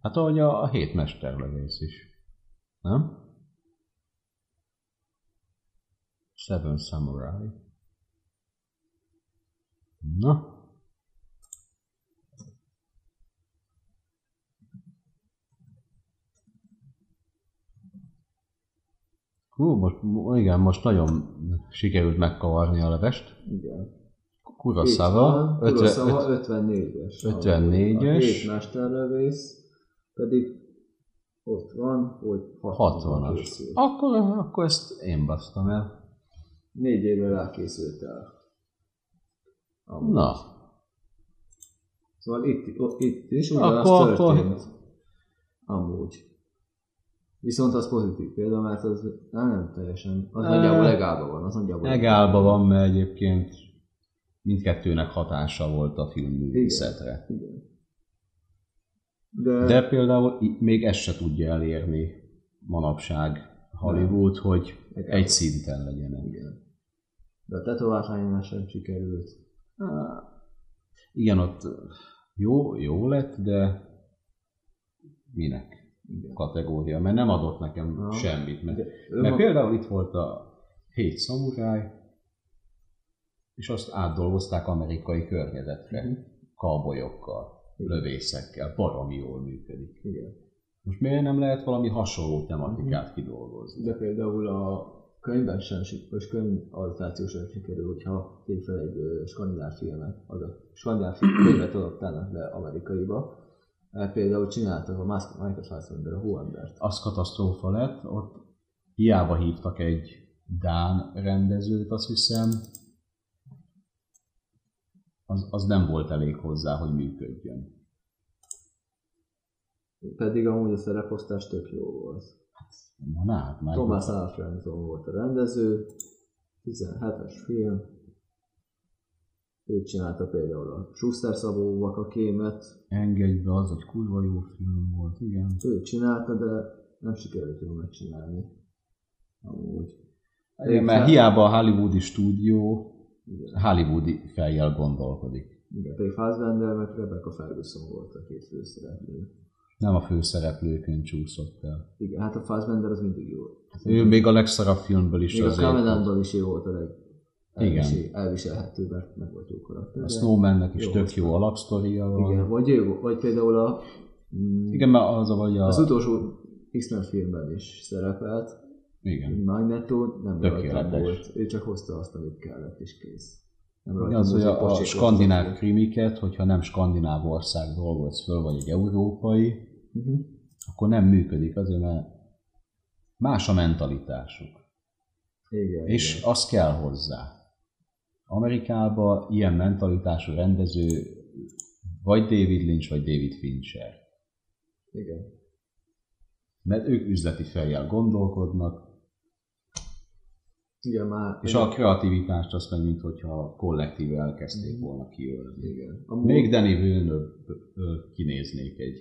[SPEAKER 2] Hát ahogy a, a hét mesterlövész is. Nem? Seven Samurai. Na, Hú, most, igen, most nagyon sikerült megkavarni a levest.
[SPEAKER 1] Igen.
[SPEAKER 2] Kuroszava,
[SPEAKER 1] Kuroszava
[SPEAKER 2] 50,
[SPEAKER 1] 54-es.
[SPEAKER 2] 54-es.
[SPEAKER 1] A Hétmesterlövész pedig ott van, hogy 60-as
[SPEAKER 2] 60-as.
[SPEAKER 1] készült.
[SPEAKER 2] Akkor, akkor ezt én basztam el.
[SPEAKER 1] Négy évvel rá készült el. Amúgy.
[SPEAKER 2] Na,
[SPEAKER 1] Szóval itt, o- itt is
[SPEAKER 2] Akkor-
[SPEAKER 1] ugyanaz
[SPEAKER 2] akkor-
[SPEAKER 1] történt. Amúgy. Viszont az pozitív példa, mert az nem, nem teljesen, az
[SPEAKER 2] Ö,
[SPEAKER 1] nagyjából legálba van, az nagyjából
[SPEAKER 2] Egálba van, mert egyébként mindkettőnek hatása volt a filmművészetre.
[SPEAKER 1] Igen. De, De
[SPEAKER 2] De például i- még ezt se tudja elérni manapság Hollywood, hogy
[SPEAKER 1] Egálba.
[SPEAKER 2] egy szinten legyenek.
[SPEAKER 1] igen. De a tetováltányánál sem sikerült.
[SPEAKER 2] Á, Igen, ott jó, jó lett, de minek
[SPEAKER 1] Igen.
[SPEAKER 2] kategória, mert nem adott nekem
[SPEAKER 1] Aha.
[SPEAKER 2] semmit. Mert,
[SPEAKER 1] De ő
[SPEAKER 2] mert
[SPEAKER 1] ma-
[SPEAKER 2] például itt volt a Hét szamuráj, és azt átdolgozták amerikai környezetre.
[SPEAKER 1] Mhm.
[SPEAKER 2] kalbolyokkal, lövészekkel, baromi jól működik.
[SPEAKER 1] Igen. Mhm.
[SPEAKER 2] Most miért nem lehet valami hasonló tematikát kidolgozni?
[SPEAKER 1] De például a könyvben sem sikerült, és könyv adaptáció sem sikerül, hogyha tégy fel egy ö, skandináv filmet, az a skandináv fi- könyvet adaptálnak le amerikaiba. Mert például csináltak a Mas- Michael Fassbender, a Hóembert.
[SPEAKER 2] Az katasztrófa lett, ott hiába hívtak egy Dán rendezőt, azt hiszem, az, az nem volt elég hozzá, hogy működjön.
[SPEAKER 1] Pedig amúgy a szereposztás tök jó volt.
[SPEAKER 2] Na, na hát már
[SPEAKER 1] Thomas Alfredson volt a rendező, 17-es film. Ő csinálta például a Schuster Szabóvak a kémet,
[SPEAKER 2] engedj be, az egy kurva jó film volt, igen.
[SPEAKER 1] ő csinálta, de nem sikerült jól megcsinálni. Amúgy. Hát
[SPEAKER 2] Hát igen mert hiába a hollywoodi stúdió
[SPEAKER 1] Igen,
[SPEAKER 2] hollywoodi fejjel gondolkodik.
[SPEAKER 1] igen pedig Fassbender meg Rebecca Ferguson volt a két főszereplő.
[SPEAKER 2] Nem a főszereplőkön csúszott el.
[SPEAKER 1] Igen, hát a Fassbender az mindig jó.
[SPEAKER 2] Ő még a legszarabb filmből is
[SPEAKER 1] Még a
[SPEAKER 2] azért.
[SPEAKER 1] Covenantban is jó volt a leg
[SPEAKER 2] Igen.
[SPEAKER 1] elvisel- elviselhető, mert meg volt jó karakter.
[SPEAKER 2] a
[SPEAKER 1] de-
[SPEAKER 2] Snowmannek is
[SPEAKER 1] Jó,
[SPEAKER 2] tök jó alapsztoria van.
[SPEAKER 1] Igen, vagy, ő- vagy például a mm,
[SPEAKER 2] Igen, mert az a vagy a...
[SPEAKER 1] Az utolsó X-Men filmben is szerepelt,
[SPEAKER 2] igen.
[SPEAKER 1] Magneto nem rajta
[SPEAKER 2] Tökéletes.
[SPEAKER 1] volt, ő csak hozta azt, amit kellett, és kész. Nem
[SPEAKER 2] Igen,
[SPEAKER 1] rajta
[SPEAKER 2] Az,
[SPEAKER 1] volt,
[SPEAKER 2] hogy a, a
[SPEAKER 1] pocsékolt
[SPEAKER 2] skandináv
[SPEAKER 1] az,
[SPEAKER 2] krimiket, hogyha nem skandináv ország dolgoz föl, vagy egy európai,
[SPEAKER 1] Mhm.
[SPEAKER 2] akkor nem működik azért, mert más a mentalitásuk.
[SPEAKER 1] Igen,
[SPEAKER 2] És
[SPEAKER 1] igen.
[SPEAKER 2] az kell hozzá. Amerikában ilyen mentalitású rendező vagy David Lynch, vagy David Fincher.
[SPEAKER 1] igen.
[SPEAKER 2] Mert ők üzleti fejjel gondolkodnak,
[SPEAKER 1] Igen, már...
[SPEAKER 2] és a kreativitást azt meg, mint hogyha kollektív elkezdték volna kiölni.
[SPEAKER 1] Igen. Amúgy,
[SPEAKER 2] Még Danny Villeneuve kinéznék egy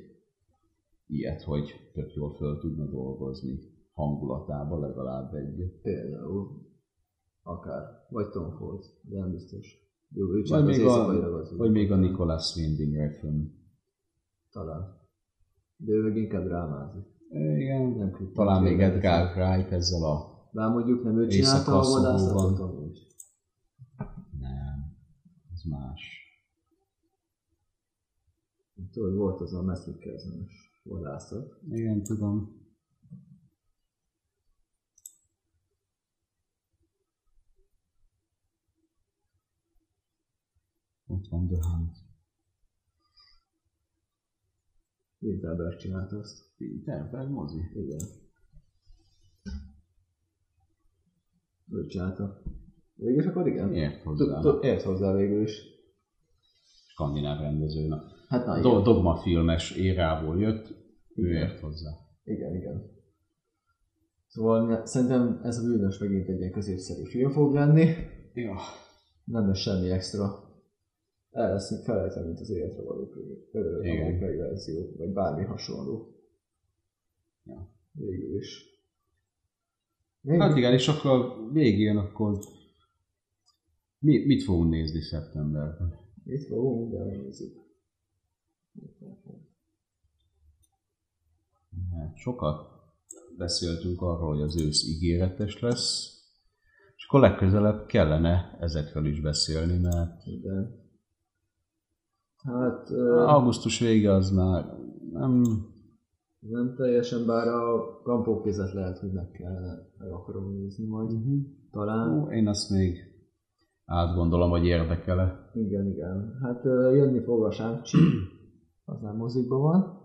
[SPEAKER 2] ilyet, hogy tök jól föl tudna dolgozni hangulatába legalább egy.
[SPEAKER 1] Például. Akár. Vagy Tom Ford, de nem biztos. Jó, ő csak
[SPEAKER 2] Vagy
[SPEAKER 1] az
[SPEAKER 2] még, a,
[SPEAKER 1] éjszakai ragazó.
[SPEAKER 2] vagy még a Nicolas Winding Refn.
[SPEAKER 1] Talán. De ő meg inkább drámázik.
[SPEAKER 2] Igen,
[SPEAKER 1] Nem kritikus.
[SPEAKER 2] talán még Edgar Wright ezzel a
[SPEAKER 1] Bár mondjuk nem ő csinálta a
[SPEAKER 2] Éjszaka
[SPEAKER 1] vadászatot
[SPEAKER 2] szobóban.
[SPEAKER 1] amúgy.
[SPEAKER 2] Nem, ez más.
[SPEAKER 1] Tudod, volt az a meszlikkezmes vadászat.
[SPEAKER 2] Igen, tudom. Ott van The Hunt.
[SPEAKER 1] Winterberg csinálta azt.
[SPEAKER 2] Tervel mozi.
[SPEAKER 1] Igen. Ő csinálta. Végül is akkor igen. Tud-
[SPEAKER 2] Ért hozzá.
[SPEAKER 1] tud- Ért hozzá végül is.
[SPEAKER 2] Skandináv rendezőnek.
[SPEAKER 1] Hát na,
[SPEAKER 2] A
[SPEAKER 1] igen.
[SPEAKER 2] do- dogma filmes érából jött, ő ért hozzá.
[SPEAKER 1] Igen, igen. Szóval ne- szerintem ez a bűnös megint egy ilyen középszerű film fog lenni.
[SPEAKER 2] Ja.
[SPEAKER 1] Nem lesz semmi extra. El lesz felejtve, mint az életre való könyv- ö,
[SPEAKER 2] Igen.
[SPEAKER 1] amerikai verzió, vagy bármi hasonló.
[SPEAKER 2] Ja.
[SPEAKER 1] Végül is. Még
[SPEAKER 2] Hát igen, és akkor a végén akkor mi, mit fogunk nézni szeptemberben?
[SPEAKER 1] Itt fogunk, de nézzük.
[SPEAKER 2] Hát sokat beszéltünk arról, hogy az ősz ígéretes lesz, és akkor legközelebb kellene ezekről is beszélni, mert
[SPEAKER 1] Igen. Hát... ö,
[SPEAKER 2] augusztus vége az már nem...
[SPEAKER 1] Nem teljesen, bár a kampó kézet lehet, hogy meg kellene, meg akarom nézni majd. Uh-huh. Talán.
[SPEAKER 2] Ó, én azt még átgondolom, hogy érdekele.
[SPEAKER 1] Igen, igen. Hát ö, jönni fog a Sáncsi, az nem mozikban van.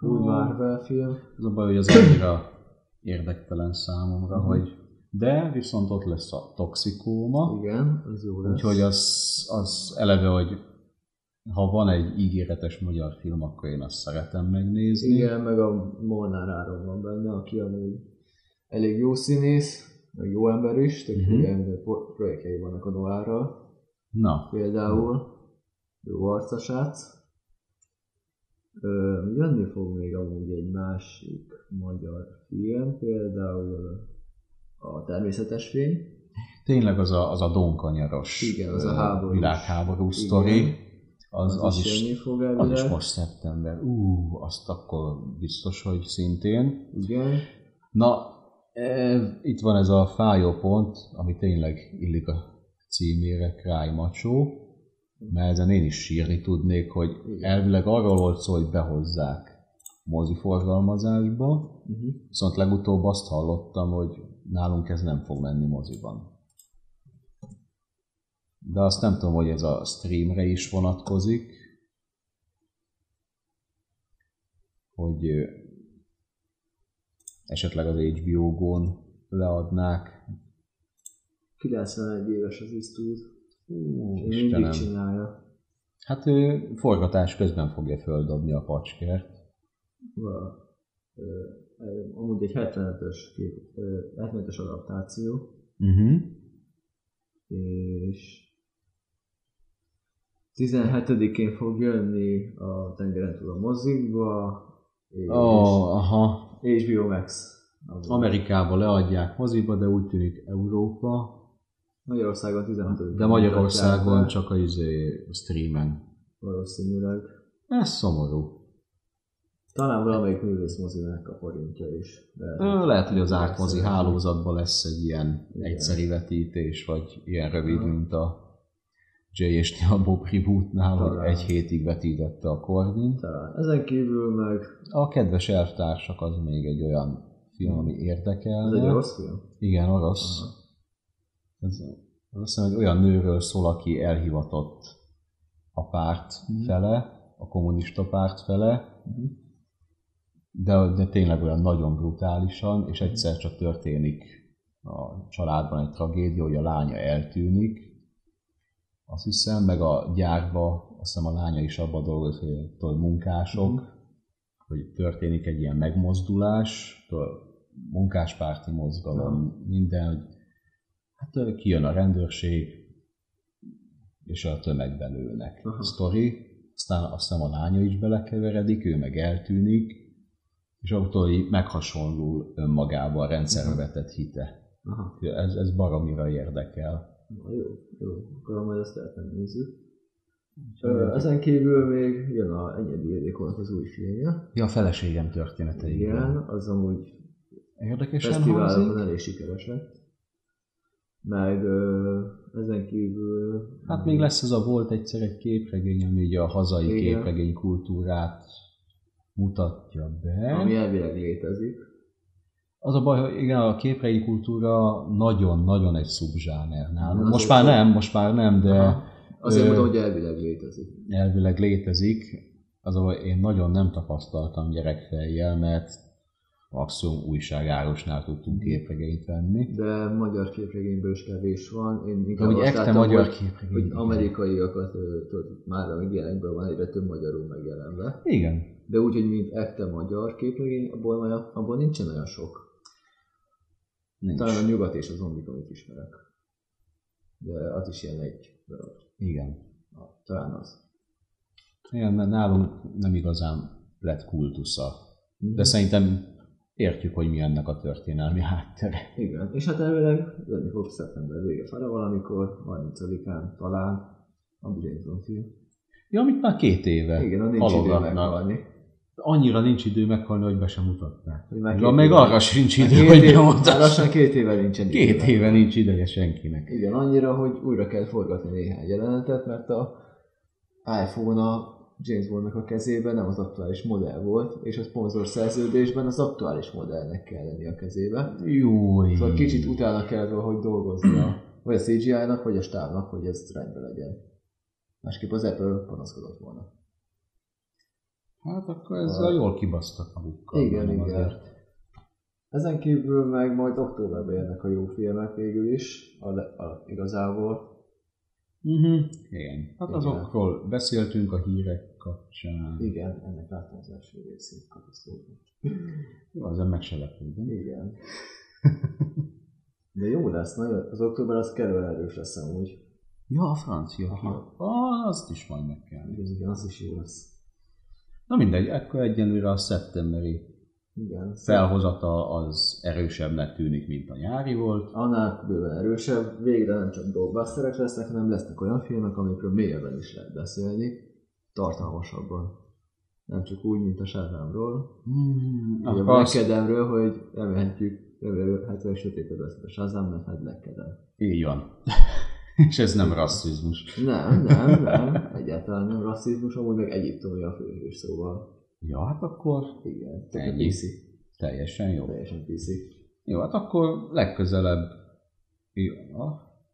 [SPEAKER 1] Új
[SPEAKER 2] Ó.
[SPEAKER 1] Marvel film.
[SPEAKER 2] Az a baj, hogy az annyira érdektelen számomra, hogy de viszont ott lesz a toxikóma,
[SPEAKER 1] Igen, az jó lesz.
[SPEAKER 2] úgyhogy az, az eleve, hogy ha van egy ígéretes magyar film, akkor én azt szeretem megnézni.
[SPEAKER 1] Igen, meg a Molnár Áron van benne, aki amúgy elég jó színész, meg jó ember is, tök
[SPEAKER 2] Mhm.
[SPEAKER 1] uh-huh. ilyen po- projektjei vannak a Noárral.
[SPEAKER 2] Na,
[SPEAKER 1] Például jó arcasát. Ö, jönni fog még amúgy egy másik magyar film, például a Természetes Fény.
[SPEAKER 2] Tényleg az a, az a donkanyaros
[SPEAKER 1] Igen, az a
[SPEAKER 2] ö,
[SPEAKER 1] háborús.
[SPEAKER 2] világháború sztori,
[SPEAKER 1] Igen.
[SPEAKER 2] az, az, az, is,
[SPEAKER 1] jönni fog
[SPEAKER 2] az
[SPEAKER 1] elvileg.
[SPEAKER 2] is most szeptember. Ú, azt akkor biztos, hogy szintén.
[SPEAKER 1] Igen,
[SPEAKER 2] Na, e, itt van ez a fájó pont, ami tényleg illik a címére, Kráj Macsó, mert ezen én is sírni tudnék, hogy elvileg arról volt szó, hogy behozzák moziforgalmazásba,
[SPEAKER 1] uh-huh.
[SPEAKER 2] viszont legutóbb azt hallottam, hogy nálunk ez nem fog menni moziban. De azt nem tudom, hogy ez a streamre is vonatkozik, hogy ö, esetleg az HBO-gón leadnák.
[SPEAKER 1] 91 éves az Eastwood,
[SPEAKER 2] Ú,
[SPEAKER 1] és mindig
[SPEAKER 2] Istenem.
[SPEAKER 1] csinálja.
[SPEAKER 2] Hát ő forgatás közben fogja földobni a pacskert.
[SPEAKER 1] Vala- ö, ö, Amúgy egy 75-ös, kép- ö, 75-ös adaptáció.
[SPEAKER 2] Uh-huh.
[SPEAKER 1] és 17-én fog jönni a tengeren túl a mozikba, és
[SPEAKER 2] Oh, aha.
[SPEAKER 1] HBO Max. Az
[SPEAKER 2] Amerikába leadják moziba, de úgy tűnik Európa,
[SPEAKER 1] Magyarországon 16
[SPEAKER 2] De Magyarországon csak a izé, streamen.
[SPEAKER 1] Valószínűleg.
[SPEAKER 2] Ez szomorú.
[SPEAKER 1] Talán valamelyik művész mozinak a forintja is. De
[SPEAKER 2] Ö, Lehet, hogy az ártmozi hálózatban lesz egy ilyen egyszeri vetítés, vagy ilyen rövid, mint a J és Nyabó Pribútnál, hogy egy hétig vetítette a Corvin.
[SPEAKER 1] Talán. Ezen kívül meg...
[SPEAKER 2] A kedves elvtársak az még egy olyan film, ami
[SPEAKER 1] Ez egy
[SPEAKER 2] érdekel.
[SPEAKER 1] rossz film?
[SPEAKER 2] Igen, orosz. Ez, az azt hiszem, hogy olyan nőről szól, aki elhivatott a párt fele, a kommunista párt fele, de, de tényleg olyan nagyon brutálisan, és egyszer csak történik a családban egy tragédia, hogy a lánya eltűnik, azt hiszem, meg a gyárba, azt hiszem a lánya is abban dolgozik, hogy tudod, munkások, hogy történik egy ilyen megmozdulás, tudod, munkáspárti mozgalom, minden, hogy hát ö, kijön a rendőrség, és a tömegben ülnek.
[SPEAKER 1] Aha.
[SPEAKER 2] Sztori, aztán azt hiszem a lánya is belekeveredik, ő meg eltűnik, és attól így meghasonlul önmagával a
[SPEAKER 1] Mhm.
[SPEAKER 2] rendszerbe vetett hite.
[SPEAKER 1] Aha.
[SPEAKER 2] Ez, ez baromira érdekel.
[SPEAKER 1] Na, jó, jó. Akkor majd ezt el nem nézzük. Ö, ezen kívül még jön a Enyedi Ildikónak az új filmje.
[SPEAKER 2] Ja, a feleségem története,
[SPEAKER 1] Igen,
[SPEAKER 2] igen.
[SPEAKER 1] az amúgy
[SPEAKER 2] Érdekesen hangzik.
[SPEAKER 1] fesztiválokon elég sikeres lett. Meg ö, ezen kívül...
[SPEAKER 2] Hát még lesz ez a volt egyszer egy képregény, ami így a hazai
[SPEAKER 1] Igen.
[SPEAKER 2] Igen. képregény kultúrát mutatja be.
[SPEAKER 1] Ami elvileg létezik.
[SPEAKER 2] Az a baj, hogy igen, a képregény kultúra nagyon-nagyon egy szubzsáner nálunk.
[SPEAKER 1] Az
[SPEAKER 2] Most
[SPEAKER 1] egy-
[SPEAKER 2] már nem, most már nem, de
[SPEAKER 1] Aha. Azért
[SPEAKER 2] Ö,
[SPEAKER 1] mondom, hogy elvileg létezik.
[SPEAKER 2] elvileg létezik. Az a baj, én nagyon nem tapasztaltam gyerekfejjel, mert maximum újságárusnál tudtunk képregényt venni.
[SPEAKER 1] De magyar képregényből is kevés van. Én
[SPEAKER 2] De
[SPEAKER 1] inkább
[SPEAKER 2] hogy
[SPEAKER 1] azt
[SPEAKER 2] ekte
[SPEAKER 1] látom,
[SPEAKER 2] magyar
[SPEAKER 1] hogy,
[SPEAKER 2] képregény.
[SPEAKER 1] hogy
[SPEAKER 2] igen.
[SPEAKER 1] amerikaiakat ö, tudod, már a megjelenekben van egyre több magyarul megjelenve.
[SPEAKER 2] Igen.
[SPEAKER 1] De úgy, hogy mint ekte magyar képregény, abból, olyan- abból nincsen olyan sok.
[SPEAKER 2] Nincs.
[SPEAKER 1] Talán a nyugat és a zombik, amit ismerek. De az is ilyen egy darab.
[SPEAKER 2] Igen.
[SPEAKER 1] Na, Talán az.
[SPEAKER 2] Igen, mert nálunk nem igazán lett kultusza.
[SPEAKER 1] Mhm.
[SPEAKER 2] De szerintem értjük, hogy mi ennek a történelmi háttere.
[SPEAKER 1] Igen, és hát elvileg jönni fog szeptember vége fele valamikor, 30-án talán, a Jameson film.
[SPEAKER 2] Ja, amit már két éve
[SPEAKER 1] Igen, a nincs idő
[SPEAKER 2] halogatnak.
[SPEAKER 1] meghalni.
[SPEAKER 2] Annyira nincs idő meghalni, hogy be sem mutatták.
[SPEAKER 1] Hogy
[SPEAKER 2] Meg,
[SPEAKER 1] két
[SPEAKER 2] meg
[SPEAKER 1] éve-
[SPEAKER 2] arra sincs
[SPEAKER 1] már
[SPEAKER 2] idő,
[SPEAKER 1] két
[SPEAKER 2] hogy
[SPEAKER 1] év- Már
[SPEAKER 2] bemutassák.
[SPEAKER 1] lassan két éve nincsen
[SPEAKER 2] Két
[SPEAKER 1] idő.
[SPEAKER 2] éve nincs ideje senkinek.
[SPEAKER 1] Igen, annyira, hogy újra kell forgatni néhány jelenetet, mert a iPhone a James Bondnak a kezében nem az aktuális modell volt, és a szponzor szerződésben az aktuális modellnek kell lenni a kezébe.
[SPEAKER 2] Jó,
[SPEAKER 1] Szóval kicsit utána kellett valahogy dolgozni a, vagy a CGI-nak, vagy a stábnak, hogy ez rendben legyen. Másképp az Apple panaszkodott volna.
[SPEAKER 2] Hát akkor ezzel jól kibasztak magukkal.
[SPEAKER 1] Igen,
[SPEAKER 2] nem
[SPEAKER 1] igen.
[SPEAKER 2] azért.
[SPEAKER 1] Ezen kívül meg majd októberben jönnek a jó filmek végül is, a, le- a, igazából.
[SPEAKER 2] Uh-huh. Igen. Hát
[SPEAKER 1] Igen.
[SPEAKER 2] azokról beszéltünk a hírek kapcsán.
[SPEAKER 1] Igen, ennek láttam az első részét, katasztrófa.
[SPEAKER 2] Jó, ezen meg se lepődöm.
[SPEAKER 1] Igen. De jó lesz, nagyon. Az október az kerül erős lesz amúgy.
[SPEAKER 2] Ja, a francia
[SPEAKER 1] Aha.
[SPEAKER 2] Aha. Ah, azt is majd meg kell.
[SPEAKER 1] Igen, igen, az is jó lesz.
[SPEAKER 2] Na mindegy, akkor egyenlőre a szeptemberi
[SPEAKER 1] Igen.
[SPEAKER 2] felhozata az erősebbnek tűnik, mint a nyári volt.
[SPEAKER 1] Annál bőven erősebb, végre nem csak blockbusterek lesznek, hanem lesznek olyan filmek, amikről mélyebben is lehet beszélni, tartalmasabban. Nem csak úgy, mint a Shazamról,
[SPEAKER 2] Hmm,
[SPEAKER 1] vagy a
[SPEAKER 2] akkor
[SPEAKER 1] Black
[SPEAKER 2] azt,
[SPEAKER 1] Adamről, hogy remélhetjük, remélhetőleg sötétebb lesz a Shazam, mert hát Black Adam.
[SPEAKER 2] így [LAUGHS] van. És ez nem rasszizmus.
[SPEAKER 1] Nem, nem, nem, egyáltalán nem rasszizmus, amúgy meg egyiptomi a főhős, szóval
[SPEAKER 2] Ja, hát akkor
[SPEAKER 1] igen, tök a
[SPEAKER 2] Ennyi.
[SPEAKER 1] PC,
[SPEAKER 2] teljesen jó.
[SPEAKER 1] teljesen PC.
[SPEAKER 2] Jó, hát akkor legközelebb, ja,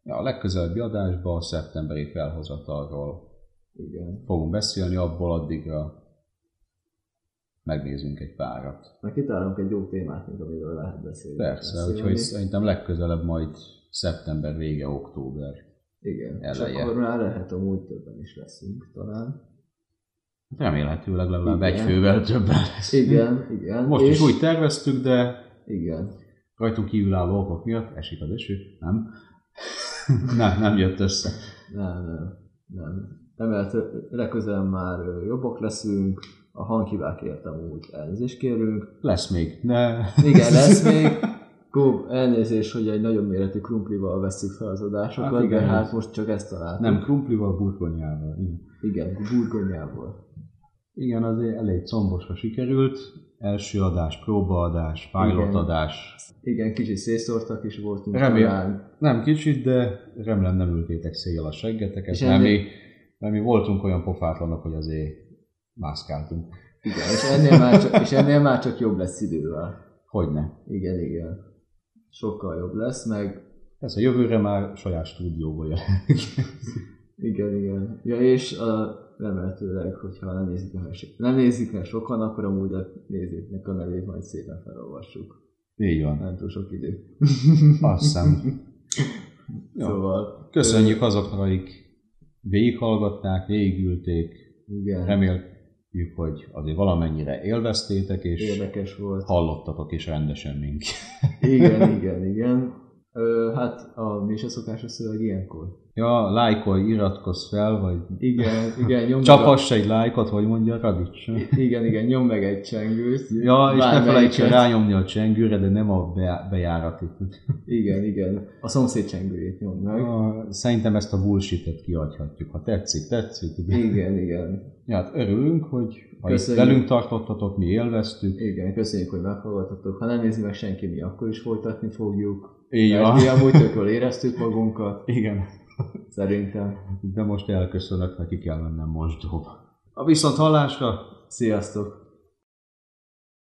[SPEAKER 2] ja, a legközelebbi adásban a szeptemberi felhozatalról
[SPEAKER 1] Igen.
[SPEAKER 2] fogunk beszélni, abból addigra megnézünk egy párat.
[SPEAKER 1] Meg kitálunk egy jó témát, még amiről lehet beszélni.
[SPEAKER 2] Persze,
[SPEAKER 1] beszélni.
[SPEAKER 2] úgyhogy szerintem legközelebb majd szeptember vége, október.
[SPEAKER 1] Igen, és
[SPEAKER 2] eleje.
[SPEAKER 1] akkor már lehet amúgy többen is leszünk talán.
[SPEAKER 2] Remélhetőleg legalább
[SPEAKER 1] Igen.
[SPEAKER 2] egy fővel többen lesz.
[SPEAKER 1] Igen, igen.
[SPEAKER 2] Most
[SPEAKER 1] és,
[SPEAKER 2] is úgy terveztük, de
[SPEAKER 1] Igen.
[SPEAKER 2] rajtunk kívülálló okok miatt esik az eső, nem? [LAUGHS] nem, nem jött össze.
[SPEAKER 1] Nem, nem, nem. Emellett ö, legközelebb már ö, jobbak leszünk, a hangkibákért amúgy elnézést kérünk.
[SPEAKER 2] Lesz még, ne.
[SPEAKER 1] Igen, lesz még.
[SPEAKER 2] [LAUGHS]
[SPEAKER 1] Kó, elnézést, hogy egy nagyobb méretű krumplival veszük fel az adásokat,
[SPEAKER 2] Hát
[SPEAKER 1] hát
[SPEAKER 2] igen.
[SPEAKER 1] de hát most csak ezt találtuk.
[SPEAKER 2] Nem, krumplival, burgonyával. Igen.
[SPEAKER 1] Igen, burgonyából.
[SPEAKER 2] Igen, azért elég combosra sikerült. Első adás, próbaadás, pilot
[SPEAKER 1] Igen.
[SPEAKER 2] adás.
[SPEAKER 1] Igen, kicsit szétszórtak is voltunk.
[SPEAKER 2] Remélem.
[SPEAKER 1] talán.
[SPEAKER 2] Nem kicsit, de remélem nem ültétek széjjel a seggeteket,
[SPEAKER 1] És
[SPEAKER 2] mert
[SPEAKER 1] ennyi-
[SPEAKER 2] mi, mert mi voltunk olyan pofátlanok, hogy azért mászkáltunk.
[SPEAKER 1] Igen, és ennél, már csak, és ennél már csak jobb lesz idővel.
[SPEAKER 2] Hogyne.
[SPEAKER 1] Igen, igen. Sokkal jobb lesz, meg
[SPEAKER 2] Ez a jövőre már saját stúdióból jön.
[SPEAKER 1] igen, igen. Ja, és a remélhetőleg, hogyha nem nézik el, nem nézik el sokan, akkor amúgy a nézőknek a nevét majd szépen felolvassuk.
[SPEAKER 2] [LAUGHS] Így van.
[SPEAKER 1] Nem túl sok idő.
[SPEAKER 2] Azt [LAUGHS] hiszem. Jó.
[SPEAKER 1] Szóval,
[SPEAKER 2] Köszönjük azoknak, akik végighallgatták, végigülték.
[SPEAKER 1] igen,
[SPEAKER 2] Reméljük, hogy azért valamennyire élveztétek, és
[SPEAKER 1] érdekes volt.
[SPEAKER 2] hallottatok is rendesen minket.
[SPEAKER 1] Igen, igen, igen. Ö, hát a, mi is a szokásos szöveg ilyenkor?
[SPEAKER 2] Ja, lájkolj, iratkozz fel, vagy
[SPEAKER 1] Igen, igen, nyom meg
[SPEAKER 2] csapass egy lájkot, hogy mondja Radics.
[SPEAKER 1] a, igen, igen, nyom meg egy csengőt.
[SPEAKER 2] Ja, és ne
[SPEAKER 1] Bármelyiket.
[SPEAKER 2] felejts el rányomni a csengőre, de nem a be- bejárati.
[SPEAKER 1] Igen, igen, a szomszéd csengőjét nyom meg.
[SPEAKER 2] Ah, Szerintem ezt a bullshit kiadhatjuk. Ha tetszik, tetszik. Igen.
[SPEAKER 1] Igen, igen,
[SPEAKER 2] Ja, hát örülünk, hogy ha itt
[SPEAKER 1] Köszönjük.
[SPEAKER 2] velünk tartottatok, mi élveztük.
[SPEAKER 1] igen, köszönjük, hogy meghallgattatok. Ha nem nézi meg senki, mi akkor is folytatni fogjuk.
[SPEAKER 2] Így
[SPEAKER 1] Mert
[SPEAKER 2] van.
[SPEAKER 1] Mi amúgy tökről éreztük magunkat,
[SPEAKER 2] Igen.
[SPEAKER 1] szerintem.
[SPEAKER 2] De most elköszönök, neki kell mennem most A viszont hallásra
[SPEAKER 1] Sziasztok!